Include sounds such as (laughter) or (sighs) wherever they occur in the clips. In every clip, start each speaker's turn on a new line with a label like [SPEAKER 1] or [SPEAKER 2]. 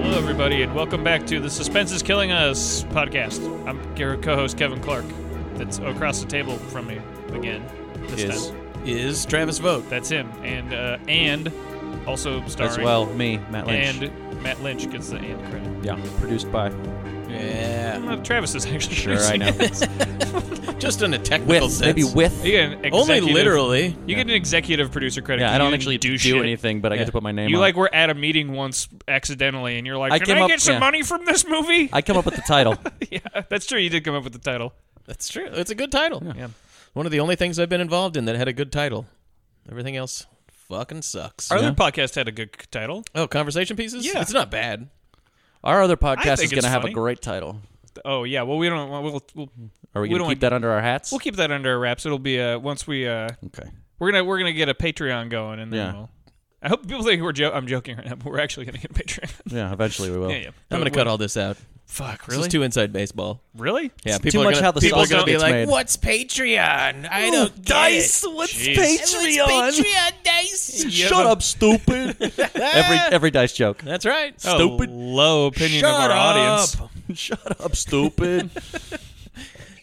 [SPEAKER 1] everybody, and welcome back to the Suspense is Killing Us podcast. I'm your co-host Kevin Clark. That's across the table from me again. This
[SPEAKER 2] is
[SPEAKER 1] time,
[SPEAKER 2] is Travis Vote
[SPEAKER 1] that's him, and uh, and also starring
[SPEAKER 3] as well. Me, Matt Lynch.
[SPEAKER 1] and Matt Lynch gets the and credit.
[SPEAKER 3] yeah, produced by.
[SPEAKER 2] Yeah,
[SPEAKER 1] Uh, Travis is actually
[SPEAKER 3] Sure, I
[SPEAKER 1] (laughs)
[SPEAKER 3] know.
[SPEAKER 2] just in a technical
[SPEAKER 3] With
[SPEAKER 2] sense.
[SPEAKER 3] maybe with.
[SPEAKER 1] You get an
[SPEAKER 2] Only
[SPEAKER 1] executive-
[SPEAKER 2] literally.
[SPEAKER 1] You get an executive producer credit.
[SPEAKER 3] Yeah,
[SPEAKER 1] 'cause
[SPEAKER 3] I
[SPEAKER 1] you
[SPEAKER 3] don't
[SPEAKER 1] didn't
[SPEAKER 3] actually
[SPEAKER 1] do,
[SPEAKER 3] do,
[SPEAKER 1] shit.
[SPEAKER 3] anything, but I
[SPEAKER 2] Yeah.
[SPEAKER 3] get to put my name.
[SPEAKER 1] You
[SPEAKER 3] on
[SPEAKER 1] like
[SPEAKER 3] it.
[SPEAKER 1] were at a meeting once accidentally, and you're like,
[SPEAKER 3] I
[SPEAKER 1] "Can
[SPEAKER 3] came
[SPEAKER 1] I
[SPEAKER 3] up-
[SPEAKER 1] get some
[SPEAKER 3] yeah.
[SPEAKER 1] money from this movie?"
[SPEAKER 3] I come up with the title.
[SPEAKER 1] (laughs) yeah, that's true. You did come up with the title.
[SPEAKER 2] That's true. It's a good title.
[SPEAKER 1] Yeah.
[SPEAKER 2] One of the only things I've been involved in that had a good title. Everything else fucking sucks.
[SPEAKER 1] Our other podcast had a good c- title.
[SPEAKER 2] oh, conversation pieces.
[SPEAKER 1] Yeah.
[SPEAKER 2] it's not bad.
[SPEAKER 3] Our other
[SPEAKER 1] I
[SPEAKER 3] podcast
[SPEAKER 1] think
[SPEAKER 3] is
[SPEAKER 1] it's
[SPEAKER 3] going to have a
[SPEAKER 1] funny.
[SPEAKER 3] great title.
[SPEAKER 1] Oh yeah, well we don't. Well, we'll, we'll
[SPEAKER 3] Are
[SPEAKER 1] We
[SPEAKER 3] we going
[SPEAKER 1] don't
[SPEAKER 3] to
[SPEAKER 1] like-
[SPEAKER 3] keep that under our hats?
[SPEAKER 1] we'll keep that under wraps. It'll be uh once we uh
[SPEAKER 3] okay.
[SPEAKER 1] we're gonna we're gonna get a Patreon going and then
[SPEAKER 3] Yeah.
[SPEAKER 1] we'll. I hope people think we're jo- I'm joking right now, but we're actually gonna get a
[SPEAKER 2] (laughs)
[SPEAKER 1] Patreon.
[SPEAKER 3] Yeah, eventually we will.
[SPEAKER 1] yeah, yeah.
[SPEAKER 2] I'm gonna cut all this out.
[SPEAKER 1] Fuck,
[SPEAKER 2] This
[SPEAKER 1] really?
[SPEAKER 2] is too inside baseball.
[SPEAKER 1] really?
[SPEAKER 2] Yeah,
[SPEAKER 3] too
[SPEAKER 2] are
[SPEAKER 3] much
[SPEAKER 2] gonna,
[SPEAKER 3] how the
[SPEAKER 2] people are
[SPEAKER 3] sausage
[SPEAKER 2] gonna be
[SPEAKER 3] gets
[SPEAKER 2] like,
[SPEAKER 3] made.
[SPEAKER 2] "What's Patreon? I don't get
[SPEAKER 3] Dice,
[SPEAKER 2] it."
[SPEAKER 3] what's
[SPEAKER 1] Jeez.
[SPEAKER 3] Patreon?
[SPEAKER 2] Dice.
[SPEAKER 1] You
[SPEAKER 3] Shut
[SPEAKER 1] have a-
[SPEAKER 3] up, stupid. (laughs)
[SPEAKER 1] (laughs)
[SPEAKER 3] every every dice joke.
[SPEAKER 2] That's right.
[SPEAKER 1] Oh,
[SPEAKER 3] Stupid.
[SPEAKER 1] low opinion of our audience.
[SPEAKER 2] up.
[SPEAKER 3] Shut up, (laughs) stupid.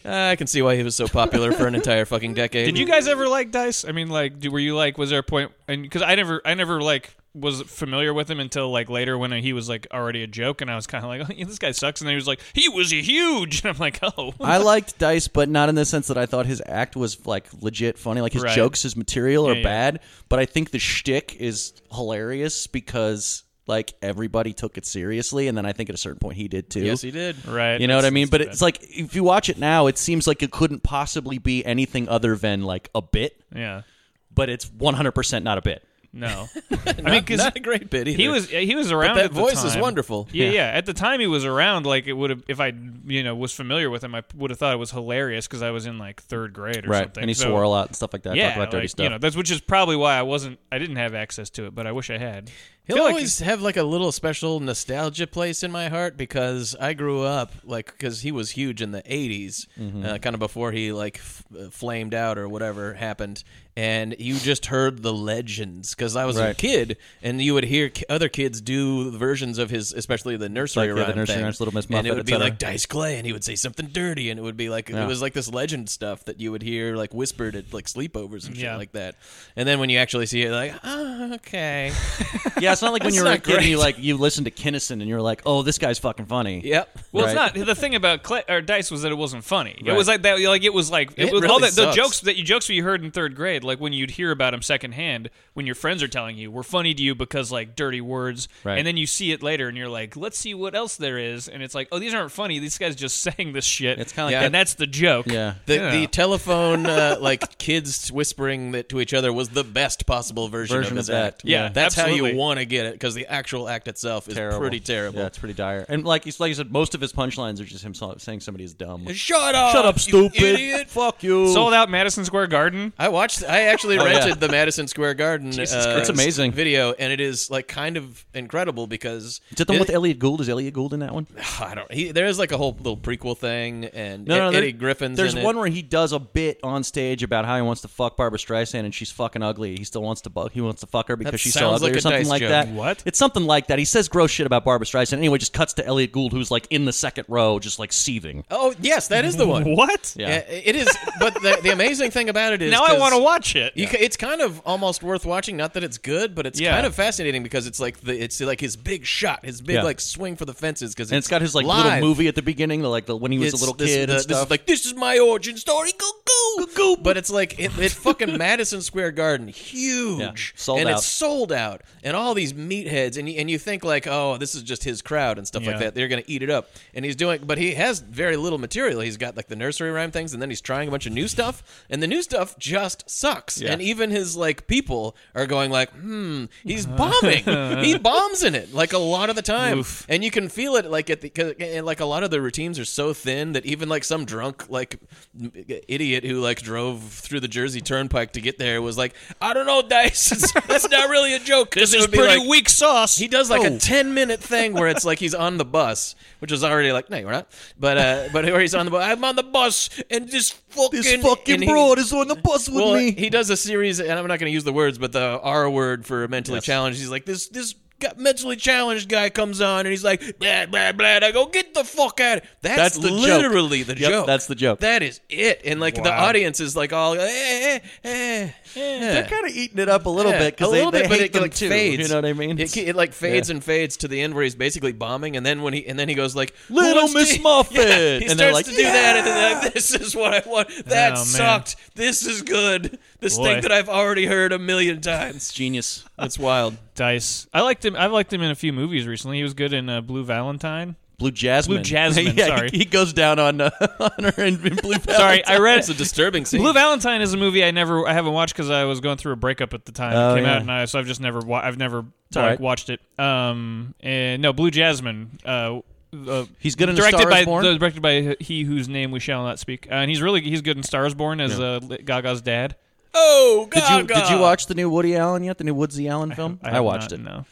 [SPEAKER 2] Ah, I can see why he was so popular for an entire fucking decade.
[SPEAKER 1] Did you guys ever like Dice? I mean, like, do, were you like, was there a point? And because I never, I never like was familiar with him until like later when he was like already a joke, and I was kind of like, (laughs) oh, yeah, this guy sucks. And then he was like, he was huge, (laughs) and I'm like, oh,
[SPEAKER 3] I liked Dice, but not in the sense that I thought his act was like legit funny. Like his
[SPEAKER 1] Right.
[SPEAKER 3] jokes, his material are
[SPEAKER 1] Yeah, yeah.
[SPEAKER 3] bad, but I think the shtick is hilarious because like everybody took it seriously, and then I think at a certain point he did too.
[SPEAKER 2] Yes, he did.
[SPEAKER 1] right.
[SPEAKER 3] You know what I
[SPEAKER 1] that's-
[SPEAKER 3] mean?
[SPEAKER 1] that's
[SPEAKER 3] But
[SPEAKER 1] too
[SPEAKER 3] it's like if you watch it now, it seems like it couldn't possibly be anything other than like a bit,
[SPEAKER 1] bad. yeah,
[SPEAKER 3] but it's 100% not a bit.
[SPEAKER 1] no.
[SPEAKER 2] (laughs)
[SPEAKER 1] I mean, 'cause
[SPEAKER 2] Not a great bit either.
[SPEAKER 1] he was he was around.
[SPEAKER 2] that
[SPEAKER 1] at the
[SPEAKER 2] voice is
[SPEAKER 1] time.
[SPEAKER 2] wonderful.
[SPEAKER 1] Yeah, yeah,
[SPEAKER 3] Yeah.
[SPEAKER 1] At the time he was around, like it would have if I you know was familiar with him, I would have thought it was hilarious because I was in like third grade or something.
[SPEAKER 3] And he
[SPEAKER 1] So,
[SPEAKER 3] swore a lot and stuff like that.
[SPEAKER 1] Yeah,
[SPEAKER 3] talked about dirty
[SPEAKER 1] like,
[SPEAKER 3] stuff.
[SPEAKER 1] you know, that's which is probably why I wasn't, I didn't have access to it, but I wish I had. I
[SPEAKER 2] He'll
[SPEAKER 1] feel like
[SPEAKER 2] always have like a little special nostalgia place in my heart because I grew up like because he was huge in the '80s,
[SPEAKER 3] Mm-hmm.
[SPEAKER 2] uh, kind of before he like f- uh, flamed out or whatever happened, and you just heard the legends because I was a
[SPEAKER 3] Right.
[SPEAKER 2] kid and you would hear ki- other kids do versions of his, especially the nursery
[SPEAKER 3] Like,
[SPEAKER 2] rhyme,
[SPEAKER 3] yeah, the nursery
[SPEAKER 2] thing.
[SPEAKER 3] rhymes, Little Miss
[SPEAKER 2] and it
[SPEAKER 3] Muffet,
[SPEAKER 2] would
[SPEAKER 3] et
[SPEAKER 2] be
[SPEAKER 3] cetera.
[SPEAKER 2] like Dice Clay, and he would say something dirty, and it would be like it
[SPEAKER 3] Yeah.
[SPEAKER 2] was like this legend stuff that you would hear like whispered at like sleepovers and shit
[SPEAKER 1] Yeah.
[SPEAKER 2] like that, and then when you actually see it, like
[SPEAKER 3] (laughs)
[SPEAKER 2] oh, okay.
[SPEAKER 3] yeah, it's
[SPEAKER 1] (laughs)
[SPEAKER 3] not like when you were a
[SPEAKER 2] not
[SPEAKER 3] kid and you
[SPEAKER 2] great.
[SPEAKER 3] like you listened to Kinnison and you're like, oh, this guy's fucking funny.
[SPEAKER 2] Yep.
[SPEAKER 1] Well,
[SPEAKER 3] Right.
[SPEAKER 1] it's not the thing about Clay, or Dice was that it wasn't funny. It
[SPEAKER 3] Right.
[SPEAKER 1] was like that, like it was like it,
[SPEAKER 2] It
[SPEAKER 1] was all
[SPEAKER 2] really
[SPEAKER 1] that the
[SPEAKER 2] sucks.
[SPEAKER 1] jokes that you jokes that you heard in third grade, like when you'd hear about them secondhand, when your friends are telling you were funny to you because like dirty words,
[SPEAKER 3] Right.
[SPEAKER 1] and then you see it later and you're like, let's see what else there is, and it's like, oh, these aren't funny. These guys just (laughs) saying this shit.
[SPEAKER 3] It's kinda like
[SPEAKER 1] and
[SPEAKER 2] that-
[SPEAKER 1] that's the joke.
[SPEAKER 3] Yeah.
[SPEAKER 2] The,
[SPEAKER 1] Yeah.
[SPEAKER 2] the
[SPEAKER 3] (laughs)
[SPEAKER 2] telephone, uh, like kids whispering that to each other, was the best possible version,
[SPEAKER 3] Version
[SPEAKER 2] of his
[SPEAKER 3] of that.
[SPEAKER 2] act.
[SPEAKER 1] Yeah,
[SPEAKER 2] that's how
[SPEAKER 1] absolutely.
[SPEAKER 2] you want to get it because the actual act itself is pretty terrible.
[SPEAKER 3] Yeah, it's pretty dire. And like you like you said, most of his punchlines are just him so- saying somebody's dumb.
[SPEAKER 2] Shut up!
[SPEAKER 3] Shut up,
[SPEAKER 2] you
[SPEAKER 3] stupid.
[SPEAKER 2] idiot.
[SPEAKER 3] Fuck you.
[SPEAKER 1] Sold out Madison Square Garden. (laughs)
[SPEAKER 2] I watched. I actually
[SPEAKER 3] Oh, yeah.
[SPEAKER 2] rented the Madison Square Garden. uh,
[SPEAKER 3] Christ. It's amazing.
[SPEAKER 2] video, and it is like kind of incredible because
[SPEAKER 3] Is it the one
[SPEAKER 2] it- (sighs)
[SPEAKER 3] with Elliot Gould? Is Elliot Gould in that one?
[SPEAKER 2] I don't. He, there is like a whole little prequel thing, and
[SPEAKER 3] No, no,
[SPEAKER 2] Ed-
[SPEAKER 3] there-
[SPEAKER 2] Eddie Griffin's.
[SPEAKER 3] There's
[SPEAKER 2] in
[SPEAKER 3] one
[SPEAKER 2] It.
[SPEAKER 3] where he does a bit on stage about how he wants to fuck Barbara Streisand and she's fucking ugly. He still wants to bu- he wants to fuck her because she's so
[SPEAKER 2] sounds
[SPEAKER 3] ugly
[SPEAKER 2] like
[SPEAKER 3] or
[SPEAKER 2] a
[SPEAKER 3] something
[SPEAKER 2] dice
[SPEAKER 3] like
[SPEAKER 2] joke.
[SPEAKER 3] that.
[SPEAKER 1] What?
[SPEAKER 3] It's something like that. He says gross shit about Barbara Streisand. Anyway, just cuts to Elliot Gould who's like in the second row, just like seething.
[SPEAKER 2] Oh yes, that is the one.
[SPEAKER 3] (laughs)
[SPEAKER 1] What?
[SPEAKER 3] Yeah.
[SPEAKER 2] Yeah, it is. But the, the amazing thing about it is
[SPEAKER 1] Now I
[SPEAKER 2] 'cause-
[SPEAKER 1] want to watch it.
[SPEAKER 2] You ca it's kind of almost worth watching. Not that it's good, but it's
[SPEAKER 1] Yeah.
[SPEAKER 2] kind of fascinating because it's like the it's like his big shot, his big
[SPEAKER 3] Yeah.
[SPEAKER 2] like swing for the fences. Because
[SPEAKER 3] And it's got his like
[SPEAKER 2] live.
[SPEAKER 3] little movie at the beginning, the, like the, when he was
[SPEAKER 2] It's
[SPEAKER 3] a little
[SPEAKER 2] this,
[SPEAKER 3] kid
[SPEAKER 2] the-
[SPEAKER 3] and
[SPEAKER 2] this
[SPEAKER 3] stuff.
[SPEAKER 2] is like this is my origin story. Go go go. But it's like it, it fucking Madison Square Garden, huge,
[SPEAKER 3] Yeah, sold
[SPEAKER 2] and
[SPEAKER 3] out.
[SPEAKER 2] it's sold out, and all these meatheads, and you, and you think like, oh, this is just his crowd and stuff
[SPEAKER 1] Yeah.
[SPEAKER 2] like that. They're gonna eat it up, and he's doing, but he has very little material. He's got like the nursery rhyme things, and then he's trying a bunch of new stuff, and the new stuff just sucks. And even his like people are going like, hmm,
[SPEAKER 3] (laughs)
[SPEAKER 2] he's bombing. he bombs in it like a lot of the time, and you can feel it like at the 'cause- and like a lot of the routines are so thin that even like some drunk like m- idiot who like drove through the Jersey Turnpike to get there was like, I don't know, dice. (laughs) It's- That's not really a joke. This
[SPEAKER 1] It's pretty weak sauce.
[SPEAKER 2] he does like a ten minute thing where it's like he's on the bus, which is already like no, you're not. But uh, but where he's on the bus, I'm on the bus, and this fucking and he-
[SPEAKER 3] is on the bus with
[SPEAKER 2] well, he does a series, and I'm not going to use the words, but the R word for mentally challenged. He's like this this got mentally challenged guy comes on and he's like, blah, blah, blah. And I go, get the fuck out. That's,
[SPEAKER 3] That's the joke.
[SPEAKER 2] literally the
[SPEAKER 3] Yep,
[SPEAKER 2] joke.
[SPEAKER 3] that's the joke.
[SPEAKER 2] That is it. And like the
[SPEAKER 1] Wow.
[SPEAKER 2] audience is like all, eh, eh, eh, eh.
[SPEAKER 3] They're kind of eating it up a little
[SPEAKER 2] Yeah,
[SPEAKER 3] bit because
[SPEAKER 2] a
[SPEAKER 3] they,
[SPEAKER 2] little
[SPEAKER 3] they
[SPEAKER 2] bit, but
[SPEAKER 3] hate
[SPEAKER 2] it,
[SPEAKER 3] them
[SPEAKER 2] like,
[SPEAKER 3] too.
[SPEAKER 2] Fades.
[SPEAKER 3] You know what I mean?
[SPEAKER 2] It, it like fades and fades to the end where he's basically bombing, and then when he and then he goes like "Who
[SPEAKER 3] Little
[SPEAKER 2] wants to-"
[SPEAKER 3] Miss Muffet.
[SPEAKER 2] (laughs) Yeah, he
[SPEAKER 3] And they're
[SPEAKER 2] starts
[SPEAKER 3] like,
[SPEAKER 2] to do that, and then they're like, this is what I want. That
[SPEAKER 1] Oh, man.
[SPEAKER 2] sucked. This is good. This
[SPEAKER 1] Boy.
[SPEAKER 2] thing that I've already heard a
[SPEAKER 3] (laughs)
[SPEAKER 2] million times.
[SPEAKER 3] genius.
[SPEAKER 2] It's wild.
[SPEAKER 1] Dice. I liked him. I liked him in a few movies recently. He was good in uh, Blue
[SPEAKER 2] (laughs)
[SPEAKER 1] Valentine.
[SPEAKER 3] Blue Jasmine.
[SPEAKER 1] Blue Jasmine,
[SPEAKER 3] (laughs) yeah,
[SPEAKER 1] sorry.
[SPEAKER 3] He, he goes down on uh, (laughs) on her in, in (laughs) Blue.
[SPEAKER 1] Sorry, I read
[SPEAKER 2] It's a disturbing scene.
[SPEAKER 1] Blue Valentine is a movie I never I haven't watched because I was going through a breakup at the time
[SPEAKER 3] Oh,
[SPEAKER 1] it came
[SPEAKER 3] yeah.
[SPEAKER 1] out, and I so I've just never wa- I've never
[SPEAKER 3] all
[SPEAKER 1] like,
[SPEAKER 3] right.
[SPEAKER 1] watched it. Um, and no, Blue Jasmine. Uh, uh,
[SPEAKER 3] He's good in A
[SPEAKER 1] directed
[SPEAKER 3] Star
[SPEAKER 1] by
[SPEAKER 3] is Born?
[SPEAKER 1] the- directed by he whose name we shall not speak, uh, and he's really he's good in Stars Born as uh, Gaga's dad.
[SPEAKER 2] oh,
[SPEAKER 3] Did
[SPEAKER 2] Gaga.
[SPEAKER 3] you did you watch the new Woody Allen yet? The new Woodsy Allen film? I,
[SPEAKER 1] have
[SPEAKER 3] watched
[SPEAKER 1] not,
[SPEAKER 3] it.
[SPEAKER 1] No,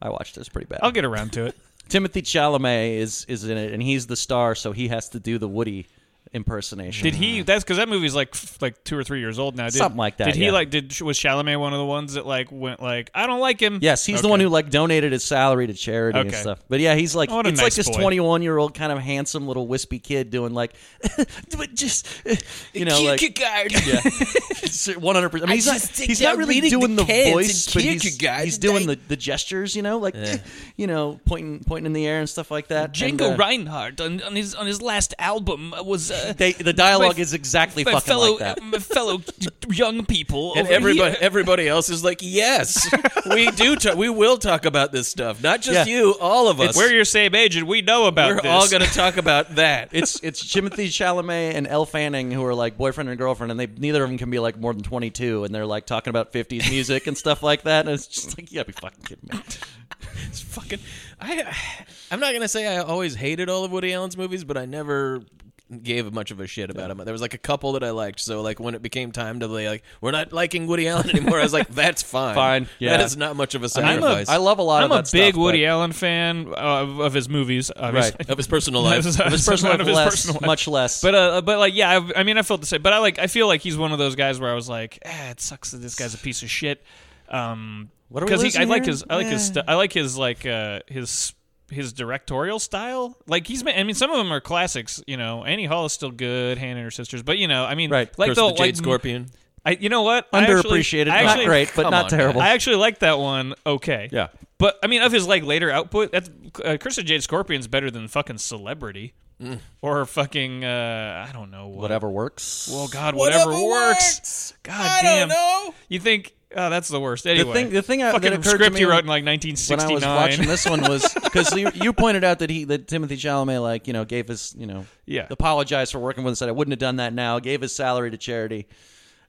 [SPEAKER 3] I watched it. It's pretty bad.
[SPEAKER 1] I'll get around to it.
[SPEAKER 3] Timothy Chalamet is is in it, and he's the star, so he has to do the Woody impersonation.
[SPEAKER 1] Did he? That's because that movie's like f- like two or three years old now. Did,
[SPEAKER 3] Mm. Something like that,
[SPEAKER 1] Did he
[SPEAKER 3] yeah.
[SPEAKER 1] like? Did was Chalamet one of the ones that like went like I don't like him?
[SPEAKER 3] Yes, he's the
[SPEAKER 1] Okay.
[SPEAKER 3] one who like donated his salary to charity and
[SPEAKER 1] Okay. Oh,
[SPEAKER 3] stuff. But yeah, he's like
[SPEAKER 1] What a
[SPEAKER 3] it's
[SPEAKER 1] nice
[SPEAKER 3] like this
[SPEAKER 1] boy.
[SPEAKER 3] twenty-one year old kind of handsome little wispy kid doing like, (laughs) but just you know like
[SPEAKER 2] Kierkegaard.
[SPEAKER 3] yeah, (laughs) one hundred percent. I mean, he's not
[SPEAKER 2] just sit
[SPEAKER 3] he's not
[SPEAKER 2] down
[SPEAKER 3] really
[SPEAKER 2] reading
[SPEAKER 3] doing
[SPEAKER 2] the
[SPEAKER 3] the
[SPEAKER 2] cans
[SPEAKER 3] voice,
[SPEAKER 2] and
[SPEAKER 3] but
[SPEAKER 2] kick
[SPEAKER 3] he's,
[SPEAKER 2] you guys
[SPEAKER 3] he's doing the,
[SPEAKER 2] tonight.
[SPEAKER 3] the gestures, you know, like (laughs) you know, pointing pointing in the air and stuff like that. And, uh,
[SPEAKER 1] Reinhardt on, on his on his last album was uh,
[SPEAKER 3] They, the dialogue
[SPEAKER 1] My-
[SPEAKER 3] is exactly fucking like that.
[SPEAKER 1] my fellow young people
[SPEAKER 2] And everybody, everybody else is like, yes,
[SPEAKER 3] (laughs)
[SPEAKER 2] we do. Ta- we will talk about this stuff. Not just
[SPEAKER 3] Yeah.
[SPEAKER 2] you, all of us.
[SPEAKER 1] We're your same age, and we know about
[SPEAKER 2] We're
[SPEAKER 1] this.
[SPEAKER 2] all going to talk about that.
[SPEAKER 3] It's it's Timothy Chalamet and Elle Fanning who are like boyfriend and girlfriend, and they neither of them can be like more than twenty two, and they're like talking about fifties music and stuff like that. And it's just like you gotta be fucking kidding me.
[SPEAKER 2] It's fucking. I, I'm not gonna say I always hated all of Woody Allen's movies, but I never gave much of a shit about him. There was like a couple that I liked, so like when it became time to be like, we're not liking Woody Allen anymore, I was like, that's fine.
[SPEAKER 3] Fine, yeah.
[SPEAKER 2] That is not much of a
[SPEAKER 1] I'm a-
[SPEAKER 2] sacrifice.
[SPEAKER 3] I love a lot.
[SPEAKER 1] I'm
[SPEAKER 3] of
[SPEAKER 1] a
[SPEAKER 3] that stuff,
[SPEAKER 1] big Woody
[SPEAKER 3] but-
[SPEAKER 1] Allen fan uh, of, of his movies, obviously.
[SPEAKER 3] Right.
[SPEAKER 2] of his
[SPEAKER 3] (laughs)
[SPEAKER 2] personal life.
[SPEAKER 1] (laughs) Of
[SPEAKER 3] His personal
[SPEAKER 1] not
[SPEAKER 3] life
[SPEAKER 1] of his
[SPEAKER 3] less,
[SPEAKER 1] personal life.
[SPEAKER 3] much less.
[SPEAKER 1] But uh, but like yeah, I, I mean I felt the same. But I like I feel like he's one of those guys where I was like, ah, it sucks that this guy's a piece of shit. Um,
[SPEAKER 3] What are we
[SPEAKER 1] because he,
[SPEAKER 3] losing
[SPEAKER 1] I like
[SPEAKER 3] here?
[SPEAKER 1] his I like his
[SPEAKER 3] Yeah.
[SPEAKER 1] stu- I like his like uh his his directorial style. Like he's ma- I mean some of them are classics. You know, Annie Hall is still good. Hannah and her sisters. But you know, I mean,
[SPEAKER 3] Right.
[SPEAKER 1] like
[SPEAKER 2] Curse of the
[SPEAKER 1] like,
[SPEAKER 2] Jade Scorpion.
[SPEAKER 1] I, you know what? I actually-
[SPEAKER 3] underappreciated,
[SPEAKER 1] I
[SPEAKER 3] not
[SPEAKER 1] actually-
[SPEAKER 3] great, but
[SPEAKER 2] come
[SPEAKER 3] not
[SPEAKER 2] on,
[SPEAKER 3] terrible.
[SPEAKER 1] I actually like that one. Okay.
[SPEAKER 3] Yeah.
[SPEAKER 1] But I mean, of his like later output, that's, uh, Curse of Jade Scorpion's better than fucking Celebrity or fucking uh, I don't know what.
[SPEAKER 3] Mm. Whatever works.
[SPEAKER 1] Well, God, whatever,
[SPEAKER 2] Whatever
[SPEAKER 1] works.
[SPEAKER 2] works.
[SPEAKER 1] God
[SPEAKER 2] I
[SPEAKER 1] damn.
[SPEAKER 2] don't know.
[SPEAKER 1] You think? Oh, that's the worst. Anyway,
[SPEAKER 3] thing- the thing I- that
[SPEAKER 1] fucking
[SPEAKER 3] occurred to
[SPEAKER 1] script
[SPEAKER 3] me
[SPEAKER 1] he wrote in like
[SPEAKER 3] when I
[SPEAKER 1] 1969.
[SPEAKER 3] was watching this
[SPEAKER 1] (laughs)
[SPEAKER 3] one was because you, you pointed out that he that Timothy Chalamet like you know gave his you know
[SPEAKER 1] Yeah.
[SPEAKER 3] apologized for working with us said I wouldn't have done that now gave his salary to charity.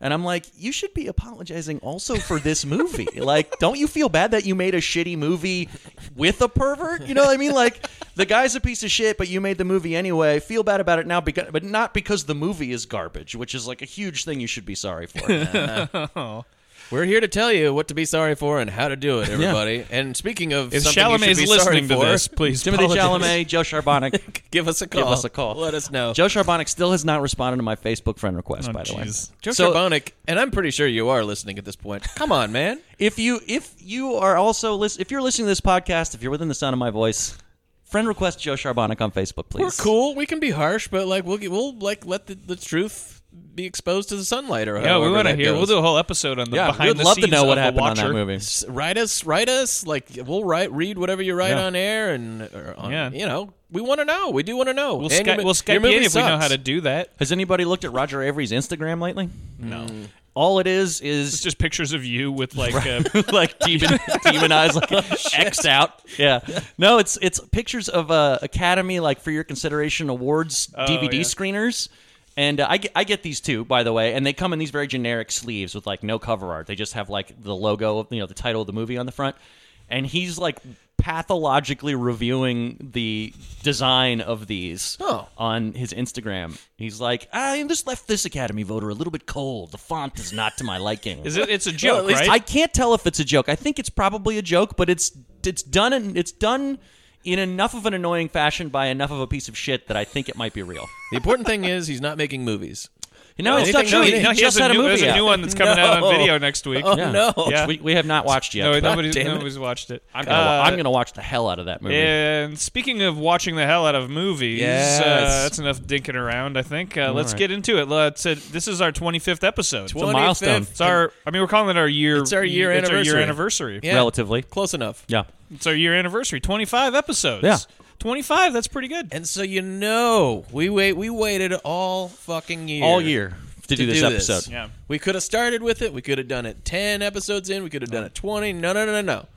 [SPEAKER 3] And I'm like, you should be apologizing also for
[SPEAKER 1] (laughs)
[SPEAKER 3] this movie. like, don't you feel bad that you made a shitty movie with a pervert? You know what I mean? Like, the guy's a piece of shit, but you made the movie anyway. Feel bad about it now, because, but not because the movie is garbage, which is like a huge thing you should be sorry for.
[SPEAKER 1] (laughs)
[SPEAKER 2] We're here to tell you what to be sorry for and how to do it, everybody. And speaking of
[SPEAKER 1] If
[SPEAKER 2] something you
[SPEAKER 1] Chalamet's
[SPEAKER 2] should be
[SPEAKER 1] listening to
[SPEAKER 2] sorry for,
[SPEAKER 1] this, please
[SPEAKER 3] Timothy
[SPEAKER 1] apologize.
[SPEAKER 3] Chalamet, Joe Charbonnick,
[SPEAKER 2] give us a call.
[SPEAKER 3] give us a call.
[SPEAKER 2] Let us know.
[SPEAKER 3] Oh. Joe Charbonnick still has not responded to my Facebook friend request, by the
[SPEAKER 1] Oh, jeez.
[SPEAKER 3] way.
[SPEAKER 2] Joe
[SPEAKER 3] so
[SPEAKER 2] Charbonic, and I'm pretty sure you are listening at this point. Come on, man.
[SPEAKER 3] if you if you are also list, if you're listening to this podcast, if you're within the sound of my voice, friend request Joe Charbonnick on Facebook, please.
[SPEAKER 2] We're cool. We can be harsh, but like we'll get, we'll like let the, the truth be exposed to the sunlight or
[SPEAKER 1] Yeah,
[SPEAKER 2] however
[SPEAKER 1] we want to
[SPEAKER 2] that
[SPEAKER 1] hear.
[SPEAKER 2] goes.
[SPEAKER 1] We'll do a whole episode on the
[SPEAKER 3] Yeah,
[SPEAKER 1] behind
[SPEAKER 3] we'd
[SPEAKER 1] the
[SPEAKER 3] love to
[SPEAKER 1] scenes
[SPEAKER 3] know what
[SPEAKER 1] of The
[SPEAKER 3] happened on that
[SPEAKER 1] Watcher.
[SPEAKER 3] movie.
[SPEAKER 2] S- write us, write us. Like we'll write, read whatever you write
[SPEAKER 1] Yeah.
[SPEAKER 2] on air, and or on,
[SPEAKER 1] Yeah.
[SPEAKER 2] you know we want to know. We do want to know.
[SPEAKER 1] We'll,
[SPEAKER 2] And
[SPEAKER 1] Sky-
[SPEAKER 2] your mo-
[SPEAKER 1] we'll
[SPEAKER 2] your
[SPEAKER 1] Skype
[SPEAKER 2] movie
[SPEAKER 1] in if we know
[SPEAKER 2] sucks.
[SPEAKER 1] how to do that.
[SPEAKER 3] Has anybody looked at Roger Avery's Instagram lately? No. All it is
[SPEAKER 1] It's
[SPEAKER 3] is
[SPEAKER 1] just pictures of you with like uh,
[SPEAKER 4] (laughs)
[SPEAKER 1] (laughs)
[SPEAKER 3] like demon, demon eyes, like
[SPEAKER 1] Oh,
[SPEAKER 3] X'd out. Yeah. No, it's it's pictures of uh, Academy like for your consideration awards DVD
[SPEAKER 1] Oh, yeah.
[SPEAKER 3] screeners. And uh, I, get, I get these too, by the way, and they come in these very generic sleeves with like no cover art. They just have like the logo, of, you know, the title of the movie on the front. And he's like pathologically reviewing the design of these
[SPEAKER 2] Oh.
[SPEAKER 3] on his Instagram. He's like, I just left this Academy voter a little bit cold. The font is not to my liking.
[SPEAKER 1] Is it? It's a joke,
[SPEAKER 2] least
[SPEAKER 1] right?
[SPEAKER 3] I can't tell if it's a joke. I think it's probably a joke, but it's it's done in, it's done in enough of an annoying fashion by enough of a piece of shit that I think it might be real.
[SPEAKER 1] (laughs)
[SPEAKER 2] The important thing is he's not making movies.
[SPEAKER 4] You know, it's
[SPEAKER 2] Anything
[SPEAKER 4] not true.
[SPEAKER 2] new?
[SPEAKER 4] He,
[SPEAKER 2] Anything-
[SPEAKER 1] no,
[SPEAKER 4] he
[SPEAKER 1] he
[SPEAKER 4] just
[SPEAKER 1] has
[SPEAKER 4] had
[SPEAKER 1] a
[SPEAKER 4] a
[SPEAKER 1] new,
[SPEAKER 4] movie
[SPEAKER 1] there's a
[SPEAKER 4] out.
[SPEAKER 1] new one that's coming out on
[SPEAKER 2] No.
[SPEAKER 1] video next
[SPEAKER 4] (laughs)
[SPEAKER 1] week.
[SPEAKER 2] Oh,
[SPEAKER 4] Yeah.
[SPEAKER 2] no.
[SPEAKER 1] Yeah.
[SPEAKER 4] Which we, we have not watched yet.
[SPEAKER 1] No,
[SPEAKER 4] but
[SPEAKER 1] nobody, uh,
[SPEAKER 2] damn it.
[SPEAKER 1] nobody's watched it.
[SPEAKER 4] I'm, gonna, wa- I'm gonna watch the hell out of that movie.
[SPEAKER 1] And speaking of watching the hell out of movies,
[SPEAKER 2] Yes.
[SPEAKER 1] uh, that's enough dinking around. I think. Uh, let's
[SPEAKER 4] right.
[SPEAKER 1] get into it. Let's. Uh, this is our 25th episode.
[SPEAKER 4] a milestone.
[SPEAKER 1] It's our. I mean, we're calling it our year.
[SPEAKER 2] It's our year
[SPEAKER 1] it's Our
[SPEAKER 2] anniversary.
[SPEAKER 1] year anniversary.
[SPEAKER 2] Yeah.
[SPEAKER 4] Relatively.
[SPEAKER 2] Close enough.
[SPEAKER 4] Yeah.
[SPEAKER 1] It's our year anniversary. 25 episodes.
[SPEAKER 4] Yeah.
[SPEAKER 1] 25. That's pretty good.
[SPEAKER 2] And so you know, we wait. We waited all fucking year.
[SPEAKER 4] All year to, do this episode.
[SPEAKER 1] Yeah.
[SPEAKER 2] We could have started with it. We could have done it 10 episodes in. We could have done it 20. No, no, no, no, no.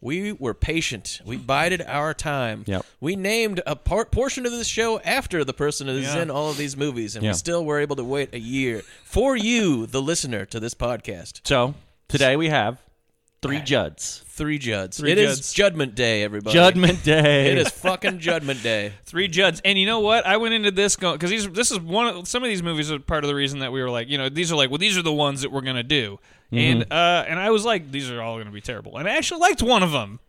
[SPEAKER 2] We were patient. We bided our time.
[SPEAKER 4] Yep.
[SPEAKER 2] We named a part, portion of this show after the person who's
[SPEAKER 1] Yeah.
[SPEAKER 2] in all of these movies, and
[SPEAKER 4] Yeah.
[SPEAKER 2] we still were able to wait a year for you, the listener to this podcast.
[SPEAKER 4] So today we have three Judds.
[SPEAKER 2] Three Judds.
[SPEAKER 1] Three
[SPEAKER 2] It is
[SPEAKER 1] Judds.
[SPEAKER 2] Judgment Day,
[SPEAKER 4] (laughs)
[SPEAKER 2] everybody.
[SPEAKER 4] Judgment Day.
[SPEAKER 2] It is fucking Judgment Day.
[SPEAKER 1] Three Judds, and you know what? I went into this going because these this is one of some of these movies are part of the reason that we were like, you know, these are like, well, these are the ones that we're gonna do,
[SPEAKER 4] Mm-hmm.
[SPEAKER 1] and uh, and I was like, these are all gonna be terrible, and I actually liked one of them.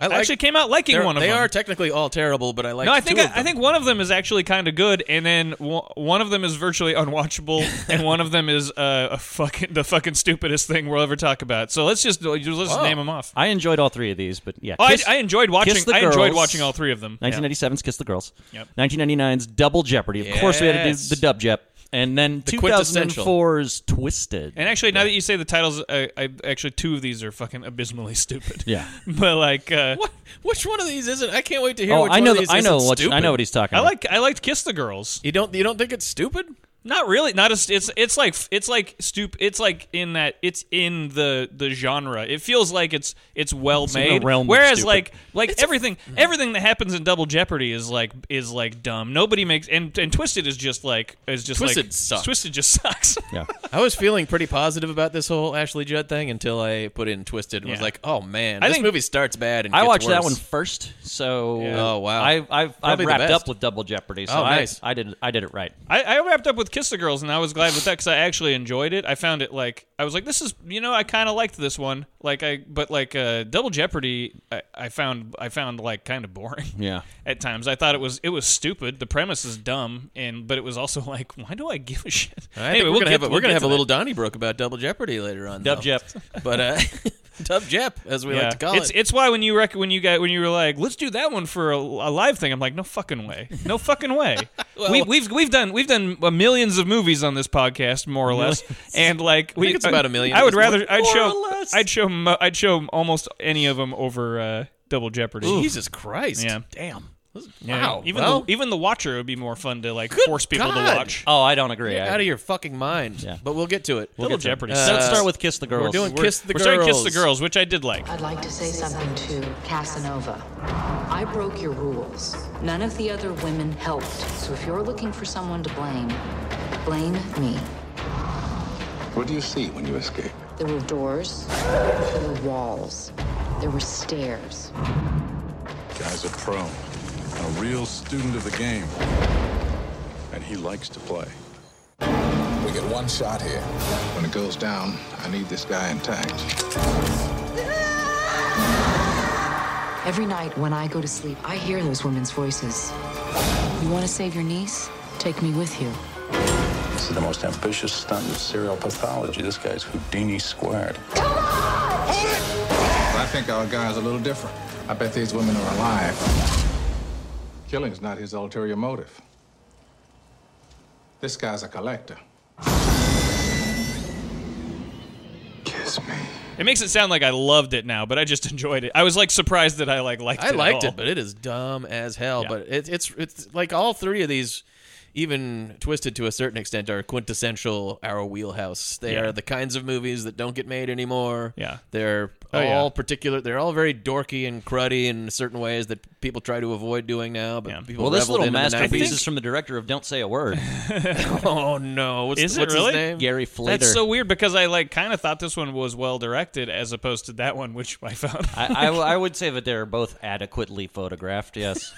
[SPEAKER 2] I
[SPEAKER 1] I actually came out liking
[SPEAKER 2] they're-
[SPEAKER 1] one of
[SPEAKER 2] They
[SPEAKER 1] them.
[SPEAKER 2] are technically all terrible, but I like
[SPEAKER 1] no, I
[SPEAKER 2] two
[SPEAKER 1] think
[SPEAKER 2] of
[SPEAKER 1] I, I
[SPEAKER 2] them.
[SPEAKER 1] think one of them is actually kind of good, and then w- one of them is
[SPEAKER 4] (laughs)
[SPEAKER 1] virtually unwatchable, and one of them is uh, a fucking the fucking stupidest thing we'll ever talk about. So let's just let's just
[SPEAKER 2] Wow.
[SPEAKER 1] name them off.
[SPEAKER 4] I enjoyed all three of these, but yeah.
[SPEAKER 1] Oh, I,
[SPEAKER 4] Kiss-
[SPEAKER 1] I enjoyed watching.
[SPEAKER 4] Kiss the
[SPEAKER 1] I enjoyed
[SPEAKER 4] Girls.
[SPEAKER 1] watching all three of them. Yeah.
[SPEAKER 4] 1997's Kiss the Girls.
[SPEAKER 1] Yep.
[SPEAKER 4] 1999's Double Jeopardy. Of course, we had to do
[SPEAKER 2] Yes.
[SPEAKER 4] the Dub Jep. And then
[SPEAKER 2] quintessential.
[SPEAKER 4] 2004's Twisted.
[SPEAKER 1] And actually, now that you say the titles, I, I actually two of these are fucking abysmally (laughs) stupid.
[SPEAKER 4] Yeah.
[SPEAKER 1] but like, uh,
[SPEAKER 2] What? Which one of these isn't? I can't wait to hear.
[SPEAKER 4] oh,
[SPEAKER 2] which
[SPEAKER 4] I
[SPEAKER 2] one
[SPEAKER 4] know.
[SPEAKER 2] Of
[SPEAKER 4] th-
[SPEAKER 2] these
[SPEAKER 4] I know.
[SPEAKER 2] isn't
[SPEAKER 4] What, I
[SPEAKER 2] stupid.
[SPEAKER 4] know what he's talking
[SPEAKER 1] I
[SPEAKER 4] about.
[SPEAKER 1] like I liked Kiss the Girls.
[SPEAKER 2] You don't. You don't think it's stupid?
[SPEAKER 1] Not really. Not as it's it's like it's like stoop. It's like in that it's in the the genre. It feels like it's it's well
[SPEAKER 4] in the
[SPEAKER 1] made.
[SPEAKER 4] realm of
[SPEAKER 1] Whereas
[SPEAKER 4] stupid.
[SPEAKER 1] like like everything everything that happens in Double Jeopardy is like is like dumb. Nobody makes and and Twisted is just like is just like
[SPEAKER 2] Twisted sucks.
[SPEAKER 1] Twisted just (laughs) sucks.
[SPEAKER 2] (laughs)
[SPEAKER 4] Yeah.
[SPEAKER 2] I was feeling pretty positive about this whole Ashley Judd thing until I put in Twisted and was
[SPEAKER 1] Yeah.
[SPEAKER 2] like, "Oh man,
[SPEAKER 1] I
[SPEAKER 2] this
[SPEAKER 1] think-
[SPEAKER 2] movie starts bad." And
[SPEAKER 4] I
[SPEAKER 2] gets
[SPEAKER 4] watched that one
[SPEAKER 2] worse.
[SPEAKER 4] first, so
[SPEAKER 1] Yeah.
[SPEAKER 2] Oh, wow.
[SPEAKER 4] I've I've, I've
[SPEAKER 2] Probably the
[SPEAKER 4] wrapped
[SPEAKER 2] best.
[SPEAKER 4] up with Double Jeopardy, so
[SPEAKER 2] Oh,
[SPEAKER 4] I,
[SPEAKER 2] nice.
[SPEAKER 4] I did I did it right.
[SPEAKER 1] I, I wrapped up with Kiss the Girls, and I was glad with that because I actually enjoyed it. I found it like I was like, this is you know I kind of liked this one, like I but like uh, Double Jeopardy, I, I found I found like kind of boring.
[SPEAKER 4] Yeah.
[SPEAKER 1] (laughs) At times, I thought it was it was stupid. The premise is dumb, and but it was also like, why do I give a shit?
[SPEAKER 2] All right, I think we're
[SPEAKER 1] we'll
[SPEAKER 2] gonna
[SPEAKER 1] get-
[SPEAKER 2] have a,
[SPEAKER 1] we'll
[SPEAKER 2] we're
[SPEAKER 1] get
[SPEAKER 2] gonna have
[SPEAKER 1] to
[SPEAKER 2] a
[SPEAKER 1] that.
[SPEAKER 2] little Donnybrook about Double Jeopardy later on.
[SPEAKER 4] Dub
[SPEAKER 2] though.
[SPEAKER 4] Jep.
[SPEAKER 2] but uh, (laughs) Dub Jep, as we
[SPEAKER 1] Yeah.
[SPEAKER 2] like to call
[SPEAKER 1] it's
[SPEAKER 2] it.
[SPEAKER 1] it's why when you rec- when you got when you were like let's do that one for a, a live thing I'm like no fucking way no fucking
[SPEAKER 2] (laughs)
[SPEAKER 1] way we, we've we've done we've done uh, millions of movies on this podcast more or less and like we (laughs)
[SPEAKER 2] it's about a million
[SPEAKER 1] I
[SPEAKER 2] at
[SPEAKER 1] would
[SPEAKER 2] this
[SPEAKER 1] rather
[SPEAKER 2] point.
[SPEAKER 1] I'd
[SPEAKER 4] More
[SPEAKER 1] show
[SPEAKER 4] or less.
[SPEAKER 1] I'd show mo- I'd show almost any of them over uh, Double Jeopardy
[SPEAKER 2] Jesus Christ!
[SPEAKER 1] Yeah.
[SPEAKER 2] Damn. This-
[SPEAKER 1] Yeah.
[SPEAKER 2] Wow.
[SPEAKER 1] even
[SPEAKER 2] well,
[SPEAKER 1] the, even the Watcher would be more fun to like force people to
[SPEAKER 2] God.
[SPEAKER 1] watch
[SPEAKER 4] Oh, I don't agree. I,
[SPEAKER 2] out of your fucking mind.
[SPEAKER 4] Yeah.
[SPEAKER 2] But we'll get to it. Uh,
[SPEAKER 1] Double Jeopardy
[SPEAKER 4] so let's start with Kiss the Girls.
[SPEAKER 2] we're doing
[SPEAKER 1] We're-
[SPEAKER 2] Kiss the
[SPEAKER 1] we're
[SPEAKER 2] Girls.
[SPEAKER 1] starting Kiss the Girls which I did like
[SPEAKER 5] I'd like to say something to Casanova. I broke your rules. None of the other women helped. So if you're looking for someone to blame, blame me.
[SPEAKER 6] What do you see when you escape?
[SPEAKER 5] There were doors, there were walls, there were stairs.
[SPEAKER 7] Guy's a pro, a real student of the game, and he likes to play.
[SPEAKER 6] We get one shot here. When it goes down, I need this guy intact.
[SPEAKER 5] Every night when I go to sleep, I hear those women's voices. You want to save your niece? Take me with you.
[SPEAKER 8] This is the most ambitious stunt in serial pathology. This guy's Houdini squared.
[SPEAKER 6] But I think our guy's a little different. I bet these women are alive. Killing's not his ulterior motive. This guy's a collector. Kiss me.
[SPEAKER 1] it makes it sound like I loved it now but I just (laughs) enjoyed it I was like surprised that I like liked
[SPEAKER 2] I
[SPEAKER 1] it at
[SPEAKER 2] liked
[SPEAKER 1] all.
[SPEAKER 2] it, but it is dumb as hell.
[SPEAKER 1] Yeah.
[SPEAKER 2] But it, it's it's like all three of these, even twisted to a certain extent, are quintessential our wheelhouse. They
[SPEAKER 1] Yeah.
[SPEAKER 2] are the kinds of movies that don't get made anymore.
[SPEAKER 1] Yeah.
[SPEAKER 2] they're
[SPEAKER 1] Oh,
[SPEAKER 2] all
[SPEAKER 1] yeah.
[SPEAKER 2] particular. They're all very dorky and cruddy in certain ways that people try to avoid doing now. But
[SPEAKER 1] Yeah.
[SPEAKER 2] people
[SPEAKER 4] well, this
[SPEAKER 2] reveled
[SPEAKER 4] little
[SPEAKER 2] in in the
[SPEAKER 4] masterpiece
[SPEAKER 2] 90s.
[SPEAKER 4] is from the director of Don't Say a Word,
[SPEAKER 2] (laughs) oh no, what's,
[SPEAKER 1] Is it
[SPEAKER 2] what's
[SPEAKER 1] really?
[SPEAKER 2] his name?
[SPEAKER 4] Gary Flater.
[SPEAKER 1] That's so weird because I like kind of thought this one was well directed as opposed to that one, which I found. (laughs) I,
[SPEAKER 4] I, I, I would say that they're both adequately photographed. Yes.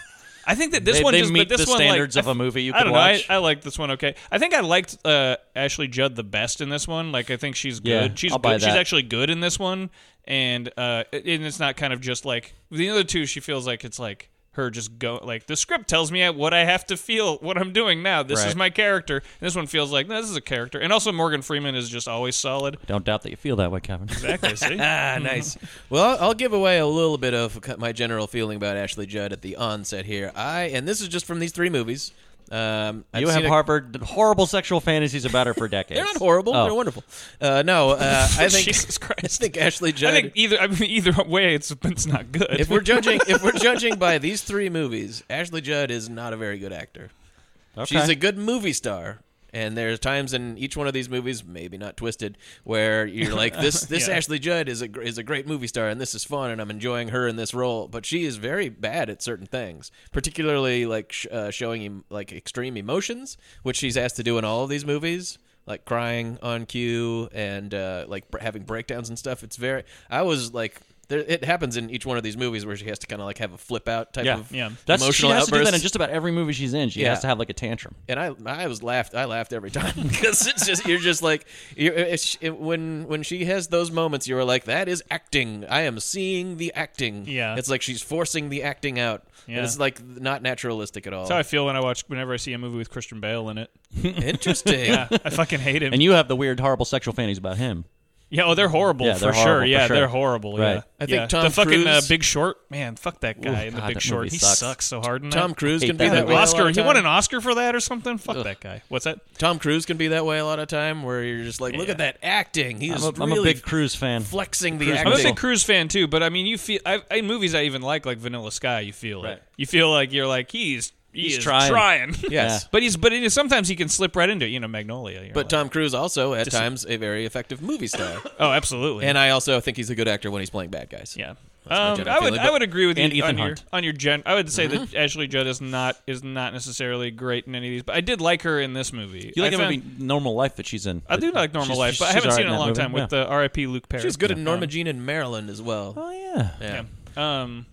[SPEAKER 1] think that this
[SPEAKER 4] They-
[SPEAKER 1] one
[SPEAKER 4] they
[SPEAKER 1] just
[SPEAKER 4] meet
[SPEAKER 1] but this
[SPEAKER 4] the
[SPEAKER 1] one, like,
[SPEAKER 4] standards
[SPEAKER 1] I
[SPEAKER 4] of a
[SPEAKER 1] th-
[SPEAKER 4] movie you
[SPEAKER 1] I
[SPEAKER 4] could
[SPEAKER 1] don't
[SPEAKER 4] watch.
[SPEAKER 1] know. I, I liked this one okay. I think I liked uh, Ashley Judd the best in this one. Like I think she's good.
[SPEAKER 4] Yeah,
[SPEAKER 1] she's
[SPEAKER 4] I'll
[SPEAKER 1] good.
[SPEAKER 4] buy
[SPEAKER 1] She's
[SPEAKER 4] that.
[SPEAKER 1] actually good in this one, and uh, and it's not kind of just like the other two. She feels like it's like. her just go like the script tells me what I have to feel, what I'm doing now. This
[SPEAKER 4] Right.
[SPEAKER 1] is my character. And this one feels like no, this is a character. And also Morgan Freeman is just always solid.
[SPEAKER 3] Don't doubt that you feel that way, Kevin.
[SPEAKER 1] Exactly. (laughs) See?
[SPEAKER 2] Ah, nice. Well, I'll- I'll give away a little bit of c- my general feeling about Ashley Judd at the onset here. I and this is just from these three movies. Um, I've
[SPEAKER 3] You
[SPEAKER 2] seen
[SPEAKER 3] have
[SPEAKER 2] a-
[SPEAKER 3] harbored horrible sexual fantasies about
[SPEAKER 1] (laughs)
[SPEAKER 3] her for decades.
[SPEAKER 2] They're not horrible.
[SPEAKER 3] Oh.
[SPEAKER 2] They're wonderful. Uh, no, uh, I think
[SPEAKER 1] Jesus Christ.
[SPEAKER 2] I think Ashley
[SPEAKER 1] I
[SPEAKER 2] Judd.
[SPEAKER 1] think either I mean, either way it's it's not good.
[SPEAKER 2] if we're judging, if we're judging by these three movies, Ashley Judd is not a very good actor. She's
[SPEAKER 3] Okay.
[SPEAKER 2] a good movie star. And there's times in each one of these movies, maybe not Twisted, where you're like,
[SPEAKER 3] (laughs)
[SPEAKER 2] this this
[SPEAKER 1] Yeah.
[SPEAKER 2] Ashley Judd is a gr- is a great movie star, and this is fun, and I'm enjoying her in this role. But she is very bad at certain things, particularly like sh- uh, showing em- like extreme emotions, which she's asked to do in all of these movies, like crying on cue and uh, like br- having breakdowns and stuff. It's very. I was like. There, it happens in each one of these movies where she has to kind of like have a flip out type
[SPEAKER 3] Yeah.
[SPEAKER 2] of
[SPEAKER 1] Yeah.
[SPEAKER 3] That's,
[SPEAKER 2] emotional
[SPEAKER 3] she has to do
[SPEAKER 2] outburst
[SPEAKER 3] that in just about every movie she's in. She
[SPEAKER 2] Yeah.
[SPEAKER 3] has to have like a tantrum.
[SPEAKER 2] and I I was laughed I laughed every (laughs) time because it's just you're just like you're, it's, it, when when she has those moments you are like that is acting I am seeing the acting
[SPEAKER 1] Yeah.
[SPEAKER 2] it's like she's forcing the acting out And
[SPEAKER 1] Yeah.
[SPEAKER 2] it's like not naturalistic at all
[SPEAKER 1] That's how I feel when I watch whenever I see a movie with Christian Bale in it.
[SPEAKER 2] (laughs) interesting
[SPEAKER 1] Yeah, I fucking hate him.
[SPEAKER 3] And you have the weird horrible sexual fantasies about him.
[SPEAKER 1] yeah, oh, they're horrible
[SPEAKER 3] Yeah, they're
[SPEAKER 1] for sure.
[SPEAKER 3] horrible for
[SPEAKER 1] yeah,
[SPEAKER 3] sure.
[SPEAKER 1] they're horrible. Yeah,
[SPEAKER 3] Right.
[SPEAKER 2] I think
[SPEAKER 1] Yeah.
[SPEAKER 2] Tom
[SPEAKER 1] the fucking uh,
[SPEAKER 2] Cruise-
[SPEAKER 1] Big Short, man, fuck that guy
[SPEAKER 3] Ooh,
[SPEAKER 1] in the
[SPEAKER 3] God,
[SPEAKER 1] Big
[SPEAKER 3] that
[SPEAKER 1] Short.
[SPEAKER 3] movie
[SPEAKER 1] He
[SPEAKER 3] sucks.
[SPEAKER 1] sucks so hard. In that.
[SPEAKER 2] Tom Cruise
[SPEAKER 3] Hate
[SPEAKER 2] can be
[SPEAKER 3] that
[SPEAKER 2] that,
[SPEAKER 1] An
[SPEAKER 2] way a lot
[SPEAKER 1] Oscar.
[SPEAKER 2] of
[SPEAKER 1] He won an
[SPEAKER 2] time.
[SPEAKER 1] Oscar for that or something. Fuck that guy. What's that?
[SPEAKER 2] Tom Cruise can be that way a lot of time where you're just like look at that acting he
[SPEAKER 3] I'm
[SPEAKER 2] is
[SPEAKER 3] a, I'm a
[SPEAKER 2] really
[SPEAKER 3] big Cruise fan.
[SPEAKER 2] flexing the
[SPEAKER 1] I'm a
[SPEAKER 2] acting
[SPEAKER 1] big Cruise fan too, but I mean, you feel I, I movies I even like, like Vanilla Sky. You feel
[SPEAKER 3] Right.
[SPEAKER 1] it. You feel like you're like he's he
[SPEAKER 3] He's
[SPEAKER 1] is
[SPEAKER 3] trying. (laughs)
[SPEAKER 2] yes
[SPEAKER 1] but he's but it is, sometimes he can slip right into it. You know, Magnolia. you're
[SPEAKER 2] but
[SPEAKER 1] like,
[SPEAKER 2] Tom Cruise also at times a very effective
[SPEAKER 1] (coughs)
[SPEAKER 2] movie star
[SPEAKER 1] oh, absolutely.
[SPEAKER 2] and I also think he's a good actor when he's playing bad guys
[SPEAKER 1] yeah.
[SPEAKER 2] my
[SPEAKER 1] Um,
[SPEAKER 2] general
[SPEAKER 1] I would
[SPEAKER 2] feeling,
[SPEAKER 1] I
[SPEAKER 2] but-
[SPEAKER 1] would agree with
[SPEAKER 3] and
[SPEAKER 1] you
[SPEAKER 3] Ethan
[SPEAKER 1] on
[SPEAKER 3] Hunt. Mm-hmm.
[SPEAKER 1] your on your gen. I would say that Ashley Judd is not is not necessarily great in any of these, but I did like her in this movie.
[SPEAKER 3] You like
[SPEAKER 1] I
[SPEAKER 3] a
[SPEAKER 1] found-
[SPEAKER 3] movie, Normal Life, that she's in.
[SPEAKER 1] I do like Normal
[SPEAKER 3] She's-
[SPEAKER 1] Life, but I
[SPEAKER 3] she's
[SPEAKER 1] haven't
[SPEAKER 3] all right
[SPEAKER 1] seen it in a
[SPEAKER 3] that
[SPEAKER 1] long
[SPEAKER 3] movie.
[SPEAKER 1] time with
[SPEAKER 3] Yeah.
[SPEAKER 1] the R.I.P. Luke Perry.
[SPEAKER 2] she was good in Norma
[SPEAKER 1] Um,
[SPEAKER 2] Jean in Maryland as well
[SPEAKER 3] Oh yeah.
[SPEAKER 2] Yeah.
[SPEAKER 1] Um,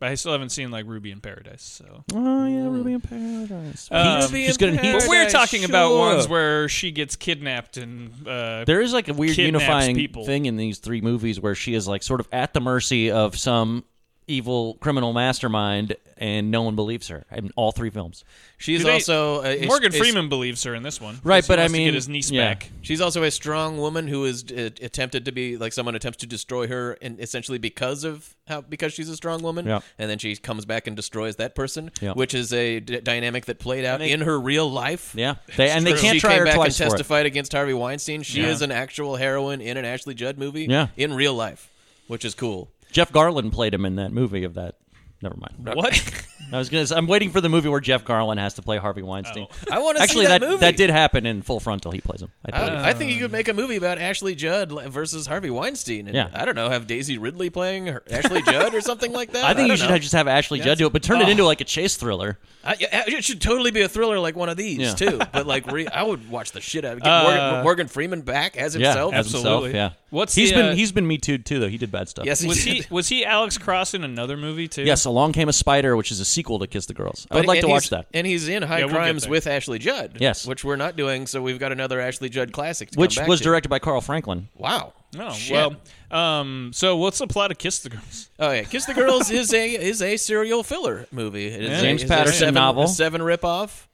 [SPEAKER 1] but I still haven't seen like Ruby in Paradise. So,
[SPEAKER 3] Oh yeah, Ruby in Paradise.
[SPEAKER 1] Um,
[SPEAKER 3] Heat. She's good in Heat.
[SPEAKER 1] but we're
[SPEAKER 2] Paradise,
[SPEAKER 1] talking about
[SPEAKER 2] sure.
[SPEAKER 1] ones where she gets kidnapped and uh,
[SPEAKER 3] There is like a weird
[SPEAKER 1] Kidnaps
[SPEAKER 3] unifying
[SPEAKER 1] people.
[SPEAKER 3] thing in these three movies where she is like sort of at the mercy of some evil criminal mastermind, and no one believes her in all three films.
[SPEAKER 2] She's
[SPEAKER 1] Do they-
[SPEAKER 2] also a, a-
[SPEAKER 1] Morgan
[SPEAKER 2] a-
[SPEAKER 1] Freeman believes her in this one,
[SPEAKER 3] Right,
[SPEAKER 1] 'cause he
[SPEAKER 3] but I
[SPEAKER 1] wants to
[SPEAKER 3] mean-
[SPEAKER 1] get his niece
[SPEAKER 3] yeah.
[SPEAKER 1] back.
[SPEAKER 2] She's also a strong woman who is uh, attempted to be like someone attempts to destroy her, and essentially because of how because she's a strong woman,
[SPEAKER 3] Yeah.
[SPEAKER 2] and then she comes back and destroys that person,
[SPEAKER 3] Yeah.
[SPEAKER 2] which is a d- dynamic that played out
[SPEAKER 3] they-
[SPEAKER 2] in her real life.
[SPEAKER 3] Yeah, they, and they
[SPEAKER 2] She
[SPEAKER 3] can't try
[SPEAKER 2] came
[SPEAKER 3] her
[SPEAKER 2] back
[SPEAKER 3] twice
[SPEAKER 2] and
[SPEAKER 3] for it.
[SPEAKER 2] testified against Harvey Weinstein. She is an actual heroine in an Ashley Judd movie,
[SPEAKER 3] Yeah.
[SPEAKER 2] in real life, which is cool.
[SPEAKER 3] Jeff Garland played him in that movie of that. Never mind. (laughs)
[SPEAKER 1] What?
[SPEAKER 3] I was gonna. Say, I'm waiting for the movie where Jeff Garland has to play Harvey Weinstein.
[SPEAKER 2] Oh. I wanna see
[SPEAKER 3] actually
[SPEAKER 2] that
[SPEAKER 3] that
[SPEAKER 2] movie. Oh.
[SPEAKER 3] did happen in Full Frontal. He plays him. I
[SPEAKER 2] I,
[SPEAKER 3] believe.
[SPEAKER 2] I think you could make a movie about Ashley Judd li- versus Harvey Weinstein, and
[SPEAKER 3] Um, Yeah.
[SPEAKER 2] I don't know, have Daisy Ridley playing her, Ashley Judd or something like
[SPEAKER 3] (laughs)
[SPEAKER 2] that.
[SPEAKER 3] I think you
[SPEAKER 2] don't
[SPEAKER 3] should
[SPEAKER 2] know. Oh.
[SPEAKER 3] just have Ashley Judd do it, but turn it into like a chase thriller.
[SPEAKER 2] I, I- it should totally be a thriller like one of these
[SPEAKER 3] Yeah.
[SPEAKER 2] too. But like, re, I would watch the shit out of it. Get Morgan,
[SPEAKER 1] Uh,
[SPEAKER 2] Morgan Freeman back as
[SPEAKER 3] Yeah,
[SPEAKER 2] himself.
[SPEAKER 3] as
[SPEAKER 1] Absolutely.
[SPEAKER 3] himself. Yeah.
[SPEAKER 1] What's
[SPEAKER 3] he's
[SPEAKER 1] the,
[SPEAKER 3] been
[SPEAKER 1] uh,
[SPEAKER 3] he's been me too though. He did bad stuff.
[SPEAKER 2] Yes, he
[SPEAKER 1] was
[SPEAKER 2] did.
[SPEAKER 1] he was he Alex Cross in another movie too?
[SPEAKER 3] Yes, Along Came a Spider, which is a sequel to Kiss the Girls. I would
[SPEAKER 2] But-
[SPEAKER 3] like
[SPEAKER 2] and
[SPEAKER 3] to watch
[SPEAKER 2] he's-
[SPEAKER 3] that.
[SPEAKER 2] And he's in High
[SPEAKER 1] Yeah, we'll get
[SPEAKER 2] Crimes
[SPEAKER 1] there.
[SPEAKER 2] with Ashley Judd.
[SPEAKER 3] Yes.
[SPEAKER 2] which we're not doing. So we've got another Ashley Judd classic. To come
[SPEAKER 3] Which
[SPEAKER 2] back
[SPEAKER 3] was
[SPEAKER 2] to.
[SPEAKER 3] directed by Carl Franklin.
[SPEAKER 2] Wow.
[SPEAKER 1] No.
[SPEAKER 2] Shit.
[SPEAKER 1] Oh, Well, um, so what's the plot of Kiss the Girls?
[SPEAKER 2] Oh yeah, Kiss the Girls is a is a serial filler movie. It is
[SPEAKER 1] Yeah.
[SPEAKER 2] a-
[SPEAKER 3] James
[SPEAKER 2] is a
[SPEAKER 3] Patterson
[SPEAKER 2] seven,
[SPEAKER 3] novel.
[SPEAKER 2] a seven ripoff.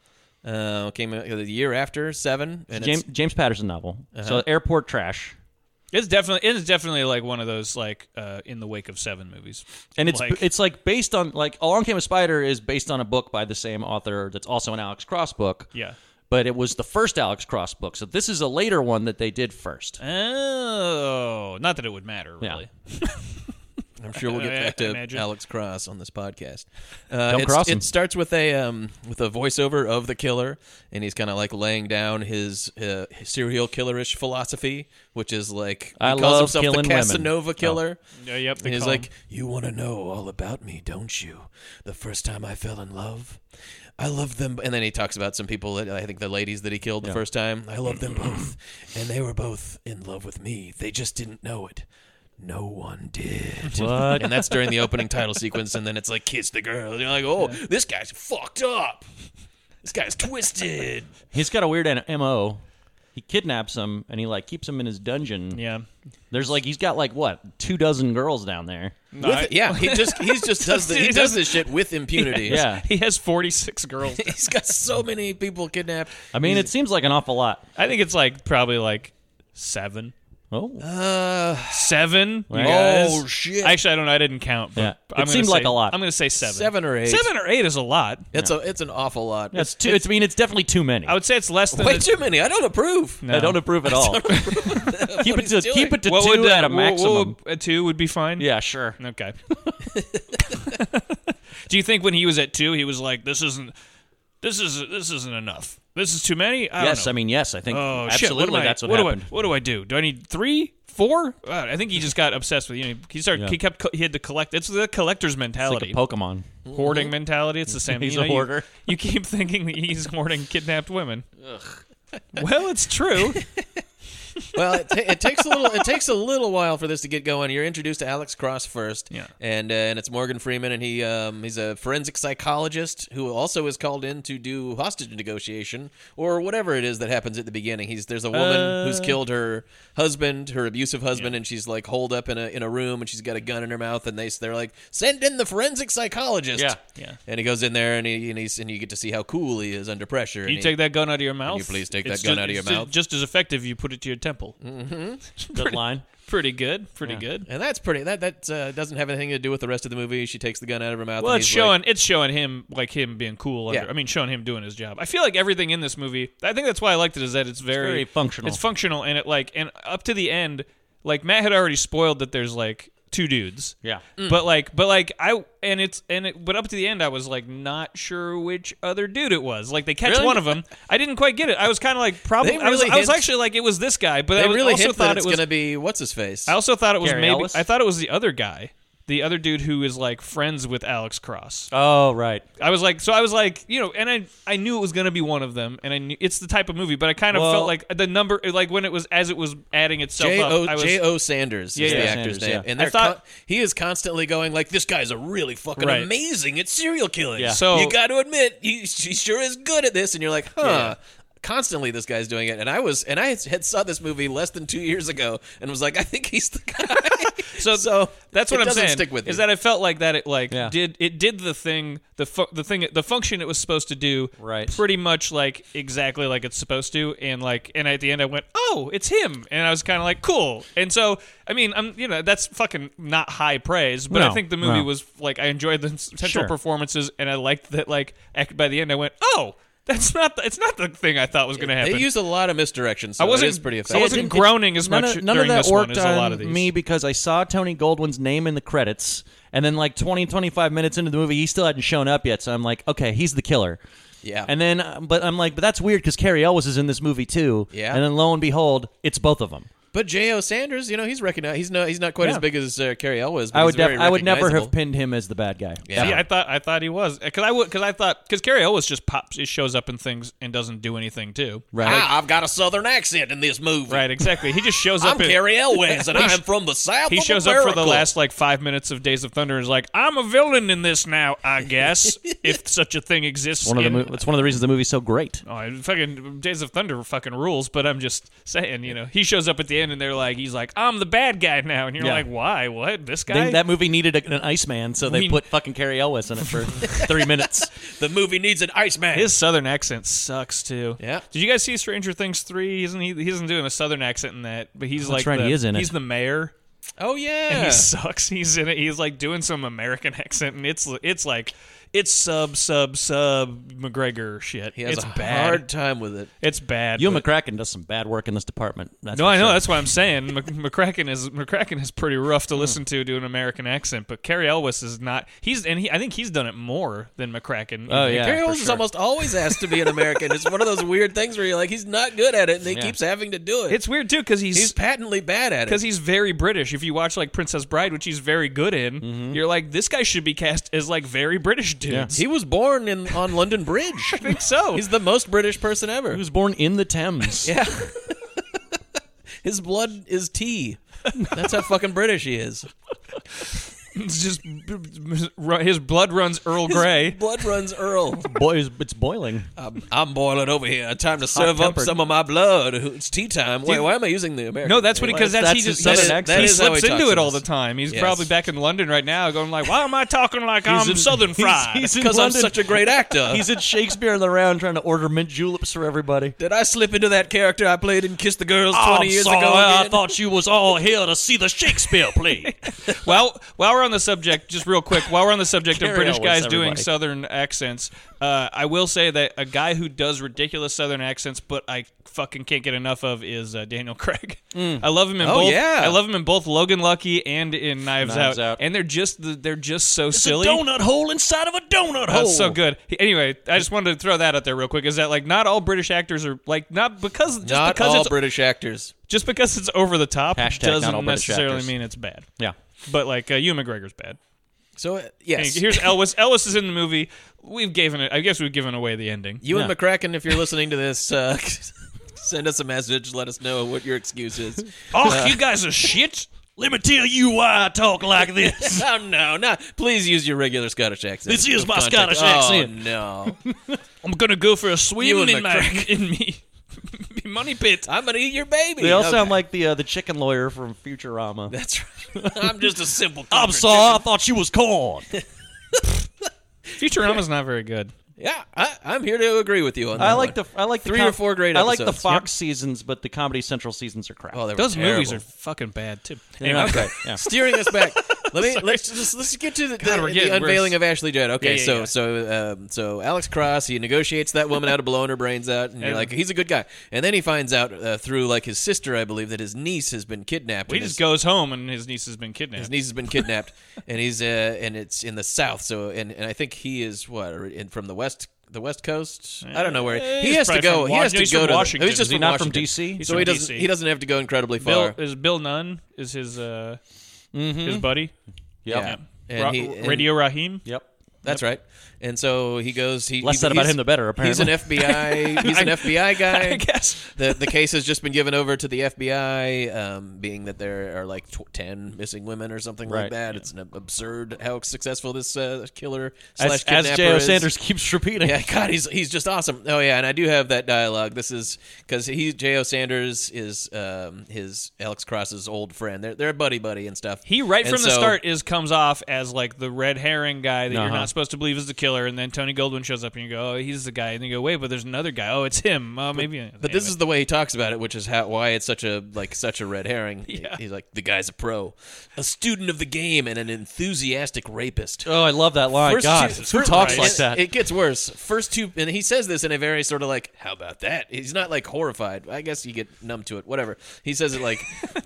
[SPEAKER 2] Uh, came out the year after seven. And
[SPEAKER 3] James,
[SPEAKER 2] it's, Uh-huh.
[SPEAKER 3] James Patterson novel. So Airport Trash.
[SPEAKER 1] It's definitely it's definitely like one of those like uh, in the wake of seven movies,
[SPEAKER 3] And it's
[SPEAKER 1] Like-
[SPEAKER 3] it's like based on like Along Came a Spider is based on a book by the same author that's also an Alex Cross book.
[SPEAKER 1] yeah.
[SPEAKER 3] But it was the first Alex Cross book. So this is a later one that they did first.
[SPEAKER 1] Uh, Oh, not that it would matter
[SPEAKER 3] Yeah.
[SPEAKER 1] really.
[SPEAKER 2] I'm sure we'll get
[SPEAKER 1] I-
[SPEAKER 2] back
[SPEAKER 1] I
[SPEAKER 2] to
[SPEAKER 1] imagine.
[SPEAKER 2] Alex Cross on this podcast. Uh,
[SPEAKER 3] Don't
[SPEAKER 2] it's-
[SPEAKER 3] cross him.
[SPEAKER 2] It starts with a um, with a voiceover of the killer, and he's kind of like laying down his, uh, his serial killerish philosophy, which is like he
[SPEAKER 3] I
[SPEAKER 2] calls
[SPEAKER 3] love
[SPEAKER 2] himself
[SPEAKER 3] killing
[SPEAKER 2] the
[SPEAKER 3] women.
[SPEAKER 2] Casanova
[SPEAKER 3] Oh.
[SPEAKER 2] killer.
[SPEAKER 1] Yeah, yep, they
[SPEAKER 2] And he's
[SPEAKER 1] call
[SPEAKER 2] like,
[SPEAKER 1] him.
[SPEAKER 2] "You want to know all about me, don't you? The first time I fell in love." I love them, and then he talks about some people. that- I think the ladies that he killed the first time. I love them both, (clears throat) and they were both in love with me. They just didn't know it. No one did.
[SPEAKER 3] What?
[SPEAKER 2] And that's during the opening title sequence, and then it's like kiss the girl. You're like, oh, this (laughs) guy's fucked up. This guy's twisted.
[SPEAKER 3] He's got a weird N- MO. He kidnaps him and he like keeps him in his dungeon.
[SPEAKER 1] Yeah.
[SPEAKER 3] There's like he's got like what two dozen girls down there.
[SPEAKER 1] No,
[SPEAKER 2] With-
[SPEAKER 1] I-
[SPEAKER 2] yeah, he just he's (laughs) just does the, he does this shit with impunity.
[SPEAKER 3] Yeah.
[SPEAKER 1] (laughs) He has 46
[SPEAKER 3] (laughs)
[SPEAKER 1] girls.
[SPEAKER 2] (laughs) he's got so many people kidnapped.
[SPEAKER 3] I mean, it seems like an awful lot.
[SPEAKER 1] I think it's like probably like seven.
[SPEAKER 3] Oh,
[SPEAKER 1] uh, Seven? You
[SPEAKER 3] Oh,
[SPEAKER 1] guys?
[SPEAKER 2] shit.
[SPEAKER 1] Actually, I don't know. I didn't count. But
[SPEAKER 3] Yeah. It
[SPEAKER 1] I'm gonna
[SPEAKER 3] seemed like
[SPEAKER 1] say-
[SPEAKER 3] a lot.
[SPEAKER 1] I'm going to say seven.
[SPEAKER 2] Seven or eight.
[SPEAKER 1] Seven or eight is a lot.
[SPEAKER 2] It's a it's an awful lot.
[SPEAKER 3] that's too. It's, I mean, it's definitely too many.
[SPEAKER 1] I would say it's less than.
[SPEAKER 2] way
[SPEAKER 1] the-
[SPEAKER 2] too many. I don't approve.
[SPEAKER 1] No.
[SPEAKER 3] I don't approve
[SPEAKER 1] (laughs)
[SPEAKER 3] at all. keep it to
[SPEAKER 2] he's
[SPEAKER 3] keep
[SPEAKER 2] doing.
[SPEAKER 3] it to
[SPEAKER 1] What
[SPEAKER 3] two
[SPEAKER 1] would uh,
[SPEAKER 3] at a
[SPEAKER 1] what- what
[SPEAKER 3] maximum.
[SPEAKER 1] would- a two would be fine.
[SPEAKER 3] yeah, sure.
[SPEAKER 1] Okay. (laughs) Do you think when he was at two, he was like, "This isn't, this is this isn't enough. This is too many." I don't
[SPEAKER 3] yes,
[SPEAKER 1] know.
[SPEAKER 3] I mean yes. I think
[SPEAKER 1] Oh shit!
[SPEAKER 3] absolutely.
[SPEAKER 1] what am I-
[SPEAKER 3] that's what,
[SPEAKER 1] what
[SPEAKER 3] happened.
[SPEAKER 1] Do I, what do I do? Do I need three, four? Uh, I think he just got obsessed with you. Know, he started. He kept. co- He had to collect. It's the collector's
[SPEAKER 3] It's
[SPEAKER 1] mentality,
[SPEAKER 3] like a Pokemon.
[SPEAKER 1] hoarding mentality. It's the same.
[SPEAKER 3] He's
[SPEAKER 1] you know,
[SPEAKER 3] a
[SPEAKER 1] you-
[SPEAKER 3] hoarder.
[SPEAKER 1] You, keep thinking that he's hoarding kidnapped
[SPEAKER 3] (laughs)
[SPEAKER 1] women. Well, it's true.
[SPEAKER 2] well, it, ta it takes a little. It takes a little while for this to get going. You're introduced to Alex Cross first,
[SPEAKER 1] Yeah.
[SPEAKER 2] and uh, and it's Morgan Freeman, and he um, he's a forensic psychologist who also is called in to do hostage negotiation or whatever it is that happens at the beginning. He's there's a woman
[SPEAKER 1] Uh.
[SPEAKER 2] who's killed her husband, her abusive husband, and she's like holed up in a in a room, and she's got a gun in her mouth, and they they're like send in the forensic psychologist,
[SPEAKER 3] Yeah.
[SPEAKER 1] Yeah.
[SPEAKER 2] and he goes in there, and he and, he's, and you get to see how cool he is under pressure. and
[SPEAKER 1] You
[SPEAKER 2] he-
[SPEAKER 1] take that gun out of your mouth.
[SPEAKER 2] you please take
[SPEAKER 1] it's
[SPEAKER 2] that gun
[SPEAKER 1] ju-
[SPEAKER 2] out of your
[SPEAKER 1] it's ju-
[SPEAKER 2] mouth?
[SPEAKER 1] Just as effective, you put it to your temple.
[SPEAKER 2] (laughs)
[SPEAKER 3] Good line.
[SPEAKER 1] Pretty good. Pretty good.
[SPEAKER 2] And that's pretty. That that uh, doesn't have anything to do with the rest of the movie. She takes the gun out of her mouth.
[SPEAKER 1] Well,
[SPEAKER 2] and
[SPEAKER 1] it's
[SPEAKER 2] he's
[SPEAKER 1] showing it's showing him like him being cool. Under,
[SPEAKER 2] Yeah.
[SPEAKER 1] I mean, showing him doing his job. I feel like everything in this movie. I think that's why I liked it is that it's very,
[SPEAKER 3] very functional.
[SPEAKER 1] It's functional and it like and up to the end, like Matt had already spoiled that there's like two dudes.
[SPEAKER 3] Yeah.
[SPEAKER 2] Mm.
[SPEAKER 1] But like, but like I and it's and it, but up to the end, I was like not sure which other dude it was. Like they catch
[SPEAKER 2] Really?
[SPEAKER 1] one of them. I didn't quite get it. I was kind of like probably.
[SPEAKER 2] They
[SPEAKER 1] I was
[SPEAKER 2] really
[SPEAKER 1] I was
[SPEAKER 2] hint-
[SPEAKER 1] actually like it was this guy, but
[SPEAKER 2] Like,
[SPEAKER 1] I
[SPEAKER 2] they
[SPEAKER 1] was,
[SPEAKER 2] really
[SPEAKER 1] also
[SPEAKER 2] hint
[SPEAKER 1] thought
[SPEAKER 2] that it's
[SPEAKER 1] it was
[SPEAKER 2] going to be what's his face.
[SPEAKER 1] I also thought it was
[SPEAKER 3] Gary
[SPEAKER 1] maybe
[SPEAKER 3] Ellis?
[SPEAKER 1] I thought it was the other guy, the other dude who is like friends with Alex Cross.
[SPEAKER 3] Oh right.
[SPEAKER 1] I was like, so I was like, you know, and I I knew it was gonna be one of them, and I knew it's the type of movie, but I kind of
[SPEAKER 3] Well-
[SPEAKER 1] felt like the number, like when it was as it was adding itself
[SPEAKER 2] J
[SPEAKER 1] up, I
[SPEAKER 2] O
[SPEAKER 1] was
[SPEAKER 2] J O Sanders is
[SPEAKER 1] Yeah,
[SPEAKER 2] the
[SPEAKER 1] yeah.
[SPEAKER 2] actor's
[SPEAKER 3] Sanders,
[SPEAKER 2] name,
[SPEAKER 3] yeah.
[SPEAKER 2] and
[SPEAKER 1] I
[SPEAKER 2] they're
[SPEAKER 1] thought-
[SPEAKER 2] con- he is constantly going like, "This guy's a really fucking
[SPEAKER 1] Right.
[SPEAKER 2] amazing at serial killing."
[SPEAKER 1] Yeah. So-
[SPEAKER 2] you got to admit, he, he sure is good at this. And you're like, "Huh." Constantly, this guy's doing it, and I was, and I had saw this movie less than two years ago, and was like, I think he's the
[SPEAKER 1] (laughs)
[SPEAKER 2] guy.
[SPEAKER 1] so
[SPEAKER 2] so
[SPEAKER 1] that's what
[SPEAKER 2] it
[SPEAKER 1] I'm
[SPEAKER 2] doesn't
[SPEAKER 1] saying.
[SPEAKER 2] Stick with
[SPEAKER 1] is
[SPEAKER 2] me.
[SPEAKER 1] that I felt like that it like
[SPEAKER 3] Yeah.
[SPEAKER 1] did it did the thing the fu- the thing the function it was supposed to do
[SPEAKER 3] Right.
[SPEAKER 1] pretty much like exactly like it's supposed to and like and at the end I went oh it's him and I was kind of like cool and so I mean I'm you know that's fucking not high praise but I
[SPEAKER 3] No,
[SPEAKER 1] think the movie
[SPEAKER 3] no.
[SPEAKER 1] was like I enjoyed the central
[SPEAKER 3] Sure.
[SPEAKER 1] performances and I liked that like ac- by the end I went oh that's not the, it's not the thing I thought was going to happen
[SPEAKER 2] they use a lot of misdirections? So
[SPEAKER 1] I wasn't
[SPEAKER 2] it is pretty
[SPEAKER 1] I
[SPEAKER 2] effective.
[SPEAKER 1] wasn't
[SPEAKER 3] It didn't-
[SPEAKER 1] groaning as
[SPEAKER 3] none
[SPEAKER 1] much
[SPEAKER 3] Of, none
[SPEAKER 1] during
[SPEAKER 3] of that
[SPEAKER 1] this one
[SPEAKER 3] worked
[SPEAKER 1] as a lot
[SPEAKER 3] on
[SPEAKER 1] of these.
[SPEAKER 3] me because I saw Tony Goldwyn's name in the credits, and then like 20, 25 minutes into the movie, he still hadn't shown up yet. So I'm like, okay, he's the killer.
[SPEAKER 2] Yeah.
[SPEAKER 3] And then, uh, but I'm like, but that's weird because Carrie Ellis is in this movie too.
[SPEAKER 2] Yeah.
[SPEAKER 3] And then lo and behold, it's both of them.
[SPEAKER 2] But J.O. Sanders, you know, he's recognized. He's not. He's not quite
[SPEAKER 3] Yeah.
[SPEAKER 2] as big as uh, Carrie Elwes. But
[SPEAKER 3] I would,
[SPEAKER 2] he's very
[SPEAKER 3] def- I would never have
[SPEAKER 2] recognizable.
[SPEAKER 3] pinned him as the bad guy.
[SPEAKER 2] Yeah.
[SPEAKER 1] See, I thought I thought he was because I because I thought because Carrie always just pops, it shows up in things and doesn't do anything too.
[SPEAKER 3] Right.
[SPEAKER 2] ah, I've got a southern accent in this movie.
[SPEAKER 1] Right, exactly. He just
[SPEAKER 3] (laughs)
[SPEAKER 1] shows
[SPEAKER 2] I'm
[SPEAKER 1] up. in-
[SPEAKER 2] Carrie Elwes, and I am from the
[SPEAKER 1] (laughs)
[SPEAKER 2] south.
[SPEAKER 1] he
[SPEAKER 2] of
[SPEAKER 1] shows up for the
[SPEAKER 2] America.
[SPEAKER 1] last like five minutes of Days of Thunder. And is like, I'm a villain in this now, I
[SPEAKER 3] (laughs)
[SPEAKER 1] guess, if such a thing exists.
[SPEAKER 3] one of the,
[SPEAKER 1] in-
[SPEAKER 3] mo- it's one of the reasons the movie's so great.
[SPEAKER 1] Oh, I- fucking Days of Thunder fucking rules, but I'm just saying, you know, he shows up at the end and they're like, he's like, I'm the bad guy now, and you're
[SPEAKER 3] Yeah.
[SPEAKER 1] like, why? What? This
[SPEAKER 3] I
[SPEAKER 1] guy?
[SPEAKER 3] think that movie needed a, an Iceman, so they
[SPEAKER 1] We-
[SPEAKER 3] put fucking Carrie Elwes in it (laughs) for three minutes.
[SPEAKER 2] The movie needs an Iceman.
[SPEAKER 1] His southern accent sucks too.
[SPEAKER 2] Yeah.
[SPEAKER 1] Did you guys see Stranger Things three? Isn't he? He isn't doing a southern accent in that, but he's like
[SPEAKER 3] right,
[SPEAKER 1] the,
[SPEAKER 3] he is in it.
[SPEAKER 1] He's the mayor.
[SPEAKER 2] oh yeah,
[SPEAKER 1] He sucks. (laughs) He's in it. He's like doing some American accent, and it's it's like it's sub sub sub McGregor shit.
[SPEAKER 2] he has
[SPEAKER 1] it's
[SPEAKER 2] a
[SPEAKER 1] bad.
[SPEAKER 2] hard time with it.
[SPEAKER 1] It's bad.
[SPEAKER 3] Ewan
[SPEAKER 1] but-
[SPEAKER 3] McCracken does some bad work in this department. That's
[SPEAKER 1] no,
[SPEAKER 3] for
[SPEAKER 1] I know.
[SPEAKER 3] sure.
[SPEAKER 1] That's what I'm saying.
[SPEAKER 2] (laughs)
[SPEAKER 1] Mc- McCracken is McCracken is pretty rough
[SPEAKER 2] Hmm.
[SPEAKER 1] to listen to do an American accent, but Carrie Elwes is not. He's and he, I think he's done it more than McCracken.
[SPEAKER 3] Oh,
[SPEAKER 1] even.
[SPEAKER 3] yeah.
[SPEAKER 2] Carrie
[SPEAKER 3] for
[SPEAKER 2] Elwes is
[SPEAKER 3] sure.
[SPEAKER 2] almost always asked to be an American. it's one of those weird things where you're like, he's not good at it, and he keeps having to do it.
[SPEAKER 1] It's weird too because
[SPEAKER 2] he's patently bad at
[SPEAKER 1] because
[SPEAKER 2] it.
[SPEAKER 1] he's very British. If you watch like Princess Bride, which he's very good in, you're like, this guy should be cast as like very British dudes.
[SPEAKER 2] He was born in on London Bridge.
[SPEAKER 1] (laughs) I think (laughs) so.
[SPEAKER 2] he's the most British person ever.
[SPEAKER 3] He was born in the Thames. (laughs) yeah.
[SPEAKER 2] His blood is tea. That's how fucking British he is.
[SPEAKER 1] It's just (laughs) his blood runs Earl Grey.
[SPEAKER 2] Blood runs Earl.
[SPEAKER 3] Boys, it's boiling.
[SPEAKER 2] I'm, I'm boiling over here. Time to serve up
[SPEAKER 3] tempered.
[SPEAKER 2] some of my blood. It's tea time. Wait, why am I using the American?
[SPEAKER 1] No, that's what because
[SPEAKER 2] name?
[SPEAKER 1] that's,
[SPEAKER 3] that's
[SPEAKER 1] he
[SPEAKER 3] his
[SPEAKER 1] just
[SPEAKER 3] southern
[SPEAKER 1] that is-
[SPEAKER 3] accent.
[SPEAKER 1] he
[SPEAKER 2] That is how
[SPEAKER 1] slips
[SPEAKER 2] he talks
[SPEAKER 1] into it
[SPEAKER 2] to
[SPEAKER 1] all
[SPEAKER 2] us.
[SPEAKER 1] the time. He's
[SPEAKER 2] Yes.
[SPEAKER 1] probably back in London right now, going (laughs) like, "Why am I talking like I'm
[SPEAKER 3] in-
[SPEAKER 1] Southern
[SPEAKER 3] he's-
[SPEAKER 1] fried?"
[SPEAKER 3] he's in
[SPEAKER 2] because I'm
[SPEAKER 3] London.
[SPEAKER 2] such a great actor. (laughs)
[SPEAKER 3] He's at Shakespeare in the round trying to order mint juleps for everybody.
[SPEAKER 2] Did I slip into that character I played in Kiss the Girls 20 years ago? again?
[SPEAKER 3] thought you was all here to see the Shakespeare (laughs) play.
[SPEAKER 1] Well, while we're on the subject, just real quick, while we're on the subject of
[SPEAKER 3] Carry
[SPEAKER 1] British
[SPEAKER 3] on with
[SPEAKER 1] guys
[SPEAKER 3] everybody.
[SPEAKER 1] doing Southern accents, uh, I will say that a guy who does ridiculous Southern accents, but I fucking can't get enough of, is uh, Daniel Craig.
[SPEAKER 3] Mm.
[SPEAKER 1] I love him in
[SPEAKER 2] Oh,
[SPEAKER 1] both.
[SPEAKER 2] yeah.
[SPEAKER 1] I love him in both Logan Lucky and in Knives,
[SPEAKER 3] Knives
[SPEAKER 1] Out.
[SPEAKER 3] Out.
[SPEAKER 1] and they're just the, they're just so silly.
[SPEAKER 3] hole inside of a donut
[SPEAKER 1] That's so good. He- Anyway, I just wanted to throw that out there real quick. Is that like not all British actors are like not because just
[SPEAKER 2] Not
[SPEAKER 1] because
[SPEAKER 2] all
[SPEAKER 1] it's
[SPEAKER 2] British actors.
[SPEAKER 1] just because it's over the top
[SPEAKER 3] Hashtag not all
[SPEAKER 1] doesn't
[SPEAKER 3] British
[SPEAKER 1] necessarily
[SPEAKER 3] actors.
[SPEAKER 1] mean it's bad.
[SPEAKER 3] Yeah.
[SPEAKER 1] But like uh, Ewan McGregor's bad.
[SPEAKER 2] So uh, yes,
[SPEAKER 1] And Here's Elvis. Elvis is in the movie. We've given it. I guess we've given away the ending.
[SPEAKER 2] you and McCracken, if you're listening to this, uh, (laughs) send us a message. Let us know what your
[SPEAKER 3] (laughs)
[SPEAKER 2] excuse is.
[SPEAKER 1] oh, you guys are shit.
[SPEAKER 3] Let me tell you why I
[SPEAKER 1] (laughs)
[SPEAKER 3] talk like this.
[SPEAKER 2] oh no, no! Please use your regular Scottish accent.
[SPEAKER 3] This is
[SPEAKER 2] Of
[SPEAKER 3] my
[SPEAKER 2] context.
[SPEAKER 3] Scottish
[SPEAKER 2] oh,
[SPEAKER 3] accent.
[SPEAKER 2] No,
[SPEAKER 1] I'm gonna go for a swim
[SPEAKER 2] Ewan
[SPEAKER 1] in my (laughs) in me, me money pit.
[SPEAKER 2] I'm gonna eat your baby.
[SPEAKER 3] They all
[SPEAKER 2] Okay. (laughs)
[SPEAKER 3] sound like the uh, the chicken lawyer from Futurama.
[SPEAKER 2] That's right. I'm just
[SPEAKER 3] (laughs)
[SPEAKER 2] a simple. comfort
[SPEAKER 3] I thought you was corn.
[SPEAKER 1] Futurama's not very good.
[SPEAKER 2] chicken. Yeah, I, I'm here to agree with you on that.
[SPEAKER 3] (laughs) I like
[SPEAKER 2] one.
[SPEAKER 3] the I like the
[SPEAKER 2] Three or four great
[SPEAKER 3] I like the
[SPEAKER 2] episodes.
[SPEAKER 3] Fox seasons, but the Comedy Central seasons are crap.
[SPEAKER 2] Oh, they
[SPEAKER 1] (laughs)
[SPEAKER 2] were
[SPEAKER 1] Those
[SPEAKER 2] terrible.
[SPEAKER 1] movies are fucking bad too. Anyway,
[SPEAKER 3] not great. (laughs) Yeah.
[SPEAKER 2] steering us back.
[SPEAKER 1] (laughs)
[SPEAKER 2] Let me let's just let's get to the, the-
[SPEAKER 1] we're
[SPEAKER 2] the
[SPEAKER 1] getting- we're
[SPEAKER 2] unveiling
[SPEAKER 1] s-
[SPEAKER 2] of Ashley Judd. Okay,
[SPEAKER 1] Yeah, yeah,
[SPEAKER 2] so
[SPEAKER 1] yeah.
[SPEAKER 2] so um, so Alex Cross he negotiates that woman out of blowing her brains out, and you're
[SPEAKER 1] And-
[SPEAKER 2] like he's a good guy, and then he finds out uh, through like his sister, I believe, that his niece has been
[SPEAKER 1] (laughs)
[SPEAKER 2] kidnapped.
[SPEAKER 1] he
[SPEAKER 2] and
[SPEAKER 1] just
[SPEAKER 2] his,
[SPEAKER 1] goes home and his niece has been kidnapped.
[SPEAKER 2] his niece has been kidnapped, (laughs) and he's uh, and it's in the south. So and, and I think he is what or- in, from the west. The West Coast. I don't know where he
[SPEAKER 1] he's
[SPEAKER 2] has to
[SPEAKER 1] probably
[SPEAKER 2] go.
[SPEAKER 1] from
[SPEAKER 2] He has
[SPEAKER 1] Washington.
[SPEAKER 2] to
[SPEAKER 1] He's
[SPEAKER 2] go
[SPEAKER 1] from
[SPEAKER 2] to. the-
[SPEAKER 1] Washington.
[SPEAKER 2] He's just
[SPEAKER 1] Is he
[SPEAKER 2] from
[SPEAKER 3] not from
[SPEAKER 2] Washington.
[SPEAKER 3] DC?
[SPEAKER 1] He's
[SPEAKER 2] So
[SPEAKER 1] from
[SPEAKER 2] he doesn't.
[SPEAKER 1] DC.
[SPEAKER 2] He doesn't have to go incredibly
[SPEAKER 1] Bill
[SPEAKER 2] far.
[SPEAKER 1] is Bill Nunn is his uh, his buddy.
[SPEAKER 2] yeah. And
[SPEAKER 1] Ra-
[SPEAKER 2] he- and-
[SPEAKER 1] Radio Rahim.
[SPEAKER 3] Yep.
[SPEAKER 2] That's right. And so he goes. He,
[SPEAKER 3] Less
[SPEAKER 2] he-
[SPEAKER 3] said about
[SPEAKER 2] he's-
[SPEAKER 3] him, the better, apparently.
[SPEAKER 2] he's an
[SPEAKER 3] (laughs)
[SPEAKER 2] FBI. He's an FBI guy.
[SPEAKER 1] (laughs) I guess.
[SPEAKER 2] The the case has just been given over to the FBI, um, being that there are like tw- ten missing women or something
[SPEAKER 3] Right.
[SPEAKER 2] like that. It's an ab- absurd how successful this uh, killer
[SPEAKER 3] As, as
[SPEAKER 2] slash kidnapper
[SPEAKER 3] J.O.
[SPEAKER 2] is.
[SPEAKER 3] Sanders keeps repeating.
[SPEAKER 2] (laughs) Yeah, God, he's he's just awesome. Oh yeah, and I do have that dialogue. This is because he J.O. Sanders is um, his Alex Cross's old friend. They're they're buddy buddy and stuff.
[SPEAKER 1] He right
[SPEAKER 2] And
[SPEAKER 1] from the
[SPEAKER 2] so-
[SPEAKER 1] start is comes off as like the red herring guy that you're
[SPEAKER 3] Uh-huh.
[SPEAKER 1] not supposed to believe is the killer, and then Tony Goldwyn shows up and you go, oh, he's the guy, and you go, wait, but there's another guy. Oh, it's him. Uh, maybe.
[SPEAKER 2] But this is the way he talks about it, which is how why it's such a like such a red herring. He's like the guy's a pro, a student of the game, and an enthusiastic rapist.
[SPEAKER 3] Oh, I love that line. God,
[SPEAKER 2] two-
[SPEAKER 3] who
[SPEAKER 2] fir-
[SPEAKER 3] talks
[SPEAKER 2] it-
[SPEAKER 3] like that?
[SPEAKER 2] It gets worse. First two, and he says this in a very sort of like, "How about that?" He's not like horrified. I guess you get numb to it. Whatever. He says
[SPEAKER 3] (laughs)
[SPEAKER 2] it like,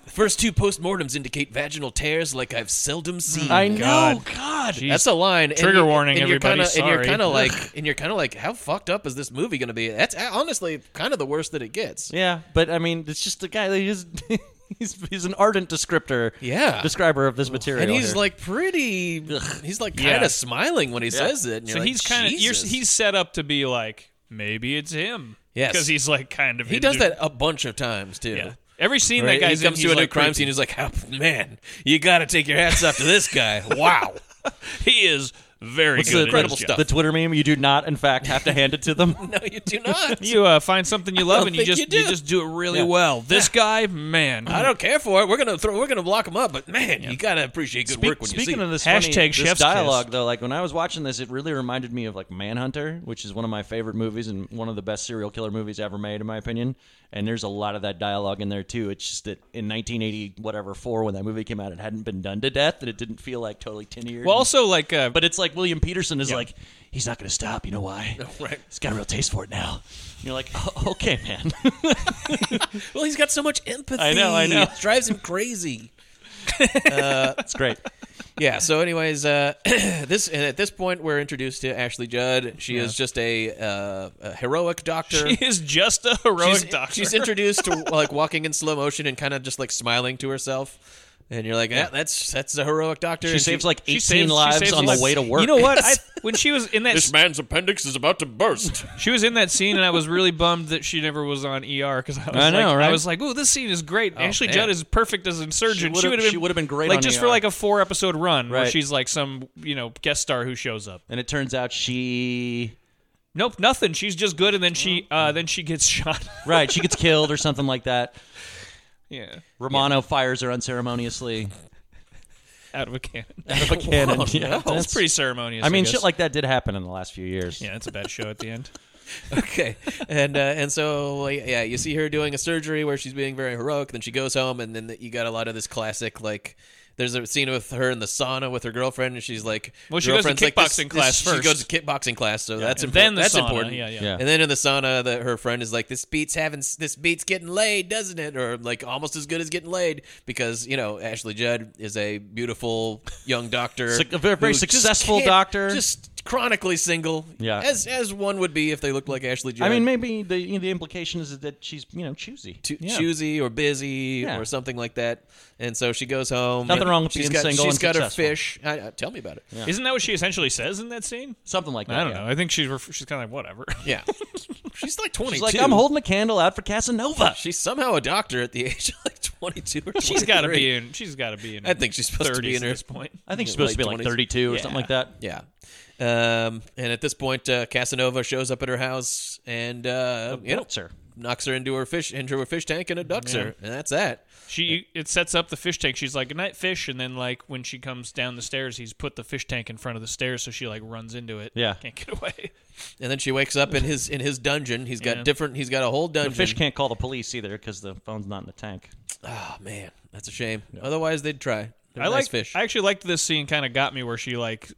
[SPEAKER 2] first two postmortems indicate vaginal tears like I've seldom seen."
[SPEAKER 3] I know.
[SPEAKER 1] God. Jeez.
[SPEAKER 2] That's a line. And
[SPEAKER 1] Trigger
[SPEAKER 2] you-
[SPEAKER 1] warning,
[SPEAKER 2] and you're
[SPEAKER 1] everybody,
[SPEAKER 2] Kinda, And you're
[SPEAKER 1] sorry.
[SPEAKER 2] kind
[SPEAKER 3] (laughs)
[SPEAKER 2] of like, and you're kind of like, how fucked up is this movie going to be? That's uh, honestly kind of the worst that it gets.
[SPEAKER 3] Yeah, but I mean, it's just a guy that is. (laughs) He's, he's an ardent descriptor,
[SPEAKER 2] Yeah.
[SPEAKER 3] describer of this material.
[SPEAKER 2] and he's
[SPEAKER 3] here.
[SPEAKER 2] like pretty. He's like kind of
[SPEAKER 1] Yeah.
[SPEAKER 2] smiling when he says it. And
[SPEAKER 1] so
[SPEAKER 2] you're like,
[SPEAKER 1] he's kind of
[SPEAKER 2] "Jesus."
[SPEAKER 1] he's set up to be like maybe it's him.
[SPEAKER 2] Yes.
[SPEAKER 1] Because he's like kind of
[SPEAKER 2] he does that a bunch of times too.
[SPEAKER 1] Yeah. Every scene
[SPEAKER 2] Right?
[SPEAKER 1] that
[SPEAKER 2] He
[SPEAKER 1] guy's
[SPEAKER 2] comes
[SPEAKER 1] in,
[SPEAKER 2] to
[SPEAKER 1] he's
[SPEAKER 2] a new
[SPEAKER 1] like
[SPEAKER 2] crime
[SPEAKER 1] creepy.
[SPEAKER 2] scene. He's like, "Oh, "Man, you got to take your hats off to this (laughs) guy. Wow,
[SPEAKER 1] He is very
[SPEAKER 3] What's
[SPEAKER 1] good.
[SPEAKER 3] the,
[SPEAKER 1] at
[SPEAKER 2] incredible
[SPEAKER 1] his job.
[SPEAKER 2] stuff.
[SPEAKER 3] The Twitter meme, you do not, in fact, have to hand it to them.
[SPEAKER 2] no, you (laughs) do not.
[SPEAKER 1] You uh, find something you love
[SPEAKER 2] don't
[SPEAKER 1] and you
[SPEAKER 2] think
[SPEAKER 1] just
[SPEAKER 2] you do.
[SPEAKER 1] just do it really well. This guy, man,
[SPEAKER 2] I don't care for it. We're gonna throw. We're gonna block him up. But man, you got to appreciate good work when you see.
[SPEAKER 3] Speaking
[SPEAKER 2] it.
[SPEAKER 3] of
[SPEAKER 1] (laughs)
[SPEAKER 3] this
[SPEAKER 1] Hashtag
[SPEAKER 3] funny, this
[SPEAKER 1] chef's
[SPEAKER 3] dialogue
[SPEAKER 1] kiss.
[SPEAKER 3] though, like when I was watching this, it really reminded me of like Manhunter, which is one of my favorite movies and one of the best serial killer movies ever made, in my opinion. And there's a lot of that dialogue in there too. It's just that in 1980 whatever four, when that movie came out, it hadn't been done to death, and it didn't feel like totally tin eared.
[SPEAKER 1] Well, also like, uh,
[SPEAKER 3] but it's like William Peterson is like, he's not going to stop. You know why?
[SPEAKER 1] (laughs)
[SPEAKER 2] right.
[SPEAKER 3] He's got a real taste for it now. And you're like, oh, okay, man. (laughs)
[SPEAKER 2] well, he's got so much empathy.
[SPEAKER 3] I know, I know.
[SPEAKER 2] It drives him crazy.
[SPEAKER 3] That's great.
[SPEAKER 2] (laughs) yeah. So, anyways, uh, (clears throat) this and at this point, we're introduced to Ashley Judd. She is just a, uh, a heroic doctor.
[SPEAKER 1] he is just a heroic
[SPEAKER 2] she's,
[SPEAKER 1] doctor.
[SPEAKER 2] she's introduced to like walking in slow motion and kind of just like smiling to herself. and you're like, yeah, that's that's a heroic doctor.
[SPEAKER 3] She
[SPEAKER 2] and
[SPEAKER 3] saves like
[SPEAKER 1] She
[SPEAKER 3] 18
[SPEAKER 1] saves- she
[SPEAKER 3] lives
[SPEAKER 1] saves
[SPEAKER 3] on
[SPEAKER 1] lives.
[SPEAKER 3] the way to work.
[SPEAKER 1] You know what?
[SPEAKER 3] (laughs)
[SPEAKER 1] I, when she was in that,
[SPEAKER 2] man's appendix is about to burst.
[SPEAKER 1] she was in that scene, and I was really bummed that she never was on ER because I was
[SPEAKER 3] I know,
[SPEAKER 1] like, I
[SPEAKER 3] right? Oh,
[SPEAKER 1] was like, "Ooh, this scene is great." Ashley
[SPEAKER 2] man.
[SPEAKER 1] Judd is perfect as a surgeon.
[SPEAKER 3] She
[SPEAKER 1] She
[SPEAKER 3] would've-
[SPEAKER 1] would have
[SPEAKER 3] she would've been great
[SPEAKER 1] like
[SPEAKER 3] on
[SPEAKER 1] just for
[SPEAKER 3] ER.
[SPEAKER 1] like a four episode run where
[SPEAKER 3] Right.
[SPEAKER 1] she's like some you know guest star who shows up.
[SPEAKER 3] and it turns out she
[SPEAKER 1] Nope, nothing. She's just good, and then she
[SPEAKER 3] Mm-hmm.
[SPEAKER 1] uh, then she gets (laughs) shot.
[SPEAKER 3] right she gets killed or something like that.
[SPEAKER 1] yeah,
[SPEAKER 3] Romano fires her unceremoniously.
[SPEAKER 1] out of a
[SPEAKER 3] (laughs)
[SPEAKER 1] cannon.
[SPEAKER 3] out of a cannon. Yeah,
[SPEAKER 1] That's pretty ceremonious.
[SPEAKER 3] I mean,
[SPEAKER 1] guess.
[SPEAKER 3] shit like that did happen in the last few years.
[SPEAKER 1] yeah, it's a bad show at the
[SPEAKER 3] (laughs)
[SPEAKER 1] end.
[SPEAKER 2] okay, and uh, and so yeah, you see her doing a surgery where she's being very heroic. Then she goes home, and then you got a lot of this classic like. There's a scene with her in the sauna with her girlfriend, and she's like,
[SPEAKER 1] Well, she goes to
[SPEAKER 2] girlfriend's like, this-
[SPEAKER 1] kickboxing
[SPEAKER 2] this-
[SPEAKER 1] class
[SPEAKER 2] She
[SPEAKER 1] first.
[SPEAKER 2] goes to kickboxing class, so that's
[SPEAKER 1] And
[SPEAKER 2] important.
[SPEAKER 1] then the
[SPEAKER 2] that's
[SPEAKER 1] sauna,
[SPEAKER 2] important.
[SPEAKER 1] yeah, yeah.
[SPEAKER 3] Yeah.
[SPEAKER 2] And then in the sauna, that her friend is like, "This beats having this beats getting laid, doesn't it?" Or like almost as good as getting laid because you know Ashley Judd is a beautiful young
[SPEAKER 3] (laughs)
[SPEAKER 2] doctor,
[SPEAKER 3] Suc- a very- very
[SPEAKER 2] who just
[SPEAKER 3] successful
[SPEAKER 2] can't-
[SPEAKER 3] doctor.
[SPEAKER 2] just chronically single.
[SPEAKER 3] Yeah.
[SPEAKER 2] as as one would be if they looked like Ashley Judd.
[SPEAKER 3] I mean, maybe the you know, the implication is that she's you know choosy.
[SPEAKER 2] too
[SPEAKER 3] Yeah.
[SPEAKER 2] choosy or busy
[SPEAKER 3] Yeah.
[SPEAKER 2] or something like that. And so she goes home.
[SPEAKER 3] Nothing wrong with
[SPEAKER 2] She's
[SPEAKER 3] being
[SPEAKER 2] got,
[SPEAKER 3] single
[SPEAKER 2] She's
[SPEAKER 3] and
[SPEAKER 2] got
[SPEAKER 3] successful.
[SPEAKER 2] her fish. I, I- tell me about it. Yeah.
[SPEAKER 1] Isn't that what she essentially says in that scene?
[SPEAKER 3] something like that.
[SPEAKER 1] I don't
[SPEAKER 3] yeah.
[SPEAKER 1] know. I think she's ref- she's kind of like whatever. (laughs)
[SPEAKER 2] (laughs) she's like 22.
[SPEAKER 3] She's like, I'm holding a candle out for Casanova.
[SPEAKER 2] She's somehow a doctor at the (laughs) age of like 22
[SPEAKER 3] (laughs)
[SPEAKER 2] or 23.
[SPEAKER 1] She's got to be in. She's got to be in.
[SPEAKER 2] I think she's supposed to be
[SPEAKER 1] 30s
[SPEAKER 2] in her-
[SPEAKER 1] at this
[SPEAKER 2] (laughs)
[SPEAKER 1] point.
[SPEAKER 3] I think she's supposed to be
[SPEAKER 2] Late
[SPEAKER 3] like
[SPEAKER 2] 20s.
[SPEAKER 3] 32 or something like that.
[SPEAKER 2] Yeah. Um, and at this point, uh, Casanova shows up at her house and uh, you know,
[SPEAKER 3] That's her.
[SPEAKER 2] knocks her into her fish into her fish tank and abducts her, and that's that.
[SPEAKER 1] She it sets up the fish tank. She's like, "Good night, fish," and then like when she comes down the stairs, he's put the fish tank in front of the stairs, so she like runs into it.
[SPEAKER 3] Yeah.
[SPEAKER 1] can't get away.
[SPEAKER 2] And then she wakes up in his in his dungeon. He's got different. He's got a whole
[SPEAKER 3] The
[SPEAKER 2] dungeon.
[SPEAKER 3] fish can't call the police either because the phone's not in the tank.
[SPEAKER 2] Oh man, that's a shame. Otherwise, they'd try.
[SPEAKER 1] I
[SPEAKER 2] They're nice
[SPEAKER 1] like
[SPEAKER 2] fish.
[SPEAKER 1] I actually liked this scene. Kind of got me where she like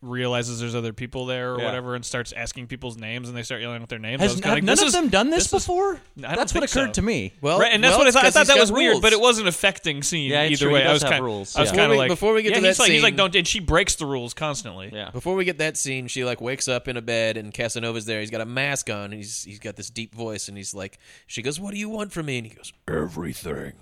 [SPEAKER 1] realizes there's other people there or
[SPEAKER 3] Yeah.
[SPEAKER 1] whatever, and starts asking people's names, and they start yelling out their names. I
[SPEAKER 3] Has
[SPEAKER 1] was
[SPEAKER 3] have
[SPEAKER 1] kinda like,
[SPEAKER 3] none
[SPEAKER 1] this
[SPEAKER 3] of
[SPEAKER 1] is-
[SPEAKER 3] them done this, before?
[SPEAKER 1] I don't
[SPEAKER 3] That's what
[SPEAKER 1] think
[SPEAKER 3] occurred
[SPEAKER 1] so.
[SPEAKER 3] to me.
[SPEAKER 2] Well,
[SPEAKER 1] right, and that's
[SPEAKER 2] well,
[SPEAKER 1] what I
[SPEAKER 2] it's
[SPEAKER 1] thought. I
[SPEAKER 2] 'cause
[SPEAKER 1] thought
[SPEAKER 2] he's
[SPEAKER 1] that
[SPEAKER 2] got
[SPEAKER 1] was weird, but
[SPEAKER 2] rules.
[SPEAKER 1] it wasn't affecting scene
[SPEAKER 3] Yeah,
[SPEAKER 1] either
[SPEAKER 3] true, he
[SPEAKER 1] way. I
[SPEAKER 3] does
[SPEAKER 1] was
[SPEAKER 3] have
[SPEAKER 1] kind
[SPEAKER 3] rules,
[SPEAKER 1] I was
[SPEAKER 3] yeah.
[SPEAKER 1] kind
[SPEAKER 2] Before
[SPEAKER 1] of
[SPEAKER 2] we-
[SPEAKER 1] like
[SPEAKER 2] before we get
[SPEAKER 1] yeah,
[SPEAKER 2] to
[SPEAKER 1] he's
[SPEAKER 2] that
[SPEAKER 1] like he's like
[SPEAKER 2] scene-
[SPEAKER 1] don't and she breaks the rules constantly.
[SPEAKER 3] Yeah.
[SPEAKER 2] Before we get that scene, she like wakes up in a bed and Casanova's there. He's got a mask on. And he's he's got this deep voice and he's like, she goes, "What do you want from me?" And he goes, "Everything."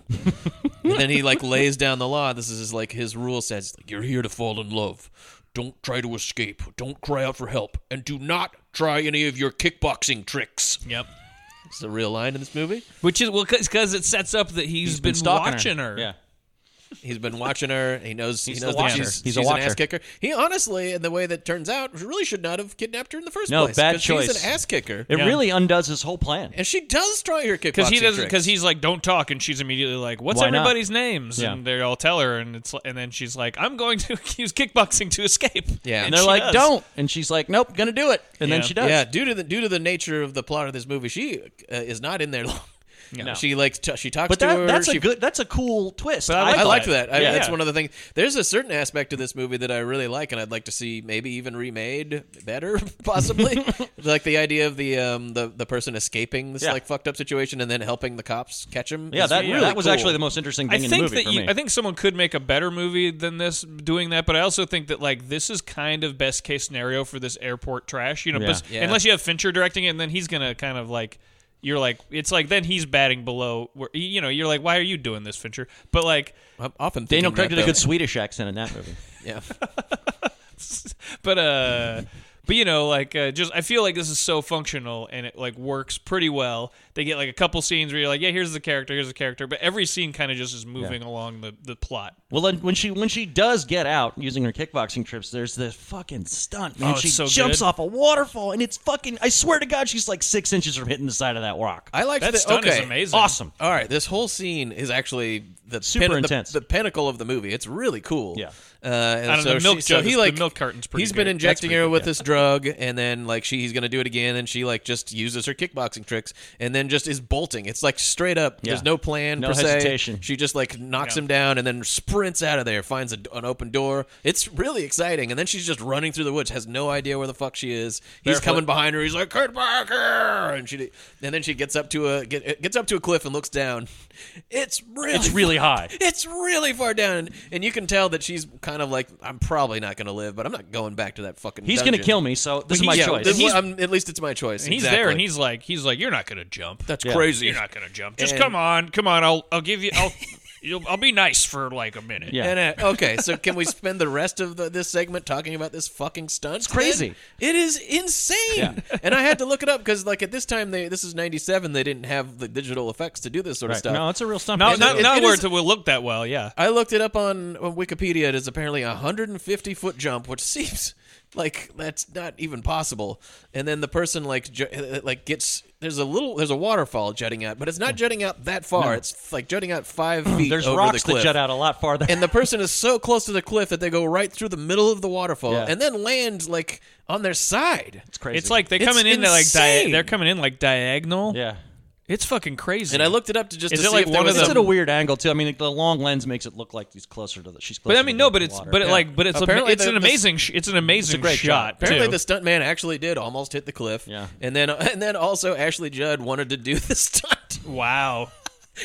[SPEAKER 2] and then
[SPEAKER 1] (laughs)
[SPEAKER 2] he like lays down the law. This is his, like his rule says, like, "You're here to fall in love. Don't try to escape. Don't cry out for help, and do not try any of your kickboxing tricks."
[SPEAKER 1] Yep.
[SPEAKER 2] It's a real line in this movie.
[SPEAKER 1] Which is well, because it sets up that he's been,
[SPEAKER 3] stalking
[SPEAKER 1] watching her.
[SPEAKER 3] Yeah.
[SPEAKER 2] He's been watching her. He knows. he
[SPEAKER 3] He's
[SPEAKER 2] knows
[SPEAKER 3] the
[SPEAKER 2] that
[SPEAKER 3] watcher.
[SPEAKER 2] she's,
[SPEAKER 3] He's a
[SPEAKER 2] she's
[SPEAKER 3] watcher.
[SPEAKER 2] an ass kicker. He honestly, in the way that turns out, really should not have kidnapped her in the first
[SPEAKER 3] No,
[SPEAKER 2] place.
[SPEAKER 3] bad
[SPEAKER 2] 'cause She's
[SPEAKER 3] choice.
[SPEAKER 2] an ass kicker,
[SPEAKER 3] It
[SPEAKER 1] Yeah.
[SPEAKER 3] really undoes his whole plan.
[SPEAKER 2] and she does try her kickboxing.
[SPEAKER 1] because he doesn't because
[SPEAKER 2] tricks.
[SPEAKER 1] he's like don't talk and she's immediately like what's
[SPEAKER 3] Why not?
[SPEAKER 1] everybody's names
[SPEAKER 3] Yeah.
[SPEAKER 1] and they all tell her and it's li- and then she's like i'm going to (laughs) use kickboxing to escape
[SPEAKER 2] Yeah.
[SPEAKER 3] and
[SPEAKER 2] And
[SPEAKER 3] they're
[SPEAKER 1] she
[SPEAKER 3] like,
[SPEAKER 1] does.
[SPEAKER 3] don't. And she's like, nope, gonna do it. And then
[SPEAKER 1] Yeah.
[SPEAKER 3] she does.
[SPEAKER 2] Yeah, due to the due to the nature of the plot of this movie, she uh, is not in there long.
[SPEAKER 3] No.
[SPEAKER 2] She like t- she talks
[SPEAKER 3] But
[SPEAKER 2] to
[SPEAKER 3] that,
[SPEAKER 2] her.
[SPEAKER 3] that's
[SPEAKER 2] she
[SPEAKER 3] a good. That's a cool twist.
[SPEAKER 1] I
[SPEAKER 2] I
[SPEAKER 1] like
[SPEAKER 2] liked
[SPEAKER 1] that.
[SPEAKER 2] that. I,
[SPEAKER 1] Yeah.
[SPEAKER 2] That's
[SPEAKER 1] Yeah.
[SPEAKER 2] one of the things. There's a certain aspect of this movie that I really like, and I'd like to see maybe even remade better, (laughs) possibly. like the idea of the um the, the person escaping this
[SPEAKER 3] Yeah.
[SPEAKER 2] like fucked up situation and then helping the cops catch him.
[SPEAKER 3] yeah,
[SPEAKER 2] is
[SPEAKER 3] that,
[SPEAKER 1] really
[SPEAKER 3] that was
[SPEAKER 2] cool.
[SPEAKER 3] actually the most interesting
[SPEAKER 1] I
[SPEAKER 3] thing in the
[SPEAKER 1] think
[SPEAKER 3] movie
[SPEAKER 1] that
[SPEAKER 3] for
[SPEAKER 1] you,
[SPEAKER 3] me.
[SPEAKER 1] I think someone could make a better movie than this doing that, but I also think that like this is kind of best case scenario for this airport trash. You know,
[SPEAKER 3] Yeah.
[SPEAKER 1] 'cause-
[SPEAKER 2] Yeah.
[SPEAKER 1] unless you have Fincher directing it, and then he's gonna kind of like you're like it's like then he's batting below where you know you're like why are you doing this Fincher? But like
[SPEAKER 2] I'm often
[SPEAKER 3] Daniel
[SPEAKER 2] thinking
[SPEAKER 3] Craig
[SPEAKER 2] that,
[SPEAKER 3] did a
[SPEAKER 2] though.
[SPEAKER 3] good Swedish accent in that movie.
[SPEAKER 2] Yeah.
[SPEAKER 1] but uh but you know like uh, just i feel like this is so functional and it like works pretty well they get like a couple scenes where you're like yeah here's the character here's the character but every scene kind of just is moving along the the plot (laughs)
[SPEAKER 3] Well, then when she when she does get out using her kickboxing trips, there's this fucking stunt, man.
[SPEAKER 1] Oh, it's
[SPEAKER 3] she
[SPEAKER 1] so
[SPEAKER 3] jumps
[SPEAKER 1] good.
[SPEAKER 3] off a waterfall, and it's fucking. I swear to God, she's like six inches from hitting the side of that rock.
[SPEAKER 2] I liked
[SPEAKER 1] that
[SPEAKER 2] the,
[SPEAKER 1] stunt
[SPEAKER 2] okay.
[SPEAKER 1] is amazing
[SPEAKER 3] Awesome.
[SPEAKER 2] All right, this whole scene is actually the
[SPEAKER 3] Super
[SPEAKER 2] the-
[SPEAKER 3] intense.
[SPEAKER 2] The, pinnacle of the movie. It's really cool.
[SPEAKER 3] Yeah.
[SPEAKER 2] Uh, and
[SPEAKER 1] Out of
[SPEAKER 2] so
[SPEAKER 1] the milk
[SPEAKER 2] she, so
[SPEAKER 1] jug,
[SPEAKER 2] he
[SPEAKER 1] the
[SPEAKER 2] like
[SPEAKER 1] milk carton's pretty
[SPEAKER 2] He's been
[SPEAKER 1] good.
[SPEAKER 2] injecting her with this drug, and then like she he's gonna do it again, and she like just uses her kickboxing tricks, and then just is bolting. It's like straight up. There's no plan.
[SPEAKER 3] No
[SPEAKER 2] per se.
[SPEAKER 3] hesitation.
[SPEAKER 2] She just like knocks
[SPEAKER 1] Yeah.
[SPEAKER 2] him down, and then sprints out of there, finds a, an open door. It's really exciting, and then she's just running through the woods, has no idea where the fuck she is. He's coming behind her. He's like, "Get back here!" And she, and then she gets up to a get, gets up to a cliff and looks down. It's really,
[SPEAKER 3] It's really high.
[SPEAKER 2] (laughs) it's really far down, and, and you can tell that she's kind of like, "I'm probably not going to live, but I'm not going back to that fucking."
[SPEAKER 3] He's
[SPEAKER 2] going
[SPEAKER 3] gonna kill me, so this is
[SPEAKER 1] he-
[SPEAKER 3] my
[SPEAKER 1] yeah,
[SPEAKER 3] choice.
[SPEAKER 1] this- He's-
[SPEAKER 2] at least it's my choice.
[SPEAKER 1] and he's
[SPEAKER 2] exactly.
[SPEAKER 1] there and he's like he's like you're not gonna jump
[SPEAKER 2] that's
[SPEAKER 3] Yeah.
[SPEAKER 2] crazy.
[SPEAKER 1] you're not gonna jump just
[SPEAKER 2] And-
[SPEAKER 1] come on come on i'll (laughs) i'll give you i'll you'll, I'll be nice for like a minute.
[SPEAKER 3] Yeah.
[SPEAKER 2] And, uh, (laughs) okay,
[SPEAKER 3] (laughs)
[SPEAKER 2] so can we spend the rest of the, this segment talking about this fucking stunt? It's
[SPEAKER 3] crazy.
[SPEAKER 2] It is insane. (laughs) and I had to look it up because, like, at this time, they this is '97. They didn't have the digital effects to do this sort of stuff.
[SPEAKER 3] No, it's a real stunt.
[SPEAKER 1] Not
[SPEAKER 3] It's
[SPEAKER 1] not,
[SPEAKER 2] it-
[SPEAKER 1] not
[SPEAKER 2] it
[SPEAKER 1] where
[SPEAKER 2] is-
[SPEAKER 1] it will look that well. Yeah.
[SPEAKER 2] I looked it up on, on Wikipedia. It is apparently a 150 foot jump, which (laughs) seems like that's not even possible. And then the person like ju- uh, like gets there's a little there's a waterfall jutting out, but it's not jutting out that far. It's like jutting
[SPEAKER 3] (clears throat)
[SPEAKER 2] out five feet.
[SPEAKER 3] Hmm. there's
[SPEAKER 2] over
[SPEAKER 3] rocks
[SPEAKER 2] the cliff.
[SPEAKER 3] that jut out a lot farther.
[SPEAKER 2] (laughs) And the person is so close to the cliff that they go right through the middle of the waterfall
[SPEAKER 3] Yeah.
[SPEAKER 2] and then land like on their side.
[SPEAKER 3] it's crazy.
[SPEAKER 1] It's like they're
[SPEAKER 2] It's
[SPEAKER 1] coming in they're like
[SPEAKER 2] insane.
[SPEAKER 1] dia- they're coming in like diagonal.
[SPEAKER 3] yeah.
[SPEAKER 1] It's fucking crazy.
[SPEAKER 2] And I looked it up to just
[SPEAKER 1] Is
[SPEAKER 2] to
[SPEAKER 1] it
[SPEAKER 2] see
[SPEAKER 1] like
[SPEAKER 2] if there
[SPEAKER 1] one of
[SPEAKER 2] was
[SPEAKER 1] the-
[SPEAKER 3] It's
[SPEAKER 2] a-
[SPEAKER 3] at a weird angle too. I mean, the long lens makes it look like he's closer to the. She's closer.
[SPEAKER 1] but I mean,
[SPEAKER 3] to
[SPEAKER 1] no,
[SPEAKER 3] the
[SPEAKER 1] but it's
[SPEAKER 3] water.
[SPEAKER 1] but it,
[SPEAKER 3] Yeah.
[SPEAKER 1] like but it's a,
[SPEAKER 2] Apparently
[SPEAKER 1] it's
[SPEAKER 2] the-
[SPEAKER 1] an
[SPEAKER 2] the-
[SPEAKER 1] amazing sh- it's an amazing
[SPEAKER 3] great shot.
[SPEAKER 1] shot.
[SPEAKER 2] Apparently,
[SPEAKER 1] too.
[SPEAKER 2] the stuntman actually did almost hit the cliff.
[SPEAKER 3] Yeah.
[SPEAKER 2] And then, (laughs) and then also Ashley Judd wanted to do (laughs) the stunt,
[SPEAKER 1] wow.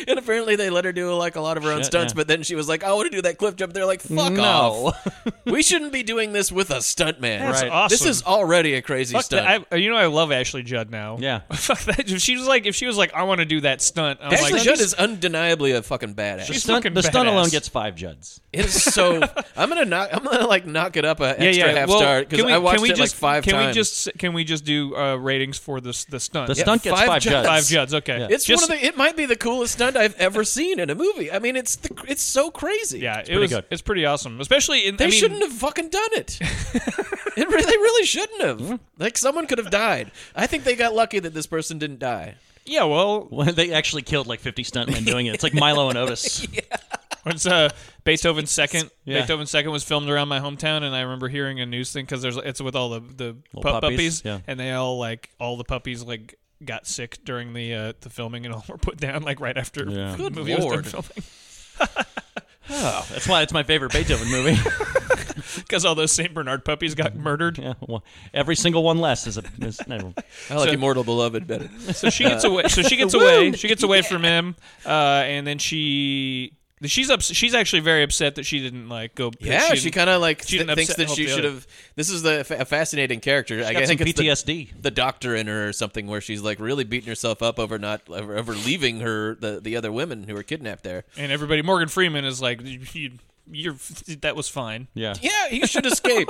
[SPEAKER 2] and apparently they let her do like a lot of her own
[SPEAKER 3] Shit,
[SPEAKER 2] stunts.
[SPEAKER 3] yeah.
[SPEAKER 2] But then she was like, "I want to do that cliff jump." They're like, "Fuck
[SPEAKER 3] no.
[SPEAKER 2] off! We shouldn't be doing this with a stuntman.
[SPEAKER 1] That's Right. awesome.
[SPEAKER 2] This is already a crazy
[SPEAKER 1] Fuck
[SPEAKER 2] stunt."
[SPEAKER 1] that. I, you know I love Ashley Judd now.
[SPEAKER 3] (laughs) Yeah.
[SPEAKER 1] (laughs) Fuck that. If she was like if she was like I want to do that stunt. I'm
[SPEAKER 2] Ashley
[SPEAKER 1] like,
[SPEAKER 2] Judd is undeniably a fucking badass.
[SPEAKER 3] the
[SPEAKER 1] She's fucking
[SPEAKER 3] stunt, the stunt alone
[SPEAKER 1] badass.
[SPEAKER 3] gets five Judds.
[SPEAKER 2] It is
[SPEAKER 1] (laughs)
[SPEAKER 2] so. I'm gonna knock. I'm gonna like knock it up a extra
[SPEAKER 1] yeah, yeah.
[SPEAKER 2] half
[SPEAKER 1] well,
[SPEAKER 2] star because
[SPEAKER 1] can we,
[SPEAKER 2] I watched
[SPEAKER 1] can we
[SPEAKER 2] it
[SPEAKER 1] just,
[SPEAKER 2] like five
[SPEAKER 1] can
[SPEAKER 2] times.
[SPEAKER 1] we just can we just do uh, ratings for this the stunt?
[SPEAKER 3] The stunt gets
[SPEAKER 2] five
[SPEAKER 3] five,
[SPEAKER 2] Judds.
[SPEAKER 3] Judds.
[SPEAKER 1] Five Judds. Okay.
[SPEAKER 2] It's
[SPEAKER 1] just,
[SPEAKER 2] one of the. It might be the coolest stunt I've ever seen in a movie. I mean, it's the. It's so crazy.
[SPEAKER 1] Yeah, it
[SPEAKER 3] pretty
[SPEAKER 1] was.
[SPEAKER 3] good.
[SPEAKER 1] It's pretty awesome, especially in.
[SPEAKER 2] They
[SPEAKER 1] I mean,
[SPEAKER 2] shouldn't have fucking done it. it re- they really shouldn't have. Like someone could have died. I think they got lucky that this person didn't die.
[SPEAKER 1] Yeah, well,
[SPEAKER 3] (laughs) Well, they actually killed like 50 stuntmen doing it. It's like Milo and Otis.
[SPEAKER 1] it's uh, Beethoven's second.
[SPEAKER 3] Yeah.
[SPEAKER 1] Beethoven's second was filmed around my hometown, and I remember hearing a news thing because there's it's with all the the pup puppies,
[SPEAKER 3] puppies, yeah.
[SPEAKER 1] and they all like all the puppies like got sick during the uh, the filming and (laughs) all were put down like right after (laughs)
[SPEAKER 3] Yeah.
[SPEAKER 1] the
[SPEAKER 3] Good
[SPEAKER 1] movie
[SPEAKER 2] lord.
[SPEAKER 1] was done filming
[SPEAKER 3] That's why it's my favorite Beethoven movie. (laughs)
[SPEAKER 1] because all those Saint Bernard puppies got murdered.
[SPEAKER 3] Mm. yeah, well, every single one less is a. Is, no.
[SPEAKER 2] I like Immortal Beloved better.
[SPEAKER 1] So she gets away. So she
[SPEAKER 3] (laughs)
[SPEAKER 1] gets away. She gets away from him, uh, and then she. She's up. She's actually very upset that she didn't like go.
[SPEAKER 2] Yeah, she,
[SPEAKER 1] didn't-
[SPEAKER 2] kind of like
[SPEAKER 1] she
[SPEAKER 2] th-
[SPEAKER 1] didn't
[SPEAKER 2] thinks
[SPEAKER 1] upset-
[SPEAKER 2] that she
[SPEAKER 1] help the
[SPEAKER 2] should
[SPEAKER 1] other.
[SPEAKER 2] have. This is the fa- a fascinating character. I,
[SPEAKER 3] got
[SPEAKER 2] I think
[SPEAKER 3] some
[SPEAKER 2] it's the-
[SPEAKER 3] PTSD.
[SPEAKER 2] The, doctor in her or something, where she's like really beating herself up over not over, over leaving her the the other women who were kidnapped there.
[SPEAKER 1] and everybody Morgan Freeman is like, you, you're that was fine.
[SPEAKER 3] Yeah.
[SPEAKER 2] Yeah, (laughs) he should escape.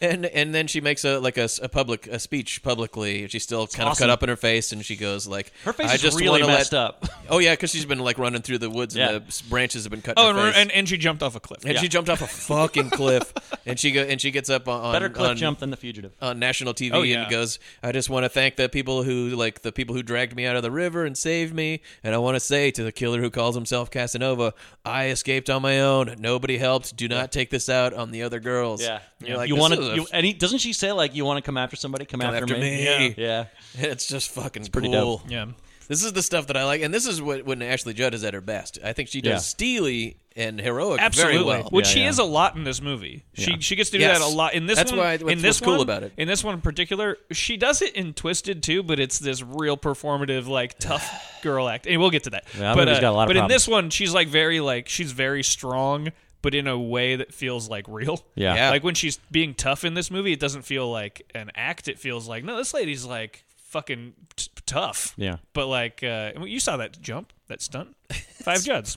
[SPEAKER 2] and and then she makes a like a, s- a public a speech publicly. She's still kind of
[SPEAKER 3] awesome.
[SPEAKER 2] cut up in her face, and she goes like,
[SPEAKER 3] Her face
[SPEAKER 2] I
[SPEAKER 3] is
[SPEAKER 2] just
[SPEAKER 3] really
[SPEAKER 2] wanna let-
[SPEAKER 3] messed up.
[SPEAKER 2] Oh yeah, because she's been like running through the woods,
[SPEAKER 3] Yeah.
[SPEAKER 2] and the s- branches have been cut.
[SPEAKER 1] Oh,
[SPEAKER 2] in
[SPEAKER 1] and,
[SPEAKER 2] her
[SPEAKER 1] re-
[SPEAKER 2] face.
[SPEAKER 1] and and she jumped off a cliff.
[SPEAKER 2] And she jumped off
[SPEAKER 3] (laughs)
[SPEAKER 2] a fucking cliff, and she go and she gets up on on-
[SPEAKER 3] Better cliff
[SPEAKER 2] on-
[SPEAKER 3] jump than The Fugitive.
[SPEAKER 2] on national TV
[SPEAKER 1] Oh, yeah.
[SPEAKER 2] and goes, "I just want to thank the people who like the people who dragged me out of the river and saved me, and I want to say to the killer who calls himself Casanova, I escaped on my own. Nobody helped. Do not take this out on the other girls."
[SPEAKER 3] Yeah.
[SPEAKER 2] You're like,
[SPEAKER 3] you
[SPEAKER 2] "This
[SPEAKER 3] want
[SPEAKER 2] is a
[SPEAKER 3] to. You, and he, doesn't she say, like, you want to come after somebody? Come,
[SPEAKER 2] f- after me.
[SPEAKER 3] Yeah. yeah.
[SPEAKER 2] It's just fucking
[SPEAKER 3] pretty
[SPEAKER 2] cool.
[SPEAKER 1] yeah.
[SPEAKER 2] This is the stuff that I like, and this is what, when Ashley Judd is at her best. I think she does
[SPEAKER 3] Yeah.
[SPEAKER 2] steely and heroic
[SPEAKER 1] Absolutely,
[SPEAKER 2] very well.
[SPEAKER 1] which
[SPEAKER 3] Yeah,
[SPEAKER 1] she
[SPEAKER 3] yeah.
[SPEAKER 1] is a lot in this movie. She she gets to do
[SPEAKER 2] Yes.
[SPEAKER 1] that a lot in this
[SPEAKER 2] That's
[SPEAKER 1] one.
[SPEAKER 2] why- what's-
[SPEAKER 1] in this
[SPEAKER 2] what's cool
[SPEAKER 1] one-
[SPEAKER 2] about it.
[SPEAKER 1] In this one in particular, she does it in Twisted too, but it's this real performative,
[SPEAKER 2] (sighs)
[SPEAKER 1] like tough girl act. And we'll get to that.
[SPEAKER 3] Yeah, that
[SPEAKER 1] but uh,
[SPEAKER 3] movie's got a lot of
[SPEAKER 1] but in
[SPEAKER 3] problems.
[SPEAKER 1] this one, she's like very like she's very strong, but in a way that feels like real.
[SPEAKER 3] Yeah.
[SPEAKER 2] Yeah.
[SPEAKER 1] Like when she's being tough in this movie, it doesn't feel like an act. It feels like no, this lady's like fucking t- tough.
[SPEAKER 3] Yeah.
[SPEAKER 1] But like uh, you saw that jump, that
[SPEAKER 2] (laughs)
[SPEAKER 1] stunt, five Judds.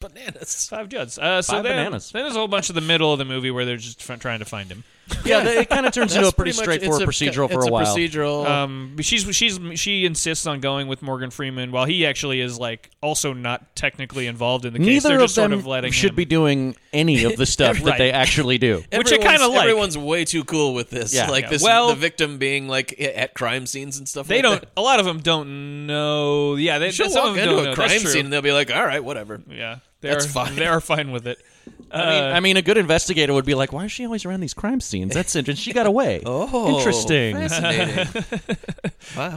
[SPEAKER 2] Bananas.
[SPEAKER 1] Five Judds. Uh, so
[SPEAKER 3] Five
[SPEAKER 1] then,
[SPEAKER 3] bananas.
[SPEAKER 1] then there's a whole bunch of the middle of the movie where they're just f- trying to find him.
[SPEAKER 3] Yeah, they- it kind of turns into a
[SPEAKER 2] That's
[SPEAKER 3] pretty,
[SPEAKER 2] much-
[SPEAKER 3] straightforward
[SPEAKER 2] it's a-
[SPEAKER 3] procedural for
[SPEAKER 2] it's
[SPEAKER 3] a while.
[SPEAKER 2] procedural.
[SPEAKER 1] Um, but she's she's she insists on going with Morgan Freeman while he actually is like also not technically involved in the case.
[SPEAKER 3] Neither
[SPEAKER 1] they're
[SPEAKER 3] of
[SPEAKER 1] just
[SPEAKER 3] them
[SPEAKER 1] sort of letting
[SPEAKER 3] should
[SPEAKER 1] him.
[SPEAKER 3] be doing any
[SPEAKER 1] (laughs)
[SPEAKER 3] of the stuff that they
[SPEAKER 1] Right.
[SPEAKER 3] actually do.
[SPEAKER 1] which I
[SPEAKER 2] Everyone's-
[SPEAKER 1] kinda like.
[SPEAKER 2] Everyone's way too cool with this.
[SPEAKER 3] Yeah.
[SPEAKER 2] like
[SPEAKER 3] Yeah.
[SPEAKER 2] this,
[SPEAKER 1] Well-
[SPEAKER 2] the victim being like i- at crime scenes and stuff.
[SPEAKER 1] (laughs) They
[SPEAKER 2] like
[SPEAKER 1] don't.
[SPEAKER 3] (laughs)
[SPEAKER 2] That.
[SPEAKER 1] A lot of them don't know. Yeah, they
[SPEAKER 2] She'll
[SPEAKER 1] some
[SPEAKER 2] walk
[SPEAKER 1] of them don't
[SPEAKER 2] into
[SPEAKER 1] know.
[SPEAKER 2] a
[SPEAKER 1] That's
[SPEAKER 2] crime
[SPEAKER 1] true.
[SPEAKER 2] scene and they'll be like, "All right, whatever."
[SPEAKER 1] Yeah, they
[SPEAKER 2] That's
[SPEAKER 1] are
[SPEAKER 2] fine.
[SPEAKER 1] (laughs) They are fine with it.
[SPEAKER 3] I mean, I mean, a good investigator would be like, "Why is she always around these crime scenes? That's interesting. She
[SPEAKER 1] (laughs)
[SPEAKER 3] got away.
[SPEAKER 2] Oh,
[SPEAKER 3] interesting.
[SPEAKER 2] Fascinating. wow.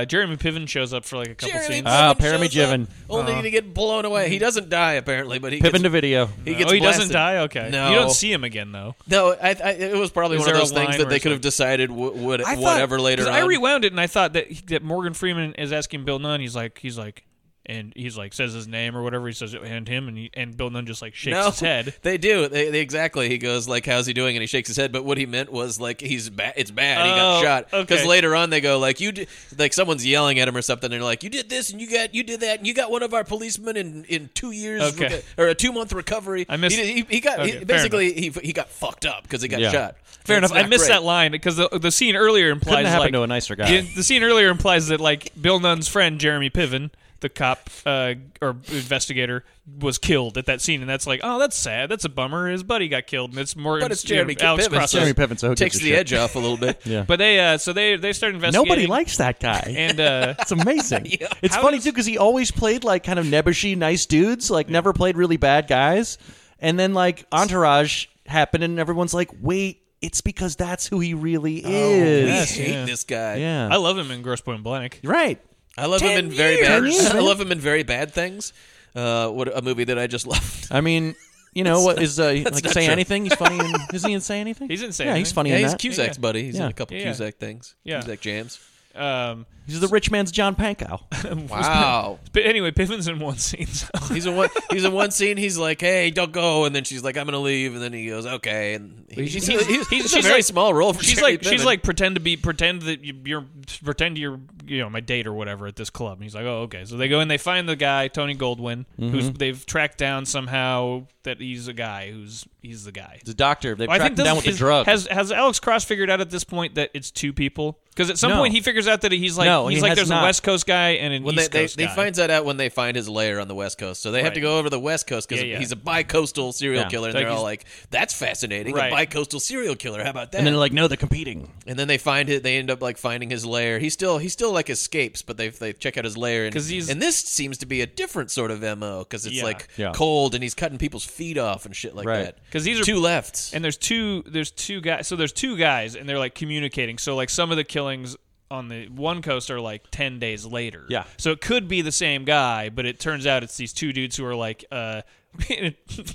[SPEAKER 1] Uh, Jeremy Piven shows up for like a couple
[SPEAKER 2] Jeremy
[SPEAKER 1] scenes.
[SPEAKER 2] Piven
[SPEAKER 3] Ah,
[SPEAKER 2] shows
[SPEAKER 3] Jeremy
[SPEAKER 2] up,
[SPEAKER 3] Piven.
[SPEAKER 2] Only to get blown away. He doesn't die apparently, but he
[SPEAKER 3] Piven
[SPEAKER 2] gets,
[SPEAKER 3] to video.
[SPEAKER 2] he gets
[SPEAKER 1] oh, he
[SPEAKER 2] blasted.
[SPEAKER 1] doesn't die. Okay,
[SPEAKER 2] No.
[SPEAKER 1] you don't see him again though.
[SPEAKER 2] No, I, I, it was probably
[SPEAKER 1] Is
[SPEAKER 2] one of
[SPEAKER 1] there a
[SPEAKER 2] those things
[SPEAKER 1] line
[SPEAKER 2] that
[SPEAKER 1] where
[SPEAKER 2] they
[SPEAKER 1] it's
[SPEAKER 2] could have
[SPEAKER 1] like-
[SPEAKER 2] decided would, would
[SPEAKER 1] I thought-
[SPEAKER 2] whatever later
[SPEAKER 1] 'cause
[SPEAKER 2] on.
[SPEAKER 1] I rewound it and I thought that that Morgan Freeman is asking Bill Nunn. He's like, he's like, and he's like says his name or whatever he says and him and he, and Bill Nunn just like shakes
[SPEAKER 2] No,
[SPEAKER 1] his head.
[SPEAKER 2] They do. They, they exactly. He goes like, "How's he doing?" And he shakes his head. But what he meant was like, "He's bad. It's bad. He got
[SPEAKER 1] Oh,
[SPEAKER 2] shot."
[SPEAKER 1] okay.
[SPEAKER 2] later on they go like, "You did like someone's yelling at him or something." And they're like, "You did this and you got you did that and you got one of our policemen in in two years
[SPEAKER 1] Okay.
[SPEAKER 2] reco- or a two month recovery."
[SPEAKER 1] I missed-
[SPEAKER 2] He, he, he got
[SPEAKER 1] Okay,
[SPEAKER 2] he,
[SPEAKER 1] fair
[SPEAKER 2] basically he, he got fucked up because he got
[SPEAKER 3] Yeah.
[SPEAKER 2] shot.
[SPEAKER 1] (laughs) Fair
[SPEAKER 2] It's
[SPEAKER 1] enough. I
[SPEAKER 2] not
[SPEAKER 1] missed
[SPEAKER 2] great.
[SPEAKER 1] that line because the the scene earlier implies
[SPEAKER 3] Couldn't happen
[SPEAKER 1] like
[SPEAKER 3] to a nicer guy.
[SPEAKER 1] The, the scene earlier implies that like Bill Nunn's friend Jeremy Piven, the cop uh, or investigator, was killed at that scene, and that's like, oh, that's sad. That's a bummer. His buddy got killed, and it's more.
[SPEAKER 2] But it's Jeremy
[SPEAKER 1] Alex
[SPEAKER 2] Piven.
[SPEAKER 1] Cross.
[SPEAKER 3] Jeremy Piven, so who
[SPEAKER 2] takes
[SPEAKER 3] gives a
[SPEAKER 2] the
[SPEAKER 3] shit?
[SPEAKER 2] edge off a
[SPEAKER 1] (laughs)
[SPEAKER 2] little bit.
[SPEAKER 3] Yeah.
[SPEAKER 1] But they uh, so they they start investigating.
[SPEAKER 3] Nobody likes
[SPEAKER 1] (laughs)
[SPEAKER 3] that guy.
[SPEAKER 1] and uh, (laughs)
[SPEAKER 3] It's amazing. It's
[SPEAKER 1] How
[SPEAKER 3] funny
[SPEAKER 1] does-
[SPEAKER 3] too because he always played like kind of nebbishy, nice dudes. Like never played really bad guys. And then like Entourage happened, and everyone's like, "Wait, it's because that's who he really
[SPEAKER 2] We
[SPEAKER 3] is."
[SPEAKER 2] hate this guy.
[SPEAKER 3] Yeah,
[SPEAKER 1] Oh, I love him in Gross Point Blank.
[SPEAKER 3] right.
[SPEAKER 2] I love him in very
[SPEAKER 3] years.
[SPEAKER 2] bad. (laughs) I love him in very bad things. Uh, what a movie that I just (laughs) loved.
[SPEAKER 3] I mean, you know what
[SPEAKER 1] (laughs)
[SPEAKER 3] is uh, like
[SPEAKER 2] not
[SPEAKER 3] say
[SPEAKER 2] true.
[SPEAKER 3] anything? He's funny. In, isn't he in say anything?
[SPEAKER 1] He's in Say
[SPEAKER 3] Yeah, he's
[SPEAKER 1] Anything.
[SPEAKER 3] funny.
[SPEAKER 2] Yeah,
[SPEAKER 3] in
[SPEAKER 2] he's
[SPEAKER 3] that.
[SPEAKER 2] Cusack's buddy. He's in
[SPEAKER 3] Yeah.
[SPEAKER 2] a couple
[SPEAKER 1] Yeah.
[SPEAKER 2] Cusack things.
[SPEAKER 1] Yeah. (laughs)
[SPEAKER 2] Cusack jams.
[SPEAKER 1] Um,
[SPEAKER 3] He's the rich man's John
[SPEAKER 1] (laughs)
[SPEAKER 3] Pankow.
[SPEAKER 2] Wow.
[SPEAKER 1] but anyway, Piven's in one scene.
[SPEAKER 3] (laughs)
[SPEAKER 1] So. (laughs)
[SPEAKER 2] he's in one. He's in one scene. He's like, "Hey, don't go," and then she's like, "I'm gonna leave," and then he goes, "Okay." And he- he's, he's,
[SPEAKER 1] he's-
[SPEAKER 2] a
[SPEAKER 1] she's
[SPEAKER 2] very
[SPEAKER 1] like-
[SPEAKER 2] small role for
[SPEAKER 1] She's
[SPEAKER 2] Jeremy
[SPEAKER 1] like, she's
[SPEAKER 2] Piven.
[SPEAKER 1] like, pretend to be, pretend that you- you're, pretend you're, you know, my date or whatever at this club. And he's like, oh, okay. So they go in, they find the guy, Tony Goldwyn, who's
[SPEAKER 3] Mm-hmm.
[SPEAKER 1] they've tracked down somehow that he's a guy who's he's the guy.
[SPEAKER 3] The doctor. They
[SPEAKER 1] I
[SPEAKER 3] tracked
[SPEAKER 1] think
[SPEAKER 3] him
[SPEAKER 1] this
[SPEAKER 3] down with
[SPEAKER 1] is-
[SPEAKER 3] the drug.
[SPEAKER 1] Has has Alex Cross figured out at this point that it's two people? Because at some
[SPEAKER 3] No.
[SPEAKER 1] point he figures out that he's like,
[SPEAKER 3] No,
[SPEAKER 1] he's
[SPEAKER 3] he
[SPEAKER 1] like,
[SPEAKER 3] has
[SPEAKER 1] there's
[SPEAKER 3] not.
[SPEAKER 1] a West Coast guy and an
[SPEAKER 2] when they,
[SPEAKER 1] East
[SPEAKER 2] they,
[SPEAKER 1] Coast
[SPEAKER 2] they
[SPEAKER 1] guy.
[SPEAKER 2] finds that out when they find his lair on the west coast, so they have to
[SPEAKER 1] Right.
[SPEAKER 2] go over to the west coast because
[SPEAKER 1] Yeah, yeah.
[SPEAKER 2] he's a bi-coastal serial
[SPEAKER 3] Yeah.
[SPEAKER 2] killer, and
[SPEAKER 1] Like
[SPEAKER 2] they're
[SPEAKER 1] he's-
[SPEAKER 2] all like, "That's fascinating,
[SPEAKER 1] Right.
[SPEAKER 2] a bi-coastal serial killer. How about that?"
[SPEAKER 3] and then they're like, no, they're competing.
[SPEAKER 2] And then they find it. They end up like finding his lair. He still he still like escapes, but they they check out his lair. And,
[SPEAKER 1] 'Cause he's-
[SPEAKER 2] and this seems to be a different sort of mo because it's
[SPEAKER 1] Yeah.
[SPEAKER 2] like
[SPEAKER 3] Yeah.
[SPEAKER 2] cold and he's cutting people's feet off and shit like
[SPEAKER 3] Right.
[SPEAKER 2] that.
[SPEAKER 1] 'Cause these are-
[SPEAKER 2] two lefts.
[SPEAKER 1] and there's two there's two guys so there's two guys and they're like communicating so like some of the killings on the one coast are like 10 days later
[SPEAKER 3] Yeah.
[SPEAKER 1] so it could be the same guy but it turns out it's these two dudes who are like uh (laughs)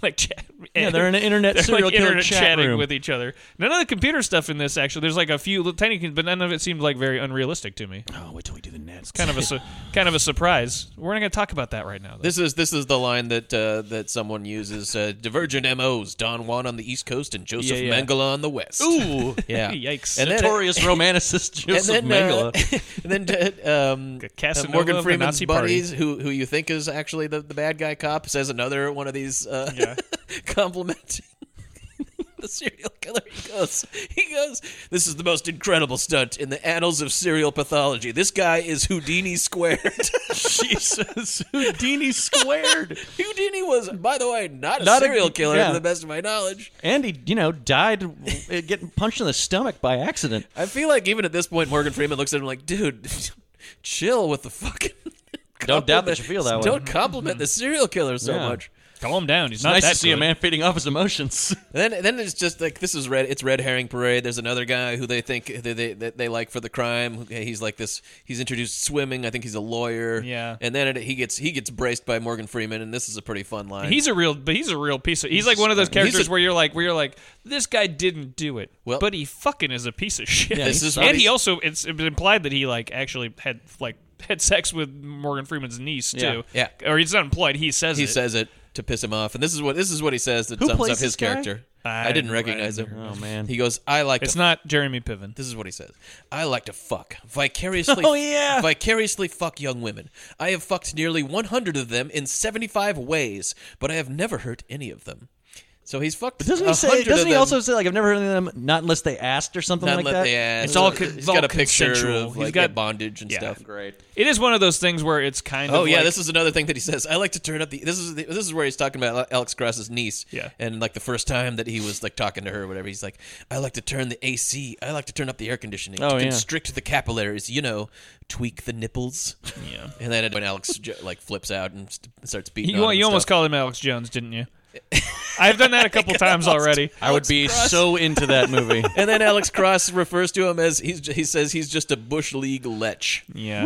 [SPEAKER 1] like chat,
[SPEAKER 3] Yeah, they're
[SPEAKER 1] (laughs)
[SPEAKER 3] in an internet
[SPEAKER 1] they're,
[SPEAKER 3] serial
[SPEAKER 1] like
[SPEAKER 3] killer
[SPEAKER 1] internet
[SPEAKER 3] chat
[SPEAKER 1] chatting
[SPEAKER 3] room.
[SPEAKER 1] with each other none of the computer stuff in this actually there's like a few tiny but none of it seemed like very unrealistic to me
[SPEAKER 3] Oh, wait till we do the next.
[SPEAKER 1] kind of
[SPEAKER 3] (laughs)
[SPEAKER 1] a su- kind of a surprise we're not going to talk about that right now though.
[SPEAKER 2] this is this is the line that uh, that someone uses. Uh, divergent mo's: Don Juan on the east coast and Joseph
[SPEAKER 1] Yeah, yeah.
[SPEAKER 2] Mangala on the
[SPEAKER 1] (laughs)
[SPEAKER 2] west. Ooh, yeah,
[SPEAKER 1] Yikes.
[SPEAKER 2] And then,
[SPEAKER 3] (laughs) notorious romanticist (laughs)
[SPEAKER 2] and
[SPEAKER 3] Joseph
[SPEAKER 2] then, uh,
[SPEAKER 3] Mengele.
[SPEAKER 2] (laughs) and then
[SPEAKER 1] (laughs)
[SPEAKER 2] uh, um,
[SPEAKER 1] Casanova
[SPEAKER 2] uh, Morgan
[SPEAKER 1] of the
[SPEAKER 2] Freeman's
[SPEAKER 1] Nazi Party.
[SPEAKER 2] buddies, who who you think is actually the, the bad guy cop, says another one of these uh, (laughs) complimenting the serial killer. He goes, he goes, this is the most incredible stunt in the annals of serial pathology. This guy is Houdini squared. (laughs)
[SPEAKER 3] Jesus, Houdini squared.
[SPEAKER 2] Houdini was, by the way, not a
[SPEAKER 3] Not a-
[SPEAKER 2] serial killer
[SPEAKER 3] yeah.
[SPEAKER 2] to the best of my knowledge.
[SPEAKER 3] And he, you know, died uh, getting punched in the stomach by accident.
[SPEAKER 2] I feel like even at this point, Morgan Freeman looks at him like, dude, (laughs) chill with the (laughs) fucking.
[SPEAKER 3] Don't doubt that you
[SPEAKER 2] compliment-
[SPEAKER 3] feel that way.
[SPEAKER 2] Don't compliment the serial killer so
[SPEAKER 3] Yeah.
[SPEAKER 2] much.
[SPEAKER 1] calm down he's not
[SPEAKER 3] nice
[SPEAKER 1] that
[SPEAKER 3] to see a
[SPEAKER 1] good.
[SPEAKER 3] man feeding off his emotions.
[SPEAKER 2] Then, then it's just like this is red. It's red herring parade. There's another guy who they think they they, that they like for the crime. He's like this. He's introduced swimming. I think he's a lawyer.
[SPEAKER 1] Yeah.
[SPEAKER 2] And then it, he gets he gets braced by Morgan Freeman, and this is a pretty fun line.
[SPEAKER 1] He's a real, but he's a real piece of. He's like one of those characters
[SPEAKER 2] a-
[SPEAKER 1] where you're like, where you're like, this guy didn't do it,
[SPEAKER 2] Well-
[SPEAKER 1] but he fucking is a piece of shit.
[SPEAKER 2] this is what
[SPEAKER 1] and
[SPEAKER 2] he-
[SPEAKER 1] he also it's it was implied that he like actually had like had sex with Morgan Freeman's niece too.
[SPEAKER 2] Yeah.
[SPEAKER 1] or he's not implied. He says
[SPEAKER 2] he
[SPEAKER 1] it.
[SPEAKER 2] says it to piss him off, and this is what this is what he says that
[SPEAKER 3] Who
[SPEAKER 2] sums
[SPEAKER 3] plays
[SPEAKER 2] up his
[SPEAKER 3] this guy?
[SPEAKER 2] character. I,
[SPEAKER 1] I-
[SPEAKER 2] didn't recognize
[SPEAKER 1] I-
[SPEAKER 2] him.
[SPEAKER 3] oh, man.
[SPEAKER 2] He goes, I like
[SPEAKER 1] it's
[SPEAKER 2] to
[SPEAKER 1] not Jeremy Piven.
[SPEAKER 2] This is what he says. I like to fuck vicariously.
[SPEAKER 3] (laughs) Oh, yeah.
[SPEAKER 2] vicariously fuck young women. I have fucked nearly 100 of them in 75 ways, but I have never hurt any of them. So he's
[SPEAKER 3] (laughs)
[SPEAKER 2] fucked.
[SPEAKER 3] Doesn't he
[SPEAKER 2] 100
[SPEAKER 3] say?
[SPEAKER 2] of
[SPEAKER 3] Doesn't he
[SPEAKER 2] them.
[SPEAKER 3] also say like I've never heard of them? Not unless they asked or something
[SPEAKER 2] Not
[SPEAKER 3] like
[SPEAKER 2] let-
[SPEAKER 3] that.
[SPEAKER 2] yeah,
[SPEAKER 1] It's all
[SPEAKER 2] he's
[SPEAKER 1] con-
[SPEAKER 2] got
[SPEAKER 1] it's all
[SPEAKER 2] a picture
[SPEAKER 1] consensual.
[SPEAKER 2] of
[SPEAKER 1] He's
[SPEAKER 2] like,
[SPEAKER 1] got-
[SPEAKER 2] yeah, bondage and
[SPEAKER 1] yeah.
[SPEAKER 2] stuff.
[SPEAKER 1] It is one of those things where it's kind of.
[SPEAKER 2] Oh yeah,
[SPEAKER 1] like-
[SPEAKER 2] this is another thing that he says. I like to turn up the. This is the, this is where he's talking about Alex Cross's niece.
[SPEAKER 1] Yeah.
[SPEAKER 2] and like the first time that he was like talking to her, or whatever. He's like, I like to turn the AC. I like to turn up the air conditioning
[SPEAKER 3] Oh,
[SPEAKER 2] to
[SPEAKER 3] yeah.
[SPEAKER 2] constrict the capillaries. You know, tweak the nipples.
[SPEAKER 1] Yeah.
[SPEAKER 2] and then when Alex j- like flips out and st- starts beating,
[SPEAKER 1] You,
[SPEAKER 2] on him
[SPEAKER 1] you
[SPEAKER 2] and
[SPEAKER 1] almost
[SPEAKER 2] stuff.
[SPEAKER 1] called him Alex Jones, didn't
[SPEAKER 2] (laughs)
[SPEAKER 1] you? I've done that a couple times already.
[SPEAKER 3] I would be so into that movie.
[SPEAKER 2] And then Alex Cross refers to him as he's j- he says he's just a bush league lech.
[SPEAKER 1] Yeah.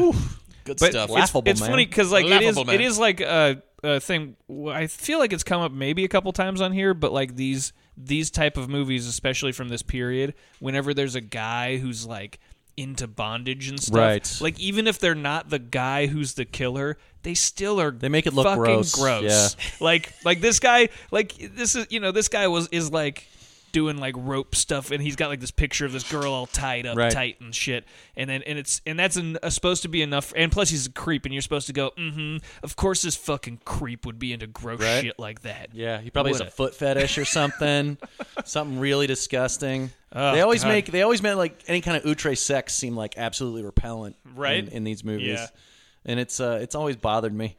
[SPEAKER 2] Good
[SPEAKER 1] but
[SPEAKER 2] stuff.
[SPEAKER 1] It's,
[SPEAKER 3] Laughable,
[SPEAKER 1] it's
[SPEAKER 3] man.
[SPEAKER 1] funny because like it is,
[SPEAKER 2] Laughable, man.
[SPEAKER 1] it is like a, a thing. I feel like it's come up maybe a couple times on here, but like these these type of movies, especially from this period, whenever there's a guy who's like into bondage and stuff.
[SPEAKER 3] Right.
[SPEAKER 1] Like even if they're not the guy who's the killer, they still are. They
[SPEAKER 3] make it look
[SPEAKER 1] fucking
[SPEAKER 3] gross, yeah.
[SPEAKER 1] (laughs) Like like this guy. Like this is you know this guy was is like doing like rope stuff and he's got like this picture of this girl all tied up
[SPEAKER 3] Right.
[SPEAKER 1] tight and shit and then and it's and that's an, uh, supposed to be enough and plus he's a creep and you're supposed to go mm-hmm of course this fucking creep would be into gross
[SPEAKER 3] Right.
[SPEAKER 1] shit like that
[SPEAKER 3] Yeah, he probably
[SPEAKER 1] Would
[SPEAKER 3] has a
[SPEAKER 1] it?
[SPEAKER 3] foot fetish
[SPEAKER 1] (laughs)
[SPEAKER 3] or something, something really disgusting. they always
[SPEAKER 1] Oh, God.
[SPEAKER 3] make they always make like any kind of outre sex seem like absolutely repellent,
[SPEAKER 1] Right?
[SPEAKER 3] In, in these movies,
[SPEAKER 1] Yeah.
[SPEAKER 3] and it's uh, it's always bothered me.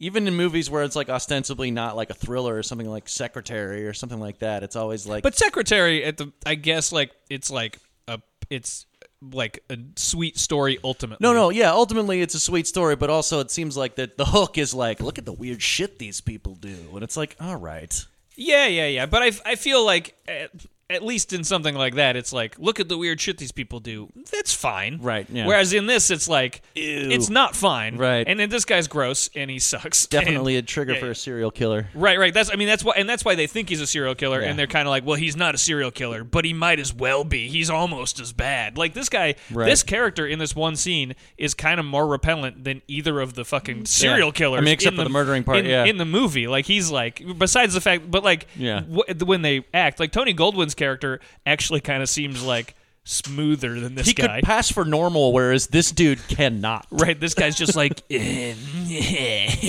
[SPEAKER 3] Even in movies where it's like ostensibly not like a thriller or something like Secretary or something like that, it's always like
[SPEAKER 1] But secretary at the I guess like it's like a it's uh, like a sweet story ultimately.
[SPEAKER 3] No, no, yeah. Ultimately, it's a sweet story, but also it seems like that the hook is like, look at the weird shit these people do, and it's like, all right,
[SPEAKER 1] Yeah, yeah, yeah. But I I feel like at, at least in something like that it's like look at the weird shit these people do. That's fine.
[SPEAKER 3] Right, yeah.
[SPEAKER 1] Whereas in this it's like it's not fine.
[SPEAKER 3] Right.
[SPEAKER 1] And then this guy's gross and he sucks. (laughs)
[SPEAKER 3] definitely
[SPEAKER 1] And-
[SPEAKER 3] a trigger
[SPEAKER 1] yeah,
[SPEAKER 3] for a serial killer.
[SPEAKER 1] Right, right. That's I mean that's why and that's why they think he's a serial killer and they're kind of like, well, he's not a serial killer, but he might as well be. He's almost as bad. Like this guy,
[SPEAKER 3] Right.
[SPEAKER 1] this character in this one scene is kind of more repellent than either of the fucking serial killers.
[SPEAKER 3] I mean, except
[SPEAKER 1] in
[SPEAKER 3] for the murdering part,
[SPEAKER 1] in,
[SPEAKER 3] yeah.
[SPEAKER 1] in the movie, like he's like besides the fact, but like
[SPEAKER 3] Yeah.
[SPEAKER 1] wh- when they act, like Tony Goldwyn's character actually kind of seems like smoother than this
[SPEAKER 3] He
[SPEAKER 1] guy.
[SPEAKER 3] could pass for normal, whereas this dude
[SPEAKER 1] (laughs)
[SPEAKER 3] cannot.
[SPEAKER 1] right, this guy's just like, (laughs) eh,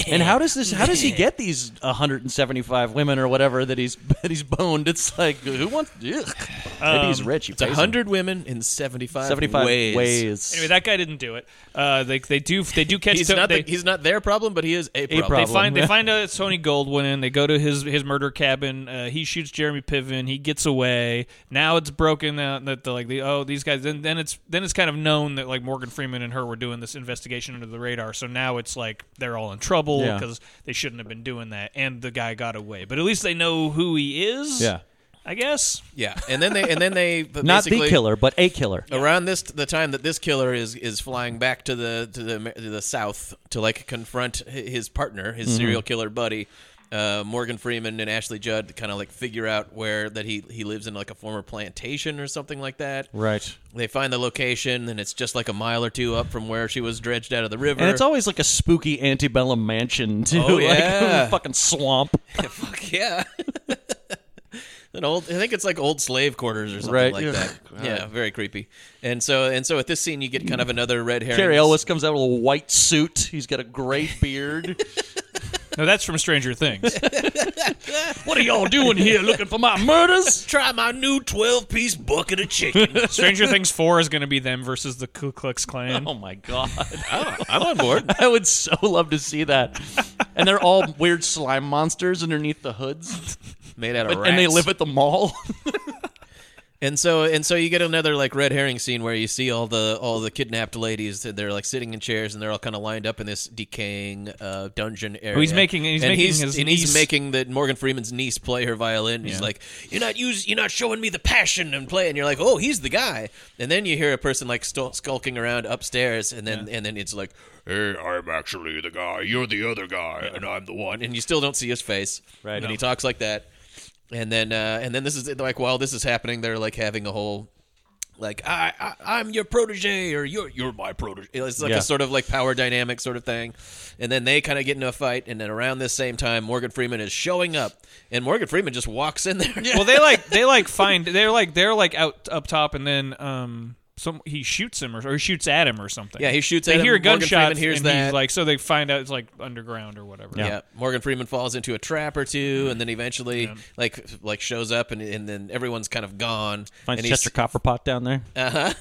[SPEAKER 3] And how does this? How
[SPEAKER 1] (laughs)
[SPEAKER 3] does he get these 175 women or whatever that he's (laughs) that he's boned? It's like who wants? Ugh. Maybe
[SPEAKER 1] Um,
[SPEAKER 3] he's rich. He
[SPEAKER 2] It's a
[SPEAKER 3] pays him.
[SPEAKER 2] hundred women in seventy-five,
[SPEAKER 3] 75
[SPEAKER 2] ways.
[SPEAKER 3] ways.
[SPEAKER 1] anyway, that guy didn't do it. Uh, they they do they do catch.
[SPEAKER 2] He's
[SPEAKER 1] Tony-
[SPEAKER 2] not
[SPEAKER 1] they,
[SPEAKER 2] the, he's not their problem, but he is a problem.
[SPEAKER 3] problem.
[SPEAKER 1] They find
[SPEAKER 3] (laughs)
[SPEAKER 1] they
[SPEAKER 3] Yeah.
[SPEAKER 1] find out it's Tony Goldwyn. They go to his his murder cabin. Uh, he shoots Jeremy Piven. He gets away. Now it's broken out that the like the oh these guys. Then then it's then it's kind of known that like Morgan Freeman and her were doing this investigation under the radar. So now it's like they're all in trouble
[SPEAKER 3] Yeah.
[SPEAKER 1] because they shouldn't have been doing that. And the guy got away. But at least they know who he is.
[SPEAKER 3] Yeah.
[SPEAKER 1] I guess.
[SPEAKER 2] Yeah, and then they and then they
[SPEAKER 3] (laughs)
[SPEAKER 2] but
[SPEAKER 3] Not the
[SPEAKER 2] basically-
[SPEAKER 3] killer, but a killer.
[SPEAKER 2] Around this, the time that this killer is is flying back to the to the Amer- to the south to like confront hi- his partner,
[SPEAKER 3] Mm-hmm.
[SPEAKER 2] his serial killer buddy, uh, Morgan Freeman and Ashley Judd, kind of like figure out where that he he lives in like a former plantation or something like that.
[SPEAKER 3] Right.
[SPEAKER 2] They find the location, and it's just like a mile or two up from where she was dredged out of the river.
[SPEAKER 3] And it's always like a spooky antebellum mansion (laughs) too,
[SPEAKER 2] Oh,
[SPEAKER 3] like
[SPEAKER 2] yeah.
[SPEAKER 3] fucking swamp.
[SPEAKER 2] Fuck yeah. (laughs) An old, I think it's like old slave quarters or
[SPEAKER 3] (laughs)
[SPEAKER 2] something
[SPEAKER 3] Right.
[SPEAKER 2] like
[SPEAKER 3] Ugh,
[SPEAKER 2] that. Yeah, very creepy. And so, and so at this scene, you get kind of another red herring.
[SPEAKER 3] Carrie Elwes comes out with a white suit. He's got a gray beard.
[SPEAKER 1] No, that's from Stranger Things. (laughs) what are y'all doing here looking for my murders?
[SPEAKER 2] Try my new twelve-piece bucket
[SPEAKER 3] (laughs)
[SPEAKER 2] of chicken.
[SPEAKER 1] Stranger Things 4 is going to be them versus the Ku Klux Klan.
[SPEAKER 3] oh my god!
[SPEAKER 2] I'm on board.
[SPEAKER 3] (laughs) I would so love to see that. And they're all weird slime monsters underneath the hoods,
[SPEAKER 2] Made out of rats.
[SPEAKER 3] and they live at the (laughs) mall.
[SPEAKER 2] And so, and so you get another like red herring scene where you see all the all the kidnapped ladies. and They're like sitting in chairs, and they're all kind of lined up in this decaying uh, dungeon area.
[SPEAKER 1] he's making- he's
[SPEAKER 2] and
[SPEAKER 1] making
[SPEAKER 2] he's,
[SPEAKER 1] his
[SPEAKER 2] and
[SPEAKER 1] niece-
[SPEAKER 2] he's making that Morgan Freeman's niece play her violin. He's like, "You're not use, you're not showing me the passion and play." And you're like, "Oh, he's the guy." And then you hear a person like stu- skulking around upstairs, and then and then it's like, "Hey, I'm actually the guy. You're the other guy, and I'm the one." And you still don't see his face. Right. And he talks like that. And then, uh, and then this is like while this is happening, they're like having a whole like I, I I'm your protege or you're you're my protege. It's like
[SPEAKER 3] Yeah.
[SPEAKER 2] a sort of like power dynamic sort of thing, and then they kind of get into a fight, and then around this same time, Morgan Freeman is showing up, and Morgan Freeman just walks in there.
[SPEAKER 1] well,
[SPEAKER 2] (laughs)
[SPEAKER 1] they like they like find they're like they're like out up top, and then um, some he shoots him or, or he shoots at him or something.
[SPEAKER 2] Yeah, he shoots
[SPEAKER 1] They
[SPEAKER 2] at him,
[SPEAKER 1] hear a
[SPEAKER 2] Morgan
[SPEAKER 1] gunshot.
[SPEAKER 2] Freeman hears
[SPEAKER 1] and He's
[SPEAKER 2] that.
[SPEAKER 1] like so they find out it's like underground or whatever.
[SPEAKER 2] Yeah. Morgan Freeman falls into a trap or two,
[SPEAKER 3] Mm-hmm.
[SPEAKER 2] and then eventually like like shows up, and and then everyone's kind of gone.
[SPEAKER 3] Finds
[SPEAKER 2] and he's-
[SPEAKER 3] Chester Copperpot down there.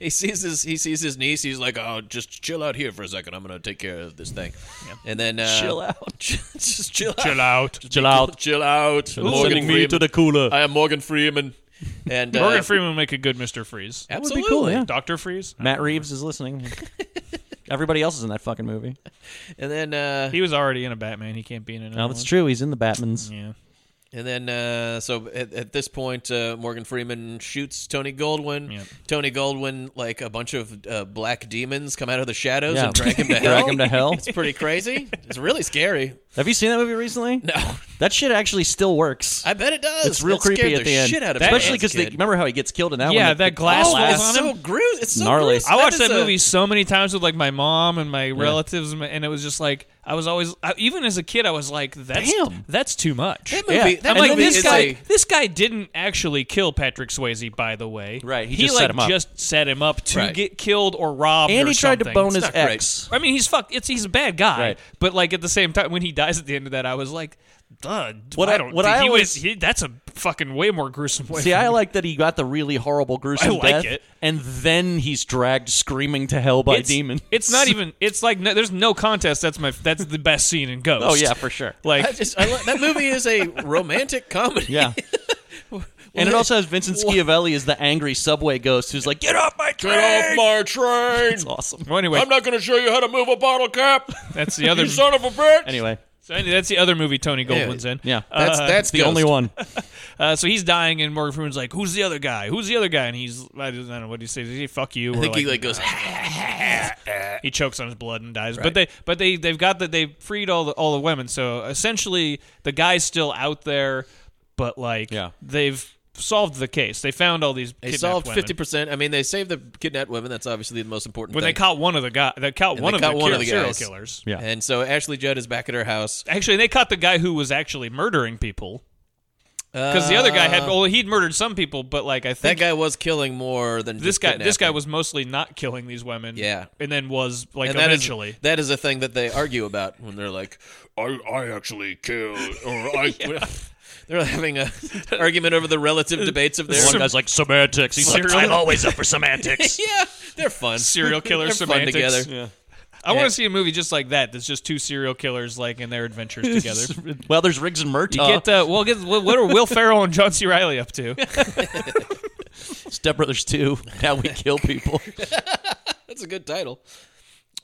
[SPEAKER 2] he sees his he sees his niece. He's like, "Oh, just chill out here for a second. I'm gonna take care of this thing." And then
[SPEAKER 3] (laughs)
[SPEAKER 2] uh,
[SPEAKER 3] Chill out.
[SPEAKER 2] (laughs) just chill out.
[SPEAKER 1] Chill out.
[SPEAKER 3] Chill (laughs) out.
[SPEAKER 2] Chill out.
[SPEAKER 3] Sending me to the cooler.
[SPEAKER 2] I am Morgan Freeman. And uh,
[SPEAKER 1] Morgan Freeman would make a good Mister Freeze.
[SPEAKER 3] would
[SPEAKER 2] Absolutely.
[SPEAKER 3] be cool, yeah.
[SPEAKER 1] Doctor Freeze.
[SPEAKER 3] Matt Reeves is (laughs) listening. Everybody else is in that fucking movie.
[SPEAKER 2] And then uh,
[SPEAKER 1] He was already in a Batman. He can't be in another.
[SPEAKER 3] No, that's
[SPEAKER 1] one.
[SPEAKER 3] true. He's in the Batman's.
[SPEAKER 1] Yeah.
[SPEAKER 2] And then, uh, so at, at this point, uh, Morgan Freeman shoots Tony Goldwyn. Tony Goldwyn, like a bunch of uh, black demons, come out of the shadows
[SPEAKER 3] Yeah.
[SPEAKER 2] and drag him to
[SPEAKER 3] (laughs)
[SPEAKER 2] hell.
[SPEAKER 3] Drag him to hell.
[SPEAKER 2] It's pretty crazy. It's really scary.
[SPEAKER 3] Have you seen that movie recently?
[SPEAKER 2] No,
[SPEAKER 3] That shit actually still works.
[SPEAKER 2] I bet it does.
[SPEAKER 3] it's real
[SPEAKER 2] That scared
[SPEAKER 3] creepy at
[SPEAKER 2] the,
[SPEAKER 3] the end,
[SPEAKER 2] Shit out of me
[SPEAKER 3] especially
[SPEAKER 2] as a
[SPEAKER 3] because they
[SPEAKER 2] kid.
[SPEAKER 3] remember how he gets killed in that
[SPEAKER 1] Yeah,
[SPEAKER 3] one. The-
[SPEAKER 1] that
[SPEAKER 3] the
[SPEAKER 1] glass
[SPEAKER 2] Oh,
[SPEAKER 1] was
[SPEAKER 2] it's
[SPEAKER 1] on
[SPEAKER 2] so
[SPEAKER 1] him?
[SPEAKER 2] gruesome. It's so
[SPEAKER 3] Gnarly.
[SPEAKER 2] gruesome.
[SPEAKER 1] I watched
[SPEAKER 2] is
[SPEAKER 1] that
[SPEAKER 2] a-
[SPEAKER 1] movie so many times with like my mom and my relatives, and and it was just like I was always, I, even as a kid, I was like, "That's
[SPEAKER 3] Damn.
[SPEAKER 1] that's too much."
[SPEAKER 2] That movie.
[SPEAKER 3] Yeah.
[SPEAKER 2] That
[SPEAKER 1] I'm like
[SPEAKER 2] movie
[SPEAKER 1] this
[SPEAKER 2] is
[SPEAKER 1] guy.
[SPEAKER 2] a-
[SPEAKER 1] This guy didn't actually kill Patrick Swayze, by the way.
[SPEAKER 3] Right, he
[SPEAKER 1] He,
[SPEAKER 3] just
[SPEAKER 1] like
[SPEAKER 3] set him up.
[SPEAKER 1] just set him up to
[SPEAKER 2] Right.
[SPEAKER 1] get killed or robbed.
[SPEAKER 3] and
[SPEAKER 1] or
[SPEAKER 3] he tried to
[SPEAKER 1] something.
[SPEAKER 3] bone his
[SPEAKER 2] not great.
[SPEAKER 3] ex.
[SPEAKER 1] I mean, he's fuck. It's he's a bad guy.
[SPEAKER 3] Right.
[SPEAKER 1] But like at the same time, when he dies at the end of that, I was like, "Duh."
[SPEAKER 3] What I-
[SPEAKER 1] I don't.
[SPEAKER 3] what
[SPEAKER 1] think
[SPEAKER 3] I
[SPEAKER 1] he
[SPEAKER 3] always-
[SPEAKER 1] was. He, that's a fucking way more gruesome way.
[SPEAKER 3] See,
[SPEAKER 1] for
[SPEAKER 3] I
[SPEAKER 1] me.
[SPEAKER 3] like that he got the really horrible, gruesome
[SPEAKER 1] I like
[SPEAKER 3] death,
[SPEAKER 1] it.
[SPEAKER 3] and then he's dragged screaming to hell by
[SPEAKER 1] it's,
[SPEAKER 3] demons.
[SPEAKER 1] It's
[SPEAKER 3] (laughs)
[SPEAKER 1] not even. It's like no, there's no contest. That's my. That's the best scene in Ghost.
[SPEAKER 3] Oh yeah, for sure.
[SPEAKER 2] I
[SPEAKER 1] Like
[SPEAKER 2] just, I lo- that movie is a romantic comedy.
[SPEAKER 3] Yeah. and it also has Vincent Schiavelli as the angry subway ghost who's like, "Get off my train!"
[SPEAKER 2] Get off my train!
[SPEAKER 3] It's awesome.
[SPEAKER 1] well, anyway,
[SPEAKER 2] I'm not going to show you how to move a bottle cap.
[SPEAKER 1] that's
[SPEAKER 3] (laughs)
[SPEAKER 1] the other.
[SPEAKER 2] you son of a bitch.
[SPEAKER 3] Anyway,
[SPEAKER 1] so anyway, that's the other movie Tony Goldwyn's in.
[SPEAKER 3] yeah,
[SPEAKER 2] That's
[SPEAKER 3] it's
[SPEAKER 2] that's
[SPEAKER 3] the only
[SPEAKER 2] Uh, Ghost.
[SPEAKER 3] one.
[SPEAKER 1] Uh, so he's dying, and Morgan Freeman's like, "Who's the other guy? Who's the other guy?" And he's, I don't know what do you say. Does he fuck you?
[SPEAKER 2] I
[SPEAKER 1] or like,
[SPEAKER 2] think
[SPEAKER 1] uh,
[SPEAKER 2] he like goes.
[SPEAKER 1] he chokes on his blood and dies. But they, but they, they've got that. They freed all the all the women. So essentially, the guy's still out there, but like,
[SPEAKER 3] Yeah.
[SPEAKER 1] they've solved the case. They found all these.
[SPEAKER 2] They
[SPEAKER 1] kidnapped
[SPEAKER 2] solved
[SPEAKER 1] women.
[SPEAKER 2] fifty percent. I mean, they saved the kidnapped women. That's obviously the most important.
[SPEAKER 1] When
[SPEAKER 2] thing.
[SPEAKER 1] they caught one of the guy, they caught
[SPEAKER 2] And
[SPEAKER 1] one,
[SPEAKER 2] they
[SPEAKER 1] of,
[SPEAKER 2] caught
[SPEAKER 1] the
[SPEAKER 2] one
[SPEAKER 1] kill,
[SPEAKER 2] of the
[SPEAKER 1] serial
[SPEAKER 2] guys.
[SPEAKER 1] killers.
[SPEAKER 3] Yeah.
[SPEAKER 2] and so Ashley Judd is back at her house.
[SPEAKER 1] Actually, they caught the guy who was actually murdering people because the other guy had. Well, he'd murdered some people, but like I
[SPEAKER 2] Uh, That
[SPEAKER 1] think
[SPEAKER 2] guy was killing more than
[SPEAKER 1] this
[SPEAKER 2] just
[SPEAKER 1] guy, this guy
[SPEAKER 2] kidnapping.
[SPEAKER 1] was mostly not killing these women.
[SPEAKER 2] Yeah.
[SPEAKER 1] and then was like
[SPEAKER 2] And that is-
[SPEAKER 1] eventually.
[SPEAKER 2] that is a thing that they argue about when they're like,
[SPEAKER 7] I, I actually killed,
[SPEAKER 1] (laughs)
[SPEAKER 7] or I.
[SPEAKER 2] they're having a (laughs) argument over the relative debates of their.
[SPEAKER 1] Some-
[SPEAKER 3] Guy's like semantics. He's like,
[SPEAKER 1] Serial-
[SPEAKER 3] I'm always up for (laughs) semantics.
[SPEAKER 2] yeah, they're
[SPEAKER 1] (laughs)
[SPEAKER 2] fun.
[SPEAKER 1] serial killer
[SPEAKER 2] They're
[SPEAKER 1] semantics.
[SPEAKER 2] Fun together.
[SPEAKER 1] I want to see a movie just like that. That's just two serial killers like in their adventures together.
[SPEAKER 3] well, there's Riggs and Murtaugh.
[SPEAKER 1] You get the well. Get, what what are Will Ferrell and John C. Riley up to?
[SPEAKER 3] Step Brothers 2, How We Kill People.
[SPEAKER 2] That's a good title.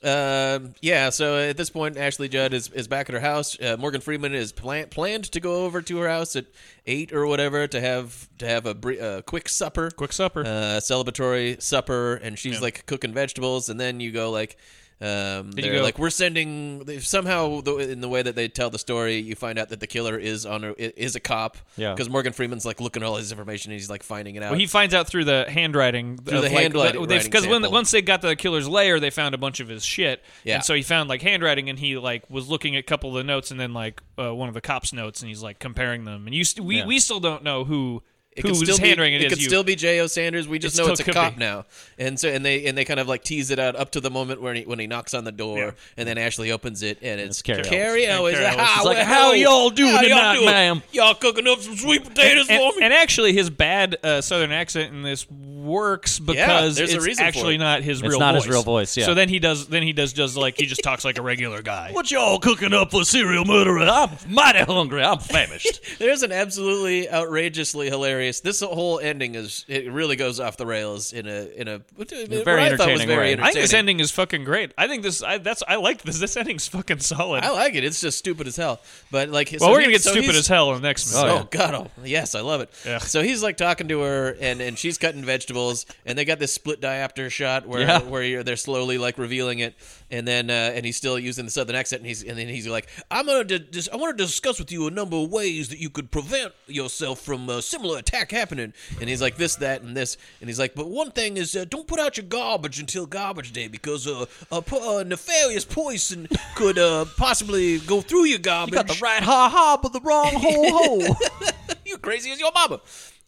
[SPEAKER 2] Um, yeah, so at this point, Ashley Judd is, is back at her house. Uh, Morgan Freeman is plan- planned to go over to her house at eight or whatever to have to have a bri- uh, quick supper,
[SPEAKER 1] (laughs) Quick supper.
[SPEAKER 2] uh, celebratory supper, and she's like cooking vegetables, and then you go like. Um,
[SPEAKER 1] you
[SPEAKER 2] they're
[SPEAKER 1] go-
[SPEAKER 2] like we're sending they- somehow the, in the way that they tell the story, you find out that the killer is on a, is a cop.
[SPEAKER 3] Yeah.
[SPEAKER 2] because Morgan Freeman's like looking at all his information and he's like finding it out.
[SPEAKER 1] Well, he finds out through the handwriting. Through
[SPEAKER 2] the handwriting-
[SPEAKER 1] Because when,
[SPEAKER 2] sample.
[SPEAKER 1] once they got the killer's lair, they found a bunch of his shit.
[SPEAKER 2] Yeah.
[SPEAKER 1] And so he found like handwriting, and he like was looking at a couple of the notes, and then like uh, one of the cops' notes, and he's like comparing them. And you, st- we, we still don't know who
[SPEAKER 2] It could
[SPEAKER 1] whose
[SPEAKER 2] still
[SPEAKER 1] handwriting
[SPEAKER 2] be,
[SPEAKER 1] it is.
[SPEAKER 2] could
[SPEAKER 1] You- (laughs)
[SPEAKER 2] still be J.O. Sanders. We just
[SPEAKER 1] It
[SPEAKER 2] know
[SPEAKER 1] still
[SPEAKER 2] it's a
[SPEAKER 1] could
[SPEAKER 2] cop
[SPEAKER 1] be.
[SPEAKER 2] now, and so and they and they kind of like tease it out up to the moment when he when he knocks on the door, and then Ashley opens it, and it's,
[SPEAKER 3] Carrie
[SPEAKER 2] Carrie Elwes.
[SPEAKER 1] Carrie Elwes.
[SPEAKER 2] Ah,
[SPEAKER 1] It's
[SPEAKER 3] like,
[SPEAKER 2] well,
[SPEAKER 3] "How y'all doing tonight, ma'am?"
[SPEAKER 2] Y'all cooking up some sweet potatoes
[SPEAKER 1] and,
[SPEAKER 2] for me?
[SPEAKER 1] and actually, his bad uh, southern accent in this works because
[SPEAKER 2] there's a
[SPEAKER 1] it's
[SPEAKER 2] reason for
[SPEAKER 1] actually
[SPEAKER 2] it.
[SPEAKER 1] not his
[SPEAKER 3] It's
[SPEAKER 1] real
[SPEAKER 3] not
[SPEAKER 1] voice.
[SPEAKER 3] his real voice, yeah.
[SPEAKER 1] So then he does. Then he does just like he just talks like a regular guy.
[SPEAKER 3] What y'all cooking up for serial murderer? I'm mighty hungry. (laughs) I'm famished.
[SPEAKER 2] There's an absolutely outrageously hilarious. This whole ending is it really goes off the rails in a in a very what I thought was
[SPEAKER 3] entertaining
[SPEAKER 2] very
[SPEAKER 3] way.
[SPEAKER 2] entertaining.
[SPEAKER 1] I think this ending is fucking great. I think this. I, that's. I like this. This ending's fucking solid.
[SPEAKER 2] I like it. It's just stupid as hell. But like,
[SPEAKER 1] well, we're gonna get
[SPEAKER 2] as
[SPEAKER 1] stupid
[SPEAKER 2] hell.
[SPEAKER 1] as hell in the next
[SPEAKER 2] Oh,
[SPEAKER 1] minute.
[SPEAKER 2] god, oh yes, I love it.
[SPEAKER 1] Yeah.
[SPEAKER 2] So he's like talking to her, and, and she's cutting vegetables, and they got this split diopter shot where
[SPEAKER 3] Yeah.
[SPEAKER 2] where you're, they're slowly like revealing it, and then uh, and he's still using the southern accent, and he's and then he's like, I'm gonna di- dis- I want to discuss with you a number of ways that you could prevent yourself from a similar attack happening, and he's like this, that, and this, and he's like, but one thing is uh, don't put out your garbage until garbage day because uh, a, po- a nefarious poison could uh, possibly go through your garbage.
[SPEAKER 3] Got the right ha ha, but the wrong ho ho.
[SPEAKER 2] You crazy as your mama.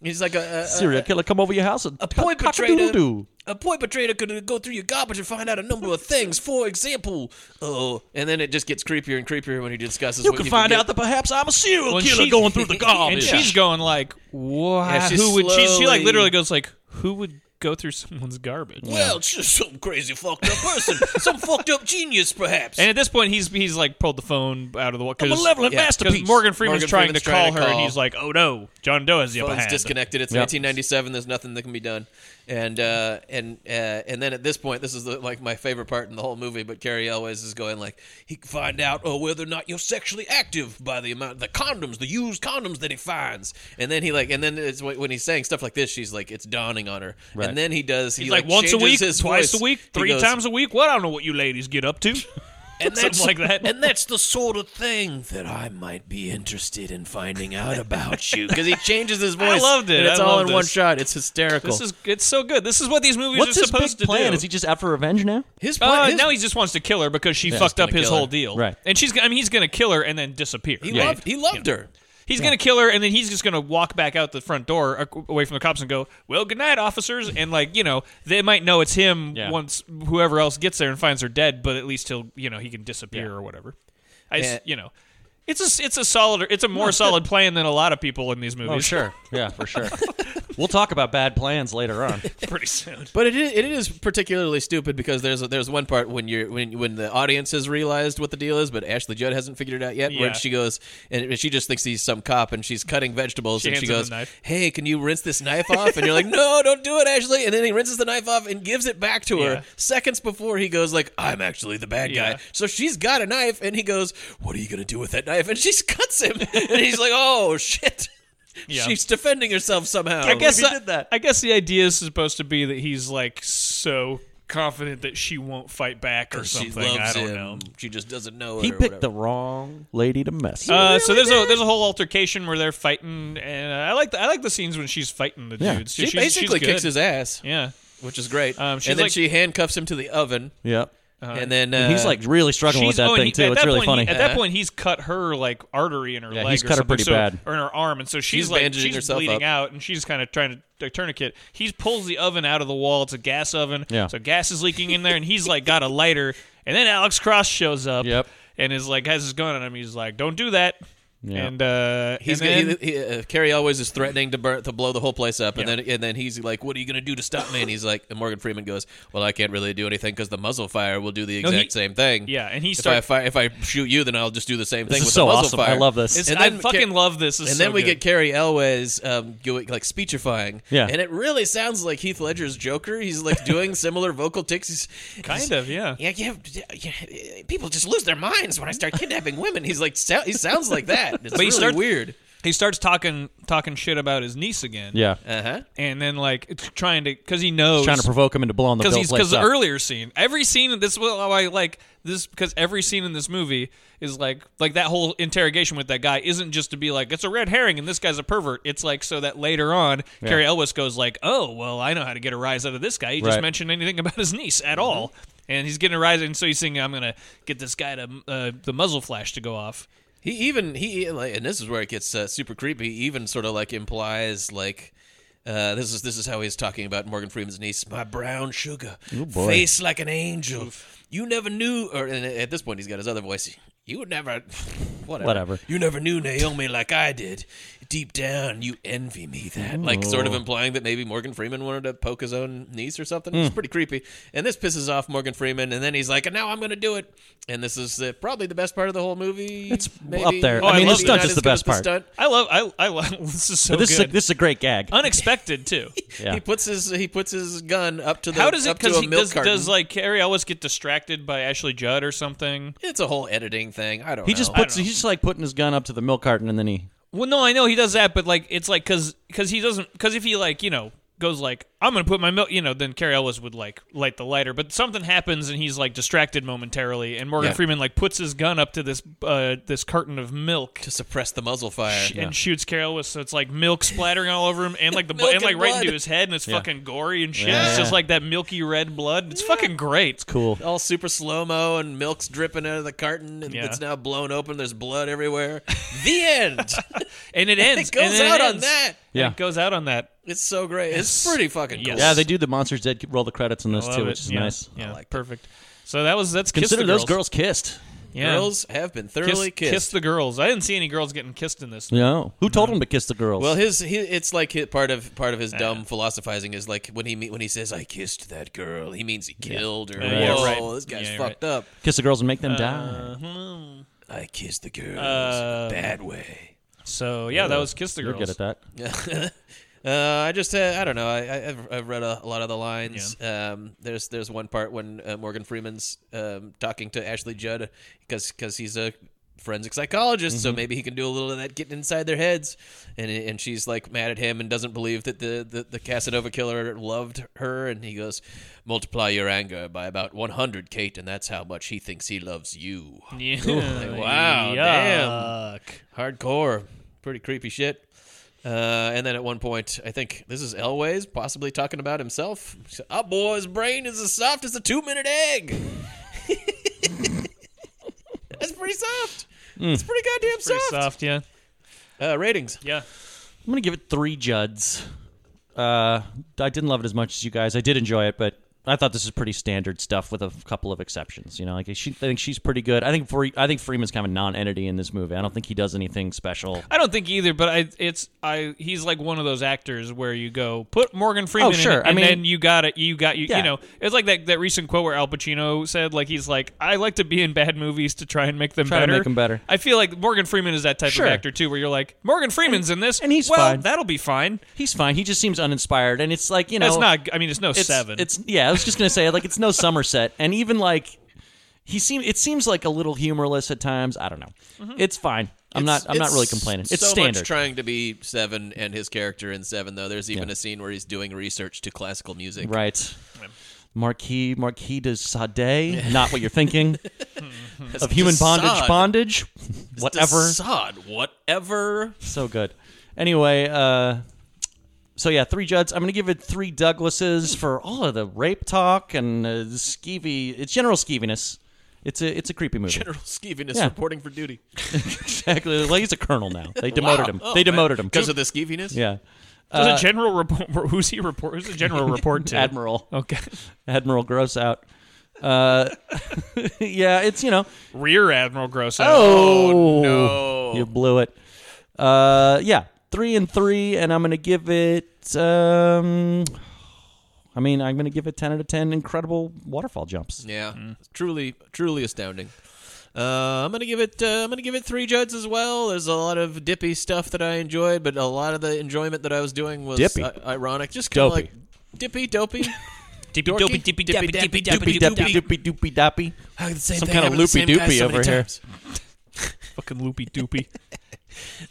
[SPEAKER 2] He's like a, a,
[SPEAKER 1] Uh,
[SPEAKER 3] serial killer come over your house and
[SPEAKER 2] a, a
[SPEAKER 3] cock-
[SPEAKER 2] point perpetrator.
[SPEAKER 3] cock-a-doodle-doo.
[SPEAKER 2] A point perpetrator could go through your garbage and find out a number of things. For example, oh, and then it just gets creepier and creepier when he discusses.
[SPEAKER 3] You
[SPEAKER 2] what
[SPEAKER 3] can
[SPEAKER 2] you
[SPEAKER 3] find
[SPEAKER 2] get.
[SPEAKER 3] out that perhaps I'm a serial
[SPEAKER 1] Well,
[SPEAKER 3] killer
[SPEAKER 1] she-
[SPEAKER 3] going (laughs) through the
[SPEAKER 1] (laughs) And
[SPEAKER 3] garbage.
[SPEAKER 1] she's going like, "Why?
[SPEAKER 2] Yeah, she's
[SPEAKER 1] who would?" She, she like
[SPEAKER 2] slowly-
[SPEAKER 1] literally goes like, "Who would go through (laughs) someone's garbage.
[SPEAKER 2] Well, (laughs) it's just some crazy fucked up person, some fucked up genius, perhaps.
[SPEAKER 1] And at this point, he's he's like pulled the phone out of the wall.
[SPEAKER 2] I'm a malevolent masterpiece.
[SPEAKER 1] Because Morgan Freeman's
[SPEAKER 2] Morgan
[SPEAKER 1] trying
[SPEAKER 2] Freeman's
[SPEAKER 1] to call
[SPEAKER 2] trying to
[SPEAKER 1] her, and
[SPEAKER 2] call.
[SPEAKER 1] he's like, "Oh no, John Doe has the upper
[SPEAKER 2] phone's
[SPEAKER 1] hand."
[SPEAKER 2] disconnected. It's
[SPEAKER 1] Yep.
[SPEAKER 2] 1997. There's nothing that can be done. And uh, and uh, and then at this point, this is the, like my favorite part in the whole movie. But Carrie Elways is going like he can find out oh, whether or not you're sexually active by the amount the condoms, the used condoms that he finds. And then he like and then it's when when he's saying stuff like this, she's like it's dawning on her. And then he does. He
[SPEAKER 1] He's like, once a week,
[SPEAKER 2] changes his
[SPEAKER 1] twice
[SPEAKER 2] voice.
[SPEAKER 1] a week,
[SPEAKER 2] He
[SPEAKER 1] three
[SPEAKER 2] goes,
[SPEAKER 1] times a week. Well, I don't know what you ladies get up to.
[SPEAKER 2] (laughs) and that's
[SPEAKER 1] (laughs) Something like that.
[SPEAKER 2] And that's the sort of thing that I might be interested in finding out about you because he changes his voice.
[SPEAKER 1] loved it.
[SPEAKER 2] And it's
[SPEAKER 1] (laughs) I
[SPEAKER 2] all
[SPEAKER 1] love
[SPEAKER 2] in one
[SPEAKER 1] this.
[SPEAKER 2] shot. It's hysterical.
[SPEAKER 1] This is it's so good. This is what these movies
[SPEAKER 3] What's
[SPEAKER 1] are
[SPEAKER 3] his
[SPEAKER 1] supposed to
[SPEAKER 3] big plan?
[SPEAKER 1] do.
[SPEAKER 3] Is he just out for revenge now?
[SPEAKER 1] (laughs)
[SPEAKER 2] his plan.
[SPEAKER 1] Uh,
[SPEAKER 2] his-
[SPEAKER 1] now he just wants to kill her because she fucked
[SPEAKER 2] gonna
[SPEAKER 1] up his
[SPEAKER 2] kill her.
[SPEAKER 1] whole deal.
[SPEAKER 3] Right.
[SPEAKER 1] And she's I mean he's gonna kill her and then disappear.
[SPEAKER 2] he loved. He loved her.
[SPEAKER 1] He's gonna kill her, and then he's just gonna walk back out the front door uh, away from the cops and go, "Well, good night, officers." And like you know, they might know it's him
[SPEAKER 3] Yeah.
[SPEAKER 1] once whoever else gets there and finds her dead, but at least he'll you know he can disappear or whatever. I s-
[SPEAKER 2] Yeah.
[SPEAKER 1] you know, it's a s- it's a solid it's a
[SPEAKER 2] (laughs)
[SPEAKER 1] more solid plan than a lot of people in these movies.
[SPEAKER 2] Oh,
[SPEAKER 3] yeah, for sure. (laughs) we'll talk about bad plans later on.
[SPEAKER 1] (laughs) pretty soon.
[SPEAKER 2] But it is, it is particularly stupid because there's there's one part when you're when when the audience has realized what the deal is, but Ashley Judd hasn't figured it out yet.
[SPEAKER 1] Yeah.
[SPEAKER 2] Where she goes and she just thinks he's some cop, and she's cutting vegetables,
[SPEAKER 1] She
[SPEAKER 2] and she
[SPEAKER 1] hands him
[SPEAKER 2] goes,
[SPEAKER 1] the knife.
[SPEAKER 2] "Hey, can you rinse this knife off?" And you're like, "No, don't do it, Ashley." And then he rinses the knife off and gives it back to her
[SPEAKER 1] Yeah.
[SPEAKER 2] seconds before he goes like, "I'm actually the bad
[SPEAKER 1] Yeah.
[SPEAKER 2] guy." So she's got a knife, and he goes, "What are you gonna do with that knife?" And she (laughs) cuts him, and he's like, "Oh shit."
[SPEAKER 1] Yeah.
[SPEAKER 2] She's defending herself somehow.
[SPEAKER 1] I guess
[SPEAKER 3] he
[SPEAKER 1] I-
[SPEAKER 3] did that.
[SPEAKER 1] I guess the idea is supposed to be that he's like so confident that she won't fight back or
[SPEAKER 2] she
[SPEAKER 1] something.
[SPEAKER 2] loves
[SPEAKER 1] I don't
[SPEAKER 2] him.
[SPEAKER 1] know.
[SPEAKER 2] She just doesn't know.
[SPEAKER 3] He
[SPEAKER 2] it or
[SPEAKER 3] picked
[SPEAKER 2] whatever.
[SPEAKER 3] the wrong lady to mess. with.
[SPEAKER 1] Uh, so there's a there's a whole altercation where they're fighting, and I like the, I like the scenes when she's fighting the dudes.
[SPEAKER 2] She
[SPEAKER 1] she's- she's
[SPEAKER 2] basically
[SPEAKER 1] good.
[SPEAKER 2] kicks his ass,
[SPEAKER 1] Yeah,
[SPEAKER 2] which is great.
[SPEAKER 1] Um, she's
[SPEAKER 2] and then
[SPEAKER 1] like- Uh-huh.
[SPEAKER 2] she handcuffs him to the oven,
[SPEAKER 3] yeah.
[SPEAKER 2] and then uh,
[SPEAKER 3] And he's like really struggling with that
[SPEAKER 1] oh, and
[SPEAKER 3] thing
[SPEAKER 1] he-
[SPEAKER 3] too.
[SPEAKER 1] at
[SPEAKER 3] It's
[SPEAKER 1] that
[SPEAKER 3] really
[SPEAKER 1] point,
[SPEAKER 3] funny.
[SPEAKER 1] he- at that point, he's cut her like artery in her
[SPEAKER 3] Yeah,
[SPEAKER 1] leg.
[SPEAKER 3] he's
[SPEAKER 1] or
[SPEAKER 3] cut her
[SPEAKER 1] something,
[SPEAKER 3] pretty
[SPEAKER 1] so-
[SPEAKER 3] bad.
[SPEAKER 1] or in her arm, and so she's,
[SPEAKER 2] She's
[SPEAKER 1] like
[SPEAKER 2] bandaging
[SPEAKER 1] she's
[SPEAKER 2] herself
[SPEAKER 1] bleeding
[SPEAKER 2] up.
[SPEAKER 1] out, and she's kind of trying to a tourniquet. He pulls the oven out of the wall. It's a gas oven,
[SPEAKER 3] Yeah.
[SPEAKER 1] so gas is leaking in there, and he's like got a lighter. And then Alex Cross shows up,
[SPEAKER 3] Yep.
[SPEAKER 1] and is like has his gun on him. He's like, "Don't do that."
[SPEAKER 3] Yeah.
[SPEAKER 1] And uh,
[SPEAKER 2] he's
[SPEAKER 1] and then-
[SPEAKER 2] gonna, he, he, uh, Carrie always is threatening to burn, to blow the whole place up, and
[SPEAKER 1] Yeah.
[SPEAKER 2] then and then he's like, "What are you gonna do to stop me?" And he's like, and Morgan Freeman goes, "Well, I can't really do anything because the muzzle fire will do the
[SPEAKER 1] No,
[SPEAKER 2] exact
[SPEAKER 1] he-
[SPEAKER 2] same thing."
[SPEAKER 1] yeah, and he
[SPEAKER 2] If I
[SPEAKER 1] starts.
[SPEAKER 2] fire, if I shoot you, then I'll just do the same thing
[SPEAKER 3] this
[SPEAKER 2] with
[SPEAKER 3] is so
[SPEAKER 2] the muzzle
[SPEAKER 3] awesome.
[SPEAKER 2] fire.
[SPEAKER 3] I love this.
[SPEAKER 1] It's-
[SPEAKER 2] and
[SPEAKER 1] I
[SPEAKER 2] then
[SPEAKER 1] fucking
[SPEAKER 2] Ca-
[SPEAKER 1] love this. This is
[SPEAKER 2] and then
[SPEAKER 1] so
[SPEAKER 2] we
[SPEAKER 1] good.
[SPEAKER 2] get Carrie Elway's um, go- like speechifying.
[SPEAKER 3] Yeah.
[SPEAKER 2] And it really sounds like Heath Ledger's Joker. He's like doing (laughs) similar vocal ticks. He's
[SPEAKER 1] Kind
[SPEAKER 2] he's-
[SPEAKER 1] of, yeah.
[SPEAKER 2] Yeah, yeah, yeah, yeah. People just lose their minds when I start kidnapping women. He's like, so, he sounds like (laughs) that. It's
[SPEAKER 1] But he
[SPEAKER 2] really
[SPEAKER 1] starts-
[SPEAKER 2] weird.
[SPEAKER 1] he starts talking talking shit about his niece again.
[SPEAKER 3] yeah.
[SPEAKER 2] Uh huh.
[SPEAKER 1] and then like it's trying to because he knows
[SPEAKER 3] Trying to provoke him into blowing the
[SPEAKER 1] because
[SPEAKER 3] Bill
[SPEAKER 1] he's
[SPEAKER 3] place
[SPEAKER 1] because the
[SPEAKER 3] up.
[SPEAKER 1] earlier scene, every scene in this will I like this because every scene in this movie is like like that whole interrogation with that guy isn't just to be like it's a red herring and this guy's a pervert. It's like so that later on Carrie Elwes goes like, oh well, I know how to get a rise out of this guy. He just
[SPEAKER 3] Right. Mm-hmm.
[SPEAKER 1] mentioned anything about his niece at all. And he's getting a rise, and so he's saying, "I'm gonna get this guy to uh, the muzzle flash to go off."
[SPEAKER 2] He even he like, and this is where it gets uh, super creepy. He even sort of like implies like. Uh, this is this is how he's talking about Morgan Freeman's niece. My brown sugar, face like an angel. You never knew, or and at this point he's got his other voice. You never, (laughs) whatever.
[SPEAKER 1] Oh,
[SPEAKER 3] Whatever.
[SPEAKER 2] You never knew Naomi like I did. Deep down, you envy me that, like sort of implying that maybe Morgan Freeman wanted to poke his own niece or something. It's pretty creepy. And this pisses off Morgan Freeman, and then he's like, "And now I'm going to do it." And this is uh, probably the best part of the whole movie. Oh,
[SPEAKER 3] It's up there.
[SPEAKER 1] I mean, the
[SPEAKER 2] love
[SPEAKER 1] stunt
[SPEAKER 2] not
[SPEAKER 3] is
[SPEAKER 2] as
[SPEAKER 3] the
[SPEAKER 2] good
[SPEAKER 3] best
[SPEAKER 2] as
[SPEAKER 3] part.
[SPEAKER 2] stunt.
[SPEAKER 1] I love, I, I love. (laughs) This is so
[SPEAKER 3] But this is a,
[SPEAKER 1] good, Uh,
[SPEAKER 3] this is a great gag.
[SPEAKER 1] unexpected
[SPEAKER 3] (laughs)
[SPEAKER 1] too.
[SPEAKER 3] Yeah.
[SPEAKER 2] He puts his he puts his gun up to the
[SPEAKER 1] How does it?
[SPEAKER 2] up to
[SPEAKER 1] Because
[SPEAKER 2] a
[SPEAKER 1] he
[SPEAKER 2] milk
[SPEAKER 1] does,
[SPEAKER 2] carton.
[SPEAKER 1] does like Carrie always get distracted by Ashley Judd or something.
[SPEAKER 2] it's a whole editing thing. I don't.
[SPEAKER 3] He
[SPEAKER 2] know.
[SPEAKER 3] just
[SPEAKER 2] I
[SPEAKER 3] puts. He's just like putting his gun up to the milk carton, and then he.
[SPEAKER 1] Well, no, I know he does that, but like it's like because he doesn't because if he like you know goes like I'm gonna put my milk you know then Carrie Ellis would like light the lighter, but something happens and he's like distracted momentarily, and Morgan
[SPEAKER 2] Yeah.
[SPEAKER 1] Freeman like puts his gun up to this uh this carton of milk.
[SPEAKER 2] to suppress the muzzle fire.
[SPEAKER 1] sh- And shoots Carrie Ellis, so it's like milk splattering all over him, and like the bl-
[SPEAKER 2] Milk
[SPEAKER 1] and like
[SPEAKER 2] and
[SPEAKER 1] right
[SPEAKER 2] blood.
[SPEAKER 1] into his head, and it's fucking gory and shit. It's
[SPEAKER 3] Yeah.
[SPEAKER 1] just like that milky red blood. It's fucking great. It's
[SPEAKER 3] Cool.
[SPEAKER 2] All super slow mo and milk's dripping out of the carton and
[SPEAKER 1] Yeah.
[SPEAKER 2] it's now blown open. There's blood
[SPEAKER 1] (laughs)
[SPEAKER 2] everywhere. The end.
[SPEAKER 1] and it ends.
[SPEAKER 2] (laughs) it goes
[SPEAKER 1] and then
[SPEAKER 2] out on
[SPEAKER 1] ends.
[SPEAKER 2] that.
[SPEAKER 1] Yeah,
[SPEAKER 3] Yeah.
[SPEAKER 1] it goes out on that.
[SPEAKER 2] It's so great. It's pretty fucking cool.
[SPEAKER 1] Yes.
[SPEAKER 3] Yeah, they do the monsters did roll the credits on this
[SPEAKER 1] Love
[SPEAKER 3] too,
[SPEAKER 1] it.
[SPEAKER 3] which is
[SPEAKER 1] yeah.
[SPEAKER 3] nice.
[SPEAKER 1] Yeah, perfect. So that was that's Kiss
[SPEAKER 3] Consider
[SPEAKER 1] the
[SPEAKER 3] those girls kissed.
[SPEAKER 1] Yeah.
[SPEAKER 2] Girls have been
[SPEAKER 1] Kiss,
[SPEAKER 2] thoroughly
[SPEAKER 1] kiss
[SPEAKER 2] kissed.
[SPEAKER 1] the girls. I didn't see any girls getting kissed in this.
[SPEAKER 3] No. Who told him to kiss the girls?
[SPEAKER 2] well, his, his it's like his, part of part of his dumb philosophizing is like when he me- when he says I kissed that girl, he means he killed her.
[SPEAKER 1] Yeah,
[SPEAKER 2] Whoa,
[SPEAKER 1] right.
[SPEAKER 2] this guy's
[SPEAKER 1] Yeah, you're
[SPEAKER 2] fucked up.
[SPEAKER 3] kiss the girls and make them die.
[SPEAKER 2] I kissed the girls
[SPEAKER 1] Uh,
[SPEAKER 2] bad way.
[SPEAKER 1] So yeah, that was kiss the
[SPEAKER 3] You're
[SPEAKER 1] girls.
[SPEAKER 3] good at that.
[SPEAKER 2] Uh, I just uh, I don't know. I, I I've, I've read a, a lot of the lines. Um, there's there's one part when uh, Morgan Freeman's um, talking to Ashley Judd because he's a forensic psychologist, so maybe he can do a little of that getting inside their heads. And and she's like mad at him and doesn't believe that the the, the Casanova killer loved her. And he goes, multiply your anger by about 100, Kate, and that's how much he thinks he loves you.
[SPEAKER 1] (laughs) Yeah.
[SPEAKER 2] Wow, damn.
[SPEAKER 1] Yuck.
[SPEAKER 2] Hardcore, pretty creepy shit. Uh, and then at one point, I think this is Elway's possibly talking about himself. He said, Our boy's brain is as soft as a two-minute egg. (laughs) That's pretty soft.
[SPEAKER 3] Hmm.
[SPEAKER 2] It's pretty goddamn
[SPEAKER 1] Pretty
[SPEAKER 2] soft.
[SPEAKER 1] soft, yeah.
[SPEAKER 2] Uh, ratings.
[SPEAKER 1] Yeah.
[SPEAKER 3] I'm gonna give it three Juds. Uh, I didn't love it as much as you guys. I did enjoy it, but I thought this is pretty standard stuff with a couple of exceptions. You know, like she, I think she's pretty good. I think Free, I think Freeman's kind of a non-entity in this movie. I don't think he does anything special.
[SPEAKER 1] I don't think either, but I it's I he's like one of those actors where you go put Morgan Freeman in
[SPEAKER 3] Oh, sure.
[SPEAKER 1] it,
[SPEAKER 3] I
[SPEAKER 1] and
[SPEAKER 3] mean-
[SPEAKER 1] then you got it you got you
[SPEAKER 3] Yeah.
[SPEAKER 1] you know it's like that, that recent quote where Al Pacino said like he's like I like to be in bad movies to try and make them
[SPEAKER 3] Try to
[SPEAKER 1] better
[SPEAKER 3] make 'em better.
[SPEAKER 1] I feel like Morgan Freeman is that type
[SPEAKER 3] Sure.
[SPEAKER 1] of actor too where you're like Morgan Freeman's in this
[SPEAKER 3] and he's
[SPEAKER 1] well
[SPEAKER 3] fine.
[SPEAKER 1] that'll be fine
[SPEAKER 3] He's fine. He just seems uninspired, and it's like you know,
[SPEAKER 1] that's not I mean it's no
[SPEAKER 3] it's,
[SPEAKER 1] seven
[SPEAKER 3] It's yeah. I was just gonna say like it's no Somerset, and even like he seems it seems like a little humorless at times. I don't know. It's fine. I'm
[SPEAKER 2] Mm-hmm. It's-
[SPEAKER 3] not. I'm not
[SPEAKER 2] it's
[SPEAKER 3] really complaining. It's
[SPEAKER 2] so
[SPEAKER 3] standard.
[SPEAKER 2] much trying to be Seven and his character in Seven, though. There's even a scene where he's doing research to classical music.
[SPEAKER 3] Right. Marquis Marquis de Sade, not what you're
[SPEAKER 2] (laughs)
[SPEAKER 3] thinking. of human bondage,
[SPEAKER 2] Sade.
[SPEAKER 3] bondage, whatever.
[SPEAKER 2] Sod, whatever. (laughs)
[SPEAKER 3] So good. Anyway, uh, so yeah, three Judds. I'm gonna give it three
[SPEAKER 2] Hmm.
[SPEAKER 3] Douglases for all of the rape talk and uh, skeevy. It's general skeeviness. It's a it's a creepy movie.
[SPEAKER 2] General skeeviness
[SPEAKER 3] Yeah.
[SPEAKER 2] reporting for duty.
[SPEAKER 3] exactly. Well, he's a colonel now. They demoted him. they demoted him
[SPEAKER 2] Oh, Because of the skeeviness?
[SPEAKER 3] Yeah.
[SPEAKER 1] There's a general (laughs) report who's he report who's the general report to
[SPEAKER 3] Uh, Admiral. (laughs)
[SPEAKER 1] okay
[SPEAKER 3] Admiral Gross out. Uh, (laughs) yeah, it's you know.
[SPEAKER 1] Rear Admiral Gross
[SPEAKER 3] Oh, no. (laughs) You blew it. Uh, yeah, three and three, and I'm gonna give it. Um, I mean, I'm gonna give it ten out of ten. Incredible waterfall jumps.
[SPEAKER 2] Yeah, truly, truly astounding. Uh, I'm gonna give it. Uh, I'm gonna give it three Judds as well. There's a lot of dippy stuff that I enjoyed, but a lot of the enjoyment that I was doing was
[SPEAKER 3] Dippy.
[SPEAKER 2] i- ironic. Just kind of
[SPEAKER 3] Dopey.
[SPEAKER 2] like dippy, dopey,
[SPEAKER 1] Dippy,
[SPEAKER 2] dorky,
[SPEAKER 1] dippy, dippy, dippy, dippy, dippy,
[SPEAKER 3] Doopy doopy doopy doopy.
[SPEAKER 2] Some
[SPEAKER 3] kinda loopy-doopy over here.
[SPEAKER 1] fucking loopy
[SPEAKER 3] (laughs)
[SPEAKER 1] doopy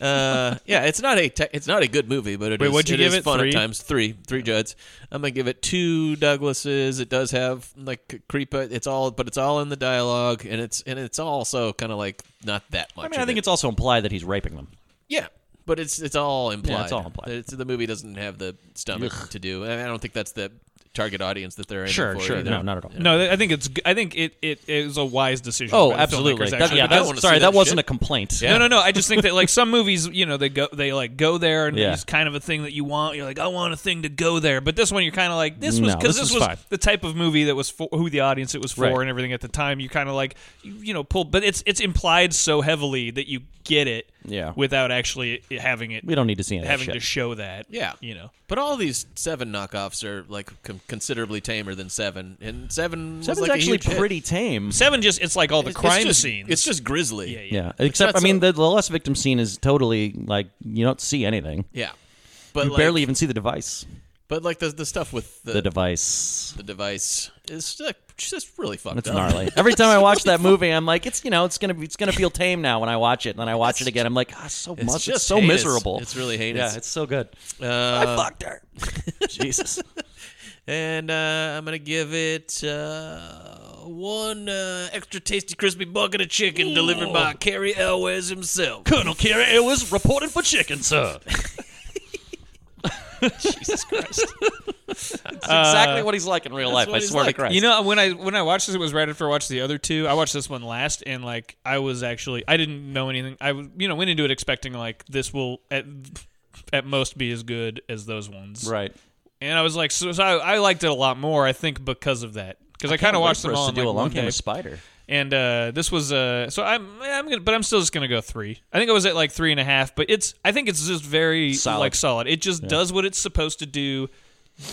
[SPEAKER 2] Uh, yeah, it's not a te- it's not a good movie, but it
[SPEAKER 1] Wait,
[SPEAKER 2] is-
[SPEAKER 1] what'd you
[SPEAKER 2] it
[SPEAKER 1] give
[SPEAKER 2] is
[SPEAKER 1] it?
[SPEAKER 2] fun
[SPEAKER 1] Three?
[SPEAKER 2] at times. Three, three Judds. I'm gonna give it two Douglases. It does have like creep. It's all, but it's all in the dialogue, and it's and it's also kind of like not that much.
[SPEAKER 3] I mean, I
[SPEAKER 2] of
[SPEAKER 3] think
[SPEAKER 2] it.
[SPEAKER 3] it's also implied that he's raping them.
[SPEAKER 2] Yeah, but it's it's all implied.
[SPEAKER 3] it's all implied.
[SPEAKER 2] It's- the movie doesn't have the stomach to do. and I don't think that's the target audience that they're aiming for. either.
[SPEAKER 3] No, not at all.
[SPEAKER 1] No, th- I think it's. g- I think it, it, it was a wise decision.
[SPEAKER 3] Oh,
[SPEAKER 1] by the
[SPEAKER 3] absolutely.
[SPEAKER 1] filmmakers,
[SPEAKER 3] That-
[SPEAKER 1] actually.
[SPEAKER 3] yeah,
[SPEAKER 1] But that-
[SPEAKER 2] I
[SPEAKER 3] that's,
[SPEAKER 2] wanna
[SPEAKER 3] sorry,
[SPEAKER 2] see
[SPEAKER 3] that
[SPEAKER 2] that
[SPEAKER 3] wasn't
[SPEAKER 2] shit.
[SPEAKER 3] a complaint.
[SPEAKER 1] No, no, no. I just think that like some movies, you know, they go, they like go there, and
[SPEAKER 3] Yeah.
[SPEAKER 1] it's kind of a thing that you want. You're like, I want a thing to go there. But this one, you're kind of like, this was
[SPEAKER 3] No,
[SPEAKER 1] because
[SPEAKER 3] this
[SPEAKER 1] this,
[SPEAKER 3] was
[SPEAKER 1] was
[SPEAKER 3] fine.
[SPEAKER 1] the type of movie that was for who the audience it was for
[SPEAKER 3] Right.
[SPEAKER 1] and everything at the time. You kind of like, you, you know, pull. But it's it's implied so heavily that you get it,
[SPEAKER 3] Yeah.
[SPEAKER 1] without actually having it,
[SPEAKER 3] We don't need to see any of that
[SPEAKER 1] having
[SPEAKER 3] shit.
[SPEAKER 1] to show that,
[SPEAKER 2] Yeah,
[SPEAKER 1] you know.
[SPEAKER 2] But all these seven knockoffs are like com- considerably tamer than seven, and seven was
[SPEAKER 3] Seven's
[SPEAKER 2] like a
[SPEAKER 3] actually
[SPEAKER 2] huge hit.
[SPEAKER 3] pretty tame.
[SPEAKER 1] Seven just it's like all the
[SPEAKER 2] It's-
[SPEAKER 1] crime
[SPEAKER 2] it's just,
[SPEAKER 1] scenes.
[SPEAKER 2] It's just grisly.
[SPEAKER 1] yeah.
[SPEAKER 3] Yeah, except I
[SPEAKER 2] not
[SPEAKER 3] mean,
[SPEAKER 2] so-
[SPEAKER 3] the, the less victim scene is totally like you don't see anything.
[SPEAKER 2] Yeah. But
[SPEAKER 3] You
[SPEAKER 2] like,
[SPEAKER 3] barely even see the device.
[SPEAKER 2] But like the the stuff with the
[SPEAKER 3] The device.
[SPEAKER 2] the device is like, just really fucked
[SPEAKER 3] It's
[SPEAKER 2] up.
[SPEAKER 3] gnarly. Every time I
[SPEAKER 1] (laughs)
[SPEAKER 3] watch that movie, I'm like, it's you know, it's gonna be, it's gonna feel tame now when I watch it. And then I watch it again, I'm like, ah, so
[SPEAKER 2] (laughs) It's
[SPEAKER 3] much, it's
[SPEAKER 2] just
[SPEAKER 3] so
[SPEAKER 2] heinous.
[SPEAKER 3] miserable.
[SPEAKER 2] It's really heinous.
[SPEAKER 3] yeah, it's so good.
[SPEAKER 2] Uh,
[SPEAKER 3] I fucked her. Jesus.
[SPEAKER 2] And uh, I'm gonna give it uh, one uh, extra tasty crispy bucket of chicken delivered by Carrie Elwes himself.
[SPEAKER 3] Colonel Carey, it was reported for chicken, sir. Jesus Christ. It's
[SPEAKER 1] uh,
[SPEAKER 3] exactly what he's like in real life. I
[SPEAKER 2] what he's
[SPEAKER 3] swear
[SPEAKER 2] like.
[SPEAKER 3] to Christ.
[SPEAKER 1] You know, when I when I watched this, it was right after I watched the other two. I watched this one last, and like I was actually I didn't know anything. I was- you know went into it expecting like this will at at most be as good as those ones,
[SPEAKER 3] right?
[SPEAKER 1] And I was like, so, so I, I liked it a lot more. I think because of that, because I, kind of watched them all
[SPEAKER 3] to
[SPEAKER 1] in,
[SPEAKER 3] do
[SPEAKER 1] like,
[SPEAKER 3] a long
[SPEAKER 1] one
[SPEAKER 3] game
[SPEAKER 1] day.
[SPEAKER 3] with Spider.
[SPEAKER 1] And uh, this was uh, so I'm I'm gonna, but I'm still just gonna go three. I think I was at like three and a half, but it's I think it's just very
[SPEAKER 3] Solid.
[SPEAKER 1] like solid. It just does what it's supposed to do,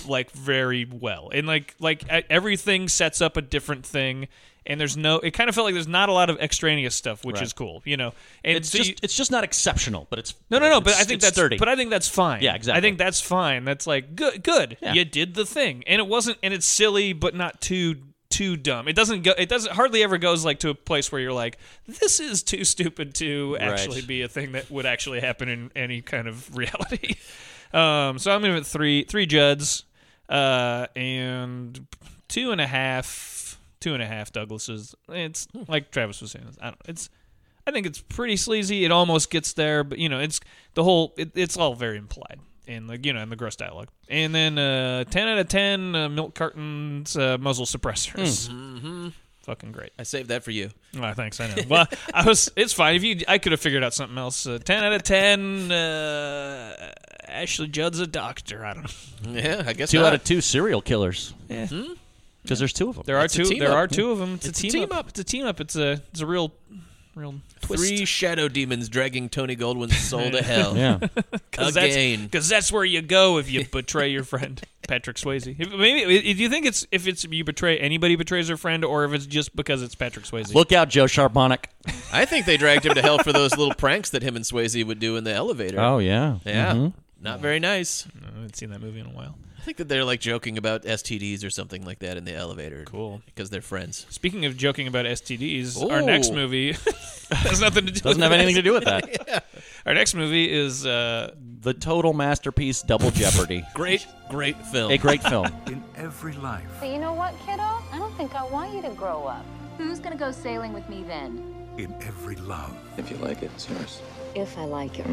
[SPEAKER 1] like very well, and like like e- everything sets up a different thing. And there's no, it kind of felt like there's not a lot of extraneous stuff, which is cool, you know. And
[SPEAKER 3] It's
[SPEAKER 1] so
[SPEAKER 3] just
[SPEAKER 1] you-
[SPEAKER 3] it's just not exceptional, but it's
[SPEAKER 1] no, no, no. But
[SPEAKER 3] it's-
[SPEAKER 1] I think
[SPEAKER 3] it's
[SPEAKER 1] that's
[SPEAKER 3] sturdy.
[SPEAKER 1] But I think that's fine.
[SPEAKER 3] Yeah,
[SPEAKER 1] I
[SPEAKER 3] exactly.
[SPEAKER 1] think that's fine. That's like good. Good.
[SPEAKER 3] Yeah.
[SPEAKER 1] You did the thing, and it wasn't. And it's silly, but not too too dumb. It doesn't go. It doesn't hardly ever goes like to a place where you're like, this is too stupid to actually be a thing that would actually happen in any kind of (laughs) reality. Um, so I'm gonna give it three three Juds, uh, and two and a half two and a half Douglases. It's like Travis was saying. I don't. It's I think it's pretty sleazy. It almost gets there, but you know, it's the whole. It, it's all very implied, and like you know, and the gross dialogue. And then uh, ten out of ten uh, milk cartons, uh, muzzle suppressors. Fucking great.
[SPEAKER 2] I saved that for you.
[SPEAKER 1] Oh, thanks. I know. Well, I was. It's fine. If you, I could have figured out something else. Uh, ten out of ten. Uh, Ashley Judd's a doctor. I don't. know.
[SPEAKER 2] Yeah, I guess
[SPEAKER 3] two
[SPEAKER 2] not.
[SPEAKER 1] uh,
[SPEAKER 3] out of two serial killers. Yeah, because there's two of them.
[SPEAKER 1] There are
[SPEAKER 2] It's a
[SPEAKER 1] two.
[SPEAKER 2] team
[SPEAKER 1] There
[SPEAKER 2] up.
[SPEAKER 1] are two of them. It's, a team,
[SPEAKER 2] team
[SPEAKER 1] up. It's a team up. It's a. It's a real, real twist.
[SPEAKER 2] Three shadow demons dragging Tony Goldwyn's
[SPEAKER 3] (laughs)
[SPEAKER 2] soul to hell.
[SPEAKER 3] Yeah,
[SPEAKER 1] (laughs) Cause
[SPEAKER 2] Again.
[SPEAKER 1] That's, Cause that's where you go if you betray your friend, (laughs) Patrick Swayze. If, maybe if you think it's if it's you betray anybody betrays their friend, or if it's just because it's Patrick Swayze.
[SPEAKER 3] look out, Joe Sharponic.
[SPEAKER 2] I think they dragged him to hell for those little pranks that him and Swayze would do in the elevator.
[SPEAKER 3] Oh yeah,
[SPEAKER 2] yeah. Not very nice.
[SPEAKER 1] I haven't seen that movie in a while.
[SPEAKER 2] I think that they're like joking about STDs or something like that in the elevator. Cool. Because they're friends.
[SPEAKER 1] Speaking of joking about STDs, our next
[SPEAKER 2] Ooh.
[SPEAKER 1] movie (laughs) has nothing to do.
[SPEAKER 3] doesn't have anything to do with that.
[SPEAKER 1] Our next movie is uh,
[SPEAKER 3] The total masterpiece, Double Jeopardy.
[SPEAKER 2] Great, great film.
[SPEAKER 3] A great film.
[SPEAKER 9] In every life,
[SPEAKER 10] But you know what, kiddo? I don't think I want you to grow up.
[SPEAKER 5] Who's gonna go sailing with me then?
[SPEAKER 9] in every love,
[SPEAKER 8] If you like it, it's yours.
[SPEAKER 5] If I like it.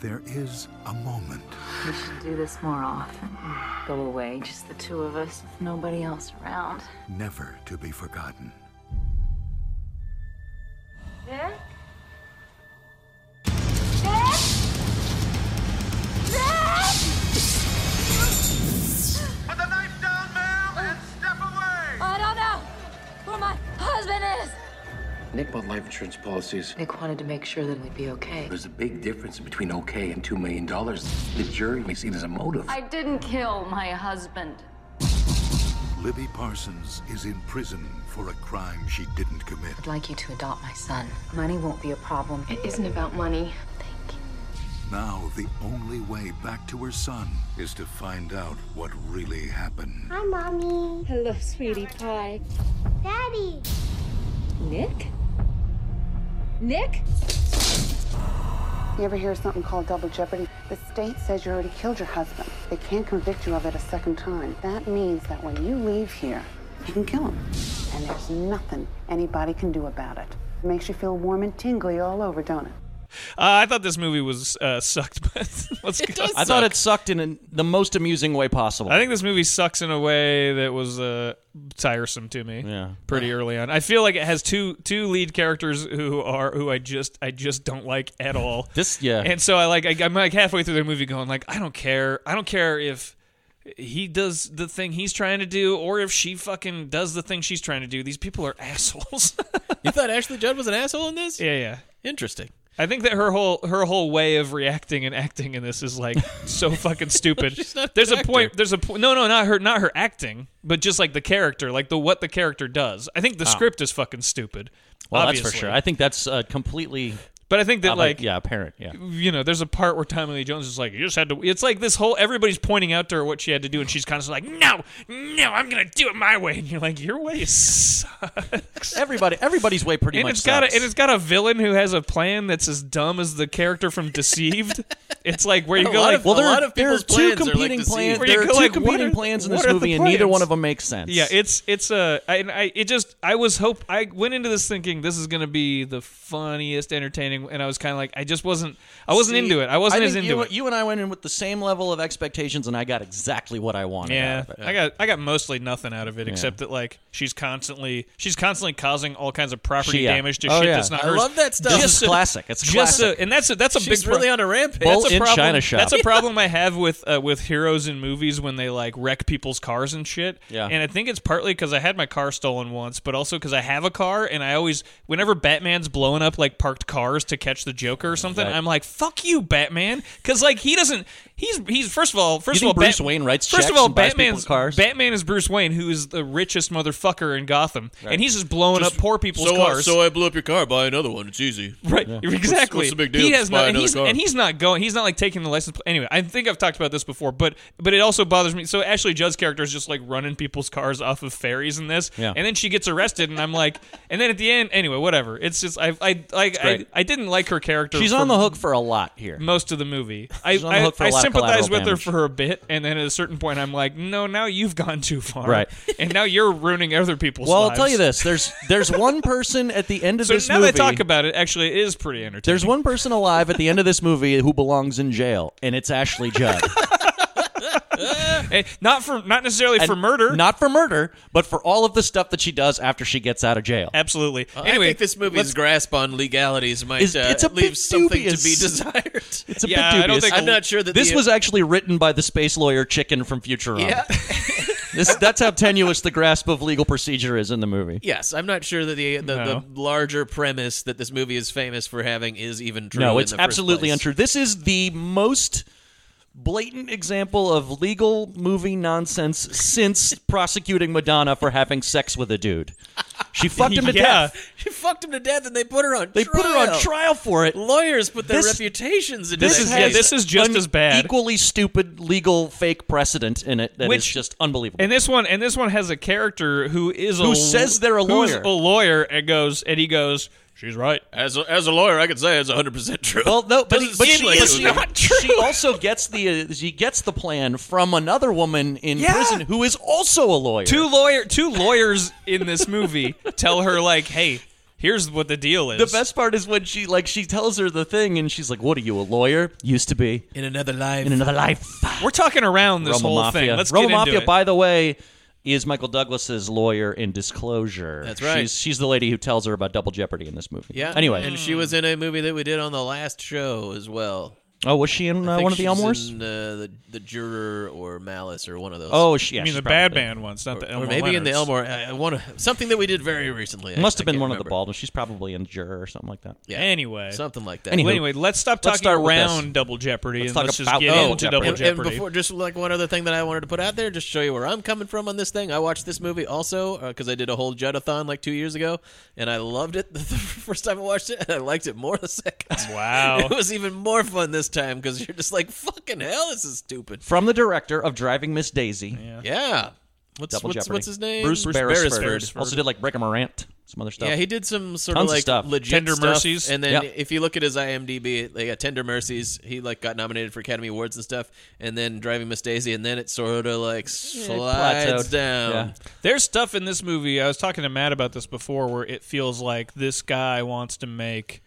[SPEAKER 9] there is a moment
[SPEAKER 10] We should do this more often. Go away, just the two of us, with nobody else around.
[SPEAKER 9] never to be forgotten.
[SPEAKER 10] Dick? Dick? Dick?
[SPEAKER 11] Put the knife down, ma'am, and step away!
[SPEAKER 10] I don't know where my husband is.
[SPEAKER 11] Nick bought life insurance policies.
[SPEAKER 5] Nick wanted to make sure that we'd be okay.
[SPEAKER 11] There's a big difference between okay and $2 million. The jury may see it as a motive.
[SPEAKER 10] I didn't kill my husband.
[SPEAKER 9] Libby Parsons is in prison for a crime she didn't commit.
[SPEAKER 5] I'd like you to adopt my son. Money won't be a problem.
[SPEAKER 10] It isn't about money. Thank you.
[SPEAKER 9] Now, the only way back to her son is to find out what really happened.
[SPEAKER 11] Hi, Mommy.
[SPEAKER 10] Hello, sweetie pie.
[SPEAKER 11] Daddy.
[SPEAKER 10] Nick? Nick?
[SPEAKER 11] You ever hear of something called double jeopardy? The state says you already killed your husband. They can't convict you of it a second time. That means that when you leave here, you can kill him. And there's nothing anybody can do about it. Makes you feel warm and tingly all over, don't it?
[SPEAKER 1] uh, I thought this movie was uh, sucked, (laughs) but let's go.
[SPEAKER 3] I thought it sucked in an, the most amusing way possible.
[SPEAKER 1] I think this movie sucks in a way that was uh, tiresome to me.
[SPEAKER 3] Yeah.
[SPEAKER 1] pretty early on. I feel like it has two two lead characters who are who I just I just don't like at all.
[SPEAKER 3] (laughs) This- yeah.
[SPEAKER 1] And so I like I, I'm like halfway through the movie going like I don't care I don't care if he does the thing he's trying to do or if she fucking does the thing she's trying to do. These people are (laughs) assholes.
[SPEAKER 2] You thought Ashley Judd was an asshole in this?
[SPEAKER 1] yeah, yeah.
[SPEAKER 2] Interesting.
[SPEAKER 1] I think that her whole her whole way of reacting and acting in this is like
[SPEAKER 2] (laughs)
[SPEAKER 1] so fucking stupid.
[SPEAKER 2] not
[SPEAKER 1] there's
[SPEAKER 2] an
[SPEAKER 1] a
[SPEAKER 2] actor.
[SPEAKER 1] point. There's a point. No, no, not her, not her acting, but just like the character, like the what the character does. I think the script is fucking stupid.
[SPEAKER 3] Oh. well,
[SPEAKER 1] obviously.
[SPEAKER 3] that's for sure. I think that's uh, completely
[SPEAKER 1] but I think that
[SPEAKER 3] uh,
[SPEAKER 1] like
[SPEAKER 3] yeah, apparent. Yeah,
[SPEAKER 1] you know, there's a part where Tommy Lee Jones is like, you just had to. It's like this whole everybody's pointing out to her what she had to do, and she's constantly like, no, no, I'm gonna do it my way, and you're like, your way
[SPEAKER 3] (laughs)
[SPEAKER 1] sucks.
[SPEAKER 3] everybody, everybody's way pretty
[SPEAKER 1] And
[SPEAKER 3] much.
[SPEAKER 1] it's got a,
[SPEAKER 3] sucks.
[SPEAKER 1] and it's got a villain who has a plan that's as dumb as the character from
[SPEAKER 2] (laughs)
[SPEAKER 1] Deceived. it's like where you
[SPEAKER 2] A
[SPEAKER 1] go
[SPEAKER 2] lot
[SPEAKER 1] like,
[SPEAKER 2] of-
[SPEAKER 3] well,
[SPEAKER 2] a
[SPEAKER 3] there
[SPEAKER 2] lot
[SPEAKER 3] are,
[SPEAKER 2] of
[SPEAKER 3] there are
[SPEAKER 2] people's
[SPEAKER 3] two
[SPEAKER 2] plans are like
[SPEAKER 3] competing
[SPEAKER 2] deceived.
[SPEAKER 3] plans.
[SPEAKER 1] Where you
[SPEAKER 3] There are
[SPEAKER 1] go
[SPEAKER 3] two
[SPEAKER 1] like, what
[SPEAKER 3] competing
[SPEAKER 1] are-
[SPEAKER 3] plans in
[SPEAKER 1] what
[SPEAKER 3] this
[SPEAKER 1] are the
[SPEAKER 3] movie, and neither
[SPEAKER 1] plans?
[SPEAKER 3] one of them makes sense.
[SPEAKER 1] Yeah, it's it's a I, and I it just I was hope I went into this thinking this is gonna be the funniest, entertaining and, and I was kind of like, I just wasn't, I wasn't into it. I wasn't
[SPEAKER 3] I
[SPEAKER 1] as
[SPEAKER 3] think
[SPEAKER 1] into
[SPEAKER 3] you,
[SPEAKER 1] it.
[SPEAKER 3] You and I went in with the same level of expectations, and I got exactly what I wanted. out
[SPEAKER 1] Yeah,
[SPEAKER 3] of it.
[SPEAKER 1] I got I got mostly nothing out of it except that like she's constantly she's constantly causing all kinds of property
[SPEAKER 3] She- yeah.
[SPEAKER 1] damage to
[SPEAKER 3] Oh,
[SPEAKER 1] shit
[SPEAKER 3] yeah.
[SPEAKER 1] that's not
[SPEAKER 3] I
[SPEAKER 1] hers.
[SPEAKER 3] love that stuff. This is
[SPEAKER 1] a-
[SPEAKER 3] classic. It's
[SPEAKER 1] just
[SPEAKER 3] classic.
[SPEAKER 1] A, and that's a, that's a
[SPEAKER 2] She's
[SPEAKER 1] big pro-
[SPEAKER 2] really on a rampage.
[SPEAKER 1] That's
[SPEAKER 2] Bull
[SPEAKER 1] a
[SPEAKER 2] in
[SPEAKER 1] problem.
[SPEAKER 3] China shop. (laughs)
[SPEAKER 1] That's a problem I have with uh, with heroes in movies when they like wreck people's cars and shit.
[SPEAKER 3] Yeah.
[SPEAKER 1] and I think it's partly because I had my car stolen once, but also because I have a car and I always whenever Batman's blowing up like parked cars to catch the Joker or something,
[SPEAKER 3] Right.
[SPEAKER 1] I'm like fuck you, Batman, because like he doesn't. He's he's first of all first
[SPEAKER 3] think
[SPEAKER 1] of all
[SPEAKER 3] Bruce
[SPEAKER 1] Bat-
[SPEAKER 3] Wayne writes
[SPEAKER 1] first
[SPEAKER 3] checks
[SPEAKER 1] of all
[SPEAKER 3] and buys
[SPEAKER 1] Batman's
[SPEAKER 3] people's cars?
[SPEAKER 1] Batman is Bruce Wayne, who is the richest motherfucker in Gotham, and he's just blowing up poor people's
[SPEAKER 3] uh,
[SPEAKER 2] so
[SPEAKER 1] cars.
[SPEAKER 2] I, so I blew up your car. Buy another one. It's easy.
[SPEAKER 1] (laughs) Right, exactly.
[SPEAKER 2] What's, what's the big deal?
[SPEAKER 1] He
[SPEAKER 2] Just
[SPEAKER 1] has
[SPEAKER 2] buy
[SPEAKER 1] not, and
[SPEAKER 2] another
[SPEAKER 1] he's,
[SPEAKER 2] car.
[SPEAKER 1] and he's not going. He's not like taking the license. pl- Anyway, I think I've talked about this before, but but it also bothers me. So Ashley Judd's character is just like running people's cars off of ferries in this,
[SPEAKER 3] Yeah.
[SPEAKER 1] and then she gets arrested, and I'm like, and then at the end, anyway, whatever. It's just I I I, I,
[SPEAKER 3] great.
[SPEAKER 1] I didn't like her character.
[SPEAKER 3] She's
[SPEAKER 1] for
[SPEAKER 3] on the hook for a lot here.
[SPEAKER 1] most of the movie. I
[SPEAKER 3] She's on the
[SPEAKER 1] I,
[SPEAKER 3] hook for a
[SPEAKER 1] I
[SPEAKER 3] lot of
[SPEAKER 1] sympathize
[SPEAKER 3] collateral
[SPEAKER 1] with her
[SPEAKER 3] damage.
[SPEAKER 1] for her a bit, and then at a certain point, I'm like, no, now you've gone too far,
[SPEAKER 3] Right.
[SPEAKER 1] (laughs) And now you're ruining other people's.
[SPEAKER 3] Well, I'll
[SPEAKER 1] lives.
[SPEAKER 3] tell you this: there's
[SPEAKER 1] (laughs)
[SPEAKER 3] there's one person at the end of
[SPEAKER 1] So
[SPEAKER 3] this
[SPEAKER 1] now
[SPEAKER 3] movie.
[SPEAKER 1] that I talk about it, actually, it is pretty entertaining.
[SPEAKER 3] there's one person alive at the end of this movie who belongs in jail, and it's
[SPEAKER 1] (laughs)
[SPEAKER 3] Ashley Judd.
[SPEAKER 1] Eh, not for not necessarily for
[SPEAKER 3] And
[SPEAKER 1] murder.
[SPEAKER 3] not for murder, but for all of the stuff that she does after she gets out of jail.
[SPEAKER 1] Absolutely.
[SPEAKER 2] Well,
[SPEAKER 1] anyway,
[SPEAKER 2] Uh, I think this movie's grasp on legalities might
[SPEAKER 3] Is-
[SPEAKER 2] uh,
[SPEAKER 3] it's a bit
[SPEAKER 2] leave something (laughs) to be
[SPEAKER 3] dubious.
[SPEAKER 2] desired.
[SPEAKER 3] It's a
[SPEAKER 1] Yeah, I
[SPEAKER 3] bit
[SPEAKER 1] don't
[SPEAKER 3] dubious.
[SPEAKER 1] think-
[SPEAKER 2] I'm not sure that
[SPEAKER 3] this
[SPEAKER 2] the- uh,
[SPEAKER 3] was actually written by the space lawyer chicken from Futurama.
[SPEAKER 2] Yeah.
[SPEAKER 3] this, that's how tenuous the grasp of legal procedure is in the movie.
[SPEAKER 2] (laughs) Yes, I'm not sure that the the,
[SPEAKER 1] No.
[SPEAKER 2] the larger premise that this movie is famous for having is even true.
[SPEAKER 3] No,
[SPEAKER 2] in
[SPEAKER 3] it's
[SPEAKER 2] the first
[SPEAKER 3] absolutely
[SPEAKER 2] place.
[SPEAKER 3] untrue. This is the most blatant example of legal movie nonsense
[SPEAKER 1] (laughs)
[SPEAKER 3] since prosecuting Madonna for having sex with a dude. She fucked him to
[SPEAKER 1] Yeah.
[SPEAKER 3] death.
[SPEAKER 2] (laughs) She fucked him to death, and they put her on.
[SPEAKER 3] They put her on trial for it.
[SPEAKER 2] Lawyers put their
[SPEAKER 3] This-
[SPEAKER 2] reputations into
[SPEAKER 3] This
[SPEAKER 2] that
[SPEAKER 3] is
[SPEAKER 1] yeah,
[SPEAKER 2] case.
[SPEAKER 1] this is just
[SPEAKER 3] an
[SPEAKER 1] as bad.
[SPEAKER 3] Equally stupid legal fake precedent in it that is
[SPEAKER 1] Which-
[SPEAKER 3] just unbelievable.
[SPEAKER 1] and this one and this one has a character who is a
[SPEAKER 3] Who says they're a
[SPEAKER 1] who's
[SPEAKER 3] lawyer.
[SPEAKER 1] a lawyer and goes and he goes, "She's right."
[SPEAKER 2] as a, as a lawyer, I could say it's 100 percent true.
[SPEAKER 3] Well, no, but,
[SPEAKER 2] Doesn't
[SPEAKER 3] but
[SPEAKER 2] seem
[SPEAKER 3] she,
[SPEAKER 2] like
[SPEAKER 3] but
[SPEAKER 2] it
[SPEAKER 3] she-
[SPEAKER 2] was-
[SPEAKER 3] she also gets the uh, she gets the plan from another woman in prison who is also a lawyer.
[SPEAKER 1] Two lawyer two lawyers in this
[SPEAKER 3] (laughs)
[SPEAKER 1] movie tell her like, "Hey, here's what the deal is."
[SPEAKER 3] The best part is when she like she tells her the thing and she's like, "What are you a lawyer? Used to be
[SPEAKER 2] in another life.
[SPEAKER 3] in another life." (laughs)
[SPEAKER 1] We're talking around this
[SPEAKER 3] Roma
[SPEAKER 1] whole
[SPEAKER 3] Mafia.
[SPEAKER 1] thing. Let's
[SPEAKER 3] Roma
[SPEAKER 1] get
[SPEAKER 3] Mafia,
[SPEAKER 1] into it.
[SPEAKER 3] by the way, is Michael Douglas's lawyer in Disclosure.
[SPEAKER 2] That's right.
[SPEAKER 3] She's, she's the lady who tells her about double jeopardy in this movie.
[SPEAKER 2] yeah.
[SPEAKER 3] Anyway,
[SPEAKER 2] and she was in a movie that we did on the last show as well.
[SPEAKER 3] oh, was she in
[SPEAKER 2] I
[SPEAKER 3] uh,
[SPEAKER 2] think
[SPEAKER 3] one of the
[SPEAKER 2] she's
[SPEAKER 3] Elmores?
[SPEAKER 2] in, uh, the the juror or malice or one of those.
[SPEAKER 3] oh, she. Yeah,
[SPEAKER 1] I mean,
[SPEAKER 3] she's
[SPEAKER 1] the
[SPEAKER 3] probably
[SPEAKER 1] bad
[SPEAKER 3] there.
[SPEAKER 1] man ones, not the
[SPEAKER 2] or
[SPEAKER 1] Elmore
[SPEAKER 2] maybe in the
[SPEAKER 1] Leonards.
[SPEAKER 2] Elmore. I, I want to something that we did very recently. I-
[SPEAKER 3] Must
[SPEAKER 2] I
[SPEAKER 3] have been
[SPEAKER 2] can't
[SPEAKER 3] one of the
[SPEAKER 2] remember.
[SPEAKER 3] Baldwins. She's probably in juror or something like that.
[SPEAKER 2] Yeah.
[SPEAKER 1] Anyway,
[SPEAKER 2] Something like that.
[SPEAKER 3] Anywho.
[SPEAKER 1] Well, anyway, let's stop talking
[SPEAKER 3] Let's start with this.
[SPEAKER 1] around Double Jeopardy
[SPEAKER 3] Let's
[SPEAKER 1] and
[SPEAKER 3] talk
[SPEAKER 1] let's just
[SPEAKER 3] about
[SPEAKER 1] get
[SPEAKER 3] Double
[SPEAKER 1] into
[SPEAKER 3] Oh, Jeopardy.
[SPEAKER 1] Double
[SPEAKER 2] and, and
[SPEAKER 1] Jeopardy.
[SPEAKER 2] before, just like one other thing that I wanted to put out there, just show you where I'm coming from on this thing. I watched this movie also because I did a whole Judathon like two years ago, and I loved it (laughs) the first time I watched it, and I liked it more the second.
[SPEAKER 1] Wow.
[SPEAKER 2] (laughs) it was even more fun this time because you're just like, "Fucking hell, this is stupid."
[SPEAKER 3] From the director of Driving Miss Daisy.
[SPEAKER 2] Yeah, what's
[SPEAKER 3] Double
[SPEAKER 2] what's,
[SPEAKER 3] Jeopardy.
[SPEAKER 2] what's his name?
[SPEAKER 3] Bruce, Beresford.
[SPEAKER 1] Beresford.
[SPEAKER 3] Also did like Rick and Morant, some other stuff.
[SPEAKER 2] Yeah, he did some sort
[SPEAKER 3] Tons
[SPEAKER 2] of
[SPEAKER 3] of
[SPEAKER 2] like
[SPEAKER 3] stuff.
[SPEAKER 2] legit
[SPEAKER 1] Tender
[SPEAKER 2] stuff,
[SPEAKER 1] Mercies.
[SPEAKER 2] and then
[SPEAKER 3] Yep.
[SPEAKER 2] if you look at his IMDb, they got Tender Mercies. He like got nominated for Academy Awards and stuff, and then Driving Miss Daisy, and then it sort of like slides
[SPEAKER 3] plateaued.
[SPEAKER 2] down.
[SPEAKER 3] Yeah.
[SPEAKER 1] There's stuff in this movie. I was talking to Matt about this before, where it feels like this guy wants to make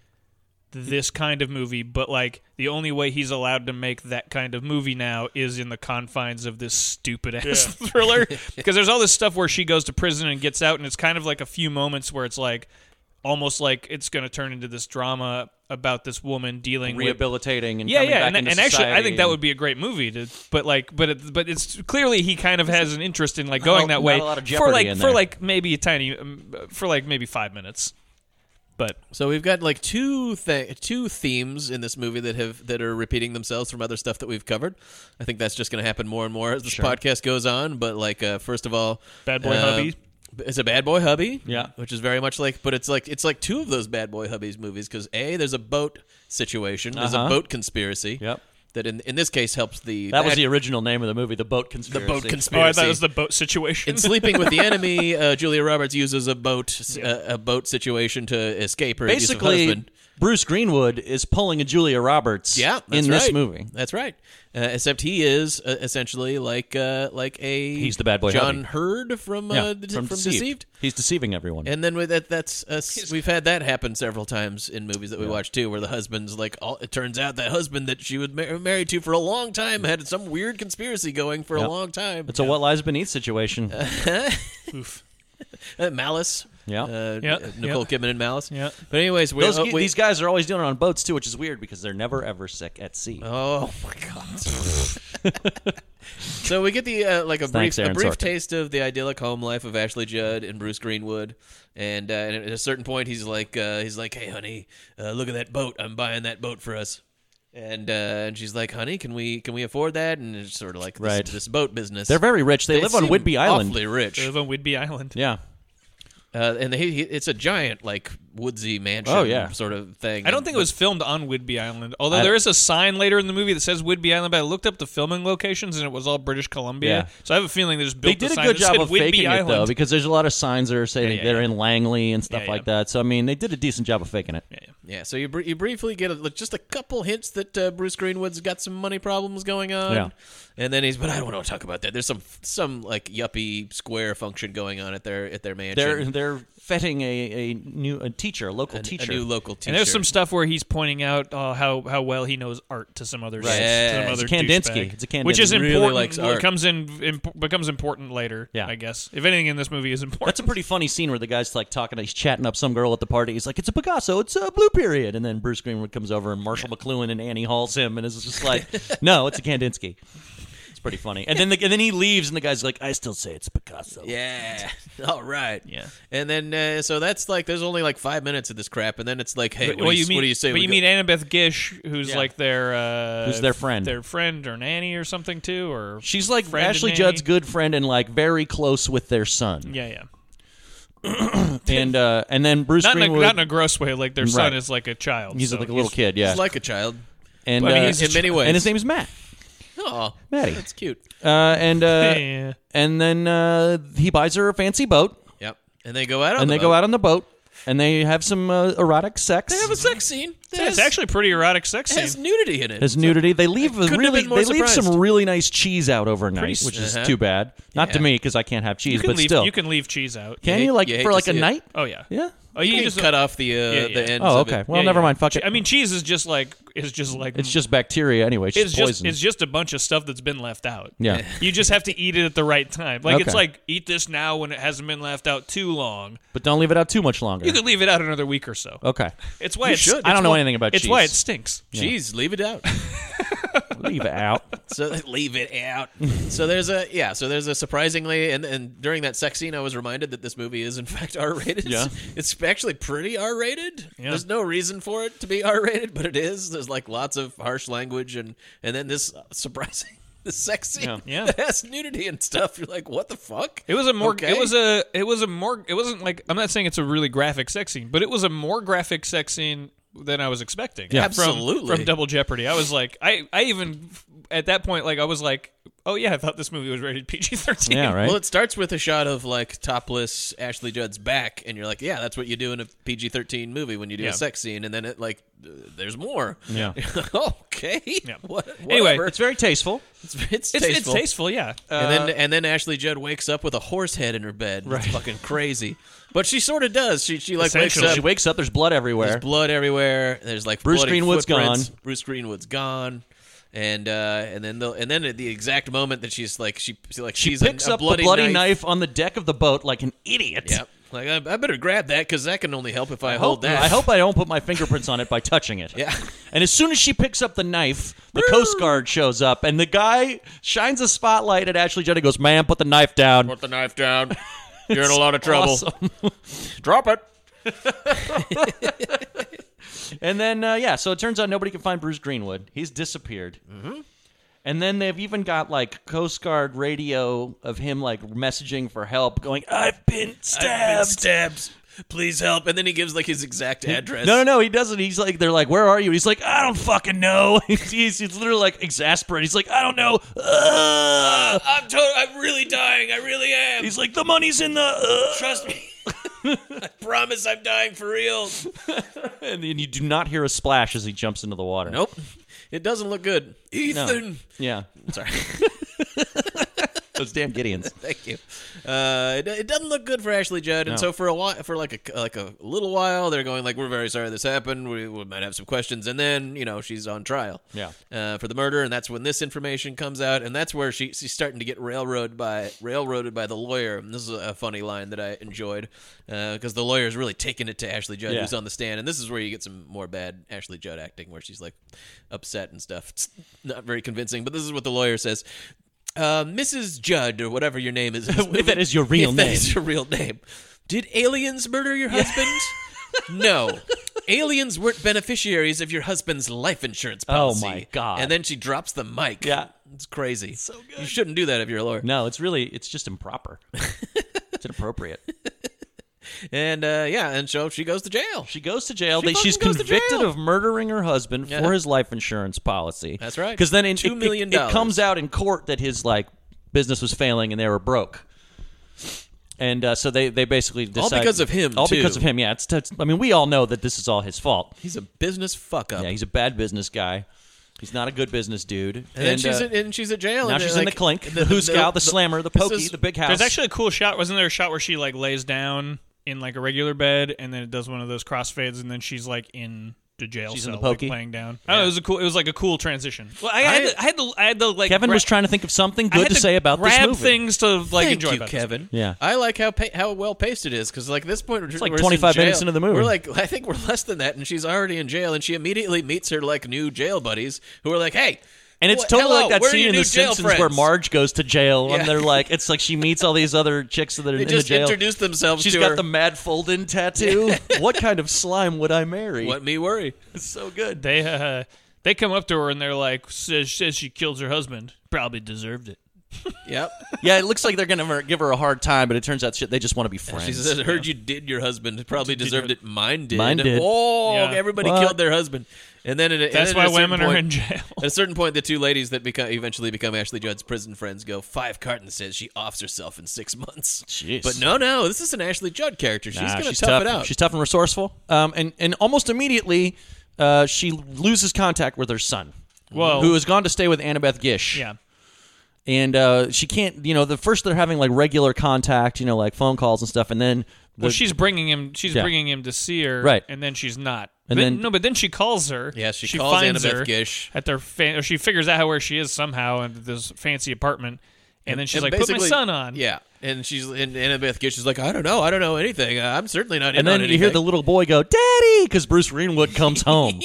[SPEAKER 1] this kind of movie, but like the only way he's allowed to make that kind of movie now is in the confines of this stupid ass (laughs) thriller.
[SPEAKER 3] (laughs)
[SPEAKER 1] Because there's all this stuff where she goes to prison and gets out, and it's kind of like a few moments where it's like almost like it's going to turn into this drama about this woman dealing with
[SPEAKER 3] Rehabilitating and
[SPEAKER 1] yeah,
[SPEAKER 3] coming
[SPEAKER 1] yeah,
[SPEAKER 3] back
[SPEAKER 1] and,
[SPEAKER 3] into
[SPEAKER 1] and actually, I
[SPEAKER 3] society
[SPEAKER 1] think that
[SPEAKER 3] and-
[SPEAKER 1] would be a great movie to, but like, but it, but it's clearly he kind of has an interest in like going
[SPEAKER 3] Oh, Not a-
[SPEAKER 1] that way
[SPEAKER 3] not a lot of
[SPEAKER 1] for
[SPEAKER 3] Jeopardy
[SPEAKER 1] like
[SPEAKER 3] in
[SPEAKER 1] for
[SPEAKER 3] there.
[SPEAKER 1] like maybe a tiny um, for like maybe five minutes. But
[SPEAKER 2] So we've got like two th- two themes in this movie that have that are repeating themselves from other stuff that we've covered. I think that's just going to happen more and more as this podcast goes on. But like, uh, first of all,
[SPEAKER 1] Bad boy
[SPEAKER 2] uh,
[SPEAKER 1] hubby.
[SPEAKER 3] oh,
[SPEAKER 2] It's a bad boy hubby,
[SPEAKER 3] Yeah.
[SPEAKER 2] which is very much like, but it's like it's like two of those bad boy hubbies movies because a there's a boat situation, there's a
[SPEAKER 3] Uh-huh.
[SPEAKER 2] boat conspiracy.
[SPEAKER 3] Yep.
[SPEAKER 2] That in in this case helps the
[SPEAKER 3] That was the original name of the movie, The Boat Conspiracy.
[SPEAKER 2] boat
[SPEAKER 1] oh, I
[SPEAKER 2] conspiracy.
[SPEAKER 1] thought it was the boat situation.
[SPEAKER 2] (laughs)
[SPEAKER 3] (laughs)
[SPEAKER 2] in
[SPEAKER 1] (laughs)
[SPEAKER 2] sleeping with the enemy, uh, Julia Roberts uses a boat uh, a boat situation to escape her abusive
[SPEAKER 3] Basically,
[SPEAKER 2] husband.
[SPEAKER 3] Bruce Greenwood is pulling a Julia Roberts
[SPEAKER 2] Yeah,
[SPEAKER 3] in
[SPEAKER 2] that's
[SPEAKER 3] this
[SPEAKER 2] right.
[SPEAKER 3] movie.
[SPEAKER 2] That's right. Uh, except he is uh, essentially like uh, like a
[SPEAKER 3] He's the bad boy
[SPEAKER 2] John
[SPEAKER 3] hubby.
[SPEAKER 2] Hurd from uh,
[SPEAKER 3] Yeah,
[SPEAKER 2] De- from, Deceived.
[SPEAKER 3] He's deceiving everyone.
[SPEAKER 2] And then with that, that's us. We've had that happen several times in movies that we watch too, where the husband's like, all, it turns out that husband that she was mar- married to for a long time had some weird conspiracy going for
[SPEAKER 3] Yep.
[SPEAKER 2] a long time.
[SPEAKER 3] It's a what lies beneath situation.
[SPEAKER 2] Uh, Malice.
[SPEAKER 3] Yeah.
[SPEAKER 2] Uh,
[SPEAKER 1] Yeah,
[SPEAKER 2] Nicole
[SPEAKER 1] yeah.
[SPEAKER 2] Kidman and Malice.
[SPEAKER 1] Yeah.
[SPEAKER 2] But anyways, we,
[SPEAKER 3] Those,
[SPEAKER 2] uh, we-
[SPEAKER 3] these guys are always doing it on boats too, which is weird because they're never ever sick at sea.
[SPEAKER 2] Oh my god. (laughs) so we get the uh, like a
[SPEAKER 3] Thanks,
[SPEAKER 2] brief a
[SPEAKER 3] Aaron
[SPEAKER 2] brief
[SPEAKER 3] Sorkin.
[SPEAKER 2] taste of the idyllic home life of Ashley Judd and Bruce Greenwood, and, uh, and at a certain point he's like uh, he's like, hey honey, uh, look at that boat. I'm buying that boat for us. And uh, and she's like, honey, can we can we afford that? And it's sort of like this,
[SPEAKER 3] Right.
[SPEAKER 2] this boat business.
[SPEAKER 3] They're very rich. They live on
[SPEAKER 2] seem
[SPEAKER 3] Whidbey Island.
[SPEAKER 2] Awfully rich.
[SPEAKER 1] They live on Whidbey Island.
[SPEAKER 3] Yeah,
[SPEAKER 2] Uh, and he, he, it's a giant like woodsy mansion.
[SPEAKER 3] Oh, yeah.
[SPEAKER 2] sort of
[SPEAKER 1] (laughs)
[SPEAKER 2] thing.
[SPEAKER 1] I don't think it was filmed on Whidbey Island. Although there is a sign later in the movie that says Whidbey Island, but I looked up the filming locations and it was all British Columbia.
[SPEAKER 3] Yeah.
[SPEAKER 1] So I have a feeling they just
[SPEAKER 3] they
[SPEAKER 1] built
[SPEAKER 3] did
[SPEAKER 1] the
[SPEAKER 3] a
[SPEAKER 1] sign
[SPEAKER 3] good
[SPEAKER 1] that
[SPEAKER 3] job
[SPEAKER 1] said
[SPEAKER 3] of
[SPEAKER 1] Whidbey
[SPEAKER 3] faking
[SPEAKER 1] Island.
[SPEAKER 3] it though, because there's a lot of signs that are saying
[SPEAKER 1] yeah,
[SPEAKER 3] they're in Langley and stuff
[SPEAKER 1] Yeah,
[SPEAKER 3] like
[SPEAKER 1] yeah.
[SPEAKER 3] that. So I mean, they did a decent job of faking it.
[SPEAKER 2] Yeah, so you br- you briefly get a, like, just a couple hints that uh, Bruce Greenwood's got some money problems going on.
[SPEAKER 3] Yeah.
[SPEAKER 2] And then he's, but I don't want to talk about that. There's some some like yuppie square function going on at their at their
[SPEAKER 3] They're
[SPEAKER 2] mansion.
[SPEAKER 3] they're fetting a, a new a teacher, a local
[SPEAKER 2] a,
[SPEAKER 3] teacher.
[SPEAKER 2] a new local teacher.
[SPEAKER 1] And there's some stuff where he's pointing out uh, how how well he knows art to some other
[SPEAKER 2] Right.
[SPEAKER 1] to
[SPEAKER 2] Yeah,
[SPEAKER 1] some
[SPEAKER 2] it's
[SPEAKER 1] other
[SPEAKER 3] a Kandinsky.
[SPEAKER 1] douchebag.
[SPEAKER 3] It's a Kandinsky.
[SPEAKER 1] which is
[SPEAKER 2] Really
[SPEAKER 1] important.
[SPEAKER 2] likes
[SPEAKER 1] well, it
[SPEAKER 2] art.
[SPEAKER 1] comes in imp- becomes important later.
[SPEAKER 3] Yeah.
[SPEAKER 1] I guess if anything in this movie is important,
[SPEAKER 3] That's a pretty funny scene where the guy's like talking. He's chatting up some girl at the party. He's like, "It's a Picasso. It's a Blue Period." And then Bruce Greenwood comes over, and Marshall McLuhan and Annie hauls him, and it's just like, "No, it's a Kandinsky." It's pretty funny. And then the, and then he leaves, and the guy's like, "I still say it's a Picasso."
[SPEAKER 2] Yeah. (laughs) All right.
[SPEAKER 1] Yeah.
[SPEAKER 2] And then uh, so that's like there's only like five minutes of this crap, and then it's like, hey,
[SPEAKER 1] But-
[SPEAKER 2] what, do, you,
[SPEAKER 1] meet,
[SPEAKER 2] what do you say?
[SPEAKER 1] But
[SPEAKER 2] we
[SPEAKER 1] you
[SPEAKER 2] go-
[SPEAKER 1] meet Annabeth Gish, who's
[SPEAKER 3] Yeah.
[SPEAKER 1] like their uh,
[SPEAKER 3] Who's their friend.
[SPEAKER 1] their friend or nanny or something too, or
[SPEAKER 3] She's like
[SPEAKER 1] friend and
[SPEAKER 3] Ashley
[SPEAKER 1] nanny.
[SPEAKER 3] Judd's good friend and like very close with their son.
[SPEAKER 1] Yeah, yeah.
[SPEAKER 3] (laughs) And uh, and then Bruce
[SPEAKER 1] Not in, a,
[SPEAKER 3] Greenwood.
[SPEAKER 1] not in a gross way. Like their son
[SPEAKER 3] Right.
[SPEAKER 1] is like a child.
[SPEAKER 3] he's
[SPEAKER 1] so
[SPEAKER 3] like a little kid. Yeah.
[SPEAKER 2] He's like a child.
[SPEAKER 3] and
[SPEAKER 2] I mean,
[SPEAKER 3] uh,
[SPEAKER 2] he's in many ways.
[SPEAKER 3] And his name is Matt.
[SPEAKER 2] Oh,
[SPEAKER 3] Maddie.
[SPEAKER 2] that's cute.
[SPEAKER 3] Uh, and uh,
[SPEAKER 1] Yeah.
[SPEAKER 3] and then uh, he buys her a fancy boat,
[SPEAKER 2] Yep. And they go out on
[SPEAKER 3] and
[SPEAKER 2] the
[SPEAKER 3] they
[SPEAKER 2] boat.
[SPEAKER 3] go out on the boat, and they have some uh, erotic sex.
[SPEAKER 2] They have a sex scene. That
[SPEAKER 1] It's
[SPEAKER 2] has-
[SPEAKER 1] actually a pretty erotic sex
[SPEAKER 2] has
[SPEAKER 1] scene.
[SPEAKER 2] nudity in it.
[SPEAKER 3] There's nudity. They leave a
[SPEAKER 2] couldn't have
[SPEAKER 3] really
[SPEAKER 2] been more
[SPEAKER 3] they leave
[SPEAKER 2] surprised.
[SPEAKER 3] some really nice cheese out overnight,
[SPEAKER 1] Pretty-
[SPEAKER 3] which is
[SPEAKER 2] Uh-huh.
[SPEAKER 3] too bad. Not to
[SPEAKER 2] Yeah.
[SPEAKER 3] me because I can't have cheese,
[SPEAKER 1] You can
[SPEAKER 3] but
[SPEAKER 1] leave.
[SPEAKER 3] still.
[SPEAKER 1] You can leave cheese out.
[SPEAKER 3] Can
[SPEAKER 2] You
[SPEAKER 3] you
[SPEAKER 2] hate-
[SPEAKER 3] like
[SPEAKER 2] you hate
[SPEAKER 3] for
[SPEAKER 2] to
[SPEAKER 3] like a
[SPEAKER 2] see it.
[SPEAKER 3] night?
[SPEAKER 1] Oh yeah.
[SPEAKER 3] Yeah.
[SPEAKER 1] Oh, you
[SPEAKER 2] You
[SPEAKER 1] can
[SPEAKER 2] just
[SPEAKER 1] just
[SPEAKER 2] cut off the uh,
[SPEAKER 1] Yeah, yeah.
[SPEAKER 2] the ends.
[SPEAKER 3] Oh,
[SPEAKER 2] of
[SPEAKER 3] okay.
[SPEAKER 2] it.
[SPEAKER 3] Well,
[SPEAKER 1] Yeah,
[SPEAKER 3] never
[SPEAKER 1] yeah.
[SPEAKER 3] mind. Fuck it.
[SPEAKER 1] I mean, cheese is just like is just like
[SPEAKER 3] it's just bacteria anyway. It's,
[SPEAKER 1] it's
[SPEAKER 3] just
[SPEAKER 1] just
[SPEAKER 3] poison.
[SPEAKER 1] it's just a bunch of stuff that's been left out.
[SPEAKER 3] Yeah.
[SPEAKER 1] (laughs) You just have to eat it at the right time. Like it's
[SPEAKER 3] Okay.
[SPEAKER 1] like eat this now when it hasn't been left out too long.
[SPEAKER 3] but don't leave it out too much longer.
[SPEAKER 1] You could leave it out another week or so.
[SPEAKER 2] (laughs)
[SPEAKER 3] okay.
[SPEAKER 1] It's why
[SPEAKER 2] You
[SPEAKER 1] it's,
[SPEAKER 2] should.
[SPEAKER 1] it's
[SPEAKER 3] I don't know
[SPEAKER 1] why-
[SPEAKER 3] anything about
[SPEAKER 1] It's why it
[SPEAKER 3] cheese.
[SPEAKER 1] stinks.
[SPEAKER 2] Jeez, leave
[SPEAKER 1] (laughs)
[SPEAKER 2] it out.
[SPEAKER 3] (laughs) leave it out.
[SPEAKER 2] (laughs) so leave it out. So there's a yeah. So there's a surprisingly and and during that sex scene, I was reminded that this movie is in (laughs) fact R rated.
[SPEAKER 3] Yeah.
[SPEAKER 2] it's actually pretty R rated. There's no reason for it to be (laughs) R rated, but it is. There's like lots of harsh language and and then this surprising. (laughs) The sex scene
[SPEAKER 1] Yeah.
[SPEAKER 2] (laughs) that has nudity and stuff. You're like, what the fuck?
[SPEAKER 1] It was a more.
[SPEAKER 2] Okay.
[SPEAKER 1] It was a. It was a more. It wasn't like. I'm not saying it's a really graphic sex scene, but it was a more graphic sex scene than I was expecting.
[SPEAKER 2] Yeah.
[SPEAKER 1] From-
[SPEAKER 2] Absolutely.
[SPEAKER 1] From Double Jeopardy, I was like, I. I even at that point, like, I was like, oh yeah, I thought this movie was rated PG-13.
[SPEAKER 3] Yeah, right.
[SPEAKER 2] Well, it starts with a shot of like topless Ashley Judd's back, and you're like, yeah, that's what you do in a PG 13 movie when you do
[SPEAKER 1] Yeah.
[SPEAKER 2] a sex scene, and then it like, uh, there's more.
[SPEAKER 3] Yeah.
[SPEAKER 2] (laughs) okay.
[SPEAKER 1] Yeah.
[SPEAKER 2] (laughs) What,
[SPEAKER 1] Anyway,
[SPEAKER 2] whatever.
[SPEAKER 3] it's very tasteful.
[SPEAKER 2] it's, it's
[SPEAKER 1] It's
[SPEAKER 2] tasteful.
[SPEAKER 1] it's tasteful, Uh, yeah.
[SPEAKER 2] and
[SPEAKER 3] Uh,
[SPEAKER 2] then and then Ashley Judd wakes up with a horse head in her bed. It's fucking crazy. But she sort of does. She she like wakes
[SPEAKER 1] Essentially.
[SPEAKER 2] up.
[SPEAKER 3] She wakes up. There's blood everywhere.
[SPEAKER 2] There's blood everywhere. There's like
[SPEAKER 3] Bruce
[SPEAKER 2] bloody
[SPEAKER 3] Greenwood's
[SPEAKER 2] footprints.
[SPEAKER 3] gone.
[SPEAKER 2] Bruce Greenwood's gone. And uh, and then the, and then at the exact moment that she's like she, she like
[SPEAKER 3] she
[SPEAKER 2] she's
[SPEAKER 3] picks
[SPEAKER 2] a, a
[SPEAKER 3] up
[SPEAKER 2] bloody
[SPEAKER 3] the bloody knife.
[SPEAKER 2] knife
[SPEAKER 3] on the deck of the boat like an idiot.
[SPEAKER 2] Yep. Like I, I better grab that because that can only help if I,
[SPEAKER 3] I
[SPEAKER 2] hold
[SPEAKER 3] hope,
[SPEAKER 2] that.
[SPEAKER 3] I hope I don't put my fingerprints on it by touching it.
[SPEAKER 2] (laughs) Yeah.
[SPEAKER 3] And as soon as she picks up the knife, the Coast Guard shows up, and the guy shines a spotlight at Ashley Judd and goes, "Man, put the knife down."
[SPEAKER 2] Put the knife down. You're in a lot of (laughs) trouble.
[SPEAKER 3] Awesome. (laughs)
[SPEAKER 2] Drop it.
[SPEAKER 3] And then uh, yeah, so it turns out nobody can find Bruce Greenwood. He's disappeared. Mm-hmm. And then they've even got like Coast Guard radio of him like messaging for help, going, "I've been stabbed."
[SPEAKER 2] Stabs. Please help. And then he gives like his exact address.
[SPEAKER 3] No, no, no, he doesn't. He's like, they're like, where are you? He's like, I don't fucking know. (laughs) he's, he's literally like exasperated. He's like, I don't know. Ugh."
[SPEAKER 2] I'm to- I'm really dying. I really am.
[SPEAKER 3] He's like, the money's in the. Uh.
[SPEAKER 2] (laughs) Trust me. I promise I'm dying for real.
[SPEAKER 3] and then you do not hear a splash as he jumps into the water.
[SPEAKER 2] Nope. It doesn't look good.
[SPEAKER 3] No.
[SPEAKER 2] Ethan.
[SPEAKER 3] Yeah.
[SPEAKER 2] Sorry.
[SPEAKER 3] (laughs) Those damn Gideons.
[SPEAKER 2] (laughs) Thank you. Uh, it, it doesn't look good for Ashley Judd, and
[SPEAKER 3] No.
[SPEAKER 2] so for a while, for like a like a little while, they're going like, "We're very sorry this happened. We, we might have some questions." And then you know she's on trial,
[SPEAKER 3] Yeah.
[SPEAKER 2] uh, for the murder, and that's when this information comes out, and that's where she she's starting to get railroaded by railroaded by the lawyer. And this is a funny line that I enjoyed because the lawyer is really taking it to Ashley Judd,
[SPEAKER 3] Yeah.
[SPEAKER 2] who's on the stand, and this is where you get some more bad Ashley Judd acting, where she's like upset and stuff. It's not very convincing, but this is what the lawyer says uh, Mrs. Judd or whatever your
[SPEAKER 3] (laughs)
[SPEAKER 2] name is.
[SPEAKER 3] If that is your real
[SPEAKER 2] If that
[SPEAKER 3] name.
[SPEAKER 2] is your real name. Did aliens murder your husband?
[SPEAKER 3] (laughs)
[SPEAKER 2] no. Aliens weren't beneficiaries of your husband's life insurance
[SPEAKER 3] Oh,
[SPEAKER 2] policy.
[SPEAKER 3] my God.
[SPEAKER 2] And then she drops the mic.
[SPEAKER 3] Yeah.
[SPEAKER 2] It's crazy. so good. You shouldn't do that if you're a lawyer.
[SPEAKER 3] No, it's really it's just (laughs) improper. it's inappropriate.
[SPEAKER 2] And uh, yeah, and so she goes to jail.
[SPEAKER 3] She goes to jail.
[SPEAKER 2] She
[SPEAKER 3] They- she's
[SPEAKER 2] fucking goes to
[SPEAKER 3] convicted
[SPEAKER 2] jail.
[SPEAKER 3] of murdering her husband
[SPEAKER 2] Yeah.
[SPEAKER 3] for his life insurance policy.
[SPEAKER 2] That's right.
[SPEAKER 3] Because then in,
[SPEAKER 2] Two
[SPEAKER 3] it- it-
[SPEAKER 2] million
[SPEAKER 3] it,
[SPEAKER 2] dollars.
[SPEAKER 3] comes out in court that his like business was failing and they were broke. And uh, so they, they basically decide,
[SPEAKER 2] because of him,
[SPEAKER 3] All
[SPEAKER 2] too.
[SPEAKER 3] because of him. Yeah, it's, it's. I mean, we all know that this is all his fault.
[SPEAKER 2] He's a business fuck up.
[SPEAKER 3] Yeah, he's a bad business guy. He's not a good business dude.
[SPEAKER 2] and then she's,
[SPEAKER 3] uh,
[SPEAKER 2] in, and she's at jail.
[SPEAKER 3] now
[SPEAKER 2] and
[SPEAKER 3] she's
[SPEAKER 2] like,
[SPEAKER 3] in the clink, the, who's gal, the, slammer, the
[SPEAKER 2] this
[SPEAKER 3] pokey,
[SPEAKER 2] is-
[SPEAKER 3] the big house.
[SPEAKER 1] There's actually a cool shot. Wasn't there a shot where she like lays down in like a regular bed and then it does one of those crossfades and then she's like in the jail
[SPEAKER 3] She's in
[SPEAKER 1] cell,
[SPEAKER 3] the
[SPEAKER 1] like,
[SPEAKER 3] pokey.
[SPEAKER 1] laying down. I don't know, it was a cool. It was like a cool transition. Well, I, I,
[SPEAKER 2] I-
[SPEAKER 1] had, the, I had the I had the like
[SPEAKER 3] Kevin
[SPEAKER 1] gra-
[SPEAKER 3] was trying to think of something
[SPEAKER 1] I
[SPEAKER 3] good
[SPEAKER 1] had
[SPEAKER 3] to say about this
[SPEAKER 1] grab
[SPEAKER 3] movie.
[SPEAKER 1] things to like
[SPEAKER 2] Thank
[SPEAKER 1] enjoy.
[SPEAKER 2] you,
[SPEAKER 1] about this.
[SPEAKER 2] Kevin.
[SPEAKER 3] Yeah.
[SPEAKER 2] I like how pa- how well paced it is because like this point it's
[SPEAKER 3] like 25 minutes into the movie.
[SPEAKER 2] We're like (laughs) I think we're less than that, and she's already in jail, and she immediately meets her like new jail buddies who are like, hey.
[SPEAKER 3] And it's
[SPEAKER 2] wh-
[SPEAKER 3] totally
[SPEAKER 2] hello,
[SPEAKER 3] like that
[SPEAKER 2] where are
[SPEAKER 3] scene
[SPEAKER 2] your
[SPEAKER 3] in The
[SPEAKER 2] new jail
[SPEAKER 3] Simpsons where
[SPEAKER 2] friends?"
[SPEAKER 3] Marge goes to jail,
[SPEAKER 2] Yeah.
[SPEAKER 3] and they're like, it's like she meets all these other chicks that are
[SPEAKER 2] (laughs) they
[SPEAKER 3] in
[SPEAKER 2] just
[SPEAKER 3] the jail.
[SPEAKER 2] introduce themselves.
[SPEAKER 3] She's
[SPEAKER 2] to
[SPEAKER 3] got
[SPEAKER 2] her.
[SPEAKER 3] the Mad Foldin
[SPEAKER 2] (laughs)
[SPEAKER 3] tattoo. what kind of slime would I marry?
[SPEAKER 2] what me worry.
[SPEAKER 3] (laughs) It's so good.
[SPEAKER 1] They uh, they come up to her and they're like says, says she killed her husband. Probably deserved it.
[SPEAKER 2] Yep.
[SPEAKER 3] Yeah, it looks like they're gonna give her a hard time, but it turns out shit, they just want to be friends.
[SPEAKER 2] She says, "Heard you did your husband. Probably deserved it. Mine did.
[SPEAKER 3] Mine did.
[SPEAKER 2] Oh,
[SPEAKER 1] Yeah.
[SPEAKER 2] everybody
[SPEAKER 3] What?
[SPEAKER 2] killed their husband." And then at a, and
[SPEAKER 1] That's
[SPEAKER 2] then
[SPEAKER 1] why
[SPEAKER 2] at a certain
[SPEAKER 1] women
[SPEAKER 2] point,
[SPEAKER 1] are in jail.
[SPEAKER 2] (laughs) At a certain point, the two ladies that become eventually become Ashley Judd's prison friends go, Five Carton says she offs herself in six months.
[SPEAKER 3] Jeez.
[SPEAKER 2] But no, no, this is an Ashley Judd character. She's
[SPEAKER 3] Nah,
[SPEAKER 2] going to
[SPEAKER 3] she's
[SPEAKER 2] tough, it out.
[SPEAKER 3] She's tough and resourceful. Um, and and almost immediately, uh, she loses contact with her son,
[SPEAKER 2] Oh.
[SPEAKER 1] Whoa.
[SPEAKER 3] who has gone to stay with Annabeth Gish.
[SPEAKER 1] Yeah.
[SPEAKER 3] and uh, she can't. You know, the first they're having like regular contact, you know, like phone calls and stuff, and then the,
[SPEAKER 1] Well, she's bringing him. She's
[SPEAKER 3] Yeah.
[SPEAKER 1] bringing him to see her,
[SPEAKER 3] Right.
[SPEAKER 1] And then she's not.
[SPEAKER 3] And
[SPEAKER 1] But-
[SPEAKER 3] then-
[SPEAKER 1] no, but then she calls her.
[SPEAKER 2] Yeah, she calls
[SPEAKER 1] finds
[SPEAKER 2] Annabeth
[SPEAKER 1] her
[SPEAKER 2] Gish.
[SPEAKER 1] at their. Fa- or she figures out where she is somehow in this fancy apartment, and, then she's
[SPEAKER 2] And
[SPEAKER 1] like, "Put my
[SPEAKER 2] basically-
[SPEAKER 1] son on."
[SPEAKER 2] Yeah. And she's and Annabeth Gish is like, I don't know. I don't know anything. Uh, I'm certainly not in
[SPEAKER 3] and then
[SPEAKER 2] on
[SPEAKER 3] you hear the
[SPEAKER 2] anything."
[SPEAKER 3] little boy go, "Daddy," because Bruce Greenwood
[SPEAKER 2] (laughs)
[SPEAKER 3] comes home.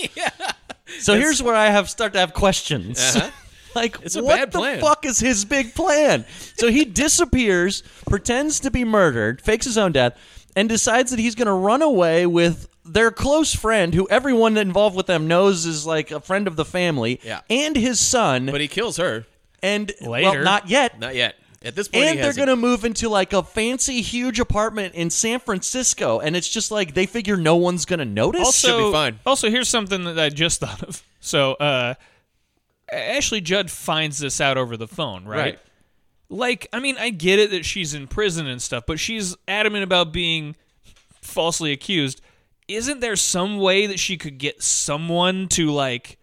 [SPEAKER 3] So here's where I have start to have questions. (laughs) like,
[SPEAKER 2] Uh-huh. It's a
[SPEAKER 3] what
[SPEAKER 2] bad
[SPEAKER 3] the
[SPEAKER 2] plan.
[SPEAKER 3] fuck is his big plan? So he disappears, pretends to be murdered, fakes his own death, and decides that he's going to run away with their close friend, who everyone involved with them knows is like a friend of the family,
[SPEAKER 2] Yeah.
[SPEAKER 3] and his son,
[SPEAKER 2] But he kills her.
[SPEAKER 3] and well,
[SPEAKER 1] Later.
[SPEAKER 3] not yet.
[SPEAKER 2] Not yet. At this point,
[SPEAKER 3] and
[SPEAKER 2] he
[SPEAKER 3] they're
[SPEAKER 2] has
[SPEAKER 3] going to move into like a fancy, huge apartment in San Francisco, and it's just like they figure no one's going to notice.
[SPEAKER 1] Also,
[SPEAKER 2] should be fine.
[SPEAKER 1] also, here's something that I just (laughs) thought of. So, uh, Ashley Judd finds this out over the phone, right?
[SPEAKER 2] Right.
[SPEAKER 1] Like, I mean, I get it that she's in prison and stuff, but she's adamant about being falsely accused. Isn't there some way that she could get someone to like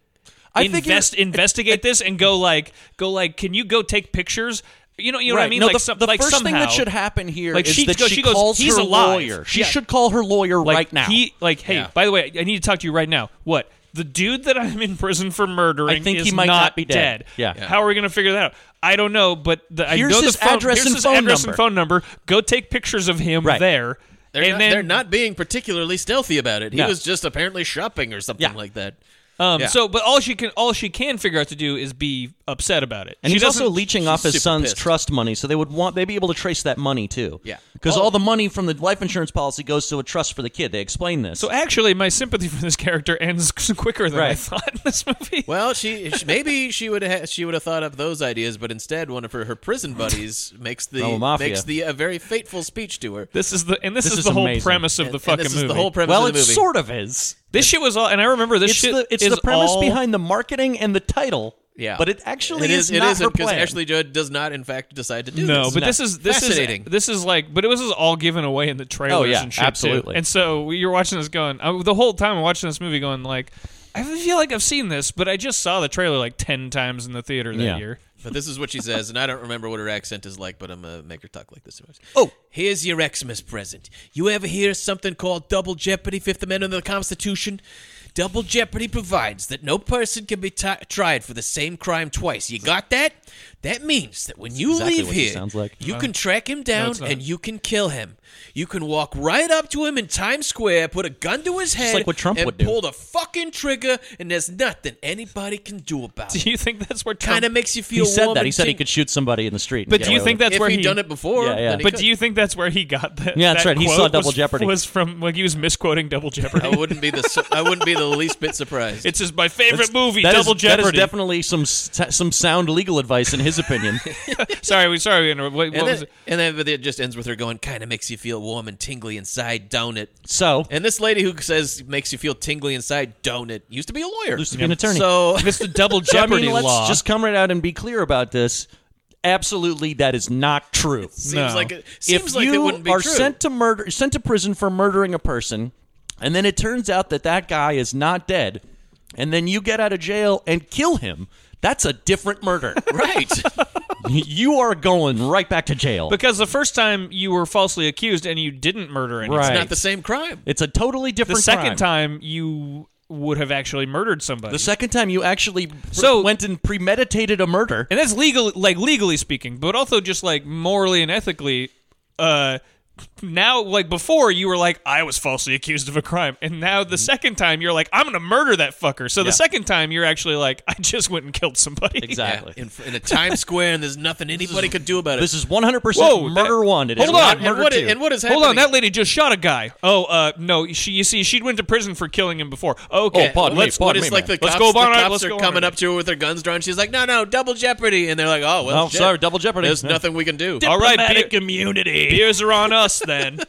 [SPEAKER 3] I figure-
[SPEAKER 1] invest
[SPEAKER 3] (laughs)
[SPEAKER 1] investigate this and go like go like can you go take pictures? You know, you know what I
[SPEAKER 3] Right.
[SPEAKER 1] mean.
[SPEAKER 3] No,
[SPEAKER 1] like,
[SPEAKER 3] the,
[SPEAKER 1] some-
[SPEAKER 3] the
[SPEAKER 1] like
[SPEAKER 3] first thing
[SPEAKER 1] somehow-
[SPEAKER 3] that should happen here
[SPEAKER 1] Like,
[SPEAKER 3] is
[SPEAKER 1] she
[SPEAKER 3] that
[SPEAKER 1] goes-
[SPEAKER 3] she,
[SPEAKER 1] she goes,
[SPEAKER 3] calls
[SPEAKER 1] "He's
[SPEAKER 3] her
[SPEAKER 1] alive."
[SPEAKER 3] lawyer. She
[SPEAKER 1] Yeah.
[SPEAKER 3] should call her lawyer
[SPEAKER 1] like
[SPEAKER 3] right now.
[SPEAKER 1] He like, hey,
[SPEAKER 2] Yeah.
[SPEAKER 1] by the way, I need to talk to you right now. What? The dude that I'm in prison for murdering
[SPEAKER 3] I think
[SPEAKER 1] is
[SPEAKER 3] he might not be dead. Yeah. Yeah.
[SPEAKER 1] How are we going to figure that out? I don't know, but the,
[SPEAKER 3] Here's
[SPEAKER 1] I know
[SPEAKER 3] his
[SPEAKER 1] the phone,
[SPEAKER 3] address
[SPEAKER 1] here's
[SPEAKER 3] and
[SPEAKER 1] his
[SPEAKER 3] phone
[SPEAKER 1] address
[SPEAKER 3] number.
[SPEAKER 1] and phone number. Go take pictures of him
[SPEAKER 3] Right.
[SPEAKER 1] there.
[SPEAKER 2] They're,
[SPEAKER 1] and
[SPEAKER 2] not,
[SPEAKER 1] then
[SPEAKER 2] they're not being particularly stealthy about it. He
[SPEAKER 3] No.
[SPEAKER 2] was just apparently shopping or something
[SPEAKER 3] Yeah.
[SPEAKER 2] like that.
[SPEAKER 1] um
[SPEAKER 2] yeah.
[SPEAKER 1] so but all she can all she can figure out to do is be upset about it.
[SPEAKER 3] and
[SPEAKER 1] she
[SPEAKER 3] he's also
[SPEAKER 1] doesn't-
[SPEAKER 3] leeching
[SPEAKER 2] she's
[SPEAKER 3] off his
[SPEAKER 2] super
[SPEAKER 3] son's
[SPEAKER 2] pissed.
[SPEAKER 3] trust money, so they would want they'd be able to trace that money too.
[SPEAKER 2] Yeah.
[SPEAKER 3] because
[SPEAKER 2] Oh.
[SPEAKER 3] all the money from the life insurance policy goes to a trust for the kid. They explain this.
[SPEAKER 1] So actually my sympathy for this character ends (laughs) quicker than I
[SPEAKER 3] Right.
[SPEAKER 1] thought in this movie.
[SPEAKER 2] Well, she, she maybe she would ha- she would have thought up those ideas, but instead, one of her, her prison buddies makes the
[SPEAKER 3] Roma Mafia.
[SPEAKER 2] makes the a very fateful speech to her.
[SPEAKER 1] This is the and this,
[SPEAKER 3] This
[SPEAKER 1] is,
[SPEAKER 3] is
[SPEAKER 1] the whole
[SPEAKER 3] amazing.
[SPEAKER 1] premise of
[SPEAKER 2] And-
[SPEAKER 1] the
[SPEAKER 2] and
[SPEAKER 1] fucking
[SPEAKER 2] this
[SPEAKER 1] movie.
[SPEAKER 2] is the whole premise
[SPEAKER 3] well,
[SPEAKER 2] of
[SPEAKER 3] it
[SPEAKER 2] the movie.
[SPEAKER 3] sort of is.
[SPEAKER 1] this shit was all and I remember this
[SPEAKER 3] It's
[SPEAKER 1] shit
[SPEAKER 3] the it's
[SPEAKER 1] is
[SPEAKER 3] the premise
[SPEAKER 1] all-
[SPEAKER 3] behind the marketing and the title.
[SPEAKER 2] Yeah,
[SPEAKER 3] but it actually
[SPEAKER 2] it
[SPEAKER 3] is,
[SPEAKER 2] it
[SPEAKER 3] not her
[SPEAKER 2] isn't because
[SPEAKER 3] plan.
[SPEAKER 2] Ashley Judd does not, in fact, decide to do
[SPEAKER 1] no,
[SPEAKER 2] this.
[SPEAKER 1] but this is this
[SPEAKER 2] fascinating.
[SPEAKER 1] is this is like, but it was all given away in the trailers
[SPEAKER 3] Oh, yeah,
[SPEAKER 1] and shit too.
[SPEAKER 3] absolutely.
[SPEAKER 1] And so you're watching this going I, the whole time I'm watching this movie going like, I feel like I've seen this, but I just saw the trailer like ten times in the theater that
[SPEAKER 3] Yeah.
[SPEAKER 1] year. (laughs)
[SPEAKER 2] But this is what she says, and I don't remember what her accent is like, but I'm gonna make her talk like this.
[SPEAKER 3] Oh.
[SPEAKER 2] here's your Xmas present. You ever hear something called double jeopardy, Fifth Amendment of the Constitution? Double jeopardy provides that no person can be ti tried for the same crime twice. You got that? That means that when you
[SPEAKER 3] Exactly
[SPEAKER 2] leave
[SPEAKER 3] what she
[SPEAKER 2] here,
[SPEAKER 3] sounds like.
[SPEAKER 2] you can track him down
[SPEAKER 1] it's not.
[SPEAKER 2] and you can kill him. You can walk right up to him in Times Square, put a gun to his head,
[SPEAKER 3] like what Trump
[SPEAKER 2] and
[SPEAKER 3] would do.
[SPEAKER 2] pull the fucking trigger, and there's nothing anybody can
[SPEAKER 3] (laughs)
[SPEAKER 2] do about it
[SPEAKER 1] Do you think that's where Trump
[SPEAKER 2] kind of makes you
[SPEAKER 3] He
[SPEAKER 2] feel.
[SPEAKER 3] said
[SPEAKER 2] warm
[SPEAKER 3] that. He
[SPEAKER 2] and
[SPEAKER 3] said he
[SPEAKER 2] tink-
[SPEAKER 3] could shoot somebody in the street. and
[SPEAKER 1] But
[SPEAKER 3] get
[SPEAKER 1] do you
[SPEAKER 3] away
[SPEAKER 1] think
[SPEAKER 3] with
[SPEAKER 1] that's
[SPEAKER 2] if
[SPEAKER 1] where
[SPEAKER 2] he'd
[SPEAKER 1] he
[SPEAKER 2] done it before.
[SPEAKER 3] Yeah, yeah.
[SPEAKER 2] then he
[SPEAKER 1] But
[SPEAKER 2] could.
[SPEAKER 1] do you think that's where he got that?
[SPEAKER 3] Yeah, that's
[SPEAKER 1] that
[SPEAKER 3] right. He saw
[SPEAKER 1] quote
[SPEAKER 3] Double
[SPEAKER 1] was,
[SPEAKER 3] Jeopardy.
[SPEAKER 1] Was from like he was misquoting Double
[SPEAKER 2] I (laughs)
[SPEAKER 1] Jeopardy.
[SPEAKER 2] wouldn't be the. su- I wouldn't be the least bit surprised.
[SPEAKER 1] it's just my favorite
[SPEAKER 3] That's-
[SPEAKER 1] movie,
[SPEAKER 3] that is-
[SPEAKER 1] Double Jeopardy.
[SPEAKER 3] That is definitely some s- some sound legal advice in his (laughs) opinion.
[SPEAKER 1] sorry, we sorry. We interrupt. What, what
[SPEAKER 2] and
[SPEAKER 1] was
[SPEAKER 2] then,
[SPEAKER 1] it?
[SPEAKER 2] and then, but it just ends with her going, kind of makes you feel warm and tingly inside, don't it?
[SPEAKER 3] so,
[SPEAKER 2] And this lady who says makes you feel tingly inside, don't it? Used to be a lawyer.
[SPEAKER 3] used to be an attorney.
[SPEAKER 2] So
[SPEAKER 1] Mr. Double
[SPEAKER 3] So, (laughs) I mean,
[SPEAKER 1] Jeopardy
[SPEAKER 3] let's
[SPEAKER 1] law.
[SPEAKER 3] just come right out and be clear about this. Absolutely, that is not true.
[SPEAKER 2] seems
[SPEAKER 1] No.
[SPEAKER 2] like it seems
[SPEAKER 3] if
[SPEAKER 2] like
[SPEAKER 3] you
[SPEAKER 2] it wouldn't be
[SPEAKER 3] are
[SPEAKER 2] true.
[SPEAKER 3] sent to murder, sent to prison for murdering a person, and then it turns out that that guy is not dead, and then you get out of jail and kill him, that's a different (laughs) murder.
[SPEAKER 2] right.
[SPEAKER 3] you are going right back to jail.
[SPEAKER 1] because the first time you were falsely accused and you didn't murder anyone.
[SPEAKER 3] Right.
[SPEAKER 2] Not the same crime.
[SPEAKER 3] It's a totally
[SPEAKER 1] The
[SPEAKER 3] different.
[SPEAKER 1] second
[SPEAKER 3] crime.
[SPEAKER 1] time you would have actually murdered somebody.
[SPEAKER 3] The second time you actually pr-
[SPEAKER 1] So-
[SPEAKER 3] went and premeditated a murder.
[SPEAKER 1] and that's legal, like legally speaking, but also just like morally and ethically. Uh, now, like before, you were like, I was falsely accused of a crime, and now the second time you're like, I'm gonna murder that fucker. So the
[SPEAKER 3] Mm-hmm. Yeah.
[SPEAKER 1] second time you're actually like, I just went and killed somebody.
[SPEAKER 3] Exactly.
[SPEAKER 2] In, in a Times Square, and there's nothing anybody could do about it.
[SPEAKER 3] This is 100%
[SPEAKER 1] Whoa,
[SPEAKER 3] murder
[SPEAKER 1] that-
[SPEAKER 3] one. It is
[SPEAKER 1] Hold
[SPEAKER 3] not
[SPEAKER 1] on,
[SPEAKER 2] and
[SPEAKER 3] murder
[SPEAKER 2] what,
[SPEAKER 3] two.
[SPEAKER 2] and what is happening?
[SPEAKER 1] Hold on, that lady just shot a guy. Oh, uh, no, she. You see, she went to prison for killing him before. Okay,
[SPEAKER 3] Oh, pardon me,
[SPEAKER 2] What's, what
[SPEAKER 3] pardon
[SPEAKER 2] is
[SPEAKER 3] me,
[SPEAKER 2] like
[SPEAKER 3] man.
[SPEAKER 2] the
[SPEAKER 1] Let's
[SPEAKER 2] cops,
[SPEAKER 1] go,
[SPEAKER 2] the
[SPEAKER 1] Barnard,
[SPEAKER 2] cops
[SPEAKER 1] let's
[SPEAKER 2] are
[SPEAKER 1] go,
[SPEAKER 2] coming
[SPEAKER 1] Barnard.
[SPEAKER 2] up to her with their guns drawn. She's like, no, no, double jeopardy. And they're like, oh, well,
[SPEAKER 3] Oh,
[SPEAKER 2] shit.
[SPEAKER 3] sorry, double jeopardy.
[SPEAKER 2] There's
[SPEAKER 3] Yeah.
[SPEAKER 2] nothing we can do.
[SPEAKER 1] all right, beer,
[SPEAKER 3] (laughs)
[SPEAKER 1] (laughs)
[SPEAKER 3] community.
[SPEAKER 1] beers are on us then.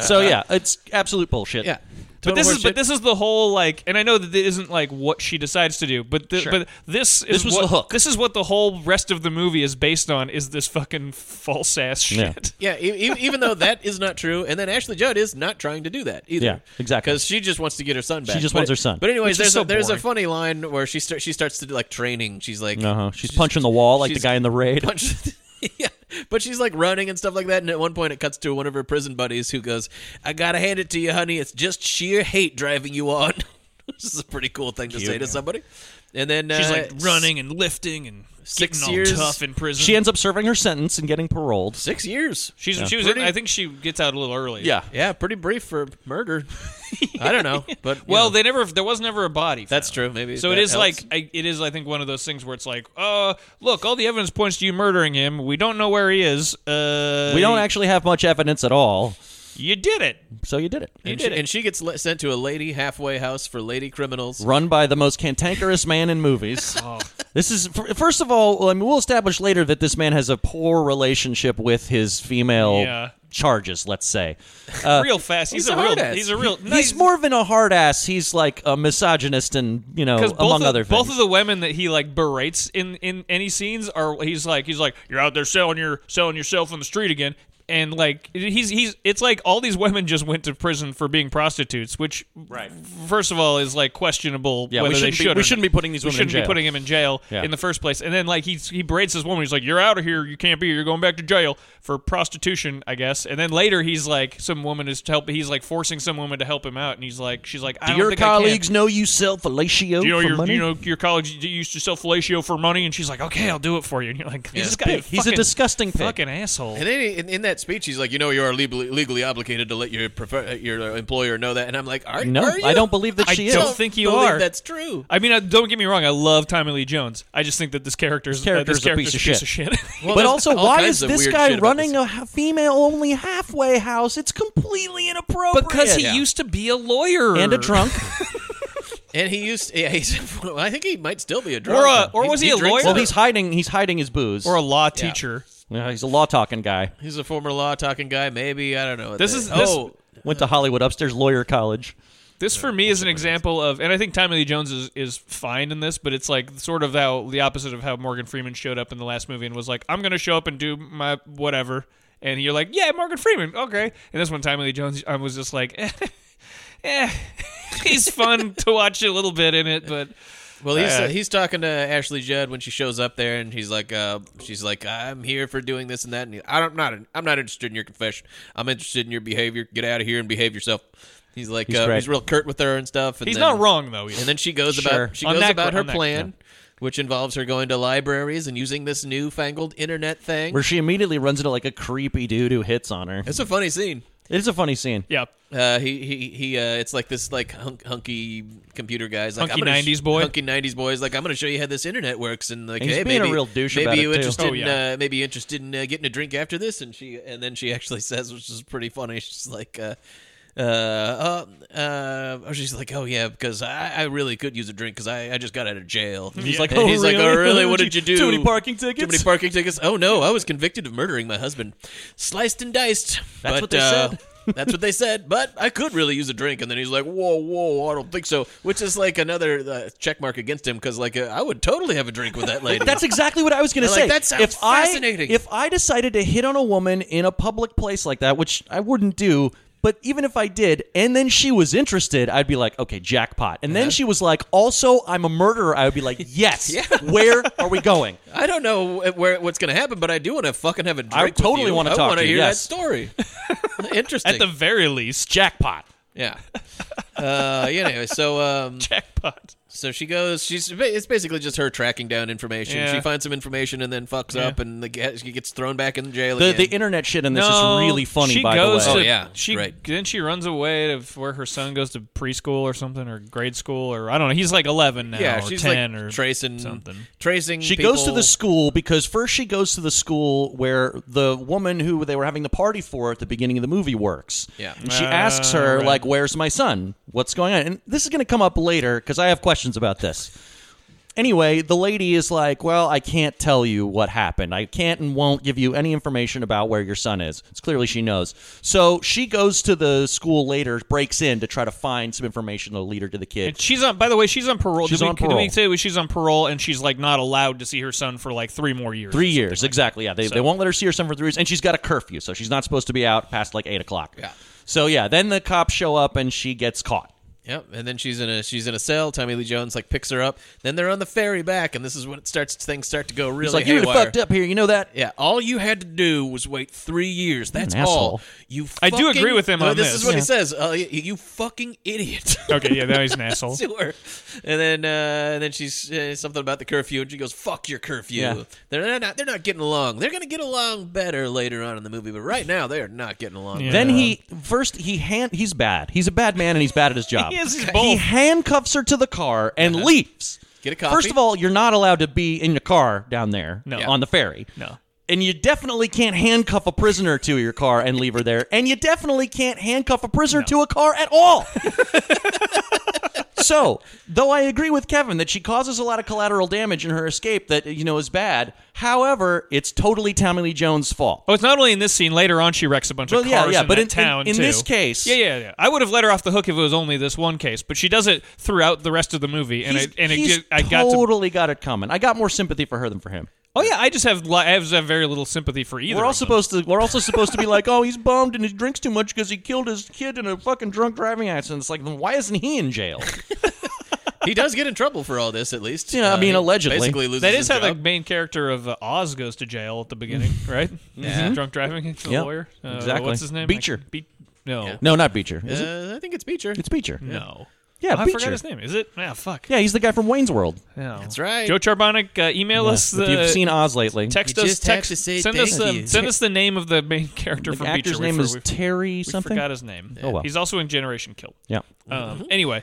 [SPEAKER 3] So yeah, it's absolute bullshit.
[SPEAKER 2] Yeah.
[SPEAKER 1] but this
[SPEAKER 2] Total
[SPEAKER 1] is but
[SPEAKER 2] horseshit.
[SPEAKER 1] this is the whole like, and I know that this isn't like what she decides to do, but the, but this is
[SPEAKER 3] was
[SPEAKER 1] what,
[SPEAKER 3] the hook.
[SPEAKER 1] This is what the whole rest of the movie is based on. Is this fucking false ass
[SPEAKER 3] Yeah.
[SPEAKER 1] shit? (laughs)
[SPEAKER 2] Yeah, e- e- even though that is not true, and then Ashley Judd is not trying to do that either.
[SPEAKER 3] Yeah, exactly.
[SPEAKER 2] Because she just wants to get her son back.
[SPEAKER 3] just
[SPEAKER 2] But-
[SPEAKER 3] wants her son.
[SPEAKER 2] But anyways,
[SPEAKER 1] Which is
[SPEAKER 2] there's
[SPEAKER 1] so
[SPEAKER 2] a, there's a
[SPEAKER 1] boring.
[SPEAKER 2] funny line where she start, she starts to do like training. She's like,
[SPEAKER 3] Uh huh. She's, punching the wall like the
[SPEAKER 2] she's-
[SPEAKER 3] guy in the raid.
[SPEAKER 2] punch. (laughs) yeah, but she's like running and stuff like that. And at one point, it cuts to one of her prison buddies who goes, "I gotta hand it to you, honey. It's just sheer hate driving you on." (laughs) Which is a pretty cool thing to say to somebody. And then
[SPEAKER 1] She's
[SPEAKER 2] uh,
[SPEAKER 1] like running and lifting and
[SPEAKER 2] six
[SPEAKER 1] getting all
[SPEAKER 2] years-
[SPEAKER 1] tough in prison.
[SPEAKER 3] She ends up serving her sentence and getting paroled.
[SPEAKER 2] six years.
[SPEAKER 1] She's she was. in, I think she gets out a little early.
[SPEAKER 2] yeah, pretty brief for (laughs) murder. I don't know, but you
[SPEAKER 1] Well,
[SPEAKER 2] know.
[SPEAKER 1] they never. There was never a body.
[SPEAKER 2] That's
[SPEAKER 1] found.
[SPEAKER 2] true. Maybe
[SPEAKER 1] So it
[SPEAKER 2] that
[SPEAKER 1] is
[SPEAKER 2] helps.
[SPEAKER 1] like I, it is. I think one of those things where it's like, uh, look, all the evidence points to you murdering him. We don't know where he is. Uh,
[SPEAKER 3] We don't actually have much evidence at all,
[SPEAKER 1] You did it.
[SPEAKER 3] so you did it.
[SPEAKER 2] and
[SPEAKER 1] did
[SPEAKER 2] she,
[SPEAKER 1] it.
[SPEAKER 2] and she gets le- sent to a lady halfway house for lady criminals.
[SPEAKER 3] Run by the most cantankerous man
[SPEAKER 1] (laughs)
[SPEAKER 3] in movies.
[SPEAKER 1] Oh.
[SPEAKER 3] This is f- first of all. well, I mean, we'll establish later that this man has a poor relationship with his female
[SPEAKER 1] Yeah.
[SPEAKER 3] charges. Let's say
[SPEAKER 1] real fast. He's,
[SPEAKER 2] he's
[SPEAKER 1] a
[SPEAKER 2] a
[SPEAKER 1] real.
[SPEAKER 2] hard ass.
[SPEAKER 1] He's a real. no,
[SPEAKER 3] he's more than a hard ass. He's like a misogynist, and you know,
[SPEAKER 1] 'cause both
[SPEAKER 3] among
[SPEAKER 1] of,
[SPEAKER 3] other things.
[SPEAKER 1] Both of the women that he like berates in in any scenes are he's like he's like you're out there selling your selling yourself on the street again. And like he's he's it's like all these women just went to prison for being prostitutes, which right. first of all is like questionable
[SPEAKER 3] Yeah, we
[SPEAKER 1] whether they
[SPEAKER 3] shouldn't be-
[SPEAKER 1] should.
[SPEAKER 3] we
[SPEAKER 1] or
[SPEAKER 3] shouldn't
[SPEAKER 1] not.
[SPEAKER 3] be putting these
[SPEAKER 1] We
[SPEAKER 3] women in
[SPEAKER 1] shouldn't be
[SPEAKER 3] jail.
[SPEAKER 1] putting him in jail
[SPEAKER 3] Yeah.
[SPEAKER 1] in the first place. And then like he he berates this woman. He's like, "You're out of here. You can't be. here. You're going back to jail for prostitution, I guess." And then later he's like, some woman is help. He's like forcing some woman to help him out, and he's like, she's like, I
[SPEAKER 3] Do
[SPEAKER 1] don't
[SPEAKER 3] your
[SPEAKER 1] think I can."
[SPEAKER 3] colleagues know you sell fellatio
[SPEAKER 1] Do you know
[SPEAKER 3] for
[SPEAKER 1] your
[SPEAKER 3] money?
[SPEAKER 1] you know your colleagues you used to sell fellatio for money, and she's like, okay, I'll do it for you, and you're like, this guy,
[SPEAKER 3] pig. He's a
[SPEAKER 1] fucking-
[SPEAKER 3] disgusting pig.
[SPEAKER 1] fucking asshole.
[SPEAKER 2] And then he- in, in that speech, he's like, "You know, you are legally, legally obligated to let your prefer, your uh, employer know that." And I'm like, "Are
[SPEAKER 3] no,
[SPEAKER 2] are you?
[SPEAKER 3] I don't believe that
[SPEAKER 1] I
[SPEAKER 3] she is.
[SPEAKER 1] don't think you
[SPEAKER 2] believe
[SPEAKER 1] are.
[SPEAKER 2] That's true.
[SPEAKER 1] I mean, uh, don't get me wrong. I love Tommy Lee Jones. I just think that this character's uh,
[SPEAKER 3] character's
[SPEAKER 1] this
[SPEAKER 3] a
[SPEAKER 1] character's
[SPEAKER 3] piece of
[SPEAKER 1] shit. (laughs)
[SPEAKER 3] but
[SPEAKER 2] there's
[SPEAKER 3] also,
[SPEAKER 2] all
[SPEAKER 3] why
[SPEAKER 2] kinds
[SPEAKER 3] is
[SPEAKER 2] of
[SPEAKER 3] this
[SPEAKER 2] weird
[SPEAKER 3] guy
[SPEAKER 2] shit about
[SPEAKER 3] running
[SPEAKER 2] this.
[SPEAKER 3] a ha- female-only halfway house? It's completely inappropriate.
[SPEAKER 1] because he used to be a lawyer
[SPEAKER 3] and a drunk.
[SPEAKER 2] And he used, yeah, he's, (laughs) well, I think he might still be a drunk.
[SPEAKER 1] or a, (laughs) or was he, a lawyer?
[SPEAKER 3] well, he's hiding. He's hiding his booze.
[SPEAKER 1] or a law teacher.
[SPEAKER 3] Yeah, he's a law-talking guy.
[SPEAKER 2] He's a former law talking guy. Maybe I don't know.
[SPEAKER 1] This is- this-
[SPEAKER 2] oh,
[SPEAKER 3] Went to Hollywood upstairs lawyer college.
[SPEAKER 1] This for me is an example of, and I think Tommy Lee Jones is, is fine in this, but it's like sort of how the opposite of how Morgan Freeman showed up in the last movie and was like, I'm going to show up and do my whatever. And you're like, yeah, Morgan Freeman, okay. And this one, Tommy Lee Jones, I was just like, (laughs) eh, eh. he's fun to watch a little bit in it, but.
[SPEAKER 2] Well, he's
[SPEAKER 1] uh,
[SPEAKER 2] he's talking to Ashley Judd when she shows up there, and he's like, uh, she's like, I'm here for doing this and that, and he, I don't, am not I'm not interested in your confession. I'm interested in your behavior. Get out of here and behave yourself. He's like,
[SPEAKER 1] He's
[SPEAKER 2] uh,
[SPEAKER 1] great.
[SPEAKER 2] he's real curt with her and stuff. And
[SPEAKER 1] He's
[SPEAKER 2] then-
[SPEAKER 1] not wrong, though, either.
[SPEAKER 2] And then she goes
[SPEAKER 1] Sure.
[SPEAKER 2] about she
[SPEAKER 1] On
[SPEAKER 2] goes
[SPEAKER 1] that-
[SPEAKER 2] about her
[SPEAKER 1] on that,
[SPEAKER 2] plan, which involves her going to libraries and using this newfangled internet thing.
[SPEAKER 3] where she immediately runs into like a creepy dude who hits on her.
[SPEAKER 2] It's a funny scene.
[SPEAKER 3] It's a funny scene.
[SPEAKER 1] Yeah.
[SPEAKER 2] Uh, he he he. Uh, it's like this like hunk, hunky computer guy's like
[SPEAKER 1] Hunky
[SPEAKER 2] I'm gonna
[SPEAKER 1] 90s boy?
[SPEAKER 2] Hunky nineties boy is like I'm gonna show you how this internet works and like
[SPEAKER 3] And he's
[SPEAKER 2] hey
[SPEAKER 3] being a
[SPEAKER 2] maybe
[SPEAKER 3] real douche
[SPEAKER 2] maybe
[SPEAKER 3] about
[SPEAKER 2] you
[SPEAKER 3] it, too.
[SPEAKER 2] interested
[SPEAKER 3] Oh,
[SPEAKER 2] in,
[SPEAKER 3] yeah.
[SPEAKER 2] uh, maybe you interested in uh, getting a drink after this and she and then she actually says which is pretty funny she's like. Uh, uh, uh, uh, or she's like, oh yeah, because I, I really could use a drink because I, I just got out of jail.
[SPEAKER 3] (laughs) He's like,
[SPEAKER 2] And
[SPEAKER 3] "Oh,
[SPEAKER 2] he's like,
[SPEAKER 3] really?
[SPEAKER 2] oh really? What did you do?
[SPEAKER 3] Too many parking
[SPEAKER 2] Too many
[SPEAKER 3] tickets?"
[SPEAKER 2] parking tickets. Oh no, I was convicted of murdering my husband, sliced and diced.
[SPEAKER 3] That's
[SPEAKER 2] but,
[SPEAKER 3] what they
[SPEAKER 2] uh,
[SPEAKER 3] said.
[SPEAKER 2] that's what they said, but I could really use a drink. And then he's like, whoa, whoa, I don't think so. Which is like another uh, check mark against him because, like, uh, I would totally have a drink with that
[SPEAKER 3] (laughs)
[SPEAKER 2] lady.
[SPEAKER 3] That's exactly what I was going to
[SPEAKER 2] They're like,
[SPEAKER 3] say.
[SPEAKER 2] "That sounds
[SPEAKER 3] if I-
[SPEAKER 2] fascinating."
[SPEAKER 3] if I decided to hit on a woman in a public place like that, which I wouldn't do, but even if I did, and then she was interested, I'd be like, okay, jackpot. And then she was like, also, I'm a murderer. I would be like, yes. Where are we going?
[SPEAKER 2] I don't know wh- where what's going to happen, but I do want to fucking have a drink.
[SPEAKER 3] I
[SPEAKER 2] with
[SPEAKER 3] totally
[SPEAKER 2] you.
[SPEAKER 3] wanna
[SPEAKER 2] I
[SPEAKER 3] talk
[SPEAKER 2] wanna
[SPEAKER 3] to you,
[SPEAKER 2] hear
[SPEAKER 3] yes.
[SPEAKER 2] that
[SPEAKER 3] (laughs)
[SPEAKER 2] story. Interesting.
[SPEAKER 1] At the very least, (laughs)
[SPEAKER 3] Jackpot.
[SPEAKER 2] yeah. Uh, yeah. Anyway, so um,
[SPEAKER 1] jackpot.
[SPEAKER 2] so she goes. She's ba- it's basically just her tracking down information.
[SPEAKER 1] Yeah.
[SPEAKER 2] She finds some information and then fucks
[SPEAKER 1] Yeah.
[SPEAKER 2] up, and the, ga- she gets thrown back in jail.
[SPEAKER 3] The,
[SPEAKER 2] again.
[SPEAKER 3] the internet shit in this
[SPEAKER 1] No,
[SPEAKER 3] is really funny,
[SPEAKER 1] she
[SPEAKER 3] by
[SPEAKER 1] goes
[SPEAKER 3] the
[SPEAKER 1] To,
[SPEAKER 3] way.
[SPEAKER 2] Oh, yeah,
[SPEAKER 1] she
[SPEAKER 2] right.
[SPEAKER 1] then she runs away to f- where her son goes to preschool or something or grade school or I don't know. He's like eleven now
[SPEAKER 2] yeah,
[SPEAKER 1] or
[SPEAKER 2] she's
[SPEAKER 1] ten
[SPEAKER 2] like
[SPEAKER 1] or
[SPEAKER 2] tracing
[SPEAKER 1] something.
[SPEAKER 2] Tracing.
[SPEAKER 3] She goes to
[SPEAKER 2] people.
[SPEAKER 3] the school because first she goes to the school where the woman who they were having the party for at the beginning of the movie works.
[SPEAKER 2] Yeah.
[SPEAKER 3] And she asks her,
[SPEAKER 1] right.
[SPEAKER 3] like, where's my son? What's going on? And this is going to come up later because I have questions about this. Anyway, the lady is like, Well, I can't tell you what happened. I can't and won't give you any information about where your son is. It's clearly she knows. So she goes to the school later, breaks in to try to find some information to lead her to the kid.
[SPEAKER 1] And she's on. By the way, she's on parole.
[SPEAKER 3] She's
[SPEAKER 1] did we,
[SPEAKER 3] on
[SPEAKER 1] Did we
[SPEAKER 3] parole.
[SPEAKER 1] say she's on parole and she's like not allowed to see her son for like three more years?
[SPEAKER 3] Three years, exactly. Yeah, they, they won't let her see her son for three years, and she's got a curfew, so she's not supposed to be out past like eight o'clock.
[SPEAKER 2] Yeah.
[SPEAKER 3] So yeah, then the cops show up and she gets caught.
[SPEAKER 2] Yep, and then she's in a she's in a cell. Tommy Lee Jones like picks her up. Then they're on the ferry back, and this is when it starts things start to go really
[SPEAKER 3] He's like, "You
[SPEAKER 2] haywire.
[SPEAKER 3] fucked up here, you know that?"
[SPEAKER 2] Yeah, all you had to do was wait three years. That's
[SPEAKER 3] an
[SPEAKER 2] all.
[SPEAKER 3] asshole.
[SPEAKER 2] You,
[SPEAKER 1] I do
[SPEAKER 2] fucking-
[SPEAKER 1] agree with him on
[SPEAKER 2] No,
[SPEAKER 1] this.
[SPEAKER 2] is what he
[SPEAKER 1] Yeah.
[SPEAKER 2] says. Uh, you, you fucking
[SPEAKER 1] (laughs)
[SPEAKER 2] idiot.
[SPEAKER 1] Okay, yeah, now he's an
[SPEAKER 2] (laughs)
[SPEAKER 1] asshole.
[SPEAKER 2] to her. And then uh, and then she's uh, something about the curfew, and she goes, "Fuck your curfew."
[SPEAKER 3] Yeah.
[SPEAKER 2] They're not they're not getting along. They're gonna get along better later on in the movie, but right now they are not getting along.
[SPEAKER 1] Yeah.
[SPEAKER 3] Then he first he hand he's bad. He's a bad man and he's bad
[SPEAKER 1] (laughs)
[SPEAKER 3] at his job.
[SPEAKER 1] He is, he's Uh-huh.
[SPEAKER 3] He
[SPEAKER 1] both.
[SPEAKER 3] handcuffs her to the car and leaves.
[SPEAKER 2] Get a coffee.
[SPEAKER 3] First of all, you're not allowed to be in the car down there
[SPEAKER 1] No.
[SPEAKER 3] on the ferry.
[SPEAKER 1] No.
[SPEAKER 3] And you definitely can't handcuff a prisoner to your car and leave her there. And you definitely can't handcuff a prisoner to a car at all. (laughs) so, though I agree with Kevin that she causes a lot of collateral damage in her escape that, you know, is bad, however, it's totally Tommy Lee Jones' fault.
[SPEAKER 1] Oh, it's not only in this scene. Later on, she wrecks a bunch of
[SPEAKER 3] Well, yeah,
[SPEAKER 1] cars
[SPEAKER 3] yeah,
[SPEAKER 1] in
[SPEAKER 3] but
[SPEAKER 1] that
[SPEAKER 3] in- in-
[SPEAKER 1] town
[SPEAKER 3] in
[SPEAKER 1] too.
[SPEAKER 3] this case-
[SPEAKER 1] yeah, yeah, yeah. I would have let her off the hook if it was only this one case, but she does it throughout the rest of the movie, and
[SPEAKER 3] He's-
[SPEAKER 1] it, and it,
[SPEAKER 3] he's
[SPEAKER 1] did- I got to
[SPEAKER 3] totally got it coming. I got more sympathy for her than for him.
[SPEAKER 1] Oh yeah, I just have li- I have, have very little sympathy for either.
[SPEAKER 3] We're all
[SPEAKER 1] of them.
[SPEAKER 3] supposed to. We're also supposed to be like, oh, he's bummed and he drinks too much because he killed his kid in a fucking drunk driving accident. It's like, then why isn't he in jail?
[SPEAKER 2] he does get in trouble for all this, at least. Uh,
[SPEAKER 3] Yeah, I mean,
[SPEAKER 2] he
[SPEAKER 3] allegedly.
[SPEAKER 2] basically loses
[SPEAKER 1] That is
[SPEAKER 2] his
[SPEAKER 1] how the
[SPEAKER 2] job.
[SPEAKER 1] main character of uh, Oz goes to jail at the beginning,
[SPEAKER 3] (laughs)
[SPEAKER 1] right? Yeah. Drunk driving, (laughs) he's the
[SPEAKER 3] Yep.
[SPEAKER 1] lawyer. Uh,
[SPEAKER 3] Mm-hmm. Exactly.
[SPEAKER 1] What's his name?
[SPEAKER 3] Beecher.
[SPEAKER 1] I- Be- (laughs) no.
[SPEAKER 3] no, not Beecher. Is it?
[SPEAKER 2] Uh, I think it's Beecher.
[SPEAKER 3] It's Beecher.
[SPEAKER 1] No.
[SPEAKER 3] Yeah,
[SPEAKER 1] Oh, I
[SPEAKER 3] Beecher.
[SPEAKER 1] forgot his name. Is it? Yeah, fuck.
[SPEAKER 3] Yeah, he's the guy from Wayne's World.
[SPEAKER 1] No. That's
[SPEAKER 2] right.
[SPEAKER 1] Joe Charbonic, uh, email us
[SPEAKER 3] Yeah,
[SPEAKER 1] the.
[SPEAKER 3] if you've seen Oz lately,
[SPEAKER 1] Text
[SPEAKER 2] You
[SPEAKER 1] us.
[SPEAKER 2] just have
[SPEAKER 1] Text,
[SPEAKER 2] to say
[SPEAKER 1] send us
[SPEAKER 2] thank
[SPEAKER 1] the
[SPEAKER 2] you.
[SPEAKER 1] send us the name of the
[SPEAKER 3] (laughs)
[SPEAKER 1] main character
[SPEAKER 3] the
[SPEAKER 1] from
[SPEAKER 3] actor's
[SPEAKER 1] Beecher.
[SPEAKER 3] name
[SPEAKER 1] we,
[SPEAKER 3] is
[SPEAKER 1] we,
[SPEAKER 3] Terry
[SPEAKER 1] we
[SPEAKER 3] something.
[SPEAKER 1] forgot his name.
[SPEAKER 3] Oh, Mm-hmm. well.
[SPEAKER 1] He's also in Generation Kill.
[SPEAKER 3] yeah.
[SPEAKER 1] Um, anyway,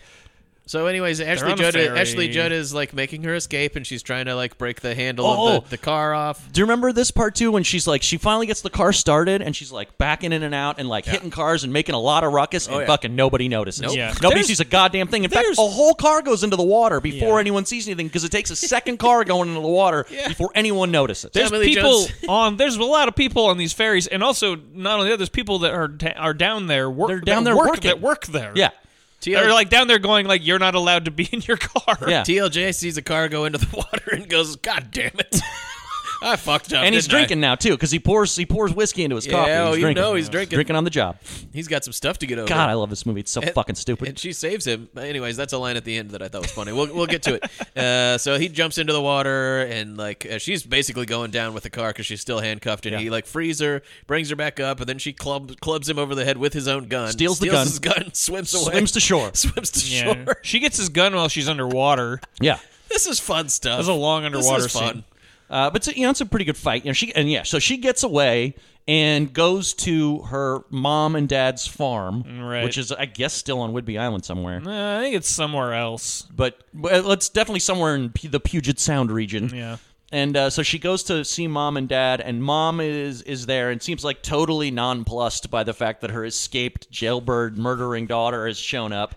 [SPEAKER 2] So, anyways, Ashley
[SPEAKER 1] on a
[SPEAKER 2] Judd,
[SPEAKER 1] ferry.
[SPEAKER 2] Ashley Judd is like making her escape, and she's trying to like break the handle
[SPEAKER 3] Oh.
[SPEAKER 2] of the, the car off.
[SPEAKER 3] Do you remember this part too? When she's like, she finally gets the car started and she's like backing in and out and like hitting cars and making a lot of ruckus and
[SPEAKER 2] Oh, yeah.
[SPEAKER 3] fucking nobody notices.
[SPEAKER 2] Nope.
[SPEAKER 1] Yeah.
[SPEAKER 3] Nobody
[SPEAKER 1] There's-
[SPEAKER 3] sees a goddamn thing. In fact,
[SPEAKER 1] there's-
[SPEAKER 3] a whole car goes into the water before
[SPEAKER 1] Yeah.
[SPEAKER 3] anyone sees anything because it takes a second
[SPEAKER 1] (laughs)
[SPEAKER 3] car going into the water before anyone notices.
[SPEAKER 1] there's
[SPEAKER 2] Emily
[SPEAKER 1] people
[SPEAKER 2] Jones.
[SPEAKER 3] (laughs)
[SPEAKER 1] on there's a lot of people on these ferries, and also not only that, there's people that are ta- are down there work
[SPEAKER 3] They're down
[SPEAKER 1] that
[SPEAKER 3] there
[SPEAKER 1] work,
[SPEAKER 3] working.
[SPEAKER 1] that work there.
[SPEAKER 3] Yeah.
[SPEAKER 1] TL- They're like down there going like you're not allowed to be in your (laughs) car.
[SPEAKER 2] Yeah. TLJ sees a car go into the (laughs) water and goes, "God damn it." (laughs) I fucked up.
[SPEAKER 3] and he's
[SPEAKER 2] didn't I?"
[SPEAKER 3] drinking now too because he pours he pours whiskey into his
[SPEAKER 2] Yeah,
[SPEAKER 3] coffee.
[SPEAKER 2] oh,
[SPEAKER 3] he's
[SPEAKER 2] you
[SPEAKER 3] drinking.
[SPEAKER 2] know he's drinking.
[SPEAKER 3] drinking on the
[SPEAKER 2] (laughs)
[SPEAKER 3] job.
[SPEAKER 2] He's got some stuff to get over.
[SPEAKER 3] God, I love this movie. It's so
[SPEAKER 2] And-
[SPEAKER 3] fucking stupid.
[SPEAKER 2] And she saves him. But Anyways, that's a line at the end that I thought was funny. We'll, we'll get to it. Uh, so he jumps into the water and like uh, she's basically going down with the car because she's still handcuffed, and he like frees her, brings her back up, and then she club, clubs him over the head with his own gun,
[SPEAKER 3] Steals the gun.
[SPEAKER 2] his gun, (laughs) swims away,
[SPEAKER 3] Swims to shore.
[SPEAKER 2] swims to
[SPEAKER 1] Yeah.
[SPEAKER 2] shore. (laughs)
[SPEAKER 1] She gets his gun while she's underwater.
[SPEAKER 3] yeah.
[SPEAKER 2] This is fun stuff.
[SPEAKER 1] That's a long underwater
[SPEAKER 2] this is fun.
[SPEAKER 1] scene.
[SPEAKER 3] Uh, but it's, a- you know, it's a pretty good fight. You know, she and yeah, so she gets away and goes to her mom and dad's farm,
[SPEAKER 1] Right.
[SPEAKER 3] which is I guess still on Whidbey Island somewhere.
[SPEAKER 1] Uh, I think it's somewhere else.
[SPEAKER 3] But, but it's definitely somewhere in P- the Puget Sound region.
[SPEAKER 1] Yeah.
[SPEAKER 3] And uh, so she goes to see mom and dad, and mom is is there and seems like totally nonplussed by the fact that her escaped jailbird murdering daughter has shown up.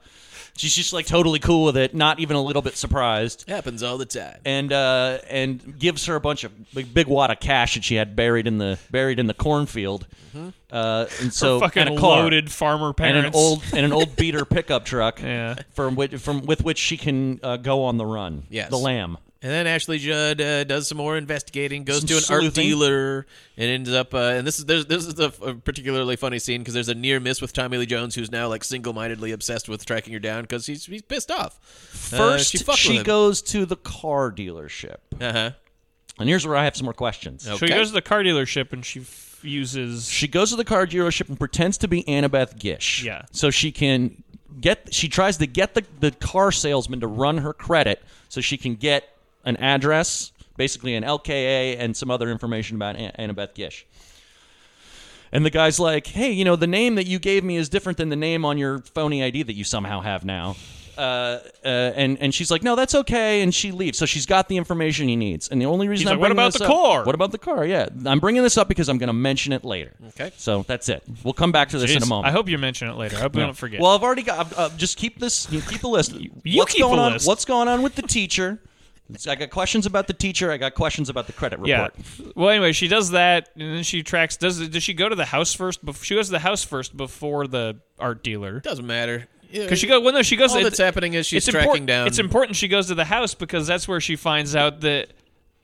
[SPEAKER 3] She's just like totally cool with it, not even a little bit surprised
[SPEAKER 2] Happens all the time.
[SPEAKER 3] and uh, and gives her a bunch of big, big wad of cash that she had buried in the buried in the cornfield.
[SPEAKER 2] Mm-hmm.
[SPEAKER 3] Uh, and so
[SPEAKER 1] Her fucking
[SPEAKER 3] and a car,
[SPEAKER 1] loaded farmer
[SPEAKER 3] and
[SPEAKER 1] parents.
[SPEAKER 3] an old and an
[SPEAKER 2] (laughs)
[SPEAKER 3] old beater pickup truck.
[SPEAKER 1] Yeah.
[SPEAKER 3] From which from with which she can uh, go on the run.
[SPEAKER 2] Yes. Uh,
[SPEAKER 3] The lamb.
[SPEAKER 2] And then Ashley Judd uh, does some more investigating, goes
[SPEAKER 3] Some
[SPEAKER 2] to an art
[SPEAKER 3] sleuthing.
[SPEAKER 2] dealer, and ends up. Uh, and this is there's, this is a, f- a particularly funny scene because there's a near miss with Tommy Lee Jones, who's now like single mindedly obsessed with tracking her down because he's he's pissed off. Uh,
[SPEAKER 3] First,
[SPEAKER 2] she, fucked
[SPEAKER 3] she
[SPEAKER 2] with him.
[SPEAKER 3] goes to the car dealership,
[SPEAKER 2] Uh-huh.
[SPEAKER 3] and here's where I have some more questions.
[SPEAKER 1] So he goes to the car dealership and she f- uses.
[SPEAKER 3] She goes to the car dealership and pretends to be Annabeth Gish.
[SPEAKER 1] Yeah.
[SPEAKER 3] So she can get she tries to get the, the car salesman to run her credit so she can get an address, basically an LKA and some other information about An- Annabeth Gish. And the guy's like, "Hey, you know, the name that you gave me is different than the name on your phony ID that you somehow have now." Uh, uh, and and she's like, "No, that's okay." And she leaves. So she's got the information he needs. And the only reason
[SPEAKER 1] He's
[SPEAKER 3] I'm
[SPEAKER 1] like, "What
[SPEAKER 3] bringing
[SPEAKER 1] about
[SPEAKER 3] this
[SPEAKER 1] the
[SPEAKER 3] up-
[SPEAKER 1] car?"
[SPEAKER 3] What about the car? Yeah, I'm bringing this up because I'm going to mention it later.
[SPEAKER 2] Okay.
[SPEAKER 3] So that's it. We'll come back to this in a
[SPEAKER 1] Jeez,
[SPEAKER 3] moment.
[SPEAKER 1] I hope you mention it later. I hope we don't forget.
[SPEAKER 3] Well, I've already got. Uh, just keep this. You keep the list.
[SPEAKER 1] (laughs) You
[SPEAKER 3] what's
[SPEAKER 1] keep
[SPEAKER 3] going
[SPEAKER 1] a
[SPEAKER 3] on?
[SPEAKER 1] list.
[SPEAKER 3] What's going on with the teacher? I got questions about the teacher. I got questions about the credit
[SPEAKER 1] yeah.
[SPEAKER 3] report.
[SPEAKER 1] Well, anyway, she does that, and then she tracks. Does does she go to the house first? Bef- she goes to the house first before the art dealer.
[SPEAKER 2] Doesn't matter
[SPEAKER 1] Because she go well, no, she goes.
[SPEAKER 2] All
[SPEAKER 1] it-
[SPEAKER 2] that's happening is she's
[SPEAKER 1] it's
[SPEAKER 2] tracking
[SPEAKER 1] important-
[SPEAKER 2] down-
[SPEAKER 1] It's important she goes to the house because that's where she finds out that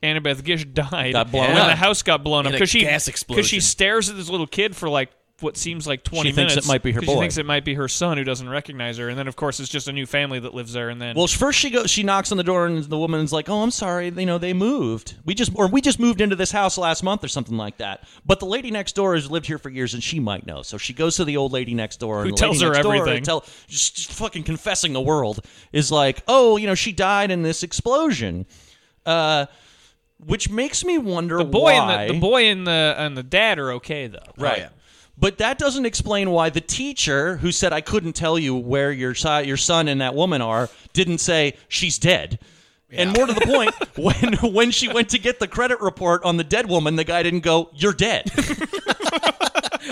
[SPEAKER 1] Annabeth Gish died
[SPEAKER 3] Got blown
[SPEAKER 1] when
[SPEAKER 3] up.
[SPEAKER 1] the house got blown up
[SPEAKER 2] In a
[SPEAKER 1] because she
[SPEAKER 2] gas
[SPEAKER 1] because she
[SPEAKER 2] explosion.
[SPEAKER 1] stares at this little kid for like what seems like twenty
[SPEAKER 3] She thinks
[SPEAKER 1] minutes.
[SPEAKER 3] it might be her
[SPEAKER 1] 'cause
[SPEAKER 3] boy.
[SPEAKER 1] She thinks it might be her son who doesn't recognize her, and then of course it's just a new family that lives there. And then
[SPEAKER 3] Well, first she goes. She knocks on the door, and the woman's like, "Oh, I'm sorry. You know, they moved. We just or we just moved into this house last month or something like that." But the lady next door has lived here for years, and she might know. So she goes to the old lady next door, and
[SPEAKER 1] Who
[SPEAKER 3] the
[SPEAKER 1] tells
[SPEAKER 3] lady
[SPEAKER 1] her
[SPEAKER 3] next door,
[SPEAKER 1] everything.
[SPEAKER 3] and tell just, just fucking confessing the world is like, "Oh, you know, she died in this explosion." Uh, which makes me wonder
[SPEAKER 1] the boy
[SPEAKER 3] why
[SPEAKER 1] and the, the boy and the and the dad are okay though.
[SPEAKER 3] Right.
[SPEAKER 2] Oh, yeah.
[SPEAKER 3] Oh, But that doesn't explain why the teacher who said I couldn't tell you where your si- your son and that woman are didn't say she's dead. And more to the point, (laughs) when when she went to get the credit report on the dead woman, the guy didn't go, "You're dead."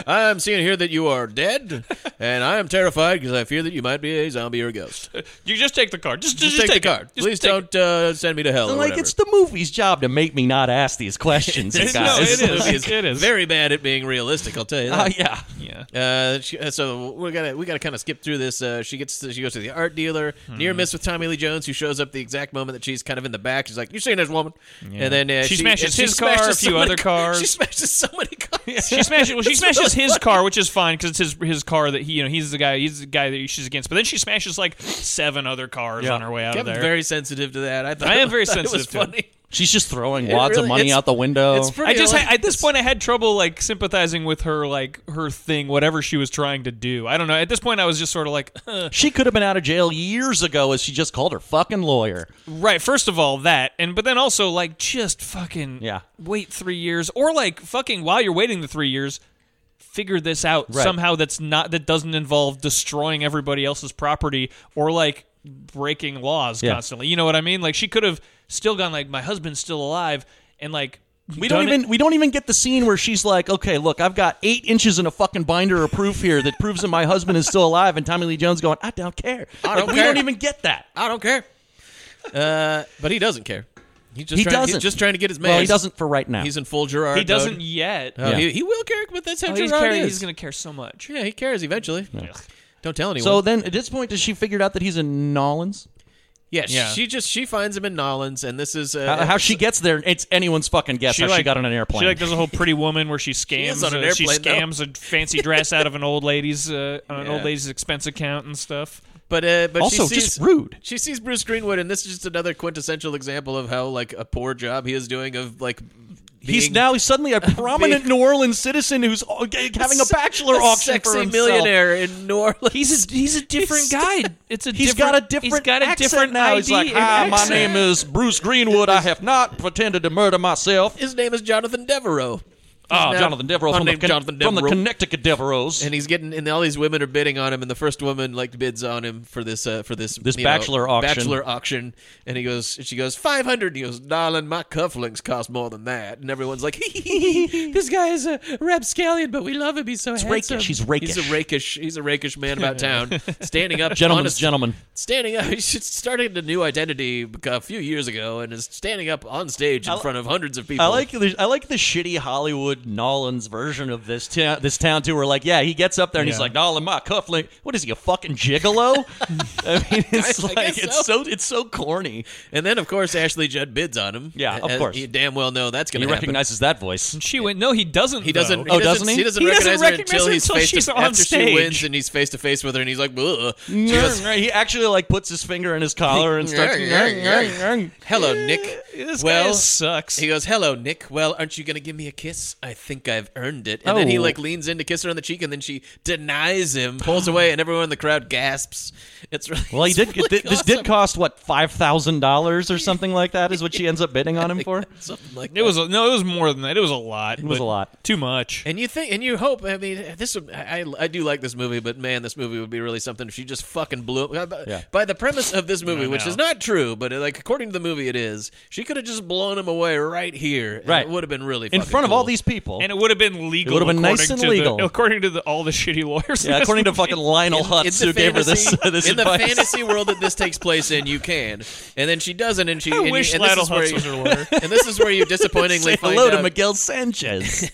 [SPEAKER 2] I'm seeing here that you are dead, (laughs) and I am terrified because I fear that you might be a zombie or a ghost. Just,
[SPEAKER 1] You just take the card. Just,
[SPEAKER 2] take,
[SPEAKER 1] it.
[SPEAKER 2] the card.
[SPEAKER 1] Just
[SPEAKER 2] Please
[SPEAKER 1] take
[SPEAKER 2] don't uh, send me to hell. or
[SPEAKER 3] like
[SPEAKER 2] whatever.
[SPEAKER 3] it's the movie's job to make me not ask these questions,
[SPEAKER 1] It's-
[SPEAKER 3] guys.
[SPEAKER 1] no, it
[SPEAKER 2] This
[SPEAKER 1] is.
[SPEAKER 2] movie
[SPEAKER 1] It is.
[SPEAKER 2] very bad at being realistic. I'll tell you that.
[SPEAKER 3] Uh, (laughs) yeah.
[SPEAKER 1] it. Yeah.
[SPEAKER 2] Uh, she, uh, so we gotta we gotta kind of skip through this. Uh, she gets to, she goes to the art dealer,
[SPEAKER 1] Hmm.
[SPEAKER 2] near miss with Tommy Lee Jones, who shows up the exact moment that she's kind of in the back. She's like, "You seen this woman?" And then uh,
[SPEAKER 1] She
[SPEAKER 2] she
[SPEAKER 1] smashes
[SPEAKER 2] and she
[SPEAKER 1] his car, a
[SPEAKER 2] smashes so
[SPEAKER 1] few
[SPEAKER 2] many
[SPEAKER 1] other
[SPEAKER 2] ca-
[SPEAKER 1] cars.
[SPEAKER 2] (laughs) She smashes so
[SPEAKER 1] (laughs)
[SPEAKER 2] many (laughs) cars.
[SPEAKER 1] She smashes. Well, she
[SPEAKER 2] It's
[SPEAKER 1] smashes
[SPEAKER 2] really
[SPEAKER 1] his
[SPEAKER 2] funny.
[SPEAKER 1] car, which is fine because it's his his car that he you know he's the guy he's the guy that she's against. But then she smashes like seven other cars on her way out
[SPEAKER 2] Kevin's
[SPEAKER 1] of there.
[SPEAKER 2] very sensitive to (laughs) that. I thought
[SPEAKER 1] I am very
[SPEAKER 2] thought
[SPEAKER 1] sensitive
[SPEAKER 2] It
[SPEAKER 1] to
[SPEAKER 2] was
[SPEAKER 1] it.
[SPEAKER 2] funny.
[SPEAKER 3] She's just throwing
[SPEAKER 2] It
[SPEAKER 3] wads
[SPEAKER 2] really-
[SPEAKER 3] of money
[SPEAKER 2] it's-
[SPEAKER 3] out the window.
[SPEAKER 2] It's pretty
[SPEAKER 1] I just
[SPEAKER 2] hilarious.
[SPEAKER 1] had, at this point I had trouble like sympathizing with her like her thing whatever she was trying to do. I don't know. At this point I was just sort of like uh.
[SPEAKER 3] she could have been out of jail years ago as she just called her fucking lawyer.
[SPEAKER 1] right. First of all that, and but then also like just fucking
[SPEAKER 3] Yeah.
[SPEAKER 1] Wait three years or like fucking while you're waiting the three years. Figure this out
[SPEAKER 3] Right.
[SPEAKER 1] somehow. That's not that doesn't involve destroying everybody else's property or like breaking laws
[SPEAKER 3] Yeah.
[SPEAKER 1] constantly. You know what I mean? Like she could have still gone like my husband's still alive and like
[SPEAKER 3] We don't
[SPEAKER 1] done it-
[SPEAKER 3] even we don't even get the scene where she's like, "Okay, look, I've got eight inches in a fucking binder of proof here that proves that my husband is still alive." And Tommy Lee Jones going, "I don't care."
[SPEAKER 2] I
[SPEAKER 3] Like,
[SPEAKER 2] don't
[SPEAKER 3] We
[SPEAKER 2] care.
[SPEAKER 3] don't even get that.
[SPEAKER 2] I don't care. Uh, but he doesn't care. He's just
[SPEAKER 3] He
[SPEAKER 2] trying,
[SPEAKER 3] doesn't.
[SPEAKER 2] He's just trying to get his man.
[SPEAKER 3] Well, he doesn't for right now.
[SPEAKER 2] He's in full Gerard.
[SPEAKER 1] He
[SPEAKER 2] mode.
[SPEAKER 1] doesn't yet.
[SPEAKER 2] Oh,
[SPEAKER 3] Yeah.
[SPEAKER 2] he, he will care, but that's how
[SPEAKER 1] Oh, he's,
[SPEAKER 2] Gerard
[SPEAKER 1] caring-
[SPEAKER 2] is.
[SPEAKER 1] he's gonna care so much.
[SPEAKER 2] Yeah, he cares eventually. Don't tell anyone.
[SPEAKER 3] So then, at this point, does she figured out that he's in Nolans?
[SPEAKER 2] Yeah,
[SPEAKER 3] Yeah.
[SPEAKER 2] she just she finds him in Nolans, and this is uh,
[SPEAKER 3] How, how she gets there, it's anyone's fucking guess how she
[SPEAKER 1] like-
[SPEAKER 3] got on an airplane.
[SPEAKER 1] She like does a whole Pretty Woman
[SPEAKER 2] (laughs)
[SPEAKER 1] where she scams.
[SPEAKER 2] is on an
[SPEAKER 1] uh, she
[SPEAKER 2] airplane, though.
[SPEAKER 1] scams a fancy dress out of an old lady's uh, an
[SPEAKER 2] Yeah.
[SPEAKER 1] old lady's expense account and stuff.
[SPEAKER 2] But uh, but
[SPEAKER 3] Also,
[SPEAKER 2] she
[SPEAKER 3] just
[SPEAKER 2] sees,
[SPEAKER 3] rude.
[SPEAKER 2] She sees Bruce Greenwood, and this is just another quintessential example of how like a poor job he is doing of like.
[SPEAKER 3] He's
[SPEAKER 2] being
[SPEAKER 3] now suddenly a prominent New Orleans citizen who's uh, g- having a bachelor auction
[SPEAKER 2] sexy
[SPEAKER 3] for himself.
[SPEAKER 2] millionaire in New Orleans.
[SPEAKER 1] He's a he's a different
[SPEAKER 3] (laughs)
[SPEAKER 1] guy. It's a
[SPEAKER 3] He's
[SPEAKER 1] different,
[SPEAKER 3] got a different.
[SPEAKER 1] He's got a
[SPEAKER 3] accent
[SPEAKER 1] different
[SPEAKER 3] now.
[SPEAKER 1] ID
[SPEAKER 3] he's like,
[SPEAKER 1] and
[SPEAKER 3] "Hi, my
[SPEAKER 1] accent."
[SPEAKER 3] name is Bruce Greenwood. I have not pretended to
[SPEAKER 1] (laughs)
[SPEAKER 3] murder myself."
[SPEAKER 2] His name is Jonathan Devereaux.
[SPEAKER 3] Ah,
[SPEAKER 2] now-
[SPEAKER 3] Jonathan Devereaux
[SPEAKER 2] My
[SPEAKER 3] from the,
[SPEAKER 2] name's
[SPEAKER 3] Con-
[SPEAKER 2] Jonathan
[SPEAKER 3] from the
[SPEAKER 2] Devereaux.
[SPEAKER 3] Connecticut Devereaux.
[SPEAKER 2] And he's getting, and all these women are bidding on him, and the first woman like bids on him for this, uh, for this,
[SPEAKER 3] This
[SPEAKER 2] you know,
[SPEAKER 3] bachelor auction.
[SPEAKER 2] bachelor auction. And he goes, she goes five hundred. He goes, darling, my cufflinks cost more than that. And everyone's like, (laughs) this guy is a rapscallion, but we love him. He's so handsome.
[SPEAKER 3] rakish. He's
[SPEAKER 2] He's
[SPEAKER 3] rakish.
[SPEAKER 2] a rakish. He's a rakish
[SPEAKER 3] (laughs)
[SPEAKER 2] man about town. Standing up,
[SPEAKER 3] Gentlemen's
[SPEAKER 2] honest-
[SPEAKER 3] gentleman.
[SPEAKER 2] Standing up, (laughs) he started a new identity a few years ago, and is standing up on stage in
[SPEAKER 3] I-
[SPEAKER 2] front of hundreds of people.
[SPEAKER 3] I like the I like the shitty Hollywood Nolans version of this town this town too. Where like, yeah, he gets up there and he's
[SPEAKER 1] Yeah.
[SPEAKER 3] like, Nolan, my cufflink. What is he a
[SPEAKER 1] (laughs)
[SPEAKER 3] fucking gigolo? I mean, it's
[SPEAKER 2] I
[SPEAKER 3] like
[SPEAKER 2] guess
[SPEAKER 3] it's
[SPEAKER 2] so.
[SPEAKER 3] so it's so corny.
[SPEAKER 2] And then, of course, Ashley Judd bids on him.
[SPEAKER 3] Yeah, of
[SPEAKER 2] As
[SPEAKER 3] course.
[SPEAKER 2] You damn well know that's going
[SPEAKER 3] He
[SPEAKER 2] to happen.
[SPEAKER 3] recognizes that voice.
[SPEAKER 1] And she went, no, he doesn't.
[SPEAKER 2] He doesn't.
[SPEAKER 1] though."
[SPEAKER 2] he doesn't,
[SPEAKER 3] doesn't he?
[SPEAKER 2] He doesn't,
[SPEAKER 1] He doesn't
[SPEAKER 2] recognize,
[SPEAKER 1] recognize
[SPEAKER 2] her until
[SPEAKER 1] her
[SPEAKER 2] he's
[SPEAKER 1] until
[SPEAKER 2] face
[SPEAKER 1] she's
[SPEAKER 2] to,
[SPEAKER 1] on
[SPEAKER 2] after she wins
[SPEAKER 1] stage.
[SPEAKER 2] and he's face to face with her, and he's like, "Ugh." She goes,
[SPEAKER 3] Right, he actually like puts his finger in his collar
[SPEAKER 1] (laughs)
[SPEAKER 3] and starts.
[SPEAKER 2] "Hello, Oh, Nick."
[SPEAKER 1] This guy
[SPEAKER 2] well,
[SPEAKER 1] sucks.
[SPEAKER 2] he goes, "Hello, Nick. Well, aren't you going to give me a kiss? I think I've earned it." And then he
[SPEAKER 3] Oh.
[SPEAKER 2] like leans in to kiss her on the cheek, and then she denies him, pulls away, and everyone in the crowd gasps. It's really (laughs)
[SPEAKER 3] Well, he
[SPEAKER 2] it's
[SPEAKER 3] did.
[SPEAKER 2] really
[SPEAKER 3] th- this
[SPEAKER 2] awesome.
[SPEAKER 3] did cost what five thousand dollars or something like that is what she ends up bidding on him
[SPEAKER 2] (laughs)
[SPEAKER 3] for.
[SPEAKER 2] something like
[SPEAKER 1] It was a, no, it was more than that. It was a lot. It
[SPEAKER 3] was a lot.
[SPEAKER 1] Too much.
[SPEAKER 2] And you think, and you hope. I mean, this would, I I do like this movie, but man, this movie would be really something if she just fucking blew up. By,
[SPEAKER 3] Yeah.
[SPEAKER 2] by the premise of this movie, which is not true, but uh, like according to the movie, it is. She could have just blown him away right here. and
[SPEAKER 3] Right.
[SPEAKER 2] it would have been really
[SPEAKER 3] in
[SPEAKER 2] fucking
[SPEAKER 3] front of all
[SPEAKER 2] cool.
[SPEAKER 3] these people.
[SPEAKER 1] And it would have been legal.
[SPEAKER 3] would've been nice
[SPEAKER 1] according
[SPEAKER 3] and
[SPEAKER 1] to the-
[SPEAKER 3] legal.
[SPEAKER 1] according to the, all the shitty lawyers. in
[SPEAKER 3] yeah,
[SPEAKER 1] this
[SPEAKER 3] according
[SPEAKER 1] (laughs)
[SPEAKER 3] to
[SPEAKER 1] movie.
[SPEAKER 3] fucking Lionel Hutz,
[SPEAKER 2] the
[SPEAKER 3] who gave her this
[SPEAKER 2] fantasy-
[SPEAKER 3] this
[SPEAKER 2] in
[SPEAKER 3] advice.
[SPEAKER 2] the fantasy world that this takes place in, you can, and then she doesn't, and
[SPEAKER 1] (laughs)
[SPEAKER 2] she.
[SPEAKER 1] I
[SPEAKER 2] and you-
[SPEAKER 1] wish
[SPEAKER 2] and this
[SPEAKER 1] Lionel
[SPEAKER 2] is where
[SPEAKER 1] Hutz
[SPEAKER 2] you-
[SPEAKER 1] was her lawyer.
[SPEAKER 2] (laughs) And this is
[SPEAKER 3] (laughs)
[SPEAKER 2] where you disappointingly
[SPEAKER 3] Say
[SPEAKER 2] find
[SPEAKER 3] hello to
[SPEAKER 2] out-
[SPEAKER 3] Miguel
[SPEAKER 2] (laughs)
[SPEAKER 3] Sanchez.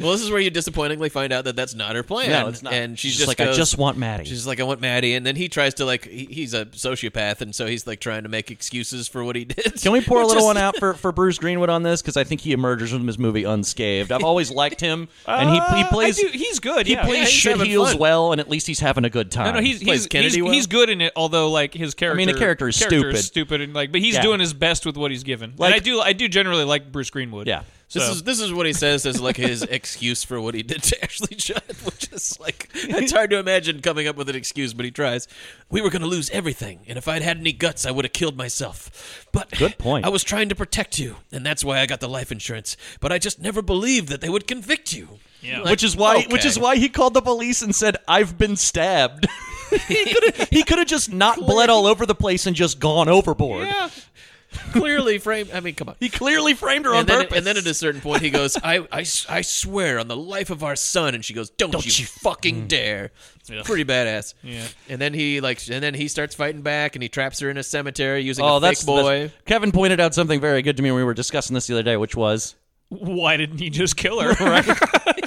[SPEAKER 2] Well, this is where you disappointingly find out that that's not her plan.
[SPEAKER 3] No, it's not.
[SPEAKER 2] And she's
[SPEAKER 3] She's
[SPEAKER 2] just
[SPEAKER 3] like, "I
[SPEAKER 2] goes,
[SPEAKER 3] just want Maddie."
[SPEAKER 2] She's like, I want Maddie. And then he tries to like, he, he's a sociopath, and so he's like trying to make excuses for what he did.
[SPEAKER 3] Can we pour a
[SPEAKER 2] Which
[SPEAKER 3] little
[SPEAKER 2] is-
[SPEAKER 3] one out for, for Bruce Greenwood on this? Because I think he emerges from this movie unscathed. I've always liked him, and he, he
[SPEAKER 1] Uh, I
[SPEAKER 3] plays.
[SPEAKER 1] do- he's good,
[SPEAKER 3] He
[SPEAKER 1] yeah.
[SPEAKER 3] plays
[SPEAKER 1] Yeah, he's
[SPEAKER 3] shit
[SPEAKER 2] having
[SPEAKER 3] heels
[SPEAKER 2] fun.
[SPEAKER 3] well, and at least he's having a good time.
[SPEAKER 1] No, no, he's
[SPEAKER 2] Plays
[SPEAKER 1] he's,
[SPEAKER 2] Kennedy
[SPEAKER 1] he's,
[SPEAKER 2] well.
[SPEAKER 1] he's good in it. Although, like his character,
[SPEAKER 3] mean, the character is
[SPEAKER 1] is
[SPEAKER 3] stupid.
[SPEAKER 1] stupid, and like, but he's
[SPEAKER 3] Yeah.
[SPEAKER 1] doing his best with what he's given.
[SPEAKER 3] Like-
[SPEAKER 1] and I do, I do generally like Bruce Greenwood.
[SPEAKER 3] Yeah.
[SPEAKER 1] so.
[SPEAKER 2] This is this is what he says as like
[SPEAKER 3] (laughs)
[SPEAKER 2] his excuse for what he did to Ashley Judd, (laughs) which is like it's hard to imagine coming up with an excuse, but he tries. We were going to lose everything, and if I'd had any guts, I would have killed myself. But
[SPEAKER 3] Good point.
[SPEAKER 2] I was trying to protect you, and that's why I got the life insurance. But I just never believed that they would convict you.
[SPEAKER 1] Yeah.
[SPEAKER 3] which is why
[SPEAKER 2] okay.
[SPEAKER 3] which is why he called the police and said, "I've been stabbed." (laughs) he could he could have just not bled all over the place and just gone overboard.
[SPEAKER 2] Yeah. (laughs) Clearly framed. I mean, come on.
[SPEAKER 3] He clearly framed her on
[SPEAKER 2] and, then,
[SPEAKER 3] purpose.
[SPEAKER 2] and then at a certain point, he goes, I, I, s- I swear on the life of our son. And she goes, Don't, you, fucking dare. It's pretty badass.
[SPEAKER 1] Yeah.
[SPEAKER 2] And then he like, and then he starts fighting back, and he traps her in a cemetery using
[SPEAKER 3] oh,
[SPEAKER 2] a
[SPEAKER 3] that's
[SPEAKER 2] fake boy.
[SPEAKER 3] that's- Kevin pointed out something very good to me when we were discussing this the other day, which was
[SPEAKER 1] why didn't he just kill her? right?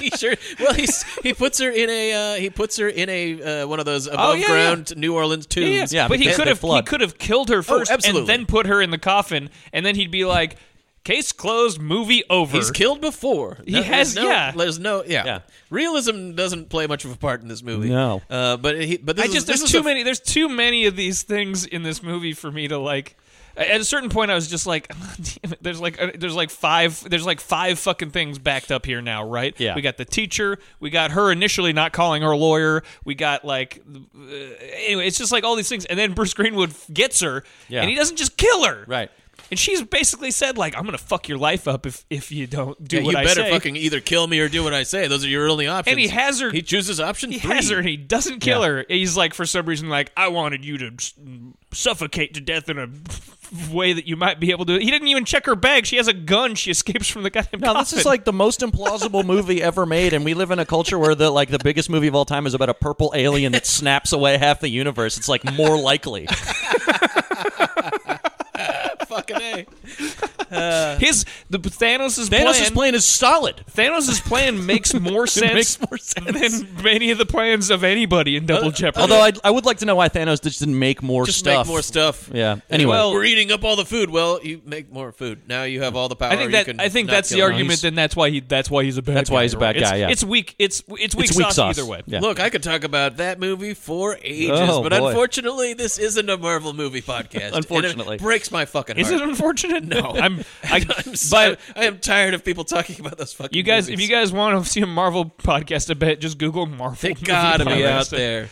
[SPEAKER 2] (laughs) he sure. Well, he's, he puts her in a uh, he puts her in a uh, one of those above
[SPEAKER 1] yeah,
[SPEAKER 2] ground New Orleans tombs.
[SPEAKER 3] Yeah,
[SPEAKER 1] but he
[SPEAKER 3] because
[SPEAKER 1] could
[SPEAKER 3] they
[SPEAKER 1] have he
[SPEAKER 3] flood.
[SPEAKER 1] could have killed her first
[SPEAKER 2] absolutely.
[SPEAKER 1] and then put her in the coffin, and then he'd be like, "Case closed, movie over."
[SPEAKER 2] He's killed before.
[SPEAKER 1] He
[SPEAKER 2] There's
[SPEAKER 1] has-
[SPEAKER 2] no-
[SPEAKER 1] yeah.
[SPEAKER 2] There's no. Yeah.
[SPEAKER 3] Yeah.
[SPEAKER 2] Realism doesn't play much of a part in this movie.
[SPEAKER 3] No.
[SPEAKER 2] Uh, but he, but this
[SPEAKER 1] I
[SPEAKER 2] is-
[SPEAKER 1] just
[SPEAKER 2] this
[SPEAKER 1] there's
[SPEAKER 2] is
[SPEAKER 1] too
[SPEAKER 2] a-
[SPEAKER 1] many there's too many of these things in this movie for me to like. At a certain point, I was just like, (laughs) Damn it. "There's like uh, there's like five there's like five fucking things backed up here now, right?
[SPEAKER 3] Yeah.
[SPEAKER 1] We got the teacher, we got her initially not calling her lawyer, we got like uh, anyway, it's just like all these things, and then Bruce Greenwood f- gets her,
[SPEAKER 3] Yeah.
[SPEAKER 1] and he doesn't just kill her,
[SPEAKER 3] Right.
[SPEAKER 1] And she's basically said like, "I'm gonna fuck your life up if if you don't do
[SPEAKER 2] Yeah,
[SPEAKER 1] what
[SPEAKER 2] you
[SPEAKER 1] I
[SPEAKER 2] better
[SPEAKER 1] say."
[SPEAKER 2] fucking either kill me or do what I say. Those are your only options.
[SPEAKER 1] And he has her-
[SPEAKER 2] He chooses option
[SPEAKER 1] he
[SPEAKER 2] three.
[SPEAKER 1] has her and he doesn't kill her. He's like, for some reason, like, I wanted you to s- suffocate to death in a way that you might be able to. He didn't even check her bag. She has a gun. She escapes from the goddamn.
[SPEAKER 3] No, this is
[SPEAKER 1] coffin.
[SPEAKER 3] like the most implausible movie ever made, and we live in a culture where the like the biggest movie of all time is about a purple alien that snaps away half the universe. It's
[SPEAKER 2] (laughs)
[SPEAKER 3] like more likely.
[SPEAKER 1] (laughs)
[SPEAKER 2] fucking a.
[SPEAKER 1] His the Thanos'
[SPEAKER 3] Uh, Thanos'
[SPEAKER 1] plan,
[SPEAKER 3] plan is solid.
[SPEAKER 1] Thanos' plan
[SPEAKER 3] (laughs)
[SPEAKER 1] makes more sense,
[SPEAKER 3] makes more sense.
[SPEAKER 1] than many of the plans of anybody in Double Jeopardy.
[SPEAKER 3] Although I, I would like to know why Thanos just didn't make more
[SPEAKER 2] Oh, Just
[SPEAKER 3] stuff.
[SPEAKER 2] make more stuff.
[SPEAKER 3] Yeah. Anyway.
[SPEAKER 2] Well, we're eating up all the food. Well, you make more food. Now you have all the power.
[SPEAKER 1] I think
[SPEAKER 2] you
[SPEAKER 1] that
[SPEAKER 2] can
[SPEAKER 1] I think
[SPEAKER 2] not
[SPEAKER 1] that's
[SPEAKER 2] kill
[SPEAKER 1] the
[SPEAKER 2] him.
[SPEAKER 1] argument. Then that's why he that's why he's a bad.
[SPEAKER 3] That's
[SPEAKER 1] guy,
[SPEAKER 3] why he's a
[SPEAKER 1] or
[SPEAKER 3] bad
[SPEAKER 1] it's-
[SPEAKER 3] guy, yeah.
[SPEAKER 1] it's weak. It's it's weak,
[SPEAKER 3] It's weak
[SPEAKER 1] sauce,
[SPEAKER 3] sauce.
[SPEAKER 1] either way.
[SPEAKER 3] Yeah.
[SPEAKER 2] Look, I could talk about that movie for ages,
[SPEAKER 3] Oh,
[SPEAKER 2] but
[SPEAKER 3] boy.
[SPEAKER 2] unfortunately, this isn't a Marvel movie podcast.
[SPEAKER 3] (laughs)
[SPEAKER 2] and
[SPEAKER 3] Unfortunately.
[SPEAKER 2] it breaks my fucking heart.
[SPEAKER 1] Is it unfortunate?
[SPEAKER 3] (laughs)
[SPEAKER 1] No, I'm. I,
[SPEAKER 2] I'm (laughs) so,
[SPEAKER 1] but
[SPEAKER 2] I am tired of people talking about those fucking.
[SPEAKER 1] you guys,
[SPEAKER 2] movies.
[SPEAKER 1] if you guys want to see a Marvel podcast, I bet just Google Marvel. (laughs)
[SPEAKER 2] they
[SPEAKER 1] movie
[SPEAKER 2] gotta be
[SPEAKER 1] podcast.
[SPEAKER 2] out there.
[SPEAKER 3] Uh.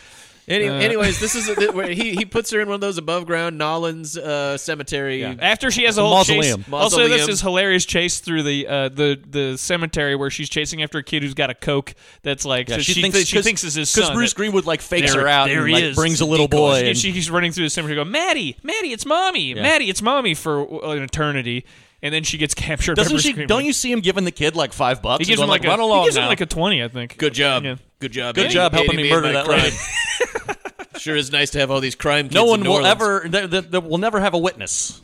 [SPEAKER 2] Any, anyways, this is a, th- where he he puts her in one of those above ground Nolan's uh, cemetery.
[SPEAKER 1] After she has a whole
[SPEAKER 3] Mausoleum.
[SPEAKER 1] chase, also this
[SPEAKER 2] Mausoleum.
[SPEAKER 1] is hilarious chase through the uh, the the cemetery where she's chasing after a kid who's got a coke that's like
[SPEAKER 3] Yeah,
[SPEAKER 1] so she, thinks she thinks is his
[SPEAKER 3] because
[SPEAKER 1] son.
[SPEAKER 3] Bruce
[SPEAKER 1] that-
[SPEAKER 3] Greenwood like fakes
[SPEAKER 1] There-
[SPEAKER 3] her out
[SPEAKER 1] there
[SPEAKER 3] and
[SPEAKER 1] he
[SPEAKER 3] like
[SPEAKER 1] is.
[SPEAKER 3] brings a little boy.
[SPEAKER 1] she,
[SPEAKER 3] and-
[SPEAKER 1] she keeps running through the cemetery, going, "Maddie, Maddie, it's mommy, Maddie, it's mommy" for uh, an eternity, and then she gets captured. by
[SPEAKER 3] doesn't
[SPEAKER 1] Bruce
[SPEAKER 3] she?
[SPEAKER 1] Greenwood.
[SPEAKER 3] Don't you see him giving the kid like five bucks?
[SPEAKER 1] He
[SPEAKER 3] and
[SPEAKER 1] gives
[SPEAKER 3] going
[SPEAKER 1] him like,
[SPEAKER 3] run
[SPEAKER 1] a,
[SPEAKER 3] along
[SPEAKER 1] He gives
[SPEAKER 3] now."
[SPEAKER 1] him like a twenty, I think.
[SPEAKER 2] Good job.
[SPEAKER 1] Yeah.
[SPEAKER 2] Good job.
[SPEAKER 3] Good
[SPEAKER 2] Eddie.
[SPEAKER 3] job helping
[SPEAKER 2] Eddie
[SPEAKER 3] me
[SPEAKER 2] made
[SPEAKER 3] murder
[SPEAKER 2] my
[SPEAKER 3] that
[SPEAKER 2] crime.
[SPEAKER 3] lady.
[SPEAKER 2] (laughs) Sure is nice to have all these crime. Kids
[SPEAKER 3] No
[SPEAKER 2] in
[SPEAKER 3] one
[SPEAKER 2] New
[SPEAKER 3] will
[SPEAKER 2] Orleans.
[SPEAKER 3] ever. Th- th- th- we'll never have a witness.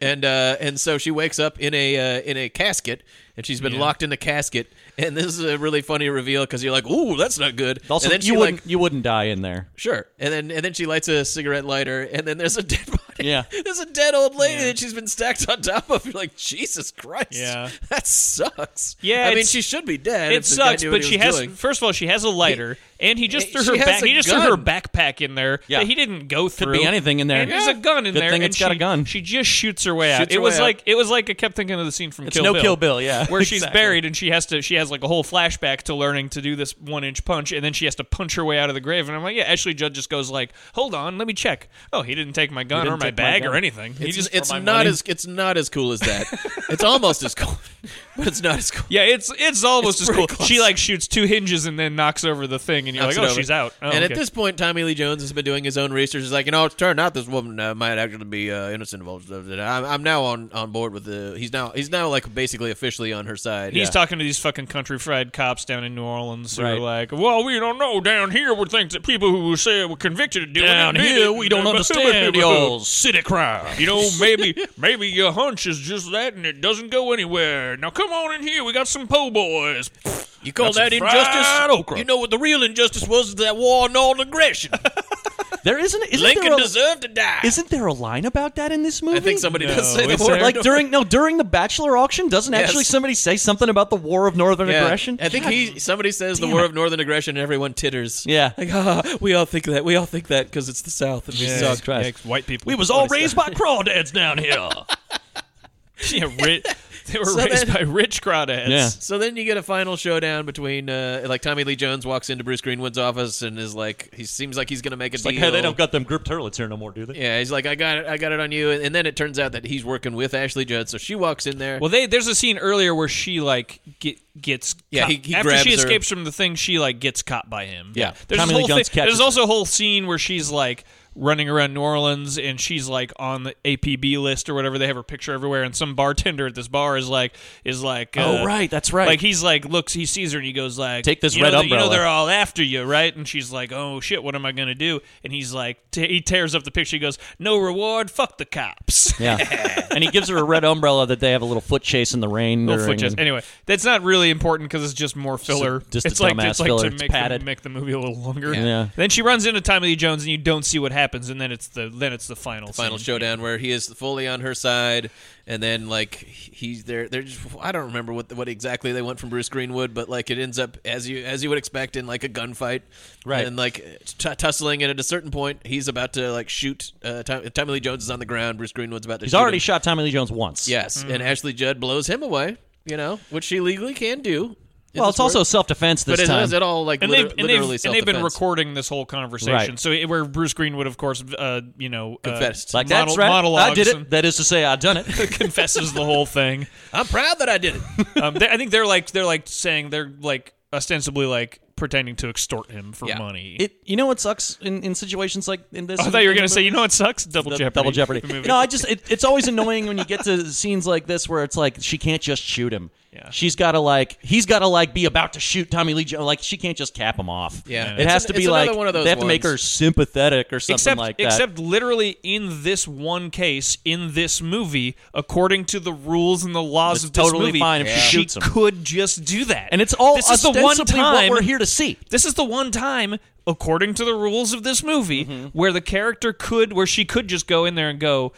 [SPEAKER 2] and uh, and so she wakes up in a uh, in a casket, and she's been locked in the casket. And this is a really funny reveal because you're like, "Ooh, that's not good."
[SPEAKER 3] Also,
[SPEAKER 2] and then she
[SPEAKER 3] you
[SPEAKER 2] like,
[SPEAKER 3] wouldn't. You wouldn't die in there.
[SPEAKER 2] sure, and then and then she lights a cigarette lighter, and then there's a dead body.
[SPEAKER 3] Yeah.
[SPEAKER 2] (laughs) there's a dead old lady that she's been stacked on top of. You're like, Jesus Christ,
[SPEAKER 1] Yeah.
[SPEAKER 2] (laughs) that sucks.
[SPEAKER 1] Yeah,
[SPEAKER 2] I mean,
[SPEAKER 1] it's-
[SPEAKER 2] she should be dead.
[SPEAKER 1] It
[SPEAKER 2] if the guy
[SPEAKER 1] sucks,
[SPEAKER 2] knew what
[SPEAKER 1] but
[SPEAKER 2] he
[SPEAKER 1] she
[SPEAKER 2] was
[SPEAKER 1] has.
[SPEAKER 2] doing.
[SPEAKER 1] First of all, she has a lighter, and he just
[SPEAKER 2] eh,
[SPEAKER 1] threw
[SPEAKER 2] she
[SPEAKER 1] her
[SPEAKER 2] has
[SPEAKER 1] back.
[SPEAKER 2] a
[SPEAKER 1] He just threw her
[SPEAKER 2] gun.
[SPEAKER 1] backpack in there
[SPEAKER 3] Yeah.
[SPEAKER 1] that he didn't go through.
[SPEAKER 3] be anything in there.
[SPEAKER 1] And there's a
[SPEAKER 3] Yeah.
[SPEAKER 1] gun in
[SPEAKER 3] Good
[SPEAKER 1] there.
[SPEAKER 3] thing
[SPEAKER 1] and
[SPEAKER 3] it's got a
[SPEAKER 1] she-
[SPEAKER 3] gun.
[SPEAKER 1] She just shoots her way out.
[SPEAKER 2] Shoots
[SPEAKER 1] it
[SPEAKER 2] her
[SPEAKER 1] was
[SPEAKER 2] way out.
[SPEAKER 1] like it was like I kept thinking of the scene from
[SPEAKER 3] It's
[SPEAKER 1] Kill
[SPEAKER 3] no
[SPEAKER 1] Bill.
[SPEAKER 3] Kill Bill, yeah.
[SPEAKER 1] where she's
[SPEAKER 3] Exactly.
[SPEAKER 1] buried and she has to she has like a whole flashback to learning to do this one inch punch, and then she has to punch her way out of the grave. And I'm like, yeah, Ashley Judd just goes like, hold on, let me check. Oh, he didn't take my gun or
[SPEAKER 3] didn't
[SPEAKER 1] my
[SPEAKER 3] take my
[SPEAKER 1] bag
[SPEAKER 3] gun.
[SPEAKER 1] or anything. He
[SPEAKER 2] It's,
[SPEAKER 1] just
[SPEAKER 2] it's
[SPEAKER 1] or my
[SPEAKER 2] not
[SPEAKER 1] money.
[SPEAKER 2] as it's not as cool as that. it's almost as cool, (laughs) but it's not as cool.
[SPEAKER 1] Yeah, it's it's almost
[SPEAKER 2] It's
[SPEAKER 1] as cool.
[SPEAKER 2] pretty close.
[SPEAKER 1] She like shoots two hinges and then knocks over the thing, and (laughs) you're
[SPEAKER 2] knocks
[SPEAKER 1] like,
[SPEAKER 2] it
[SPEAKER 1] oh,
[SPEAKER 2] over.
[SPEAKER 1] she's out. Oh,
[SPEAKER 2] and
[SPEAKER 1] okay.
[SPEAKER 2] at this point, Tommy Lee Jones has been doing his own research. He's like, you know, it's turned out this woman uh, might actually be uh, innocent of all stuff. I'm, I'm now on, on board with the. He's now he's now like basically officially on her side.
[SPEAKER 1] He's talking to these fucking country fried cops down in New Orleans who are
[SPEAKER 3] Right.
[SPEAKER 1] like, well, we don't know. Down here, we think that people who say were convicted of doing
[SPEAKER 3] Down
[SPEAKER 1] it did
[SPEAKER 3] here,
[SPEAKER 1] it. (laughs)
[SPEAKER 3] we don't understand y'all city crime.
[SPEAKER 1] You know, maybe maybe your hunch is just that and it doesn't go anywhere. Now come on in here. We got some po' boys.
[SPEAKER 2] you call
[SPEAKER 1] fried
[SPEAKER 2] that injustice?
[SPEAKER 1] okra.
[SPEAKER 2] You know what the real injustice was? That war on all aggression.
[SPEAKER 3] There isn't. isn't
[SPEAKER 2] Lincoln
[SPEAKER 3] there a,
[SPEAKER 2] deserved to die.
[SPEAKER 3] Isn't there a line about that in this movie?
[SPEAKER 2] I think somebody
[SPEAKER 1] No,
[SPEAKER 2] does say the
[SPEAKER 1] it's
[SPEAKER 2] word.
[SPEAKER 1] there?
[SPEAKER 3] like during no during the Bachelor auction. Doesn't
[SPEAKER 2] Yes.
[SPEAKER 3] actually somebody say something about the War of Northern
[SPEAKER 2] Yeah.
[SPEAKER 3] Aggression?
[SPEAKER 2] I think
[SPEAKER 3] God
[SPEAKER 2] he somebody says the war of northern aggression and everyone titters.
[SPEAKER 3] Yeah.
[SPEAKER 2] Like, ah, we all think that. We all think that because it's the South and we
[SPEAKER 3] Jesus
[SPEAKER 2] suck.
[SPEAKER 3] Christ.
[SPEAKER 1] Yikes, white people.
[SPEAKER 3] We was all raised by crawdads down here.
[SPEAKER 1] yeah, ri- (laughs) they were
[SPEAKER 2] So
[SPEAKER 1] raised
[SPEAKER 2] then-
[SPEAKER 1] by rich crawdads.
[SPEAKER 3] Yeah.
[SPEAKER 2] So then you get a final showdown between, uh, like Tommy Lee Jones walks into Bruce Greenwood's office and is like, he seems like he's gonna make a deal.
[SPEAKER 3] like, (laughs) hey, they don't got them grip turtlets here no more, do they?
[SPEAKER 2] yeah, he's like, I got it, I got it on you, and then it turns out that he's working with Ashley Judd, so she walks in there.
[SPEAKER 1] Well, they there's a scene earlier where she like get, gets
[SPEAKER 2] Yeah,
[SPEAKER 1] caught-
[SPEAKER 2] he- he
[SPEAKER 1] after she
[SPEAKER 2] grabs her.
[SPEAKER 1] escapes from the thing, she like gets caught by him.
[SPEAKER 2] Yeah.
[SPEAKER 1] there's
[SPEAKER 3] Tommy
[SPEAKER 1] this
[SPEAKER 3] Lee
[SPEAKER 1] whole
[SPEAKER 3] Jones
[SPEAKER 1] thing,
[SPEAKER 3] catches
[SPEAKER 1] there's also a whole scene where she's like running around New Orleans and she's like on the APB list or whatever. They have her picture everywhere, and some bartender at this bar is like is like
[SPEAKER 3] Oh,
[SPEAKER 1] uh,
[SPEAKER 3] right, that's right.
[SPEAKER 1] Like he's like looks, he sees her and he goes like,
[SPEAKER 3] Take this
[SPEAKER 1] you
[SPEAKER 3] red
[SPEAKER 1] know, that- You
[SPEAKER 3] umbrella."
[SPEAKER 1] know they're all after you, right? And she's like, oh shit, what am I gonna do? And he's like, t- he tears up the picture. He goes, no reward, fuck the cops.
[SPEAKER 3] Yeah.
[SPEAKER 2] (laughs)
[SPEAKER 3] and he gives her a red umbrella that they have a little foot chase in the rain.
[SPEAKER 1] Little
[SPEAKER 3] during-
[SPEAKER 1] foot chest. Anyway, that's not really important because it's just more filler.
[SPEAKER 3] just a
[SPEAKER 1] it's like
[SPEAKER 3] dumbass
[SPEAKER 1] it's like
[SPEAKER 3] filler.
[SPEAKER 1] to
[SPEAKER 3] It's
[SPEAKER 1] make the,
[SPEAKER 3] padded.
[SPEAKER 1] make the movie a little longer.
[SPEAKER 3] Yeah.
[SPEAKER 1] Then she runs into Tommy Lee Jones, and you don't see what happens, and then it's the then it's the final
[SPEAKER 2] final
[SPEAKER 1] scene.
[SPEAKER 2] showdown where he is fully on her side, and then like he's there. They're just I don't remember what what exactly they want from Bruce Greenwood, but like it ends up as you as you would expect in like a gunfight,
[SPEAKER 3] Right.
[SPEAKER 2] And like t- tussling, and at a certain point he's about to like shoot. Uh, Tom- Tommy Lee Jones is on the ground. Bruce Greenwood's about to.
[SPEAKER 3] He's
[SPEAKER 2] shoot
[SPEAKER 3] already mm.
[SPEAKER 2] him.
[SPEAKER 3] shot Tommy Lee Jones once.
[SPEAKER 2] Yes, and Ashley Judd blows him away. You know, which she legally can do. in
[SPEAKER 3] Well,
[SPEAKER 2] this
[SPEAKER 3] it's also
[SPEAKER 2] work,
[SPEAKER 3] self defense this
[SPEAKER 2] but it
[SPEAKER 3] time.
[SPEAKER 2] is at all like
[SPEAKER 1] And
[SPEAKER 2] liter-
[SPEAKER 1] they've, and,
[SPEAKER 2] literally
[SPEAKER 1] they've, and they've been
[SPEAKER 2] self-defense.
[SPEAKER 1] recording this whole conversation.
[SPEAKER 3] Right.
[SPEAKER 1] So it, where Bruce Greenwood, of course, uh, you know, uh,
[SPEAKER 2] Confessed.
[SPEAKER 3] like
[SPEAKER 1] mono-
[SPEAKER 3] that's right. I
[SPEAKER 1] monologues
[SPEAKER 3] did
[SPEAKER 1] and
[SPEAKER 3] it. That is to say, I done it.
[SPEAKER 1] (laughs) confesses the whole thing. (laughs)
[SPEAKER 2] I'm proud that I did it.
[SPEAKER 1] Um, they, I think they're like they're like saying they're like ostensibly like pretending to extort him for
[SPEAKER 2] Yeah.
[SPEAKER 1] money.
[SPEAKER 3] it. You know what sucks in, in situations like in this?
[SPEAKER 1] I thought you were
[SPEAKER 3] in the (laughs)
[SPEAKER 1] going to say,
[SPEAKER 3] movie?
[SPEAKER 1] you know what sucks? Double
[SPEAKER 3] The
[SPEAKER 1] Jeopardy.
[SPEAKER 3] Double
[SPEAKER 1] (laughs) The movie.
[SPEAKER 3] No, I just it, it's always annoying when you get to scenes like this where it's like she can't just shoot him.
[SPEAKER 1] Yeah.
[SPEAKER 3] She's got to like he's got to like be about to shoot Tommy Lee Jones. Like she can't just cap him off.
[SPEAKER 2] Yeah.
[SPEAKER 3] it
[SPEAKER 2] It's
[SPEAKER 3] has
[SPEAKER 2] an-
[SPEAKER 3] to be
[SPEAKER 2] it's
[SPEAKER 3] like
[SPEAKER 2] another one of those
[SPEAKER 3] they have to make
[SPEAKER 2] ones.
[SPEAKER 3] her sympathetic or something
[SPEAKER 1] except,
[SPEAKER 3] like that.
[SPEAKER 1] Except literally in this one case, in this movie, according to the rules and the laws
[SPEAKER 3] It's
[SPEAKER 1] of this
[SPEAKER 3] totally
[SPEAKER 1] movie,
[SPEAKER 3] fine if she
[SPEAKER 1] she
[SPEAKER 3] shoots him.
[SPEAKER 1] could just do that.
[SPEAKER 3] and it's all
[SPEAKER 1] this is the one
[SPEAKER 3] ostensibly
[SPEAKER 1] time
[SPEAKER 3] what we're here to see.
[SPEAKER 1] This is the one time, according to the rules of this movie,
[SPEAKER 2] Mm-hmm.
[SPEAKER 1] where the character could, where she could just go in there and go.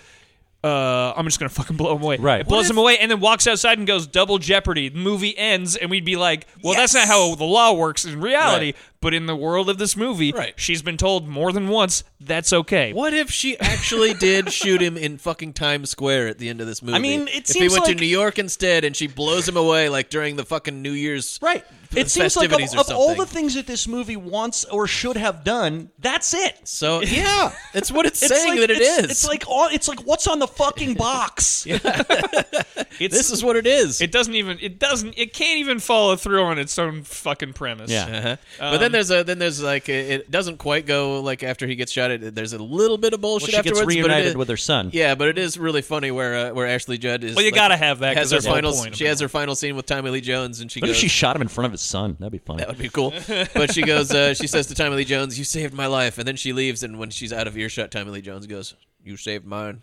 [SPEAKER 1] Uh, I'm just gonna fucking blow him away.
[SPEAKER 3] Right.
[SPEAKER 1] It blows him away, and then walks outside and goes double jeopardy. The movie ends, and we'd be like, "Well, that's not how the law works in reality."
[SPEAKER 2] Right.
[SPEAKER 1] But in the world of this movie,
[SPEAKER 2] Right.
[SPEAKER 1] she's been told more than once that's okay.
[SPEAKER 2] What if she actually did shoot him in fucking Times Square at the end of this movie?
[SPEAKER 3] mean, it
[SPEAKER 2] if he
[SPEAKER 3] seems
[SPEAKER 2] went
[SPEAKER 3] like-
[SPEAKER 2] to New York instead and she blows him away like during the fucking New Year's
[SPEAKER 3] Right.
[SPEAKER 2] f-
[SPEAKER 3] It seems like of,
[SPEAKER 2] festivities
[SPEAKER 3] of
[SPEAKER 2] or
[SPEAKER 3] all the
[SPEAKER 2] something.
[SPEAKER 3] things that this movie wants or should have done, that's it. (laughs)
[SPEAKER 2] So yeah, it's what it's,
[SPEAKER 3] It's
[SPEAKER 2] saying
[SPEAKER 3] like,
[SPEAKER 2] that it
[SPEAKER 3] it's,
[SPEAKER 2] is.
[SPEAKER 3] It's like all, it's like what's on the (laughs) fucking box.
[SPEAKER 1] It's,
[SPEAKER 2] this is what it is.
[SPEAKER 1] It doesn't even. It doesn't. It can't even follow through on its own fucking premise.
[SPEAKER 3] Yeah.
[SPEAKER 2] Uh-huh. but
[SPEAKER 3] um,
[SPEAKER 2] then there's a then there's like it it doesn't quite go like after he gets shot. It, there's a little bit of bullshit
[SPEAKER 3] she gets
[SPEAKER 2] afterwards. but it
[SPEAKER 3] reunited
[SPEAKER 2] is-
[SPEAKER 3] with her son.
[SPEAKER 2] Yeah, but it is really funny where uh, where Ashley Judd is.
[SPEAKER 1] Well, you
[SPEAKER 2] like,
[SPEAKER 1] gotta have that, 'cause
[SPEAKER 2] Has her
[SPEAKER 1] that's the whole
[SPEAKER 2] final.
[SPEAKER 1] point of
[SPEAKER 2] She
[SPEAKER 1] it.
[SPEAKER 2] has her final scene with Tommy Lee Jones, and she
[SPEAKER 3] What if
[SPEAKER 2] goes.
[SPEAKER 3] she shot him in front of his son? That'd be funny.
[SPEAKER 2] that would be cool. But she goes. Uh, she says to Tommy Lee Jones, "You saved my life." And then she leaves. And when she's out of earshot, Tommy Lee Jones goes, "You saved mine."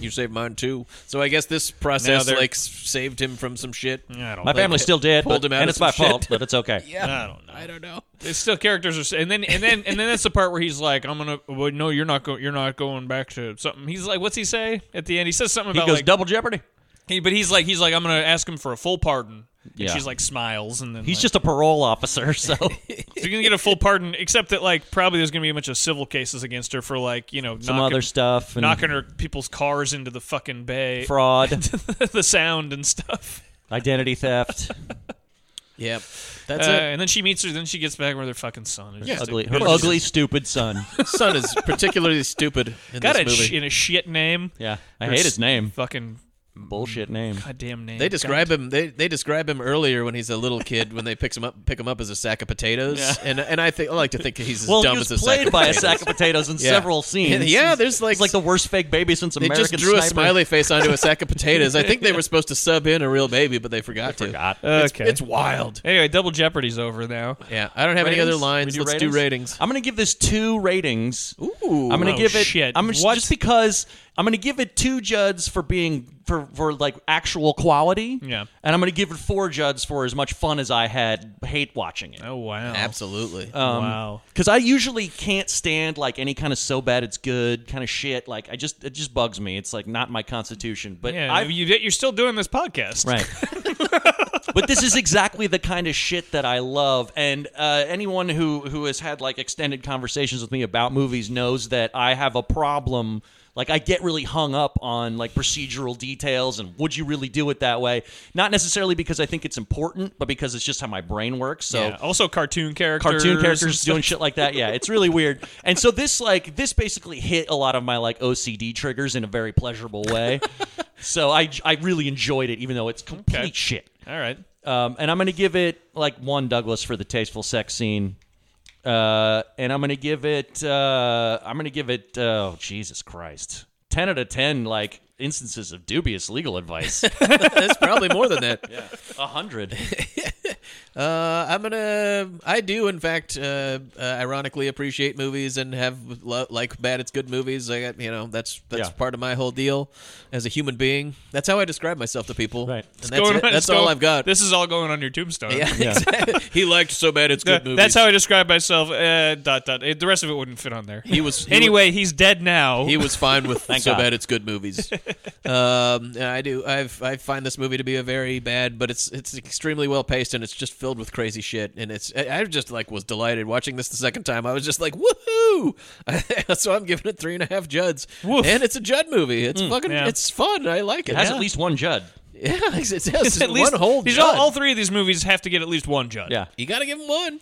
[SPEAKER 2] You saved mine too. So I guess this process
[SPEAKER 1] they're-
[SPEAKER 2] like s- saved him from some shit.
[SPEAKER 1] I don't.
[SPEAKER 3] My
[SPEAKER 1] know.
[SPEAKER 3] family's still dead,
[SPEAKER 2] pulled
[SPEAKER 3] but,
[SPEAKER 2] him out
[SPEAKER 3] and
[SPEAKER 2] of
[SPEAKER 3] it's my
[SPEAKER 2] some
[SPEAKER 3] fault,
[SPEAKER 2] shit.
[SPEAKER 3] but it's (laughs) okay.
[SPEAKER 1] I don't know.
[SPEAKER 2] I don't know.
[SPEAKER 1] It's still characters are and then and then and then that's the part where he's like, I'm gonna. Well, no, you're not. Go, you're not going back to something. He's like, what's he say at the end? He says something
[SPEAKER 3] He
[SPEAKER 1] about
[SPEAKER 3] goes
[SPEAKER 1] like,
[SPEAKER 3] double jeopardy.
[SPEAKER 1] he- but he's like, he's like, I'm gonna ask him for a full pardon. And
[SPEAKER 3] Yeah.
[SPEAKER 1] she's like smiles, and then
[SPEAKER 3] He's
[SPEAKER 1] like,
[SPEAKER 3] just a parole officer, (laughs) so
[SPEAKER 1] so you're gonna get a full pardon, except that like probably there's gonna be a bunch of civil cases against her for like you know
[SPEAKER 3] some
[SPEAKER 1] knocking,
[SPEAKER 3] other stuff and (laughs)
[SPEAKER 1] knocking her people's cars into the fucking bay,
[SPEAKER 3] fraud,
[SPEAKER 1] (laughs) the sound and stuff.
[SPEAKER 3] identity theft,
[SPEAKER 2] Yep, that's
[SPEAKER 1] Uh,
[SPEAKER 2] it.
[SPEAKER 1] and then she meets her. Then she gets back with her fucking son. It's just a-
[SPEAKER 3] ugly, her ugly, stupid son. (laughs)
[SPEAKER 2] son is particularly stupid in
[SPEAKER 1] Got
[SPEAKER 2] this
[SPEAKER 1] a
[SPEAKER 2] movie.
[SPEAKER 1] sh- in a shit name.
[SPEAKER 3] Yeah, I
[SPEAKER 1] Her
[SPEAKER 3] hate
[SPEAKER 1] s-
[SPEAKER 3] his (laughs) name.
[SPEAKER 1] Fucking
[SPEAKER 3] Bullshit name.
[SPEAKER 1] goddamn name.
[SPEAKER 2] they describe him. They, they describe him earlier when he's a little kid when they pick him up pick him up as a sack of potatoes. And and I think I like to think he's as
[SPEAKER 3] Well,
[SPEAKER 2] dumb
[SPEAKER 3] he was
[SPEAKER 2] as a sack
[SPEAKER 3] played
[SPEAKER 2] of
[SPEAKER 3] by a
[SPEAKER 2] potatoes.
[SPEAKER 3] sack of potatoes in
[SPEAKER 2] (laughs) Yeah.
[SPEAKER 3] several scenes.
[SPEAKER 2] Yeah, there's like
[SPEAKER 3] It's like the worst fake baby since
[SPEAKER 2] they
[SPEAKER 3] American
[SPEAKER 2] just drew a
[SPEAKER 3] Sniper.
[SPEAKER 2] smiley face onto a (laughs) sack of potatoes. I think they were supposed to sub in a real baby, but they forgot to.
[SPEAKER 3] Forgot.
[SPEAKER 1] Okay.
[SPEAKER 2] It's wild.
[SPEAKER 1] Anyway, Double Jeopardy's over now.
[SPEAKER 2] Yeah, I don't have any other lines.
[SPEAKER 3] We
[SPEAKER 2] Let's do ratings.
[SPEAKER 3] I'm going to give this two ratings.
[SPEAKER 2] Ooh.
[SPEAKER 3] I'm going
[SPEAKER 1] Oh,
[SPEAKER 3] to give it.
[SPEAKER 1] shit.
[SPEAKER 3] I'm just,
[SPEAKER 1] What?
[SPEAKER 3] just because I'm going to give it two Judds for being for for like actual quality.
[SPEAKER 1] Yeah.
[SPEAKER 3] And I'm going to give it four Judds for as much fun as I had hate watching it.
[SPEAKER 1] Oh wow.
[SPEAKER 2] Absolutely.
[SPEAKER 1] wow.
[SPEAKER 3] Because I usually can't stand like any kind of so bad it's good kind of shit. Like I just it just bugs me. It's like not my constitution. But
[SPEAKER 1] Yeah,
[SPEAKER 3] I've
[SPEAKER 1] you, yet you're still doing this podcast.
[SPEAKER 3] Right. (laughs) but this is exactly the kind of shit that I love, and uh, anyone who who has had like extended conversations with me about movies knows that I have a problem. Like I get really hung up on like procedural details and would you really do it that way? Not necessarily because I think it's important, but because it's just how my brain works.
[SPEAKER 2] Oh.
[SPEAKER 3] So
[SPEAKER 1] Yeah. Also, cartoon characters.
[SPEAKER 3] cartoon
[SPEAKER 1] and
[SPEAKER 3] characters
[SPEAKER 1] stuff.
[SPEAKER 3] doing shit like that. Yeah, it's really weird. And so this like this basically hit a lot of my like OCD triggers in a very pleasurable way. so I I really enjoyed it, even though it's complete
[SPEAKER 1] Okay.
[SPEAKER 3] shit.
[SPEAKER 1] All right.
[SPEAKER 3] Um, and I'm going to give it like one Douglas for the tasteful sex scene. Uh, and I'm going to give it, uh, I'm going to give it, oh, Jesus Christ. 10 out of 10, like instances of dubious legal advice. A
[SPEAKER 2] (laughs) That's probably more than (laughs) that.
[SPEAKER 3] hundred.
[SPEAKER 2] Uh, I'm gonna. I do, in fact, uh, uh, ironically appreciate movies and have lo- like bad it's good movies. I got you know that's that's
[SPEAKER 3] Yeah.
[SPEAKER 2] part of my whole deal as a human being. That's how I describe myself to people.
[SPEAKER 3] Right.
[SPEAKER 2] And that's
[SPEAKER 1] Going
[SPEAKER 2] it.
[SPEAKER 1] on-
[SPEAKER 2] that's
[SPEAKER 1] it's
[SPEAKER 2] all
[SPEAKER 1] going-
[SPEAKER 2] I've got.
[SPEAKER 1] This is all going on your tombstone. (laughs)
[SPEAKER 2] yeah, (laughs) exactly. he liked so bad it's good
[SPEAKER 1] Th-
[SPEAKER 2] movies.
[SPEAKER 1] That's how I describe myself. Uh, dot dot. Eh, The rest of it wouldn't fit on there.
[SPEAKER 2] He was- he
[SPEAKER 1] anyway, he's dead now. (laughs)
[SPEAKER 2] he was fine with so
[SPEAKER 3] God.
[SPEAKER 2] bad it's good movies. um, and I do. I've I find this movie to be a very bad, but it's it's extremely well paced and it's just filled with crazy shit. And it's I I just like was delighted watching this the second time. I was just like woohoo! (laughs) so I'm giving it three and a half Juds,
[SPEAKER 1] Woof. Hmm,
[SPEAKER 2] and it's a Judd movie. It's fucking
[SPEAKER 1] yeah.
[SPEAKER 2] it's fun. I like it.
[SPEAKER 3] Has
[SPEAKER 2] yeah.
[SPEAKER 3] at least one Judd.
[SPEAKER 2] (laughs) yeah, it's, it's,
[SPEAKER 1] It's (laughs) at least
[SPEAKER 2] one whole
[SPEAKER 1] these
[SPEAKER 2] Judd.
[SPEAKER 1] all, all three of these movies have to get at least one judge.
[SPEAKER 3] Yeah.
[SPEAKER 2] you gotta give him one.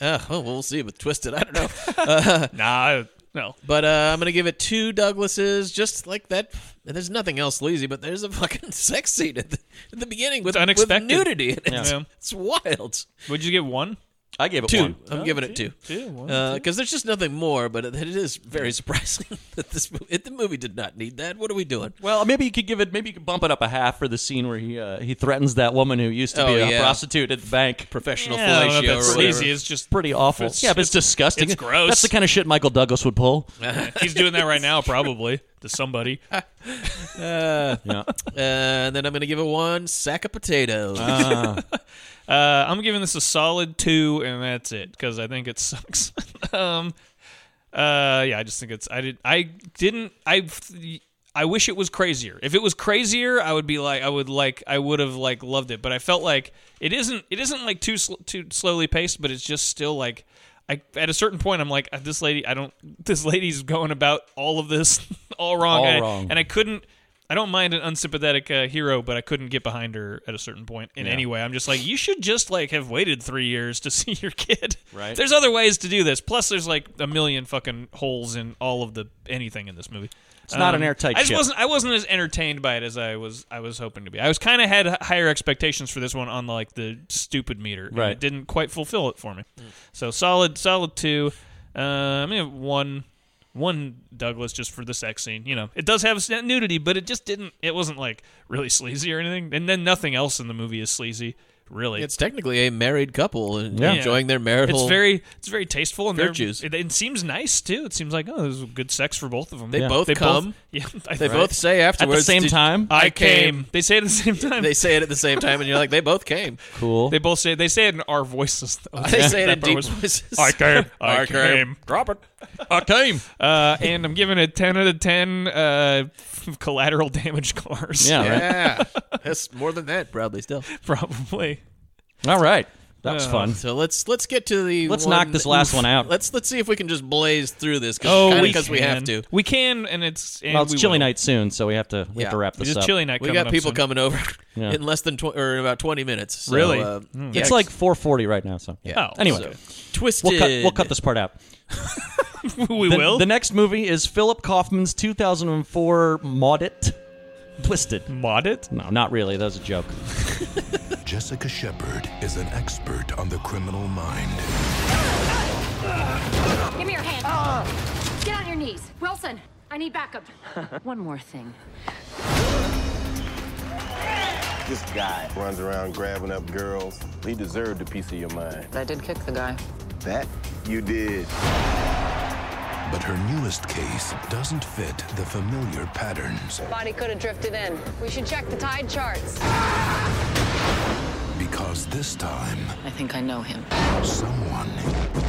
[SPEAKER 2] Uh, well, we'll see with Twisted. I don't know.
[SPEAKER 1] Nah. No.
[SPEAKER 2] But uh, I'm gonna give it two Douglases, just like that. And there's nothing else sleazy, but there's a fucking (laughs) sex scene at the, at the beginning with,
[SPEAKER 1] It's unexpected.
[SPEAKER 2] with nudity. in it.
[SPEAKER 1] Yeah.
[SPEAKER 2] It's wild.
[SPEAKER 1] Would you get one?
[SPEAKER 3] I gave it
[SPEAKER 2] two.
[SPEAKER 3] one.
[SPEAKER 2] I'm
[SPEAKER 1] Oh,
[SPEAKER 2] giving it
[SPEAKER 1] two.
[SPEAKER 2] two.
[SPEAKER 1] Two, one,
[SPEAKER 2] Because there's just nothing more, but it, it is very (laughs) surprising that this movie, it, the movie did not need that. What are we doing?
[SPEAKER 3] Well, maybe you could give it. Maybe you could bump it up a half for the scene where he uh, he threatens that woman who used to be
[SPEAKER 2] Oh,
[SPEAKER 3] a
[SPEAKER 2] yeah.
[SPEAKER 3] prostitute at the bank.
[SPEAKER 2] Professional
[SPEAKER 1] Yeah, I don't know
[SPEAKER 2] fellatio
[SPEAKER 1] if
[SPEAKER 2] or
[SPEAKER 1] that's
[SPEAKER 2] whatever.
[SPEAKER 1] easy. It's just
[SPEAKER 3] Pretty awful.
[SPEAKER 1] It's-
[SPEAKER 3] yeah, but it's disgusting.
[SPEAKER 1] it's gross.
[SPEAKER 3] That's the kind of shit Michael Douglas would pull.
[SPEAKER 1] he's doing that right now, probably to somebody.
[SPEAKER 3] yeah.
[SPEAKER 2] Uh, and then I'm going to give it one sack of potatoes.
[SPEAKER 1] Ah. Uh, I'm giving this a solid two, and that's it because I think it sucks. (laughs) um, uh, yeah, I just think it's. I did. I didn't. I. I wish it was crazier. If it was crazier, I would be like, I would like, I would have like loved it. But I felt like it isn't. It isn't like too sl- too slowly paced, but it's just still like. I, at a certain point, I'm like, "Uh, this lady, I don't. (laughs) This lady's going about all of this (laughs) all wrong,
[SPEAKER 3] All
[SPEAKER 1] and I-
[SPEAKER 3] wrong.
[SPEAKER 1] and I couldn't. I don't mind an unsympathetic uh, hero, but I couldn't get behind her at a certain point in any way. I'm just like, you should just like have waited three years to (laughs) see your kid.
[SPEAKER 3] Right.
[SPEAKER 1] There's other ways to do this. Plus, there's like a million fucking holes in all of the anything in this movie. It's
[SPEAKER 3] not an airtight
[SPEAKER 1] I just
[SPEAKER 3] ship.
[SPEAKER 1] wasn't. I wasn't as entertained by it as I was. I was hoping to be. I was kind of had h- higher expectations for this one on like the stupid meter. and
[SPEAKER 3] Right.
[SPEAKER 1] It didn't quite fulfill it for me.
[SPEAKER 2] Hmm.
[SPEAKER 1] So solid, solid two. Uh, I'm gonna have one one Douglas just for the sex scene. You know, it does have s- nudity, but it just didn't. It wasn't like really (laughs) sleazy or anything. And then nothing else in the movie is sleazy, really.
[SPEAKER 2] (laughs) it's technically a married couple and
[SPEAKER 1] Yeah.
[SPEAKER 2] enjoying their marital.
[SPEAKER 1] It's very, it's very tasteful and they're-
[SPEAKER 2] Virtues.
[SPEAKER 1] It, it seems nice too. It seems like oh, this is good sex for both of them.
[SPEAKER 2] They both come.
[SPEAKER 1] (laughs) yeah, I-
[SPEAKER 2] They
[SPEAKER 1] right.
[SPEAKER 2] both say
[SPEAKER 3] At
[SPEAKER 2] afterwards.
[SPEAKER 3] the same
[SPEAKER 2] "Did-
[SPEAKER 3] time,
[SPEAKER 1] I came. They say it at the same time.
[SPEAKER 2] (laughs) They say it at the same time, and you're like, they both came.
[SPEAKER 3] cool.
[SPEAKER 1] They both say they say it in our voices. Though.
[SPEAKER 2] They say it
[SPEAKER 1] That
[SPEAKER 2] in
[SPEAKER 1] part
[SPEAKER 2] deep
[SPEAKER 1] was-
[SPEAKER 2] voices.
[SPEAKER 1] I
[SPEAKER 2] (laughs)
[SPEAKER 1] came. I,
[SPEAKER 2] I came.
[SPEAKER 1] came. Drop it. (laughs) I came. Uh, and I'm giving it 10 out of 10 uh, collateral damage cars.
[SPEAKER 3] yeah, right. (laughs)
[SPEAKER 2] Yeah, that's more than that, probably still.
[SPEAKER 1] (laughs) Probably.
[SPEAKER 3] All right. That was
[SPEAKER 1] Uh,
[SPEAKER 3] fun.
[SPEAKER 2] So let's let's get to the.
[SPEAKER 3] Let's
[SPEAKER 2] one-
[SPEAKER 3] knock this last one out.
[SPEAKER 2] Let's let's see if we can just blaze through this. Cause,
[SPEAKER 1] Oh, we
[SPEAKER 2] because we
[SPEAKER 1] can.
[SPEAKER 2] have to.
[SPEAKER 1] We can, and it's. And
[SPEAKER 3] Well, it's
[SPEAKER 1] we
[SPEAKER 3] chilly
[SPEAKER 1] will.
[SPEAKER 3] night soon, so we have to we
[SPEAKER 2] Yeah.
[SPEAKER 3] have to wrap
[SPEAKER 1] It's
[SPEAKER 3] this
[SPEAKER 1] just
[SPEAKER 3] up.
[SPEAKER 1] chilly night.
[SPEAKER 2] We
[SPEAKER 1] coming
[SPEAKER 2] got
[SPEAKER 1] up
[SPEAKER 2] people
[SPEAKER 1] soon.
[SPEAKER 2] coming over
[SPEAKER 3] (laughs) Yeah. Hmm.
[SPEAKER 2] in less than tw- or in about twenty minutes. So,
[SPEAKER 1] Really?
[SPEAKER 2] uh, yeah.
[SPEAKER 3] It's like 4:40 right now, so yeah.
[SPEAKER 1] Oh,
[SPEAKER 3] anyway,
[SPEAKER 1] so-
[SPEAKER 2] twisted.
[SPEAKER 3] we'll cut we'll cut this part out.
[SPEAKER 1] we
[SPEAKER 3] The,
[SPEAKER 1] will.
[SPEAKER 3] the next movie is Philip Kaufman's 2004 Maudit, Twisted.
[SPEAKER 1] mod it.
[SPEAKER 3] No, not really. That was a joke.
[SPEAKER 9] Jessica Shepard is an expert on the criminal mind.
[SPEAKER 12] Give me your hand.
[SPEAKER 10] Ah!
[SPEAKER 12] Get on your knees. Wilson, I need backup.
[SPEAKER 5] (laughs) One more thing.
[SPEAKER 11] This guy runs around grabbing up girls. He deserved a piece of your mind.
[SPEAKER 5] I did kick the guy.
[SPEAKER 11] That you did.
[SPEAKER 9] But her newest case doesn't fit the familiar patterns
[SPEAKER 12] Body could have drifted in. We should check the tide charts.
[SPEAKER 9] because this time
[SPEAKER 5] I think I know him.
[SPEAKER 9] someone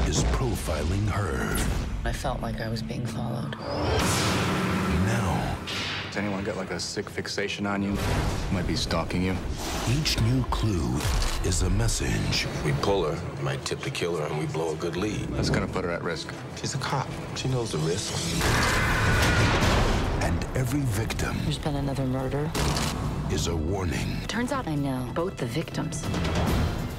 [SPEAKER 9] is profiling her.
[SPEAKER 5] I felt like I was being followed.
[SPEAKER 9] Now,
[SPEAKER 6] Has anyone got like a sick fixation on you? Might be stalking you.
[SPEAKER 9] each new clue is a message
[SPEAKER 11] We pull her, might tip the killer, and we blow a good lead.
[SPEAKER 6] That's gonna put her at risk.
[SPEAKER 11] She's a cop. She knows the risk.
[SPEAKER 9] and every victim
[SPEAKER 5] There's been another murder.
[SPEAKER 9] is a warning.
[SPEAKER 5] Turns out I know both the victims.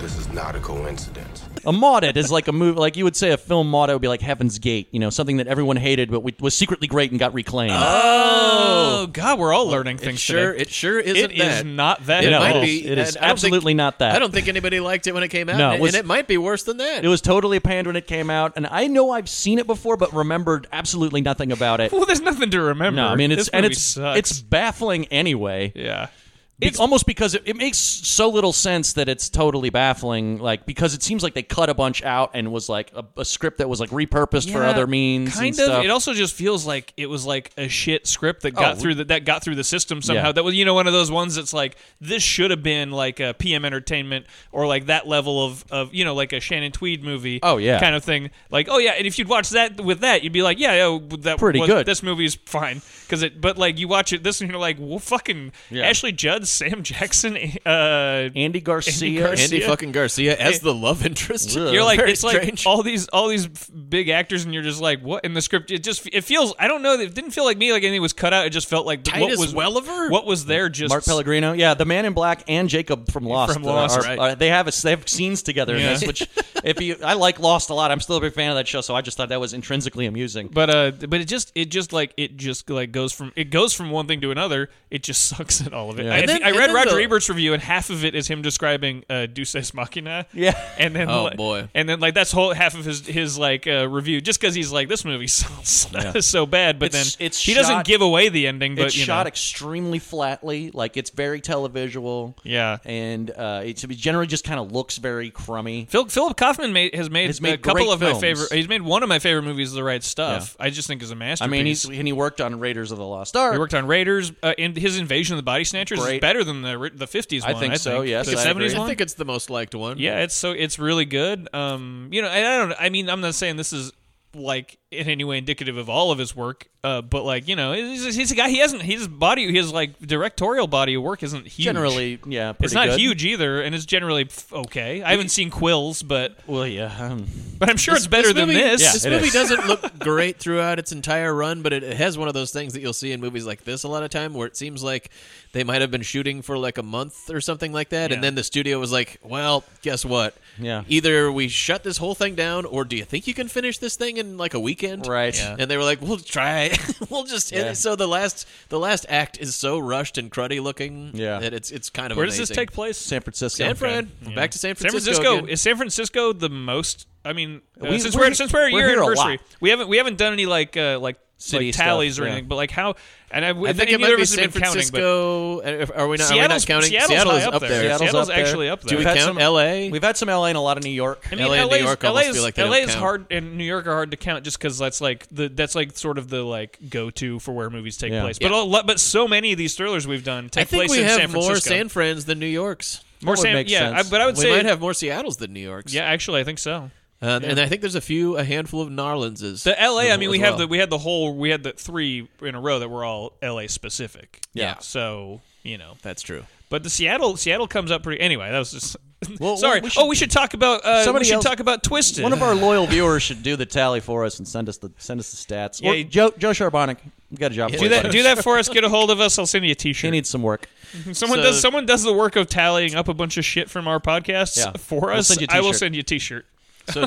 [SPEAKER 11] This is not a coincidence.
[SPEAKER 3] A Maudit is like a movie, like you would say a film Maudit would be like Heaven's Gate, you know, something that everyone hated but we, was secretly great and got reclaimed.
[SPEAKER 1] Ah. Oh, God, we're all learning
[SPEAKER 2] It
[SPEAKER 1] things
[SPEAKER 2] sure
[SPEAKER 1] today.
[SPEAKER 2] it sure isn't
[SPEAKER 1] It is
[SPEAKER 2] that.
[SPEAKER 1] not that
[SPEAKER 2] It
[SPEAKER 1] at
[SPEAKER 3] No,
[SPEAKER 2] might
[SPEAKER 1] all.
[SPEAKER 3] is-
[SPEAKER 2] be.
[SPEAKER 3] it is
[SPEAKER 2] and I don't think-
[SPEAKER 3] absolutely not that.
[SPEAKER 2] I don't think anybody liked it when it came out.
[SPEAKER 3] No, it
[SPEAKER 2] and,
[SPEAKER 3] was-
[SPEAKER 2] and it might be worse than that.
[SPEAKER 3] it was totally panned when it came out, and I know I've seen it before, but remembered absolutely nothing about it.
[SPEAKER 1] Well, there's nothing to remember.
[SPEAKER 3] No, I mean it's
[SPEAKER 1] This
[SPEAKER 3] and
[SPEAKER 1] movie
[SPEAKER 3] it's
[SPEAKER 1] sucks.
[SPEAKER 3] it's baffling anyway.
[SPEAKER 1] yeah.
[SPEAKER 3] Be- almost because it, it makes so little sense that it's totally baffling. Like because it seems like they cut a bunch out and was like a, a script that was like repurposed for
[SPEAKER 1] Yeah,
[SPEAKER 3] other means.
[SPEAKER 1] Kind
[SPEAKER 3] and
[SPEAKER 1] of.
[SPEAKER 3] stuff. Oh,
[SPEAKER 1] It also just feels like it was like a shit script that got through the, that got through the system somehow.
[SPEAKER 3] Yeah.
[SPEAKER 1] That was you know one of those ones that's like this should have been like a PM Entertainment or like that level of of you know like a Shannon Tweed movie.
[SPEAKER 3] Oh, yeah.
[SPEAKER 1] kind of thing. Like oh yeah, and if you'd watch that with that, you'd be like yeah, yeah that
[SPEAKER 3] Pretty
[SPEAKER 1] was-
[SPEAKER 3] good.
[SPEAKER 1] This movie's fine because it. But like you watch it this and you're like well fucking Ashley Judd, Sam Jackson, (laughs) uh,
[SPEAKER 3] Andy Garcia.
[SPEAKER 1] Garcia.
[SPEAKER 2] Andy fucking Garcia as the love interest.
[SPEAKER 1] you're like
[SPEAKER 2] (laughs) Very
[SPEAKER 1] it's
[SPEAKER 2] strange.
[SPEAKER 1] like all these all these f- big actors and you're just like what in the script it just it feels i don't know it didn't feel like me like anything was cut out it just felt like th-
[SPEAKER 2] Titus
[SPEAKER 1] what was
[SPEAKER 2] Welliver?
[SPEAKER 1] what was there just
[SPEAKER 3] Mark Pellegrino, yeah, the Man in Black and Jacob from Lost. uh,
[SPEAKER 1] From Lost,
[SPEAKER 3] are-
[SPEAKER 1] right.
[SPEAKER 3] are- they have a, they have scenes together
[SPEAKER 1] Yeah.
[SPEAKER 3] in
[SPEAKER 1] (laughs)
[SPEAKER 3] this, which if you, I like Lost a lot. I'm still a big fan of that show, so I just thought that was intrinsically amusing.
[SPEAKER 1] but uh but it just (laughs) it just like it just like goes from it goes from one thing to another it just sucks at all of it
[SPEAKER 3] Yeah.
[SPEAKER 1] I
[SPEAKER 2] and then-
[SPEAKER 1] I
[SPEAKER 2] and
[SPEAKER 1] read
[SPEAKER 2] then
[SPEAKER 1] Roger
[SPEAKER 2] the-
[SPEAKER 1] Ebert's review, and half of it is him describing uh, Deus Ex Machina.
[SPEAKER 3] Yeah.
[SPEAKER 1] and then
[SPEAKER 2] Oh,
[SPEAKER 1] like-
[SPEAKER 2] boy.
[SPEAKER 1] and then like that's whole half of his his like uh, review, just because he's like this (laughs) movie's so,
[SPEAKER 3] Yeah.
[SPEAKER 1] so bad, but
[SPEAKER 3] It's-
[SPEAKER 1] then
[SPEAKER 3] it's
[SPEAKER 1] he
[SPEAKER 3] shot-
[SPEAKER 1] doesn't give away the ending. But
[SPEAKER 3] it's
[SPEAKER 1] you
[SPEAKER 3] shot
[SPEAKER 1] know.
[SPEAKER 3] extremely flatly, like it's very televisual.
[SPEAKER 1] Yeah.
[SPEAKER 3] and uh, it it generally just kind of looks very crummy.
[SPEAKER 1] Phil, Philip Kaufman made, has made,
[SPEAKER 3] Has made
[SPEAKER 1] a couple
[SPEAKER 3] great
[SPEAKER 1] of
[SPEAKER 3] films.
[SPEAKER 1] my favorite. He's made one of my favorite movies, The Right Stuff. I just think is a
[SPEAKER 3] I
[SPEAKER 1] masterpiece.
[SPEAKER 3] mean, he's and he worked on Raiders of the Lost Ark.
[SPEAKER 1] He worked on Raiders. Uh, and his Invasion of the Body Snatchers
[SPEAKER 3] Great.
[SPEAKER 1] is better than the ri- the fifties
[SPEAKER 3] I
[SPEAKER 1] one.
[SPEAKER 3] think
[SPEAKER 1] I
[SPEAKER 3] so, yes,
[SPEAKER 1] the
[SPEAKER 3] I agree.
[SPEAKER 1] seventies
[SPEAKER 2] I
[SPEAKER 1] one.
[SPEAKER 2] think it's the most liked one.
[SPEAKER 1] yeah, it's so it's really good. Um, you know, and I don't. I mean, I'm not saying this is like in any way indicative of all of his work, uh, but like you know, he's, he's a guy. He hasn't his body, his like directorial body of work isn't huge.
[SPEAKER 3] Generally, yeah, pretty
[SPEAKER 1] it's not
[SPEAKER 3] good.
[SPEAKER 1] huge either, and it's generally f- okay. I haven't seen Quills, but
[SPEAKER 3] Well, yeah, um,
[SPEAKER 1] but I'm sure it's better than
[SPEAKER 2] movie-
[SPEAKER 1] this.
[SPEAKER 2] this
[SPEAKER 3] it
[SPEAKER 2] movie
[SPEAKER 3] is.
[SPEAKER 2] doesn't look great throughout its entire run, but it, it has one of those things that you'll see in movies like this a lot of time, where it seems like they might have been shooting for like a month or something like that,
[SPEAKER 1] Yeah.
[SPEAKER 2] and then the studio was like, "Well, guess what?
[SPEAKER 3] Yeah.
[SPEAKER 2] either we shut this whole thing down, or do you think you can finish this thing in like a weekend?"
[SPEAKER 3] Right. Yeah.
[SPEAKER 2] And they were like, "We'll try. (laughs) we'll just." and so the last the last act is so rushed and cruddy looking.
[SPEAKER 3] Yeah.
[SPEAKER 2] that it's it's kind of
[SPEAKER 1] Where does this
[SPEAKER 2] amazing.
[SPEAKER 1] take place?
[SPEAKER 3] San Francisco.
[SPEAKER 2] San Fran.
[SPEAKER 1] Yeah.
[SPEAKER 2] Back to San Francisco. again.
[SPEAKER 1] is San Francisco the most? I mean, uh,
[SPEAKER 3] We-
[SPEAKER 1] since
[SPEAKER 3] we're-
[SPEAKER 1] we're, since we're a
[SPEAKER 3] we're
[SPEAKER 1] year
[SPEAKER 3] here a
[SPEAKER 1] anniversary,
[SPEAKER 3] lot.
[SPEAKER 1] we haven't we haven't done any like uh, like
[SPEAKER 3] City
[SPEAKER 1] like
[SPEAKER 3] stuff,
[SPEAKER 1] tallies or
[SPEAKER 3] yeah.
[SPEAKER 1] anything. But like how? And I,
[SPEAKER 2] I think
[SPEAKER 1] neither
[SPEAKER 2] it might
[SPEAKER 1] of
[SPEAKER 2] be
[SPEAKER 1] us have
[SPEAKER 2] San
[SPEAKER 1] been counting. But
[SPEAKER 2] Francisco. uh, Are we not, are we not
[SPEAKER 1] Seattle's,
[SPEAKER 2] counting?
[SPEAKER 1] Seattle's
[SPEAKER 2] Seattle
[SPEAKER 1] high
[SPEAKER 2] is
[SPEAKER 1] up there.
[SPEAKER 3] Seattle's up there.
[SPEAKER 1] actually up
[SPEAKER 2] Do
[SPEAKER 1] there.
[SPEAKER 2] we
[SPEAKER 3] We've had
[SPEAKER 2] count
[SPEAKER 3] some-
[SPEAKER 2] L.A.?
[SPEAKER 3] We've had some LA and a lot of New York.
[SPEAKER 1] I mean,
[SPEAKER 2] LA and New
[SPEAKER 1] LA's
[SPEAKER 2] York almost
[SPEAKER 1] LA's
[SPEAKER 2] feel like they don't
[SPEAKER 1] LA's
[SPEAKER 2] count.
[SPEAKER 1] hard, and New York are hard to count just because that's like the that's like sort of the like go to for where movies take
[SPEAKER 3] Yeah.
[SPEAKER 1] place. But a
[SPEAKER 2] Yeah.
[SPEAKER 1] lot- but so many of these thrillers we've done take
[SPEAKER 2] I think
[SPEAKER 1] place
[SPEAKER 2] we
[SPEAKER 1] in
[SPEAKER 2] have
[SPEAKER 1] San
[SPEAKER 2] more
[SPEAKER 1] Francisco.
[SPEAKER 2] San Frans than New Yorks.
[SPEAKER 1] more
[SPEAKER 3] would
[SPEAKER 1] San,
[SPEAKER 3] make
[SPEAKER 1] yeah. I,
[SPEAKER 3] sense.
[SPEAKER 1] but I would
[SPEAKER 2] We
[SPEAKER 1] say
[SPEAKER 2] might have more Seattles than New Yorks.
[SPEAKER 1] yeah, actually, I think so.
[SPEAKER 2] Uh, and I think there's a few, a handful of Narlanses.
[SPEAKER 1] The LA, I
[SPEAKER 2] as
[SPEAKER 1] mean,
[SPEAKER 2] well.
[SPEAKER 1] we have the we had the whole we had the three in a row that were all LA specific.
[SPEAKER 2] Yeah.
[SPEAKER 1] So you know,
[SPEAKER 2] That's true.
[SPEAKER 1] but the Seattle Seattle comes up pretty. Anyway, that was just.
[SPEAKER 3] Well,
[SPEAKER 1] sorry.
[SPEAKER 3] we should-
[SPEAKER 1] oh, we should talk about uh,
[SPEAKER 3] Somebody
[SPEAKER 1] we should
[SPEAKER 3] else-
[SPEAKER 1] talk about Twisted.
[SPEAKER 3] One
[SPEAKER 1] (laughs)
[SPEAKER 3] of our loyal viewers should do the tally for us and send us the send us the stats. Or
[SPEAKER 1] Yeah, you-
[SPEAKER 3] Joe Joe Charbonic, we got a job for
[SPEAKER 1] do
[SPEAKER 3] you.
[SPEAKER 1] that
[SPEAKER 3] buddy.
[SPEAKER 1] do that for us. Get a hold of us. I'll send you a
[SPEAKER 3] He
[SPEAKER 1] T-shirt.
[SPEAKER 3] needs some work.
[SPEAKER 1] someone
[SPEAKER 2] so-
[SPEAKER 1] does someone does the work of tallying up a bunch of shit from our podcasts
[SPEAKER 3] Yeah.
[SPEAKER 1] for
[SPEAKER 3] I'll
[SPEAKER 1] us.
[SPEAKER 3] send you a
[SPEAKER 1] I will
[SPEAKER 3] t-shirt.
[SPEAKER 1] send you a T-shirt.
[SPEAKER 2] So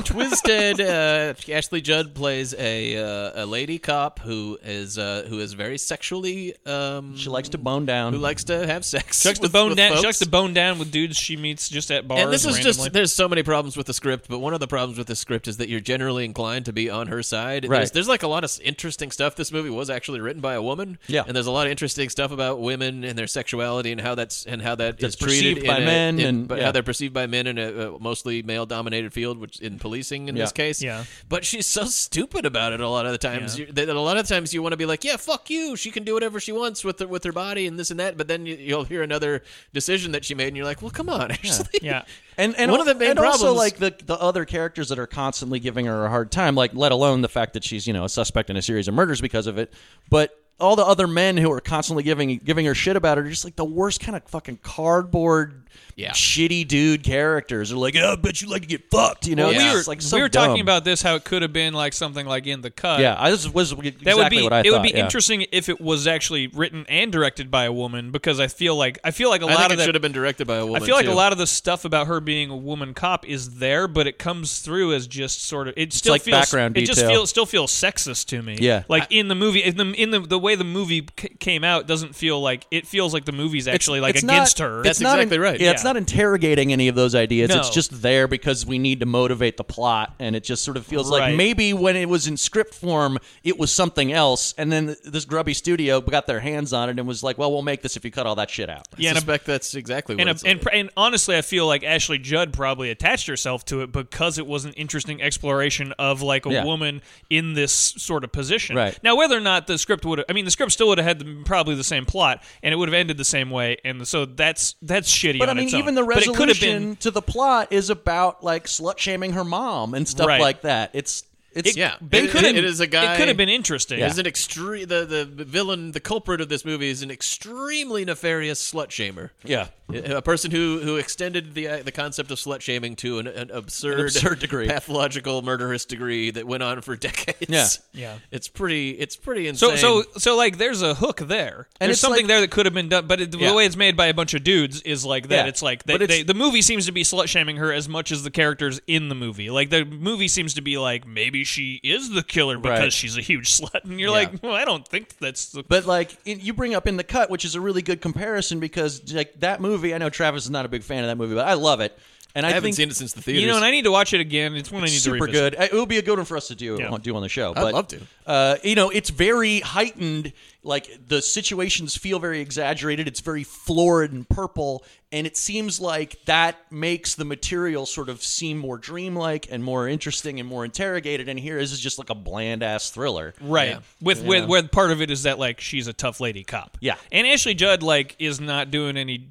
[SPEAKER 1] (laughs)
[SPEAKER 2] Twisted, uh, Ashley Judd plays a uh, a lady cop who is uh, who is very sexually. Um,
[SPEAKER 3] She likes to bone down.
[SPEAKER 2] who likes to have sex.
[SPEAKER 1] Chucks the
[SPEAKER 2] with-
[SPEAKER 1] bone
[SPEAKER 2] with
[SPEAKER 1] down.
[SPEAKER 2] folks.
[SPEAKER 1] Chucks the bone down with dudes she meets just at bars.
[SPEAKER 2] And this is
[SPEAKER 1] randomly.
[SPEAKER 2] just there's so many problems with the script, but one of the problems with the script is that you're generally inclined to be on her side. And
[SPEAKER 3] Right.
[SPEAKER 2] There's, there's like a lot of s- interesting stuff. This movie was actually written by a woman.
[SPEAKER 3] Yeah.
[SPEAKER 2] And there's a lot of interesting stuff about women and their sexuality and how that's and how that
[SPEAKER 3] That's
[SPEAKER 2] is treated
[SPEAKER 3] perceived by
[SPEAKER 2] in a-
[SPEAKER 3] men
[SPEAKER 2] in-
[SPEAKER 3] and-
[SPEAKER 2] but
[SPEAKER 3] yeah.
[SPEAKER 2] how they're perceived by men in a, a mostly male dominated field, which in policing in this
[SPEAKER 3] Yeah.
[SPEAKER 2] case.
[SPEAKER 1] Yeah.
[SPEAKER 2] But she's so stupid about it a lot of the times. You- that a lot of times you want to be like, yeah, fuck you. She can do whatever she wants with her, with her body and this and that. But then you, you'll hear another decision that she made, and you're like, well, come on, (laughs) Ashley.
[SPEAKER 1] yeah.
[SPEAKER 3] And and
[SPEAKER 2] One of the main
[SPEAKER 3] and also
[SPEAKER 2] problems-
[SPEAKER 3] like the the other characters that are constantly giving her a hard time, like let alone the fact that she's you know a suspect in a series of murders because of it, but. All the other men who are constantly giving giving her shit about it are just like the worst kind of fucking cardboard,
[SPEAKER 2] Yeah.
[SPEAKER 3] shitty dude characters. Are like, oh, I bet you like to get fucked, you know?
[SPEAKER 1] Well,
[SPEAKER 3] It's
[SPEAKER 1] we were,
[SPEAKER 3] just, like so
[SPEAKER 1] we were
[SPEAKER 3] dumb.
[SPEAKER 1] talking about this how it could have been like something like in the cut.
[SPEAKER 3] yeah. I this was exactly
[SPEAKER 1] That would be
[SPEAKER 3] what I
[SPEAKER 1] it
[SPEAKER 3] thought.
[SPEAKER 1] would be
[SPEAKER 3] yeah.
[SPEAKER 1] interesting if it was actually written and directed by a woman because I feel like I feel like a
[SPEAKER 2] I
[SPEAKER 1] lot
[SPEAKER 2] think
[SPEAKER 1] of
[SPEAKER 2] it should
[SPEAKER 1] that
[SPEAKER 2] have been directed by a woman.
[SPEAKER 1] I feel like
[SPEAKER 2] too.
[SPEAKER 1] a lot of the stuff about her being a woman cop is there, but it comes through as just sort of it still
[SPEAKER 3] like
[SPEAKER 1] feels
[SPEAKER 3] background
[SPEAKER 1] it just
[SPEAKER 3] detail.
[SPEAKER 1] feels still feels sexist to me.
[SPEAKER 3] Yeah.
[SPEAKER 1] like in the movie, in the in the, the way the movie c- came out doesn't feel like it feels like the movie's actually like
[SPEAKER 3] it's
[SPEAKER 1] against
[SPEAKER 3] not-
[SPEAKER 1] her.
[SPEAKER 2] That's
[SPEAKER 3] it's not
[SPEAKER 2] exactly right.
[SPEAKER 3] Yeah, it's
[SPEAKER 1] Yeah.
[SPEAKER 3] not interrogating any of those ideas. It's
[SPEAKER 1] No.
[SPEAKER 3] just there because we need to motivate the plot, and it just sort of feels like
[SPEAKER 1] Right.
[SPEAKER 3] maybe when it was in script form, it was something else, and then th- this grubby studio got their hands on it and was like, "Well, we'll make this if you cut all that shit out."
[SPEAKER 2] I
[SPEAKER 1] yeah, and a-
[SPEAKER 2] suspect that's exactly what
[SPEAKER 1] and,
[SPEAKER 2] it's
[SPEAKER 1] a, and, pr- and honestly, I feel like Ashley Judd probably attached herself to it because it was an interesting exploration of like a
[SPEAKER 3] Yeah.
[SPEAKER 1] woman in this sort of position.
[SPEAKER 3] Right.
[SPEAKER 1] Now, whether or not the script would, I mean, the script still would have had the, probably the same plot, and it would have ended the same way, and so that's that's shitty.
[SPEAKER 3] But I
[SPEAKER 1] on
[SPEAKER 3] mean,
[SPEAKER 1] its own.
[SPEAKER 3] even the
[SPEAKER 1] But it could have
[SPEAKER 3] resolution
[SPEAKER 1] been.
[SPEAKER 3] to the plot is about like slut shaming her mom and stuff
[SPEAKER 1] Right.
[SPEAKER 3] like that. It's it's
[SPEAKER 2] Yeah.
[SPEAKER 1] They
[SPEAKER 2] It-
[SPEAKER 1] could have.
[SPEAKER 2] it is a guy-
[SPEAKER 1] It could have been interesting.
[SPEAKER 2] Is an extreme the the villain, the culprit of this movie is an extremely nefarious slut shamer.
[SPEAKER 3] yeah.
[SPEAKER 2] A a person who who extended the uh, the concept of slut shaming to an, an absurd,
[SPEAKER 3] An absurd degree.
[SPEAKER 2] pathological, murderous degree that went on for (laughs) decades.
[SPEAKER 3] Yeah.
[SPEAKER 1] Yeah.
[SPEAKER 2] It's pretty. It's pretty
[SPEAKER 1] So
[SPEAKER 2] insane.
[SPEAKER 1] so so like there's a hook there.
[SPEAKER 3] And
[SPEAKER 1] there's
[SPEAKER 3] it's
[SPEAKER 1] something
[SPEAKER 3] like-
[SPEAKER 1] there that could have been done, but it,
[SPEAKER 3] Yeah.
[SPEAKER 1] the way it's made by a bunch of dudes is like that.
[SPEAKER 3] Yeah.
[SPEAKER 1] It's like they,
[SPEAKER 3] But it's-
[SPEAKER 1] they, the movie seems to be slut shaming her as much as the characters in the movie. Like the movie seems to be like maybe she is the killer because
[SPEAKER 3] Right.
[SPEAKER 1] she's a huge slut, and you're
[SPEAKER 3] Yeah.
[SPEAKER 1] like, well, I don't think that's the.
[SPEAKER 3] But like in, you bring up in the cut, which is a really good comparison because like that movie, I know Travis is not a big fan of that movie, but I love it. And I,
[SPEAKER 2] I haven't
[SPEAKER 3] think-
[SPEAKER 2] seen it since the
[SPEAKER 1] You know, and I need to watch it again. It's one I need to
[SPEAKER 3] super
[SPEAKER 1] revisit.
[SPEAKER 3] good. Uh, It would be a good one for us to do do on the show.
[SPEAKER 1] I'd
[SPEAKER 3] but,
[SPEAKER 1] love to.
[SPEAKER 3] Uh, you know, it's very heightened. Like the situations feel very exaggerated. It's very florid and purple, and it seems like that makes the material sort of seem more dreamlike and more interesting and more interrogated. And here, this is just like a bland ass thriller,
[SPEAKER 1] Right. With
[SPEAKER 3] You
[SPEAKER 1] with
[SPEAKER 3] know?
[SPEAKER 1] where part of it is that like she's a tough lady cop.
[SPEAKER 3] Yeah.
[SPEAKER 1] And Ashley Judd like is not doing any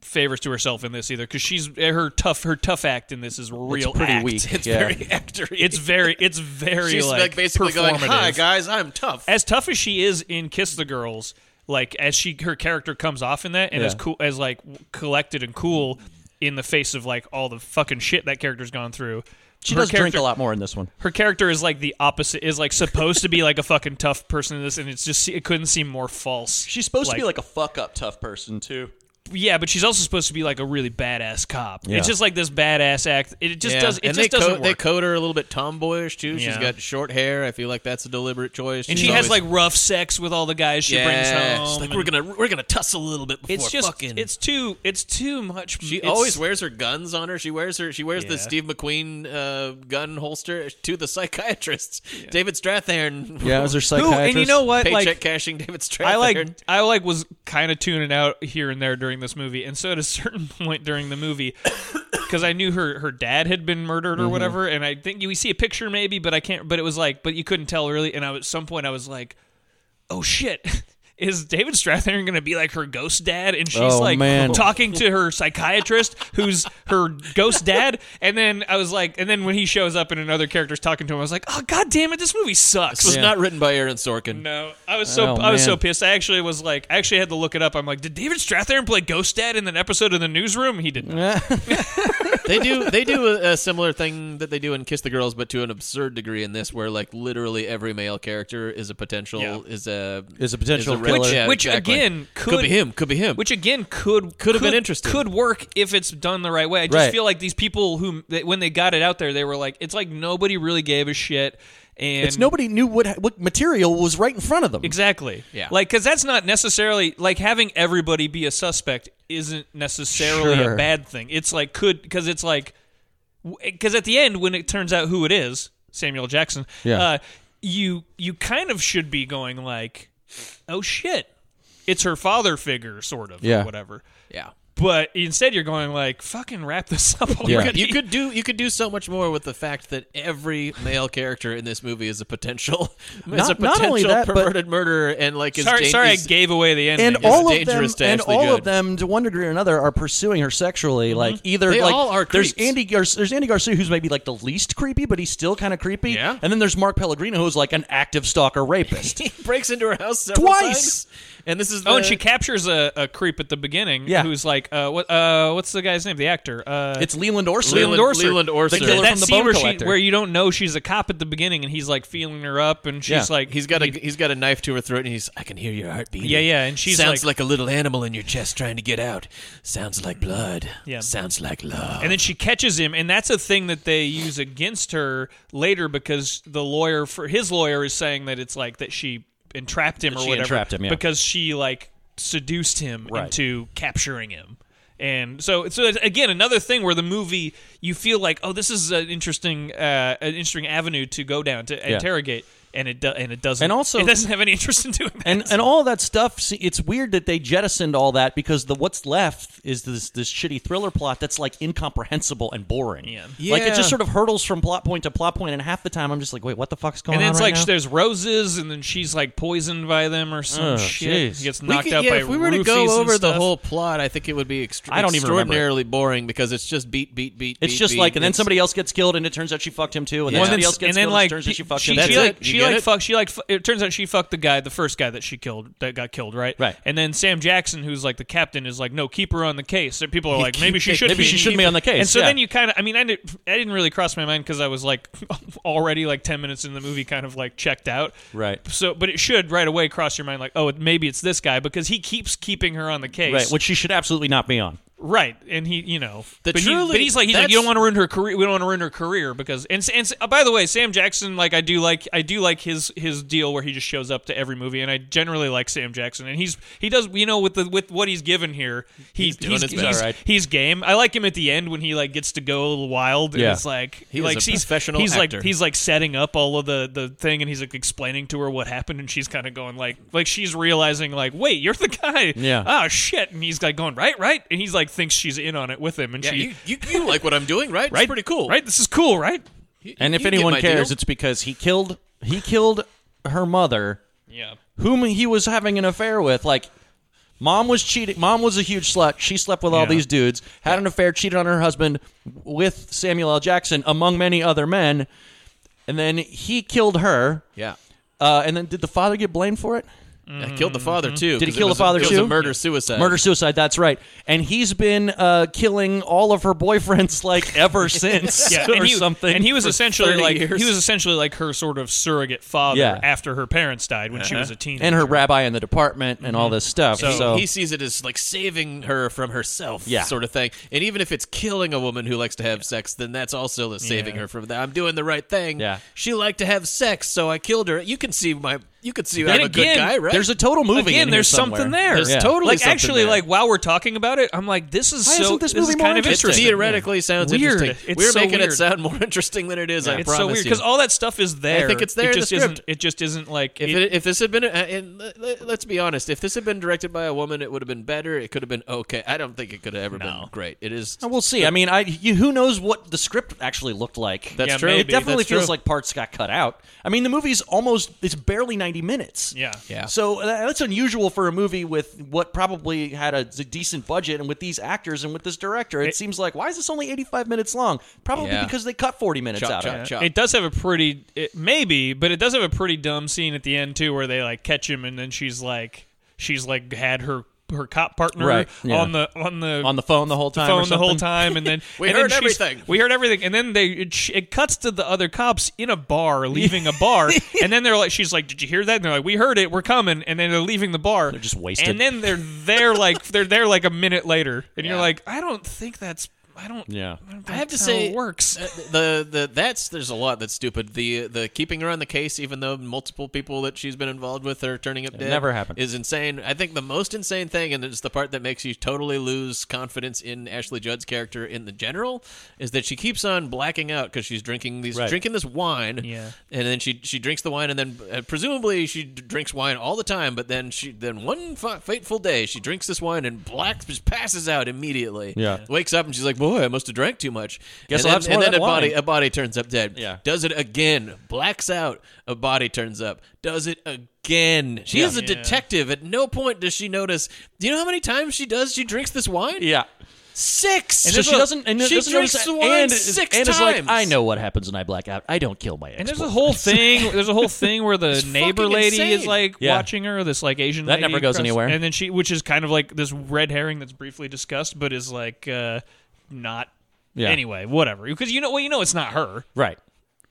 [SPEAKER 1] favors to herself in this either because she's her tough her tough act in this is real
[SPEAKER 3] pretty
[SPEAKER 1] act. (laughs)
[SPEAKER 3] weak, It's yeah. very
[SPEAKER 2] (laughs) actory.
[SPEAKER 1] It's very it's very
[SPEAKER 2] She's
[SPEAKER 1] like,
[SPEAKER 2] like basically going, "Hi,
[SPEAKER 1] performative."
[SPEAKER 2] guys, I'm tough."
[SPEAKER 1] As tough as she is in Kiss the Girls, like as she her character comes off in that and
[SPEAKER 3] Yeah.
[SPEAKER 1] as cool as like w- collected and cool in the face of like all the fucking shit that character's gone through. (laughs)
[SPEAKER 3] She
[SPEAKER 1] her
[SPEAKER 3] does drink
[SPEAKER 1] character-
[SPEAKER 3] a lot more in this one.
[SPEAKER 1] her character is like the opposite is like supposed to be like a fucking tough person in this and it's just it couldn't seem more false
[SPEAKER 3] She's supposed to be like a fuck up tough person too.
[SPEAKER 1] yeah but she's also supposed to be like a really badass cop
[SPEAKER 3] Yeah.
[SPEAKER 1] it's just like this badass act it just
[SPEAKER 2] Yeah.
[SPEAKER 1] does it
[SPEAKER 2] and
[SPEAKER 1] just
[SPEAKER 2] they
[SPEAKER 1] doesn't
[SPEAKER 2] coat, They
[SPEAKER 1] work.
[SPEAKER 2] coat her a little bit tomboyish too. She's
[SPEAKER 1] Yeah.
[SPEAKER 2] got short hair. I feel like that's a deliberate choice.
[SPEAKER 1] and
[SPEAKER 2] She's
[SPEAKER 1] she has
[SPEAKER 2] always-
[SPEAKER 1] like rough sex with all the guys she brings
[SPEAKER 2] Yeah.
[SPEAKER 1] home
[SPEAKER 2] She's like,
[SPEAKER 1] and-
[SPEAKER 2] "We're gonna- we're gonna tussle a little bit
[SPEAKER 1] it's
[SPEAKER 2] before
[SPEAKER 1] just
[SPEAKER 2] fucking."
[SPEAKER 1] it's too it's too much
[SPEAKER 2] She
[SPEAKER 1] it's-
[SPEAKER 2] always wears her guns on her. She wears her. She wears
[SPEAKER 1] Yeah.
[SPEAKER 2] the Steve McQueen uh, gun holster to the psychiatrist, David Strathairn.
[SPEAKER 3] Yeah, it
[SPEAKER 2] (laughs)
[SPEAKER 3] was her
[SPEAKER 1] Who- and you know what
[SPEAKER 2] Paycheck
[SPEAKER 1] like
[SPEAKER 2] cashing David Strathairn.
[SPEAKER 1] I like I like was kind of tuning out here and there during this movie, and so at a (laughs) certain point during the movie, (coughs) because I knew her her dad had been murdered or
[SPEAKER 3] Mhm.
[SPEAKER 1] whatever, and I think you see a picture maybe, but I can't. But it was like, but you couldn't tell really. And I, was- at some point, I was like, oh shit. (laughs) Is David Strathairn going to be like her ghost dad, and she's
[SPEAKER 3] Oh,
[SPEAKER 1] like
[SPEAKER 3] man.
[SPEAKER 1] talking to her psychiatrist, who's her
[SPEAKER 3] (laughs)
[SPEAKER 1] ghost dad? And then I was like, and then when he shows up and another character's talking to him, I was like, oh god damn it, this movie sucks.
[SPEAKER 2] This was not written by Aaron Sorkin.
[SPEAKER 1] No, I was so
[SPEAKER 2] Oh,
[SPEAKER 1] I was so
[SPEAKER 2] man.
[SPEAKER 1] pissed. I actually was like, I actually had to look it up. I'm like, did David Strathairn play Ghost Dad in an episode of the Newsroom? He did not.
[SPEAKER 2] they do they (laughs) do a, a similar thing that they do in Kiss the Girls, but to an absurd degree in this, where like literally every male character is a potential
[SPEAKER 1] Yeah.
[SPEAKER 2] is a
[SPEAKER 3] Is a potential
[SPEAKER 2] red-
[SPEAKER 3] killer.
[SPEAKER 2] yeah,
[SPEAKER 1] which
[SPEAKER 2] exactly.
[SPEAKER 1] again could,
[SPEAKER 2] be him, could be him.
[SPEAKER 1] Which again could could
[SPEAKER 2] have been interesting.
[SPEAKER 1] Could work if it's done the right way. I just
[SPEAKER 2] Right.
[SPEAKER 1] feel like these people who that when they got it out there, they were like, it's like nobody really gave a shit. And
[SPEAKER 3] It's nobody knew what what material was right in front of them.
[SPEAKER 1] Exactly.
[SPEAKER 3] Yeah.
[SPEAKER 1] Like, because that's not necessarily like having everybody be a suspect isn't necessarily
[SPEAKER 3] Sure.
[SPEAKER 1] a bad thing. It's like could because it's like because at the end when it turns out who it is, Samuel Jackson.
[SPEAKER 3] Yeah.
[SPEAKER 1] Uh, you you kind of should be going like, oh shit, it's her father figure sort of
[SPEAKER 3] Yeah.
[SPEAKER 1] or whatever.
[SPEAKER 2] Yeah.
[SPEAKER 1] But instead, you're going like, fucking wrap this up already.
[SPEAKER 2] You could-
[SPEAKER 1] (laughs)
[SPEAKER 2] You could do you could do so much more with the fact that every male character in this movie is a potential (laughs) is
[SPEAKER 3] Not-
[SPEAKER 2] a
[SPEAKER 3] not
[SPEAKER 2] potential
[SPEAKER 3] only that, but-
[SPEAKER 2] perverted murderer and like is
[SPEAKER 1] Sorry,
[SPEAKER 2] dan-
[SPEAKER 1] sorry, I
[SPEAKER 2] is-
[SPEAKER 1] gave away the ending.
[SPEAKER 3] and
[SPEAKER 2] is
[SPEAKER 3] all of them,
[SPEAKER 2] dangerous to
[SPEAKER 3] and
[SPEAKER 2] Ashley
[SPEAKER 3] all of
[SPEAKER 2] Judd. Mm-hmm.
[SPEAKER 3] them, to one degree or another, are pursuing her sexually. Like either
[SPEAKER 2] They
[SPEAKER 3] like
[SPEAKER 2] all are
[SPEAKER 3] there's
[SPEAKER 2] creeps.
[SPEAKER 3] Andy Gar- there's Andy Garcia who's maybe like the least creepy, but he's still kind of creepy. Yeah. And then there's Mark Pellegrino who's like an active stalker
[SPEAKER 2] (laughs)
[SPEAKER 3] rapist.
[SPEAKER 2] breaks into her house several
[SPEAKER 3] Twice!
[SPEAKER 2] times. and this is
[SPEAKER 1] Oh, and
[SPEAKER 2] the-
[SPEAKER 1] she captures a, a creep at the beginning.
[SPEAKER 3] Yeah.
[SPEAKER 1] who's like, uh, what? Uh, what's the guy's name? The actor. Uh,
[SPEAKER 3] It's Leland Orser.
[SPEAKER 1] Leland
[SPEAKER 3] Leland-
[SPEAKER 1] Orser.
[SPEAKER 3] Leland Orser.
[SPEAKER 1] That-
[SPEAKER 3] The killer
[SPEAKER 1] that
[SPEAKER 3] from the
[SPEAKER 1] scene
[SPEAKER 3] Bone
[SPEAKER 1] where, she-
[SPEAKER 3] Collector.
[SPEAKER 1] where you don't know she's a cop at the beginning, and he's like feeling her up, and she's
[SPEAKER 2] Yeah.
[SPEAKER 1] like,
[SPEAKER 2] he's got a he's got a knife to her throat and he's I can hear your heart beating.
[SPEAKER 1] Yeah, yeah, and she's
[SPEAKER 2] sounds
[SPEAKER 1] like-
[SPEAKER 2] like, a little animal in your chest trying to get out. Sounds like blood.
[SPEAKER 1] Yeah.
[SPEAKER 2] Sounds like love.
[SPEAKER 1] and then she catches him, and that's a thing that they use against her later because the lawyer for his lawyer is saying that it's like that she entrapped him
[SPEAKER 3] That
[SPEAKER 1] or
[SPEAKER 3] she
[SPEAKER 1] whatever,
[SPEAKER 3] entrapped him, yeah.
[SPEAKER 1] because she like seduced him
[SPEAKER 3] Right.
[SPEAKER 1] into capturing him. And so, so it's, again, another thing where the movie you feel like, oh, this is an interesting, uh, an interesting avenue to go down to
[SPEAKER 3] Yeah.
[SPEAKER 1] interrogate, and it do- and it doesn't,
[SPEAKER 3] And also-
[SPEAKER 1] it doesn't have any interest in doing that.
[SPEAKER 3] and and all that stuff. See, it's weird that they jettisoned all that because the what's left is this this shitty thriller plot that's like incomprehensible and boring. Yeah. Like it
[SPEAKER 1] Yeah.
[SPEAKER 3] just sort of hurtles from plot point to plot point, and half the time I'm just like, wait, what the fuck's going
[SPEAKER 1] and then
[SPEAKER 3] on?
[SPEAKER 1] it's
[SPEAKER 3] right
[SPEAKER 1] like
[SPEAKER 3] now?
[SPEAKER 1] there's roses, and then she's like poisoned by them or some
[SPEAKER 3] Oh,
[SPEAKER 1] shit.
[SPEAKER 3] jeez.
[SPEAKER 1] He gets
[SPEAKER 2] We
[SPEAKER 1] knocked
[SPEAKER 2] could-
[SPEAKER 1] out
[SPEAKER 2] yeah,
[SPEAKER 1] by
[SPEAKER 2] if we were to go
[SPEAKER 1] roofies and
[SPEAKER 2] over the
[SPEAKER 1] stuff.
[SPEAKER 2] whole plot, I think it would be extr-
[SPEAKER 3] I don't even remember it.
[SPEAKER 2] extraordinarily boring because it's just beat, beat, beat.
[SPEAKER 3] It's
[SPEAKER 2] beat,
[SPEAKER 3] just
[SPEAKER 2] beat.
[SPEAKER 3] like, and then
[SPEAKER 2] It's-
[SPEAKER 3] somebody else gets killed, and it turns out she fucked him too, and then
[SPEAKER 1] Well,
[SPEAKER 3] somebody else gets
[SPEAKER 1] and then
[SPEAKER 3] killed,
[SPEAKER 1] like
[SPEAKER 3] and it turns out she fucked
[SPEAKER 1] she,
[SPEAKER 3] him.
[SPEAKER 1] she
[SPEAKER 3] too.
[SPEAKER 1] like she like fuck she like fu- it turns out she fucked the guy the first guy that she killed that got killed right right and then Sam Jackson who's like the captain is like no keep her on the case and people are like maybe she
[SPEAKER 3] Keep-
[SPEAKER 1] should
[SPEAKER 3] maybe
[SPEAKER 1] be.
[SPEAKER 3] she shouldn't be on the case,
[SPEAKER 1] and so
[SPEAKER 3] yeah.
[SPEAKER 1] then you kind of I mean I, did, I didn't really cross my mind because I was like (laughs) already like ten minutes in the movie kind of like checked out
[SPEAKER 3] Right.
[SPEAKER 1] so but it should right away cross your mind like oh maybe it's this guy because he keeps keeping her on the case
[SPEAKER 3] Right, which she should absolutely not be on.
[SPEAKER 1] Right, and he, you know,
[SPEAKER 2] The
[SPEAKER 1] but, he-
[SPEAKER 2] truly-
[SPEAKER 1] but he's like, he's like, you
[SPEAKER 2] that's-
[SPEAKER 1] don't want to ruin her career. We don't want to ruin her career because, and, s- and s- uh, by the way, Sam Jackson, like, I do like, I do like his his deal where he just shows up to every movie, and I generally like Sam Jackson, and he's he does, you know, with the with what he's given here, he, he's
[SPEAKER 2] doing
[SPEAKER 1] he's,
[SPEAKER 2] his
[SPEAKER 1] he's,
[SPEAKER 2] best. Alright.
[SPEAKER 1] game. I like him at the end when he like gets to go a little wild,
[SPEAKER 2] Yeah.
[SPEAKER 1] and it's like
[SPEAKER 2] He is
[SPEAKER 1] like
[SPEAKER 2] a
[SPEAKER 1] he's-
[SPEAKER 2] professional
[SPEAKER 1] He's
[SPEAKER 2] actor.
[SPEAKER 1] like he's like setting up all of the the thing, and he's like explaining to her what happened, and she's kind of going like like she's realizing like, wait, you're the guy,
[SPEAKER 2] Yeah.
[SPEAKER 1] (laughs) oh shit and he's like going right right and he's like thinks she's in on it with him and
[SPEAKER 2] Yeah,
[SPEAKER 1] she
[SPEAKER 2] you, you, you like what I'm doing,
[SPEAKER 1] (laughs)
[SPEAKER 2] right?
[SPEAKER 1] right
[SPEAKER 2] It's pretty cool.
[SPEAKER 1] right this is cool right
[SPEAKER 3] And if
[SPEAKER 2] you get
[SPEAKER 3] anyone
[SPEAKER 2] my deal?
[SPEAKER 3] cares, it's because he killed he killed her mother,
[SPEAKER 1] Yeah.
[SPEAKER 3] whom he was having an affair with. Like, mom was cheating. Mom was a huge slut. She slept with all
[SPEAKER 1] Yeah.
[SPEAKER 3] these dudes, had an affair, cheated on her husband with Samuel L. Jackson, among many other men. And then he killed her.
[SPEAKER 2] Yeah.
[SPEAKER 3] Uh, and then did the father get blamed for it?
[SPEAKER 1] Mm.
[SPEAKER 2] Yeah, killed the father too.
[SPEAKER 3] Mm-hmm. Did he
[SPEAKER 2] 'cause it
[SPEAKER 3] kill the
[SPEAKER 2] was a-
[SPEAKER 3] father
[SPEAKER 2] it
[SPEAKER 3] too?
[SPEAKER 2] was a murder suicide.
[SPEAKER 3] Murder suicide. That's right. And he's been uh, killing all of her boyfriends like ever
[SPEAKER 1] (laughs)
[SPEAKER 3] since,
[SPEAKER 2] (laughs)
[SPEAKER 1] yeah
[SPEAKER 3] or
[SPEAKER 1] and he,
[SPEAKER 3] something.
[SPEAKER 1] and he was
[SPEAKER 3] for
[SPEAKER 1] essentially
[SPEAKER 3] 30
[SPEAKER 1] like
[SPEAKER 3] years.
[SPEAKER 1] he was essentially like her sort of surrogate father
[SPEAKER 3] Yeah.
[SPEAKER 1] after her parents died when she was
[SPEAKER 2] Uh-huh.
[SPEAKER 1] a teenager
[SPEAKER 3] and her rabbi in the department and
[SPEAKER 1] Mm-hmm.
[SPEAKER 3] all this stuff. So,
[SPEAKER 2] He- he sees it as like saving her from herself,
[SPEAKER 3] Yeah.
[SPEAKER 2] sort of thing. And even if it's killing a woman who likes to have sex, then that's also the saving
[SPEAKER 3] Yeah.
[SPEAKER 2] her from that. I'm doing the right thing.
[SPEAKER 3] Yeah.
[SPEAKER 2] She liked to have sex, so I killed her. You can see my, you can see I'm
[SPEAKER 1] And
[SPEAKER 2] a good guy, right?
[SPEAKER 3] there's a total movie.
[SPEAKER 1] Again,
[SPEAKER 3] in
[SPEAKER 1] there's
[SPEAKER 3] here somewhere.
[SPEAKER 1] something there.
[SPEAKER 2] There's Yeah. totally
[SPEAKER 1] like
[SPEAKER 2] something
[SPEAKER 1] actually,
[SPEAKER 2] there.
[SPEAKER 1] like while we're talking about it, I'm like, this is
[SPEAKER 3] Why
[SPEAKER 1] so.
[SPEAKER 3] isn't this
[SPEAKER 1] is
[SPEAKER 3] movie more
[SPEAKER 1] kind of
[SPEAKER 2] it
[SPEAKER 1] interesting.
[SPEAKER 2] theoretically sounds
[SPEAKER 1] Weird.
[SPEAKER 2] interesting.
[SPEAKER 1] It's
[SPEAKER 2] We're
[SPEAKER 1] so
[SPEAKER 2] making
[SPEAKER 1] weird.
[SPEAKER 2] it sound more (laughs) interesting than it is. I
[SPEAKER 1] it's
[SPEAKER 2] promise
[SPEAKER 1] so weird
[SPEAKER 2] you.
[SPEAKER 1] because all that stuff is there.
[SPEAKER 2] think it's there
[SPEAKER 1] It
[SPEAKER 2] in the
[SPEAKER 1] just
[SPEAKER 2] script.
[SPEAKER 1] isn't. It just isn't like
[SPEAKER 2] If,
[SPEAKER 1] it-
[SPEAKER 2] it, if this had been, uh, and let- let- let's be honest, if this had been directed by a woman, it would have been better. It could have been okay. I don't think it could have ever been great. It is.
[SPEAKER 3] Oh, We'll see. I mean, I you, who knows what the script actually looked like?
[SPEAKER 2] That's Yeah, true.
[SPEAKER 3] It
[SPEAKER 2] maybe.
[SPEAKER 3] definitely
[SPEAKER 2] That's
[SPEAKER 3] feels
[SPEAKER 2] true.
[SPEAKER 3] like parts got cut out. I mean, the movie's almost it's barely ninety minutes.
[SPEAKER 1] Yeah.
[SPEAKER 2] Yeah.
[SPEAKER 3] So tha- that's unusual for a movie with what probably had a d- decent budget and with these actors and with this director. It,
[SPEAKER 1] It-
[SPEAKER 3] seems like why is this only eighty five minutes long? Probably
[SPEAKER 2] Yeah.
[SPEAKER 3] because they cut forty minutes
[SPEAKER 2] Chop,
[SPEAKER 3] out
[SPEAKER 2] chop,
[SPEAKER 3] of it.
[SPEAKER 2] chop.
[SPEAKER 1] It does have a pretty it, maybe, but it does have a pretty dumb scene at the end too, where they like catch him and then she's like, she's like had her her cop partner
[SPEAKER 3] Right, yeah.
[SPEAKER 1] on the on the
[SPEAKER 3] On the phone the whole time. or
[SPEAKER 1] phone the whole
[SPEAKER 3] something.
[SPEAKER 1] time,
[SPEAKER 3] (laughs)
[SPEAKER 1] and then
[SPEAKER 2] We
[SPEAKER 1] and then
[SPEAKER 2] heard
[SPEAKER 1] she's-
[SPEAKER 2] everything.
[SPEAKER 1] We heard everything, and then they it, sh- it cuts to the other cops in a bar leaving a
[SPEAKER 3] (laughs)
[SPEAKER 1] bar, and then they're like, she's like, "Did you hear that?" And they're like, "We heard it. We're coming," and then they're leaving the bar. They're
[SPEAKER 3] just wasted.
[SPEAKER 1] and then they're there like they're there like a minute later, and you're like, I don't think that's I don't
[SPEAKER 3] Yeah.
[SPEAKER 1] I, don't think
[SPEAKER 2] I have to
[SPEAKER 1] that's how
[SPEAKER 2] say,
[SPEAKER 1] it works.
[SPEAKER 2] uh, The, the that's there's a lot that's stupid. The the keeping her on the case, even though multiple people that she's been involved with are turning up dead,
[SPEAKER 3] never happened.
[SPEAKER 2] Is insane. I think the most insane thing, and it's the part that makes you totally lose confidence in Ashley Judd's character in the general, is that she keeps on blacking out because she's drinking these
[SPEAKER 3] Right.
[SPEAKER 2] drinking this wine,
[SPEAKER 1] Yeah.
[SPEAKER 2] and then she she drinks the wine, and then uh, presumably she d- drinks wine all the time, but then she then one fa- fateful day she drinks this wine and blacks just passes out immediately,
[SPEAKER 3] Yeah.
[SPEAKER 2] wakes up and she's like, boy, I must have drank too much.
[SPEAKER 3] Guess I'll
[SPEAKER 2] and then,
[SPEAKER 3] have some
[SPEAKER 2] and
[SPEAKER 3] more of
[SPEAKER 2] then a
[SPEAKER 3] that
[SPEAKER 2] body
[SPEAKER 3] wine.
[SPEAKER 2] a body turns up dead.
[SPEAKER 3] Yeah.
[SPEAKER 2] Does it again. Blacks out. A body turns up. Does it again. She
[SPEAKER 3] Yeah.
[SPEAKER 2] is a detective. At no point does she notice. Do you know how many times she does? She drinks this wine.
[SPEAKER 3] Yeah.
[SPEAKER 2] Six.
[SPEAKER 3] And so she doesn't. And
[SPEAKER 2] she
[SPEAKER 3] doesn't
[SPEAKER 2] drinks
[SPEAKER 3] notice that,
[SPEAKER 2] the wine
[SPEAKER 3] and,
[SPEAKER 2] six
[SPEAKER 3] and
[SPEAKER 2] times.
[SPEAKER 3] is like, I know what happens when I black out. I don't kill my ex.
[SPEAKER 1] And there's a
[SPEAKER 3] (laughs)
[SPEAKER 1] whole thing. There's a whole thing where the neighbor
[SPEAKER 2] fucking
[SPEAKER 1] lady is
[SPEAKER 2] insane.
[SPEAKER 1] like
[SPEAKER 3] Yeah.
[SPEAKER 1] watching her. This like Asian
[SPEAKER 3] That
[SPEAKER 1] lady
[SPEAKER 3] never goes
[SPEAKER 1] across-
[SPEAKER 3] anywhere.
[SPEAKER 1] And then she, which is kind of like this red herring that's briefly discussed, but is like uh, not.
[SPEAKER 3] Yeah.
[SPEAKER 1] Anyway, whatever. Because you know, well, you know, it's not her.
[SPEAKER 3] right.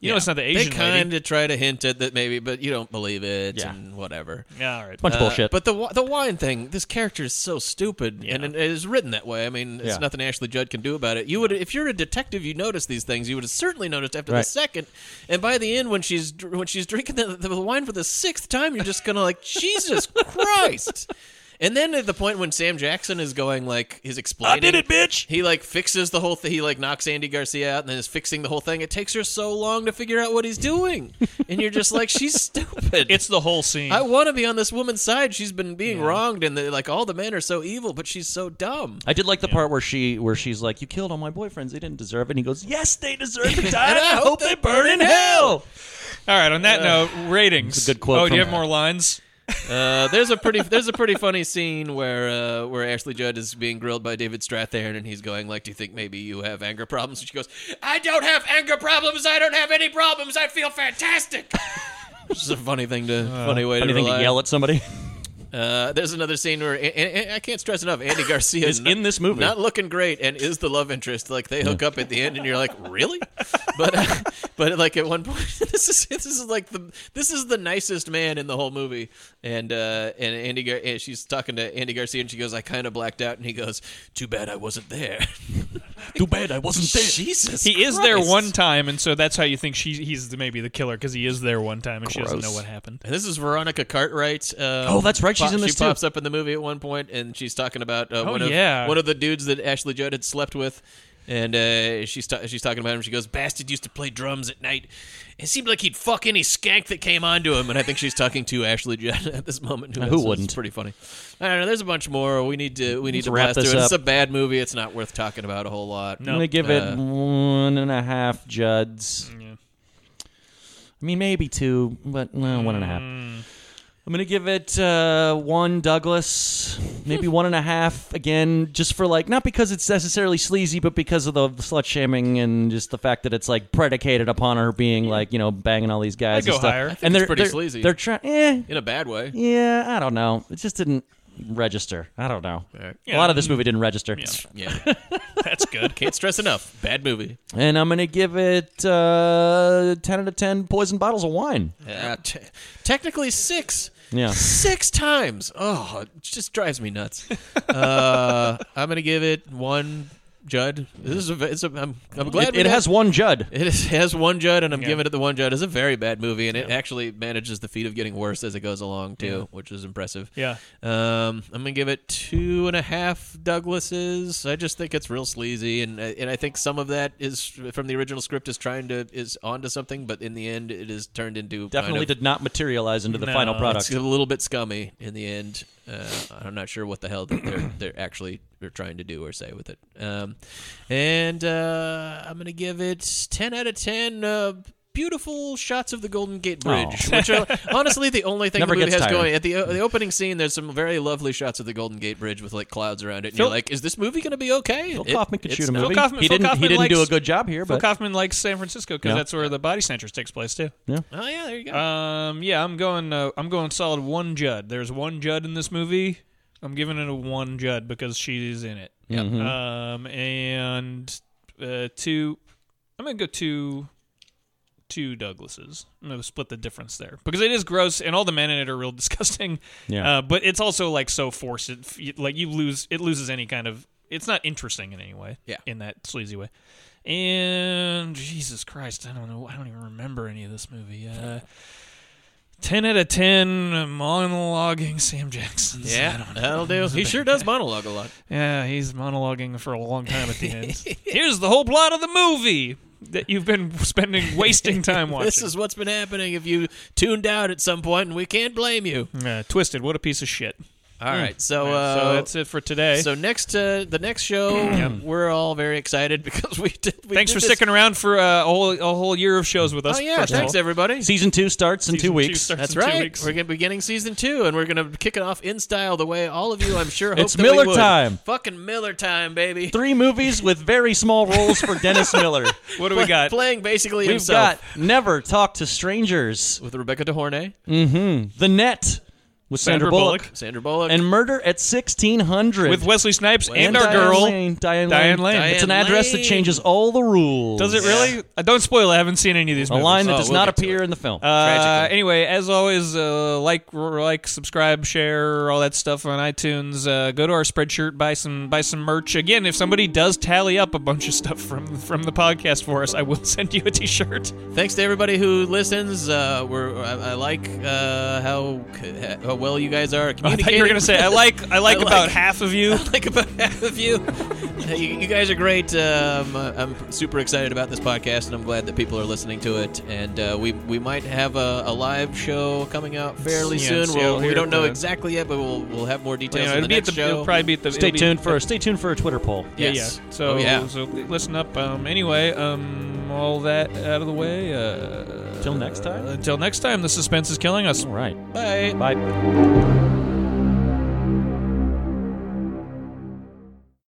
[SPEAKER 1] You know, it's not the
[SPEAKER 2] They
[SPEAKER 1] Asian
[SPEAKER 2] kind
[SPEAKER 1] lady.
[SPEAKER 2] of try to hint at that maybe, but you don't believe it
[SPEAKER 3] Yeah.
[SPEAKER 2] and whatever.
[SPEAKER 1] Yeah, all right.
[SPEAKER 3] Bunch of
[SPEAKER 2] Uh,
[SPEAKER 3] bullshit.
[SPEAKER 2] But the wi- the wine thing, this character is so stupid, and it is written that way. I mean, there's
[SPEAKER 3] Yeah.
[SPEAKER 2] nothing Ashley Judd can do about it. You would, if you're a detective, you notice these things. You would have certainly noticed after the
[SPEAKER 3] Right.
[SPEAKER 2] second, and by the end, when she's dr- when she's drinking the, the wine for the sixth time, you're just gonna like, (laughs) Jesus Christ. And then at the point when Sam Jackson is going like he's explaining,
[SPEAKER 3] it, bitch!
[SPEAKER 2] He like fixes the whole thing. He like knocks Andy Garcia out, and then is fixing the whole thing. It takes her so long to figure out what he's doing, and you're just like, she's (laughs) stupid.
[SPEAKER 1] It's the whole scene.
[SPEAKER 2] I want to be on this woman's side. She's been being wronged, and they- like all the men are so evil, but she's so dumb.
[SPEAKER 3] I did like the part where she where she's like, "You killed all my boyfriends. They didn't deserve it." And he goes, "Yes, they deserve
[SPEAKER 1] (laughs)
[SPEAKER 3] it. and I hope they burn in hell."
[SPEAKER 1] all right. On that note, ratings.
[SPEAKER 3] a good quote
[SPEAKER 1] Oh, do you
[SPEAKER 3] from-
[SPEAKER 1] have more lines?
[SPEAKER 2] Uh, there's a pretty there's a pretty funny scene where uh, where Ashley Judd is being grilled by David Strathairn, and he's going like, "Do you think maybe you have anger problems?" And she goes, "I don't have anger problems. I don't have any problems. I feel fantastic." (laughs) Which is a funny thing to funny way to,
[SPEAKER 3] Anything to
[SPEAKER 2] rely.
[SPEAKER 3] yell at somebody? (laughs)
[SPEAKER 2] Uh, there's another scene where and, and- and I can't stress
[SPEAKER 3] (laughs)
[SPEAKER 2] enough. Andy Garcia
[SPEAKER 3] Is
[SPEAKER 2] not-
[SPEAKER 3] in this movie.
[SPEAKER 2] not looking great, and is the love interest. Like they hook up at the end, and you're like, really? But uh, (laughs) But like at one point, (laughs) this is this is like the this is the nicest man in the whole movie, and uh, and Andy Gar- and she's talking to Andy Garcia, and she goes, "I kind of blacked out," and he goes, "Too bad I wasn't there."
[SPEAKER 3] (laughs) Too bad I wasn't there.
[SPEAKER 2] Jesus,
[SPEAKER 1] He is there
[SPEAKER 2] Christ.
[SPEAKER 1] one time, and so that's how you think she he's the- maybe the killer because he is there one time and she doesn't know what happened.
[SPEAKER 2] And this is Veronica Cartwright. Um,
[SPEAKER 1] Oh, that's right, she's
[SPEAKER 2] pop-
[SPEAKER 1] in this
[SPEAKER 2] She
[SPEAKER 1] too.
[SPEAKER 2] pops up in the movie at one point, and she's talking about uh,
[SPEAKER 1] Oh,
[SPEAKER 2] one
[SPEAKER 1] yeah.
[SPEAKER 2] of one of the dudes that Ashley Judd had slept with, and uh, she's ta- she's talking about him. She goes, "Bastard used to play drums at night. It seemed like he'd fuck any skank that came onto him." And I think she's talking to Ashley Judd (laughs) at this moment.
[SPEAKER 3] Who
[SPEAKER 2] is- is
[SPEAKER 3] wouldn't?
[SPEAKER 2] Pretty funny. I don't know. There's a bunch more. We need to we need
[SPEAKER 3] Let's
[SPEAKER 2] to
[SPEAKER 3] wrap
[SPEAKER 2] blast
[SPEAKER 3] this
[SPEAKER 2] through. it.
[SPEAKER 3] up.
[SPEAKER 2] It's a bad movie. It's not worth talking about a whole lot.
[SPEAKER 3] I'm gonna give
[SPEAKER 2] Uh,
[SPEAKER 3] it one and a half Juds. I mean, maybe two, but no, one and a half.
[SPEAKER 1] Mm.
[SPEAKER 3] I'm gonna give it uh, one Douglas, maybe
[SPEAKER 1] Hmm.
[SPEAKER 3] one and a half again, just for like not because it's necessarily sleazy, but because of the slut shaming and just the fact that it's like predicated upon her being like you know banging all these guys.
[SPEAKER 1] I'd go
[SPEAKER 3] and stuff.
[SPEAKER 1] higher. I think
[SPEAKER 3] and
[SPEAKER 2] it's
[SPEAKER 3] they're
[SPEAKER 2] pretty
[SPEAKER 3] they're-
[SPEAKER 2] sleazy.
[SPEAKER 3] They're trying, eh,
[SPEAKER 2] in a bad way.
[SPEAKER 3] yeah, I don't know. It just didn't register. I don't know.
[SPEAKER 1] Yeah.
[SPEAKER 3] A lot of this movie didn't register.
[SPEAKER 2] Yeah, that's good. (laughs) Can't stress enough. Bad movie.
[SPEAKER 3] And I'm gonna give it uh, ten out of ten poison bottles of wine.
[SPEAKER 2] Uh, te- technically six.
[SPEAKER 3] Yeah.
[SPEAKER 2] Six times. Oh, it just drives me nuts. uh, (laughs) I'm gonna give it one Judd. This is a. ve- It's a I'm, I'm glad
[SPEAKER 3] It,
[SPEAKER 2] we
[SPEAKER 3] it
[SPEAKER 2] got-
[SPEAKER 3] has one Judd.
[SPEAKER 2] It is- has one Judd, and I'm giving it the one Judd. It's a very bad movie, and it actually manages the feat of getting worse as it goes along too, which is impressive.
[SPEAKER 1] Yeah.
[SPEAKER 2] Um, I'm gonna give it two and a half Douglases. I just think it's real sleazy, and I- and I think some of that is from the original script is trying to is onto something, but in the end, it is turned into
[SPEAKER 3] Definitely
[SPEAKER 2] kind of,
[SPEAKER 3] did not materialize into the
[SPEAKER 1] No,
[SPEAKER 3] final product.
[SPEAKER 2] it's a little bit scummy in the end. Uh, I'm not sure what the hell that they're (coughs) they're actually they're trying to do or say with it. Um, and uh, I'm gonna give it 10 out of 10. Uh, Beautiful shots of the Golden Gate Bridge,
[SPEAKER 3] Aw.
[SPEAKER 2] which
[SPEAKER 3] (laughs)
[SPEAKER 2] are honestly the only thing
[SPEAKER 3] Oh. Never
[SPEAKER 2] the movie
[SPEAKER 3] gets
[SPEAKER 2] has
[SPEAKER 3] tired.
[SPEAKER 2] going. At the the opening scene, there's some very lovely shots of the Golden Gate Bridge with like clouds around it, and
[SPEAKER 1] Phil-
[SPEAKER 2] you're like, "Is this movie going to be okay?"
[SPEAKER 3] Phil
[SPEAKER 2] It-
[SPEAKER 3] Kaufman could
[SPEAKER 2] it's
[SPEAKER 3] shoot a
[SPEAKER 2] not.
[SPEAKER 3] movie. (laughs)
[SPEAKER 1] Kaufman-
[SPEAKER 3] he
[SPEAKER 1] Phil
[SPEAKER 3] didn't.
[SPEAKER 1] Kaufman
[SPEAKER 3] he didn't do a
[SPEAKER 1] likes-
[SPEAKER 3] good job here,
[SPEAKER 1] Phil
[SPEAKER 3] but
[SPEAKER 1] Kaufman likes San Francisco because
[SPEAKER 3] Yeah.
[SPEAKER 1] that's where the Body Snatchers takes place too.
[SPEAKER 2] Oh yeah, there you go.
[SPEAKER 1] Um, yeah, I'm going. Uh, I'm going solid one Judd. There's one Judd in this movie. I'm giving it a one Judd because she's in it.
[SPEAKER 3] Yep. Mhm.
[SPEAKER 1] Um, and uh, two. I'm gonna go two. Two Douglases. I'm gonna split the difference there because it is gross, and all the men in it are real (laughs) disgusting.
[SPEAKER 3] Yeah.
[SPEAKER 1] Uh, but it's also like so forced. It, f- like you lose. It loses any kind of. It's not interesting in any way.
[SPEAKER 2] Yeah.
[SPEAKER 1] In that sleazy way. And Jesus Christ, I don't know. I don't even remember any of this movie. Uh, 10 out of 10 monologuing Sam Jackson.
[SPEAKER 2] Yeah, that'll do. He sure does monologue a lot.
[SPEAKER 1] Yeah, he's monologuing for a long time at the
[SPEAKER 2] (laughs)
[SPEAKER 1] end. Here's the whole plot of the movie that you've been spending wasting time watching.
[SPEAKER 2] (laughs) This is what's been happening. If you tuned out at some point, and we can't blame you.
[SPEAKER 1] Yeah, twisted. What a piece of shit.
[SPEAKER 2] All right, so uh,
[SPEAKER 1] Hmm. so that's it for today.
[SPEAKER 2] So next, uh, the
[SPEAKER 1] (clears throat)
[SPEAKER 2] next show, we're all very excited (laughs) because we did. We
[SPEAKER 1] Thanks for
[SPEAKER 2] did this-
[SPEAKER 1] sticking around for uh, a whole a whole year of shows with us.
[SPEAKER 2] Oh yeah,
[SPEAKER 1] first of
[SPEAKER 2] thanks
[SPEAKER 1] all.
[SPEAKER 2] everybody.
[SPEAKER 3] season two starts in
[SPEAKER 1] Season
[SPEAKER 3] two
[SPEAKER 1] two
[SPEAKER 3] weeks.
[SPEAKER 1] starts
[SPEAKER 2] That's
[SPEAKER 1] in two
[SPEAKER 2] right.
[SPEAKER 1] weeks.
[SPEAKER 2] We're gonna be beginning season two, and we're gonna kick it off in style the way all of you, I'm sure, hope
[SPEAKER 3] It's
[SPEAKER 2] that
[SPEAKER 3] Miller
[SPEAKER 2] we would.
[SPEAKER 3] time.
[SPEAKER 2] Fucking Miller time, baby.
[SPEAKER 3] Three movies with very small roles
[SPEAKER 1] (laughs)
[SPEAKER 3] for Dennis Miller.
[SPEAKER 1] What do we got?
[SPEAKER 2] Playing basically
[SPEAKER 3] We've
[SPEAKER 2] himself
[SPEAKER 3] got Never Talk to Strangers,
[SPEAKER 2] with Rebecca De Horne,
[SPEAKER 3] The Net with Sandra,
[SPEAKER 1] Sandra
[SPEAKER 3] Bullock,
[SPEAKER 1] Bullock.
[SPEAKER 2] Sandra Bullock,
[SPEAKER 3] and Murder at 1600
[SPEAKER 1] With Wesley Snipes and, our
[SPEAKER 3] Diane
[SPEAKER 1] girl.
[SPEAKER 3] Lane, Diane,
[SPEAKER 1] Diane
[SPEAKER 3] Lane.
[SPEAKER 1] Lane.
[SPEAKER 3] It's an
[SPEAKER 2] Diane
[SPEAKER 3] address
[SPEAKER 2] Lane.
[SPEAKER 3] that changes all the rules.
[SPEAKER 1] Does it really? Uh, don't spoil. it. I haven't seen any of these.
[SPEAKER 3] A
[SPEAKER 1] movies.
[SPEAKER 3] line that
[SPEAKER 2] Oh,
[SPEAKER 3] does
[SPEAKER 2] we'll
[SPEAKER 3] not
[SPEAKER 2] get to
[SPEAKER 3] appear
[SPEAKER 2] it.
[SPEAKER 3] in the film.
[SPEAKER 1] Uh,
[SPEAKER 2] Tragically.
[SPEAKER 1] anyway, as always, uh, like, r- like, subscribe, share, all that stuff on iTunes. Uh, go to our spreadshirt, buy some, buy some merch. Again, if somebody does tally up a bunch of stuff from from the podcast for us, I will (laughs) send you a T-shirt.
[SPEAKER 2] (laughs) Thanks to everybody who listens. Uh, we're I, I like uh, how how well you guys
[SPEAKER 1] (laughs)
[SPEAKER 2] are.
[SPEAKER 1] I thought
[SPEAKER 2] communicating
[SPEAKER 1] you were gonna say I like, I like
[SPEAKER 2] (laughs) I like-
[SPEAKER 1] about half of
[SPEAKER 2] (laughs)
[SPEAKER 1] you.
[SPEAKER 2] like about half of you. Uh, you, you guys are great. Um, uh, I'm super excited about this podcast, and I'm glad that people are listening to it. And uh, we we might have a, a live show coming out fairly
[SPEAKER 1] Yeah,
[SPEAKER 2] soon.
[SPEAKER 1] so
[SPEAKER 2] We'll,
[SPEAKER 1] here
[SPEAKER 2] we don't
[SPEAKER 1] at
[SPEAKER 2] know
[SPEAKER 1] the-
[SPEAKER 2] exactly yet, but we'll we'll have more
[SPEAKER 1] You
[SPEAKER 2] details.
[SPEAKER 1] know,
[SPEAKER 2] on
[SPEAKER 1] it'll
[SPEAKER 2] the
[SPEAKER 1] be at
[SPEAKER 2] next
[SPEAKER 1] the, it'll
[SPEAKER 2] show.
[SPEAKER 1] probably be at the.
[SPEAKER 3] Stay
[SPEAKER 1] it'll be-
[SPEAKER 3] tuned for stay tuned for a Twitter poll.
[SPEAKER 1] Yeah,
[SPEAKER 2] Yes.
[SPEAKER 1] yeah. So
[SPEAKER 2] Oh, yeah.
[SPEAKER 1] so listen up. Um, anyway, um, all that out of the way. Uh,
[SPEAKER 3] Till next time?
[SPEAKER 1] Until next time, the suspense is killing us.
[SPEAKER 3] All right.
[SPEAKER 2] Bye.
[SPEAKER 3] Bye.